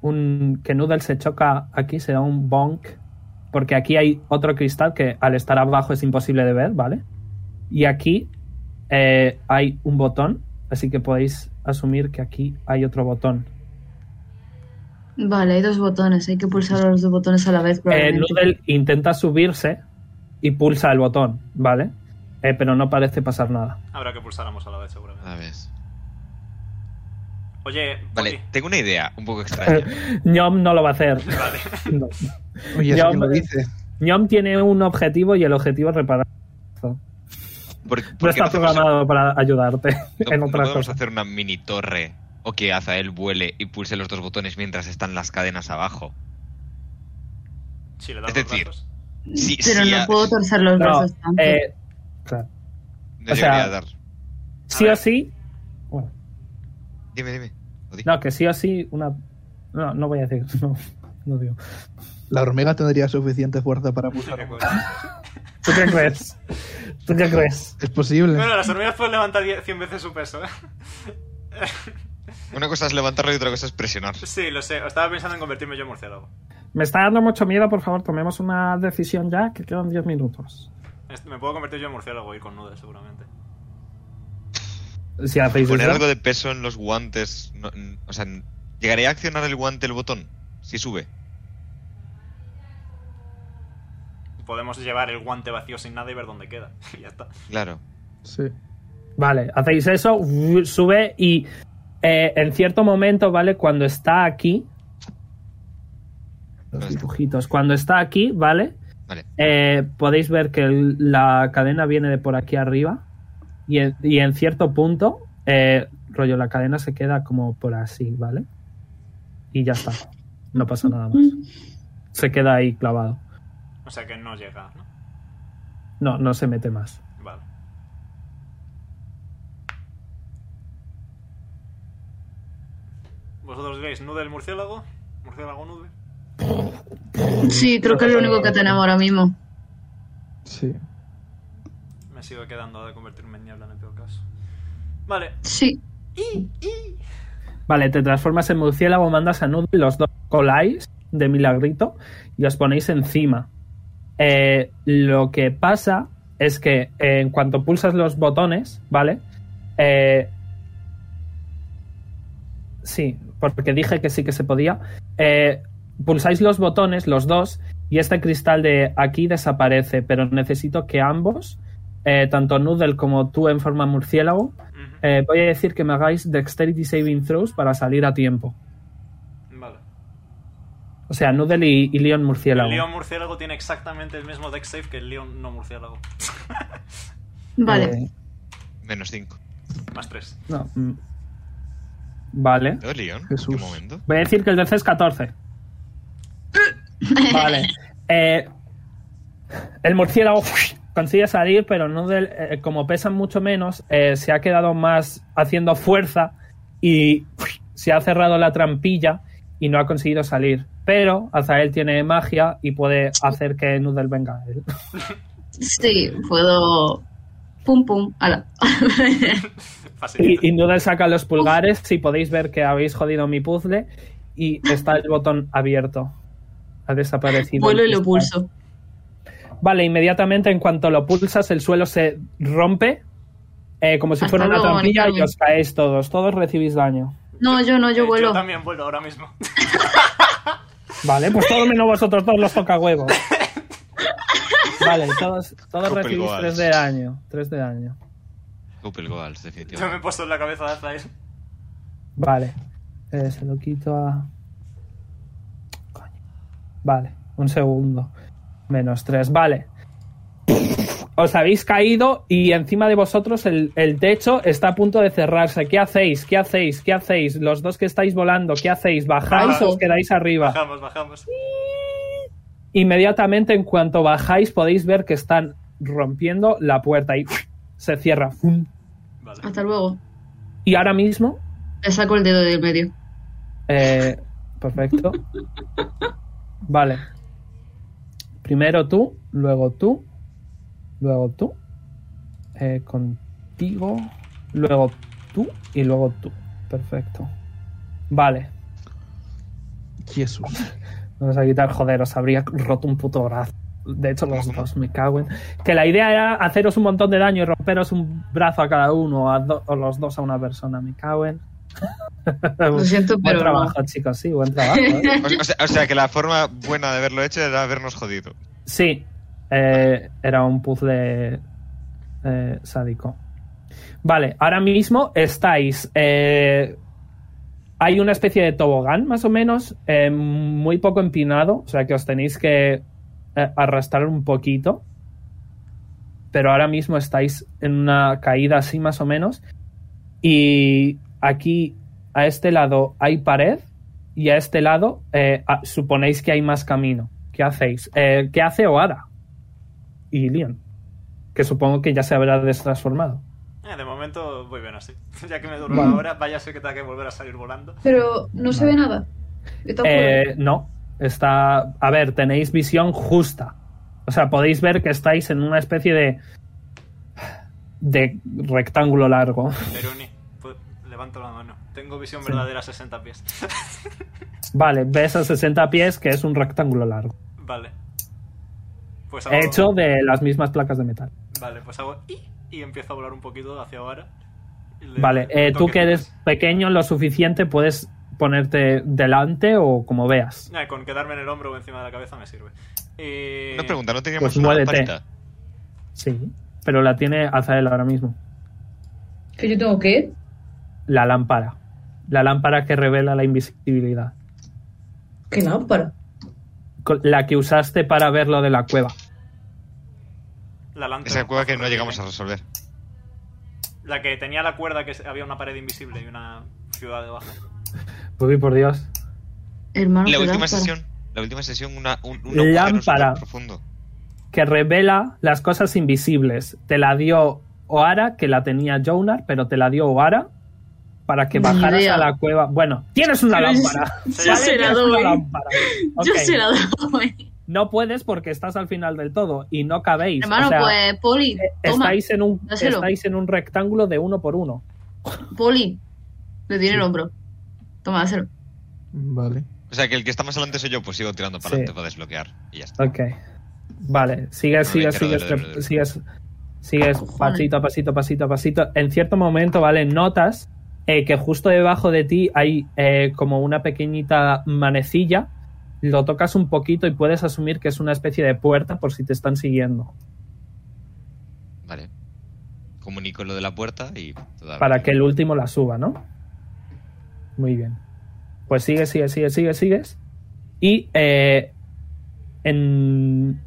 Speaker 3: un. que Noodle se choca aquí, se da un bonk, porque aquí hay otro cristal que al estar abajo es imposible de ver, ¿vale? Y aquí eh, hay un botón, así que podéis asumir que aquí hay otro botón.
Speaker 4: Vale, hay dos botones, hay que pulsar los dos botones a la vez.
Speaker 3: Eh,
Speaker 4: probablemente.
Speaker 3: Noodle intenta subirse y pulsa el botón, ¿vale? Eh, pero no parece pasar nada.
Speaker 1: Habrá que pulsáramos a la vez, seguramente.
Speaker 2: A ver.
Speaker 1: Oye,
Speaker 2: Vale,
Speaker 1: Poli,
Speaker 2: tengo una idea un poco extraña.
Speaker 3: Ñom no lo va a hacer.
Speaker 1: vale.
Speaker 3: No.
Speaker 5: Oye,
Speaker 3: Ya,
Speaker 5: eso quién lo
Speaker 3: hombre.
Speaker 5: dice.
Speaker 3: Ñom tiene un objetivo y el objetivo es reparar.
Speaker 2: ¿Por- por
Speaker 3: No
Speaker 2: qué
Speaker 3: está
Speaker 2: hacemos-
Speaker 3: programado para ayudarte
Speaker 2: no-
Speaker 3: en
Speaker 2: no
Speaker 3: otras
Speaker 2: podemos
Speaker 3: cosas.
Speaker 2: hacer una mini torre o que Azael vuele y pulse los dos botones mientras están las cadenas abajo.
Speaker 1: Si le das
Speaker 2: Es
Speaker 1: los
Speaker 2: decir,
Speaker 1: brazos.
Speaker 2: Sí,
Speaker 4: Pero
Speaker 2: sí,
Speaker 4: no
Speaker 2: a-
Speaker 4: puedo torcer los
Speaker 3: No,
Speaker 4: brazos tanto.
Speaker 3: eh, claro.
Speaker 2: no
Speaker 3: o sea-
Speaker 2: llegaría a dar.
Speaker 3: Sí
Speaker 1: ver.
Speaker 3: o sí. Bueno,
Speaker 2: Dime, dime. Lo di.
Speaker 3: no, que sí o sí. Una... No, no voy a decir. No, no digo.
Speaker 5: La hormiga tendría suficiente fuerza para pulsar.
Speaker 1: Qué cosa.
Speaker 3: ¿Tú qué crees? ¿Tú qué crees?
Speaker 5: Es posible.
Speaker 1: Bueno, las hormigas pueden levantar 10 100 veces su peso. ¿eh?
Speaker 2: Una cosa es levantarlo y otra cosa es presionar.
Speaker 1: Sí, lo sé. Estaba pensando en convertirme yo en murciélago.
Speaker 3: Me está dando mucho miedo, por favor, tomemos una decisión ya, que quedan 10 minutos.
Speaker 1: Est- Me puedo convertir yo en murciélago y ir con nudes, seguramente.
Speaker 3: Si hacéis
Speaker 2: Poner
Speaker 3: eso.
Speaker 2: algo de peso en los guantes. no- n- o sea, n- ¿llegaré a accionar el guante el botón? Si sube.
Speaker 1: Podemos llevar el guante vacío sin nada y ver dónde queda. Y ya está.
Speaker 2: Claro.
Speaker 5: Sí.
Speaker 3: Vale, hacéis eso, uf, sube y eh, en cierto momento, ¿vale? Cuando está aquí,
Speaker 2: No
Speaker 3: los
Speaker 2: está.
Speaker 3: dibujitos, cuando está aquí, ¿vale?
Speaker 2: Vale.
Speaker 3: Eh, podéis ver que el- la cadena viene de por aquí arriba y en, y en cierto punto, eh, rollo, la cadena se queda como por así, ¿vale? Y ya está, no pasa nada más. Se queda ahí clavado,
Speaker 1: O sea que no llega, ¿no?
Speaker 3: no, no se mete más.
Speaker 1: Vale. ¿Vosotros veis nude el murciélago? ¿Murciélago nude?
Speaker 4: sí, creo que es lo único que tenemos ahora mismo.
Speaker 5: Sí.
Speaker 1: Me sigo quedando de convertirme en niebla en el peor caso. Vale.
Speaker 4: Sí.
Speaker 3: Vale, te transformas en murciélago, mandas a Nudo y los dos coláis de milagrito y os ponéis encima. Eh, lo que pasa es que eh, en cuanto pulsas los botones, ¿vale? Eh, sí, porque dije que sí que se podía. Eh, pulsáis los botones, los dos, y este cristal de aquí desaparece, pero necesito que ambos, eh, tanto Noodle como tú en forma murciélago,
Speaker 1: Ujú.
Speaker 3: eh, voy a decir que me hagáis Dexterity Saving Throws para salir a tiempo.
Speaker 1: Vale.
Speaker 3: O sea, Noodle y, y Leon Murciélago.
Speaker 1: El león murciélago tiene exactamente el mismo deck save que el león no murciélago.
Speaker 4: Vale.
Speaker 3: Eh,
Speaker 2: Menos 5.
Speaker 1: Más tres.
Speaker 3: no, mm. Vale.
Speaker 2: ¿No, León?
Speaker 5: Jesús.
Speaker 2: ¿Qué momento?
Speaker 3: Voy a decir que el DC es 14. vale. Eh, el murciélago consigue salir, pero Noodle, eh, como pesa mucho menos, eh, se ha quedado más haciendo fuerza y se ha cerrado la trampilla y no ha conseguido salir. Pero Azael tiene magia y puede hacer que Noodle venga a él.
Speaker 4: Sí, puedo. Pum, pum. Ala.
Speaker 1: Facilita.
Speaker 3: Y, y Noodle saca los pulgares si podéis ver que habéis jodido mi puzzle y está el botón abierto. Ha desaparecido.
Speaker 4: Vuelo
Speaker 3: el
Speaker 4: y lo
Speaker 3: cristal.
Speaker 4: pulso.
Speaker 3: Vale, inmediatamente en cuanto lo pulsas el suelo se rompe eh, como si
Speaker 4: Hasta
Speaker 3: fuera una
Speaker 4: luego,
Speaker 3: trampilla y
Speaker 4: Ricardo.
Speaker 3: os caéis todos. Todos recibís daño.
Speaker 4: No, yo no,
Speaker 1: Eh,
Speaker 4: yo vuelo.
Speaker 1: Yo también vuelo ahora mismo.
Speaker 3: Vale, pues todo menos vosotros todos los toca huevos. Vale, todos, todos
Speaker 2: Couple
Speaker 3: recibís
Speaker 2: goals.
Speaker 3: 3 de daño. 3 de daño.
Speaker 2: Couple
Speaker 1: Yo
Speaker 2: Goals,
Speaker 1: me he
Speaker 2: definitivamente.
Speaker 1: puesto en la cabeza de Azael.
Speaker 3: Vale. Eh, se lo quito a. Coño. Vale, un segundo. Menos tres, vale. Os habéis caído y encima de vosotros el, el techo está a punto de cerrarse. ¿Qué hacéis? ¿Qué hacéis? ¿Qué hacéis? Los dos que estáis volando, ¿qué hacéis? ¿Bajáis o os quedáis arriba?
Speaker 1: Bajamos, bajamos.
Speaker 3: Inmediatamente en cuanto bajáis podéis ver que están rompiendo la puerta y se cierra.
Speaker 1: Vale.
Speaker 4: Hasta luego.
Speaker 3: Y ahora mismo
Speaker 4: Le saco el dedo del medio.
Speaker 3: Eh, perfecto. Vale. Primero tú, luego tú, luego tú, eh, contigo, luego tú y luego tú. Perfecto. Vale.
Speaker 5: Jesús.
Speaker 3: Vamos a quitar, joder, os habría roto un puto brazo. De hecho, los
Speaker 2: ¿Cómo, cómo?
Speaker 3: dos me cago en. Que la idea era haceros un montón de daño y romperos un brazo a cada uno, a do- o los dos a una persona. Me cago en.
Speaker 4: Lo siento,
Speaker 3: Buen
Speaker 4: pero. no.
Speaker 3: trabajo, chicos, sí, buen trabajo. ¿eh?
Speaker 2: O sea- o sea, o sea que la forma buena de haberlo hecho era habernos jodido.
Speaker 3: Sí, eh, era un puzzle eh, sádico. Vale, ahora mismo estáis eh, Hay una especie de tobogán, más o menos, eh, muy poco empinado, o sea que os tenéis que eh, arrastrar un poquito. Pero ahora mismo estáis en una caída así, más o menos. Y aquí, a este lado, hay pared. Y a este lado, eh, a- suponéis que hay más camino. ¿Qué hacéis? Eh, ¿Qué hace Oada? Y Leon. Que supongo que ya se habrá destransformado.
Speaker 1: Eh, de momento voy bien así. Ya que me duró una
Speaker 4: Vale.
Speaker 1: hora, vaya a ser que tenga que volver a salir volando.
Speaker 4: Pero no se ve nada. Yo tampoco
Speaker 3: Eh,
Speaker 4: lo veo.
Speaker 3: no, está. A ver, tenéis visión justa. O sea, podéis ver que estáis en una especie de. de rectángulo largo.
Speaker 1: Eruni, pues, levanto la mano. Tengo visión
Speaker 3: Sí.
Speaker 1: verdadera a 60 pies.
Speaker 3: Vale, ves a 60 pies que es un rectángulo largo.
Speaker 1: vale. Pues hago,
Speaker 3: Hecho de las mismas placas de metal.
Speaker 1: Vale, pues hago y, y empiezo a volar un poquito hacia ahora. Y le-
Speaker 3: Vale,
Speaker 1: le
Speaker 3: eh, tú
Speaker 1: toquecitos.
Speaker 3: que eres pequeño lo suficiente puedes ponerte delante o como veas.
Speaker 1: Ah, con quedarme en el hombro o encima de la cabeza me sirve. Y...
Speaker 2: Una pregunta, ¿no teníamos
Speaker 3: Pues
Speaker 2: una
Speaker 3: muévete.
Speaker 2: lamparita?
Speaker 3: Sí, pero la tiene Azael ahora mismo.
Speaker 4: ¿Que yo tengo que ir?
Speaker 3: La lámpara. La lámpara que revela la invisibilidad.
Speaker 4: ¿Qué lámpara?
Speaker 3: Con- La que usaste para ver lo de la cueva.
Speaker 1: La lanza.
Speaker 2: Esa cueva que no llegamos a resolver.
Speaker 1: La que tenía la cuerda que había una pared invisible y una ciudad debajo.
Speaker 3: Uy, por Dios. Ah,
Speaker 4: Hermano,
Speaker 2: La
Speaker 4: ¿qué
Speaker 2: última
Speaker 4: lámpara?
Speaker 2: sesión, la última sesión, una, un, un agujero súper
Speaker 3: Lámpara.
Speaker 2: profundo.
Speaker 3: Que revela las cosas invisibles. Te la dio Oara, que la tenía Jonar, pero te la dio Oara para que
Speaker 4: Ni
Speaker 3: bajaras
Speaker 4: idea.
Speaker 3: a la cueva. Bueno, tienes una
Speaker 4: Pero es-
Speaker 3: lámpara.
Speaker 4: yo
Speaker 1: se la
Speaker 3: Tienes
Speaker 4: doy.
Speaker 3: una lámpara.
Speaker 4: Yo
Speaker 3: Ok.
Speaker 4: se la doy.
Speaker 3: No puedes porque estás al final del todo y no cabéis.
Speaker 4: Hermano,
Speaker 3: O sea,
Speaker 4: pues, Poli, toma.
Speaker 3: estáis en un
Speaker 4: dáselo.
Speaker 3: estáis en un rectángulo de uno por uno.
Speaker 4: Poli, le tiene el hombro. Toma, dáselo.
Speaker 5: Vale.
Speaker 2: O sea, que el que está más adelante soy yo, pues sigo tirando para
Speaker 3: Sí.
Speaker 2: adelante para desbloquear. Y ya está.
Speaker 3: Ok. Vale, sigues,
Speaker 2: No me entero de
Speaker 3: sigues, sigues,
Speaker 2: lo del-
Speaker 3: rep- sigues, sigues
Speaker 4: Cojones.
Speaker 3: pasito a pasito, pasito a pasito. En cierto momento, ¿vale? Notas eh, que justo debajo de ti hay eh, como una pequeñita manecilla. Lo tocas un poquito y puedes asumir que es una especie de puerta por si te están siguiendo.
Speaker 2: Vale. Comunico lo de la puerta y... toda-
Speaker 3: Para que el último la suba, ¿no? Muy bien. Pues sigue, sigue, sigue, sigue, sigues. Y eh, en-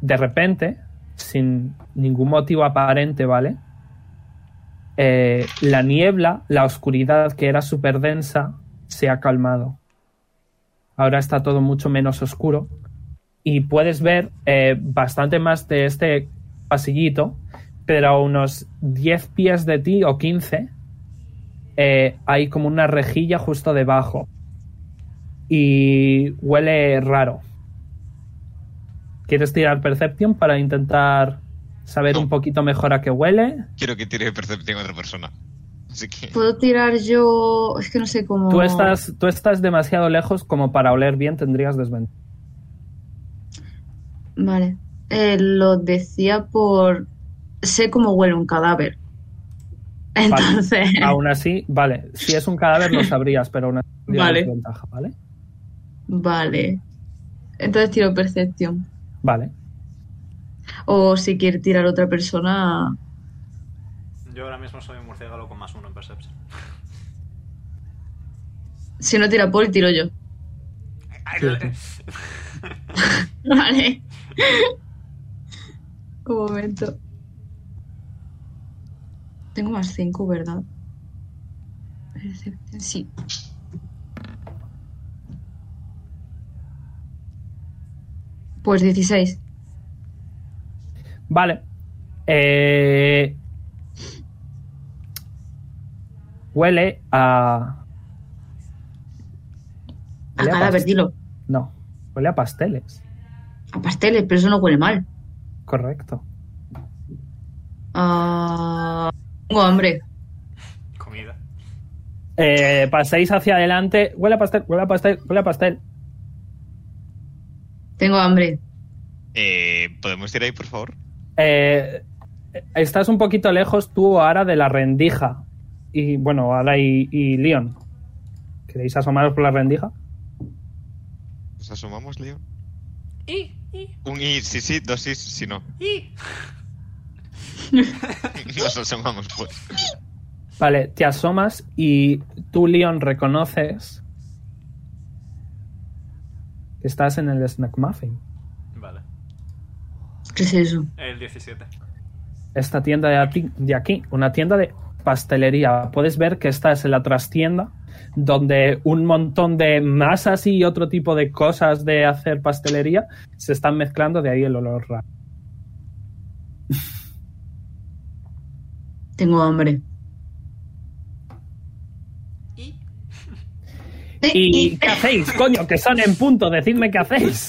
Speaker 3: de repente, sin ningún motivo aparente, ¿vale? Eh, la niebla, la oscuridad que era súper densa, se ha calmado. Ahora está todo mucho menos oscuro. Y puedes ver eh, bastante más de este pasillito pero a unos 10 pies de ti o 15 eh, hay como una rejilla justo debajo y huele raro. ¿Quieres tirar Perception para intentar saber
Speaker 2: No.
Speaker 3: un poquito mejor a qué huele?
Speaker 2: Quiero que tire percepción otra persona. Así que...
Speaker 4: Puedo tirar yo. Es que no sé cómo.
Speaker 3: Tú, estás, tú estás demasiado lejos como para oler bien, tendrías desventaja.
Speaker 4: Vale. Eh, lo decía por. Sé cómo huele un cadáver. Entonces.
Speaker 3: Aún así, vale, si es un cadáver lo sabrías, pero aún así tendrías
Speaker 4: Vale.
Speaker 3: desventaja, ¿vale?
Speaker 4: Vale. Entonces tiro percepción.
Speaker 3: Vale.
Speaker 4: O si quiere tirar otra persona.
Speaker 1: Yo ahora mismo soy un murciélago con más uno en Perception.
Speaker 4: Si no tira Poli, tiro yo. Vale. Un momento. Tengo más 5, ¿verdad? Percepción, Sí. Pues 16.
Speaker 3: Vale. Eh, huele a.
Speaker 4: A
Speaker 3: Huele a
Speaker 4: cadáver,
Speaker 3: past-
Speaker 4: dilo.
Speaker 3: No, huele a pasteles.
Speaker 4: A pasteles, pero eso no huele mal.
Speaker 3: Correcto.
Speaker 4: Ah, tengo hambre.
Speaker 1: Comida.
Speaker 3: Eh, paséis hacia adelante. Huele a pastel, huele a pastel, huele a pastel.
Speaker 4: Tengo hambre.
Speaker 2: Eh, ¿Podemos ir ahí, por favor?
Speaker 3: Eh, estás un poquito lejos tú ahora de la rendija. Y bueno, ahora y, y Leon. ¿Queréis asomaros por la rendija?
Speaker 2: ¿Nos asomamos, Leo? Un i, sí, sí, dos is, sí, no. Nos asomamos, pues.
Speaker 3: Vale, te asomas y tú, Leon, reconoces que estás en el Snack Muffin.
Speaker 1: Vale.
Speaker 4: ¿Qué es eso?
Speaker 1: El 17.
Speaker 3: Esta tienda de aquí, de aquí, una tienda de pastelería. Puedes ver que esta es la trastienda donde un montón de masas y otro tipo de cosas de hacer pastelería se están mezclando, de ahí el olor raro.
Speaker 4: Tengo hambre.
Speaker 1: Y
Speaker 3: ¿Y qué hacéis, coño? Que son en punto, decidme qué hacéis.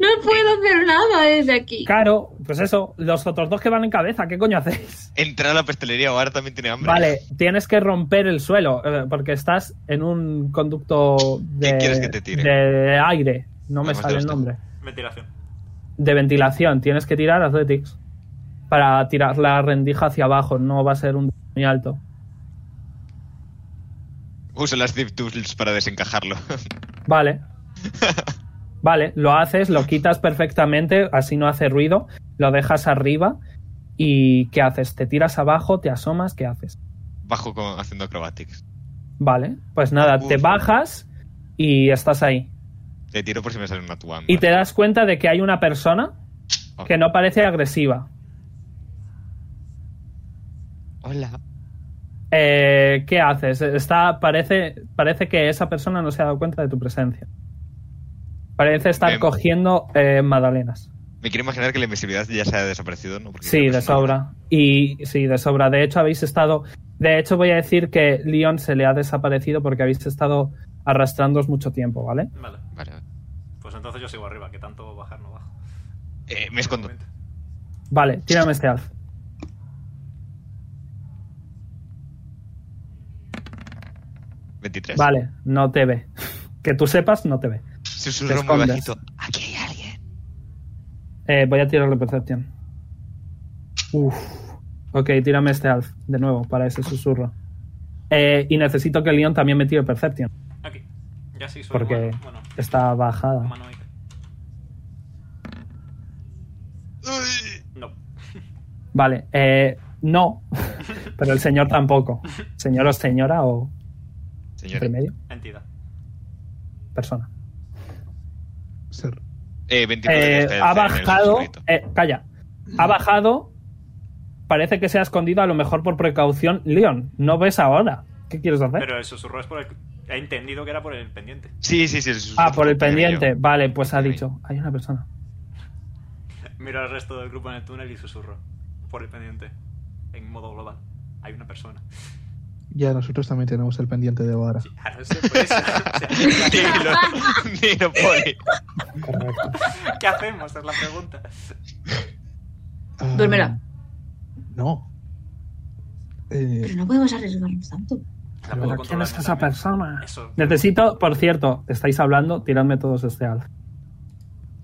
Speaker 4: No puedo hacer nada desde aquí.
Speaker 3: Claro, pues eso, los otros dos que van en cabeza, ¿qué coño hacéis?
Speaker 2: Entrar a la pastelería ahora también tiene hambre.
Speaker 3: Vale, tienes que romper el suelo, eh, porque estás en un conducto de,
Speaker 2: ¿Qué quieres que te tire?
Speaker 3: de aire. No me
Speaker 2: Además,
Speaker 3: sale
Speaker 2: ya
Speaker 3: el
Speaker 2: está.
Speaker 3: nombre.
Speaker 1: ventilación.
Speaker 3: De ventilación, tienes que tirar Athletics para tirar la rendija hacia abajo, no va a ser un muy alto.
Speaker 2: Usa las Deep Tools para desencajarlo.
Speaker 3: Vale. Vale, lo haces, lo quitas perfectamente, así no hace ruido, lo dejas arriba y ¿qué haces? ¿Te tiras abajo? ¿Te asomas? ¿Qué haces?
Speaker 2: Bajo con- haciendo acrobatics.
Speaker 3: Vale, pues nada, te
Speaker 2: Uf.
Speaker 3: bajas y estás ahí.
Speaker 2: Te tiro por si me sale una tuamba.
Speaker 3: Y te das cuenta de que hay una persona que no parece agresiva.
Speaker 2: Hola.
Speaker 3: Eh, ¿Qué haces? Está, parece, parece que esa persona no se ha dado cuenta de tu presencia. Parece estar
Speaker 2: Bien.
Speaker 3: cogiendo eh, magdalenas.
Speaker 2: Me quiero imaginar que la invisibilidad ya se ha desaparecido, ¿no? Porque
Speaker 3: Sí,
Speaker 2: creo que
Speaker 3: de
Speaker 2: es una-
Speaker 3: sobra. Y sí, de sobra. De hecho, habéis estado. De hecho, voy a decir que Leon se le ha desaparecido porque habéis estado arrastrándoos mucho tiempo, ¿vale?
Speaker 1: Vale.
Speaker 2: Vale, vale.
Speaker 1: Pues entonces yo sigo arriba, que tanto bajar no bajo.
Speaker 2: Eh, me escondo.
Speaker 1: Realmente.
Speaker 3: Vale, tírame este alf.
Speaker 2: ¿23?
Speaker 3: Vale, no te ve. Que tú sepas, no te ve.
Speaker 2: Susurro
Speaker 3: Te
Speaker 2: muy
Speaker 3: escondes.
Speaker 2: bajito. Aquí hay alguien.
Speaker 3: Eh, voy a tirarle percepción. Uf. Ok, tírame este alf de nuevo para ese susurro. Eh, y necesito que Leon también me tire percepción.
Speaker 1: Aquí. Ya sí, soy
Speaker 3: Porque
Speaker 1: humano. Bueno,
Speaker 3: está bajada.
Speaker 1: humanoide.
Speaker 2: Uy.
Speaker 1: No.
Speaker 3: Vale, eh, no. Pero el señor tampoco. Señor o señora o
Speaker 2: Señor.
Speaker 3: entre medio,
Speaker 1: Entidad.
Speaker 3: ¿Eh? persona.
Speaker 5: Ser.
Speaker 2: Eh, 24
Speaker 3: Eh,
Speaker 2: ya está,
Speaker 3: ha
Speaker 2: está en el
Speaker 3: bajado.
Speaker 2: susurrito.
Speaker 3: eh, calla. Ha bajado. Parece que se ha escondido a lo mejor por precaución. Leon, no ves ahora. ¿Qué quieres hacer?
Speaker 1: Pero el susurro es por el. He entendido que era por el pendiente.
Speaker 2: Sí, sí, sí. el susurro
Speaker 3: ah, por el
Speaker 2: que tenía yo.
Speaker 3: pendiente. Vale, pues ha
Speaker 2: Ahí.
Speaker 3: dicho. Hay una persona.
Speaker 1: Miro al resto del grupo en el túnel y susurro. Por el pendiente. En modo global. Hay una persona.
Speaker 5: Ya nosotros también tenemos el pendiente de Oara.
Speaker 1: Sí, ahora sé por eso. O sea,
Speaker 2: Dilo, dilo, Poli.
Speaker 3: Correcto.
Speaker 1: ¿Qué hacemos? Es la pregunta.
Speaker 5: Ah,
Speaker 4: Duérmela.
Speaker 5: No. Eh,
Speaker 4: Pero no podemos arriesgarnos tanto.
Speaker 1: La
Speaker 3: Pero
Speaker 1: puedo
Speaker 3: ¿Quién
Speaker 1: controlar
Speaker 3: es
Speaker 1: yo
Speaker 3: esa
Speaker 1: también.
Speaker 3: persona?
Speaker 1: Eso.
Speaker 3: Necesito, por cierto, estáis hablando, tiradme todos este alf.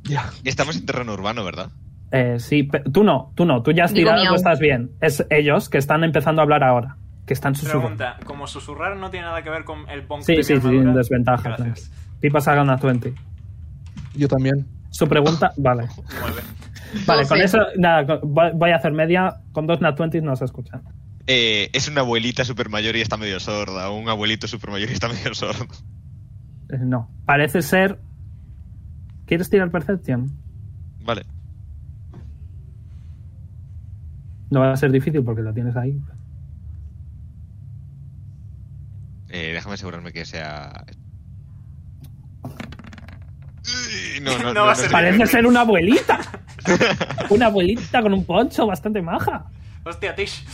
Speaker 5: ya.
Speaker 2: Estamos en terreno urbano, ¿verdad?
Speaker 3: Eh, sí, pe- tú no, tú no, tú ya has
Speaker 4: Digo
Speaker 3: tirado, tú
Speaker 4: miau.
Speaker 3: estás bien. Es ellos que están empezando a hablar ahora, que están susurrando.
Speaker 1: Pregunta: como susurrar no tiene nada que ver con el bonk de
Speaker 3: Sí,
Speaker 1: mi
Speaker 3: sí, sí,
Speaker 1: armadura?
Speaker 3: desventaja.
Speaker 1: Gracias.
Speaker 3: Pipa saca una 20.
Speaker 5: Yo también.
Speaker 3: Su pregunta, vale.
Speaker 1: Nueve.
Speaker 3: Vale, con
Speaker 4: Doce.
Speaker 3: eso, nada, con- voy voy a hacer media. Con dos Nat 20 no se escucha.
Speaker 2: Eh, es una abuelita super mayor y está medio sorda. o Un abuelito super mayor y está medio sordo.
Speaker 3: Eh, No. Parece ser. ¿Quieres tirar Perception?
Speaker 2: Vale.
Speaker 3: No va a ser difícil porque lo tienes ahí.
Speaker 2: Eh, déjame asegurarme que sea. Uy, No, no,
Speaker 1: No
Speaker 2: no,
Speaker 1: va a
Speaker 2: no
Speaker 1: ser
Speaker 2: sé.
Speaker 3: Parece ser una abuelita. Una abuelita con un poncho bastante maja.
Speaker 1: Hostia, Tish.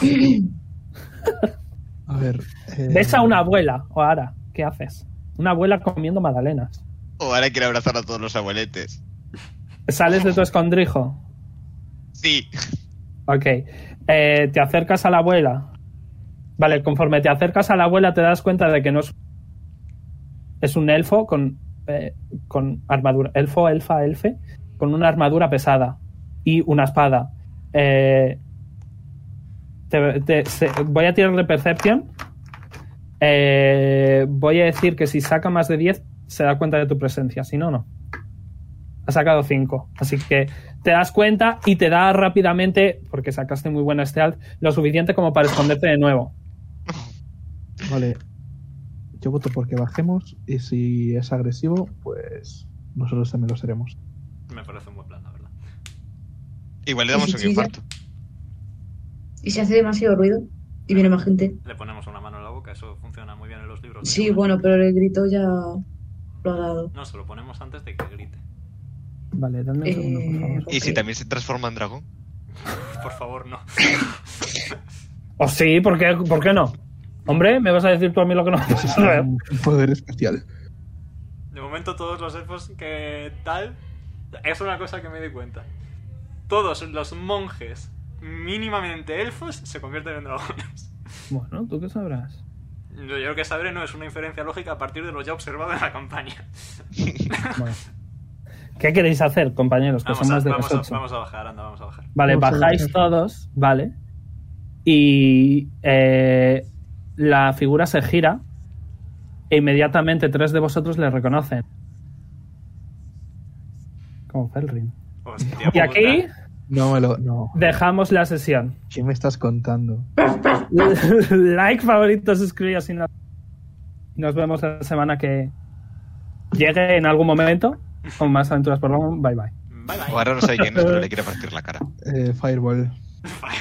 Speaker 5: A ver. eh,
Speaker 3: ¿Ves a una abuela, o ahora? ¿Qué haces? Una abuela comiendo magdalenas.
Speaker 2: O Oh, ahora quiere abrazar a todos los abueletes.
Speaker 3: Sales de tu escondrijo.
Speaker 2: Sí.
Speaker 3: Ok. Eh, te acercas a la abuela. Vale, conforme te acercas a la abuela te das cuenta de que no es... Es un elfo con, eh, con armadura. Elfo, elfa, elfe. Con una armadura pesada. Y una espada. Eh, te- te- se- voy a tirarle Perception. Eh, voy a decir que si saca más de 10 se da cuenta de tu presencia. Si no, no. Ha sacado 5. Así que te das cuenta y te da rápidamente, porque sacaste muy buena este alt, lo suficiente como para esconderte de nuevo.
Speaker 5: Vale. Yo voto porque bajemos y si es agresivo, pues nosotros también lo seremos.
Speaker 1: Me parece un buen plan, la verdad.
Speaker 2: Igual le damos
Speaker 4: Sí,
Speaker 2: un
Speaker 4: sí, ya.
Speaker 2: infarto.
Speaker 4: Y si hace demasiado ruido y viene más gente.
Speaker 1: Le ponemos una mano en la boca, eso funciona muy bien en los libros. de
Speaker 4: Sí,
Speaker 1: Conan.
Speaker 4: bueno, pero el grito ya lo ha dado.
Speaker 1: No, se lo ponemos antes de que grite.
Speaker 8: Vale, dame un segundo, por favor.
Speaker 4: Eh,
Speaker 2: Y si
Speaker 4: ok.
Speaker 2: también se transforma en dragón.
Speaker 1: Por favor, no.
Speaker 3: O Oh, sí, ¿por qué, ¿por qué no? Hombre, ¿me vas a decir tú a mí lo que no?
Speaker 5: Un poder especial.
Speaker 1: De momento todos los elfos que tal... Es una cosa que me di cuenta. Todos los monjes mínimamente elfos se convierten en dragones.
Speaker 8: Bueno, ¿tú qué sabrás?
Speaker 1: Yo, yo lo que sabré no es una inferencia lógica a partir de lo ya observado en la campaña.
Speaker 3: ¿Qué queréis hacer, compañeros? Que
Speaker 1: Vamos
Speaker 3: Pues son
Speaker 1: a,
Speaker 3: más de
Speaker 1: vamos,
Speaker 3: las
Speaker 1: a-
Speaker 3: ocho.
Speaker 1: vamos a bajar, anda, vamos a bajar.
Speaker 3: Vale,
Speaker 5: Vamos a
Speaker 3: bajáis
Speaker 5: bajar.
Speaker 3: todos, vale. Y eh, la figura se gira e inmediatamente tres de vosotros le reconocen. Como Felrin.
Speaker 1: Hostia
Speaker 3: Y aquí
Speaker 1: puta.
Speaker 5: No me lo. No.
Speaker 3: dejamos la sesión.
Speaker 5: ¿Qué me estás contando?
Speaker 3: like, favorito, suscríbete si no- Nos vemos la semana que llegue en algún momento con más aventuras por Long. Bye bye.
Speaker 1: Bye,
Speaker 2: O ahora no sé quién es, pero le quiere partir la cara.
Speaker 5: Eh, Fireball.
Speaker 1: bye.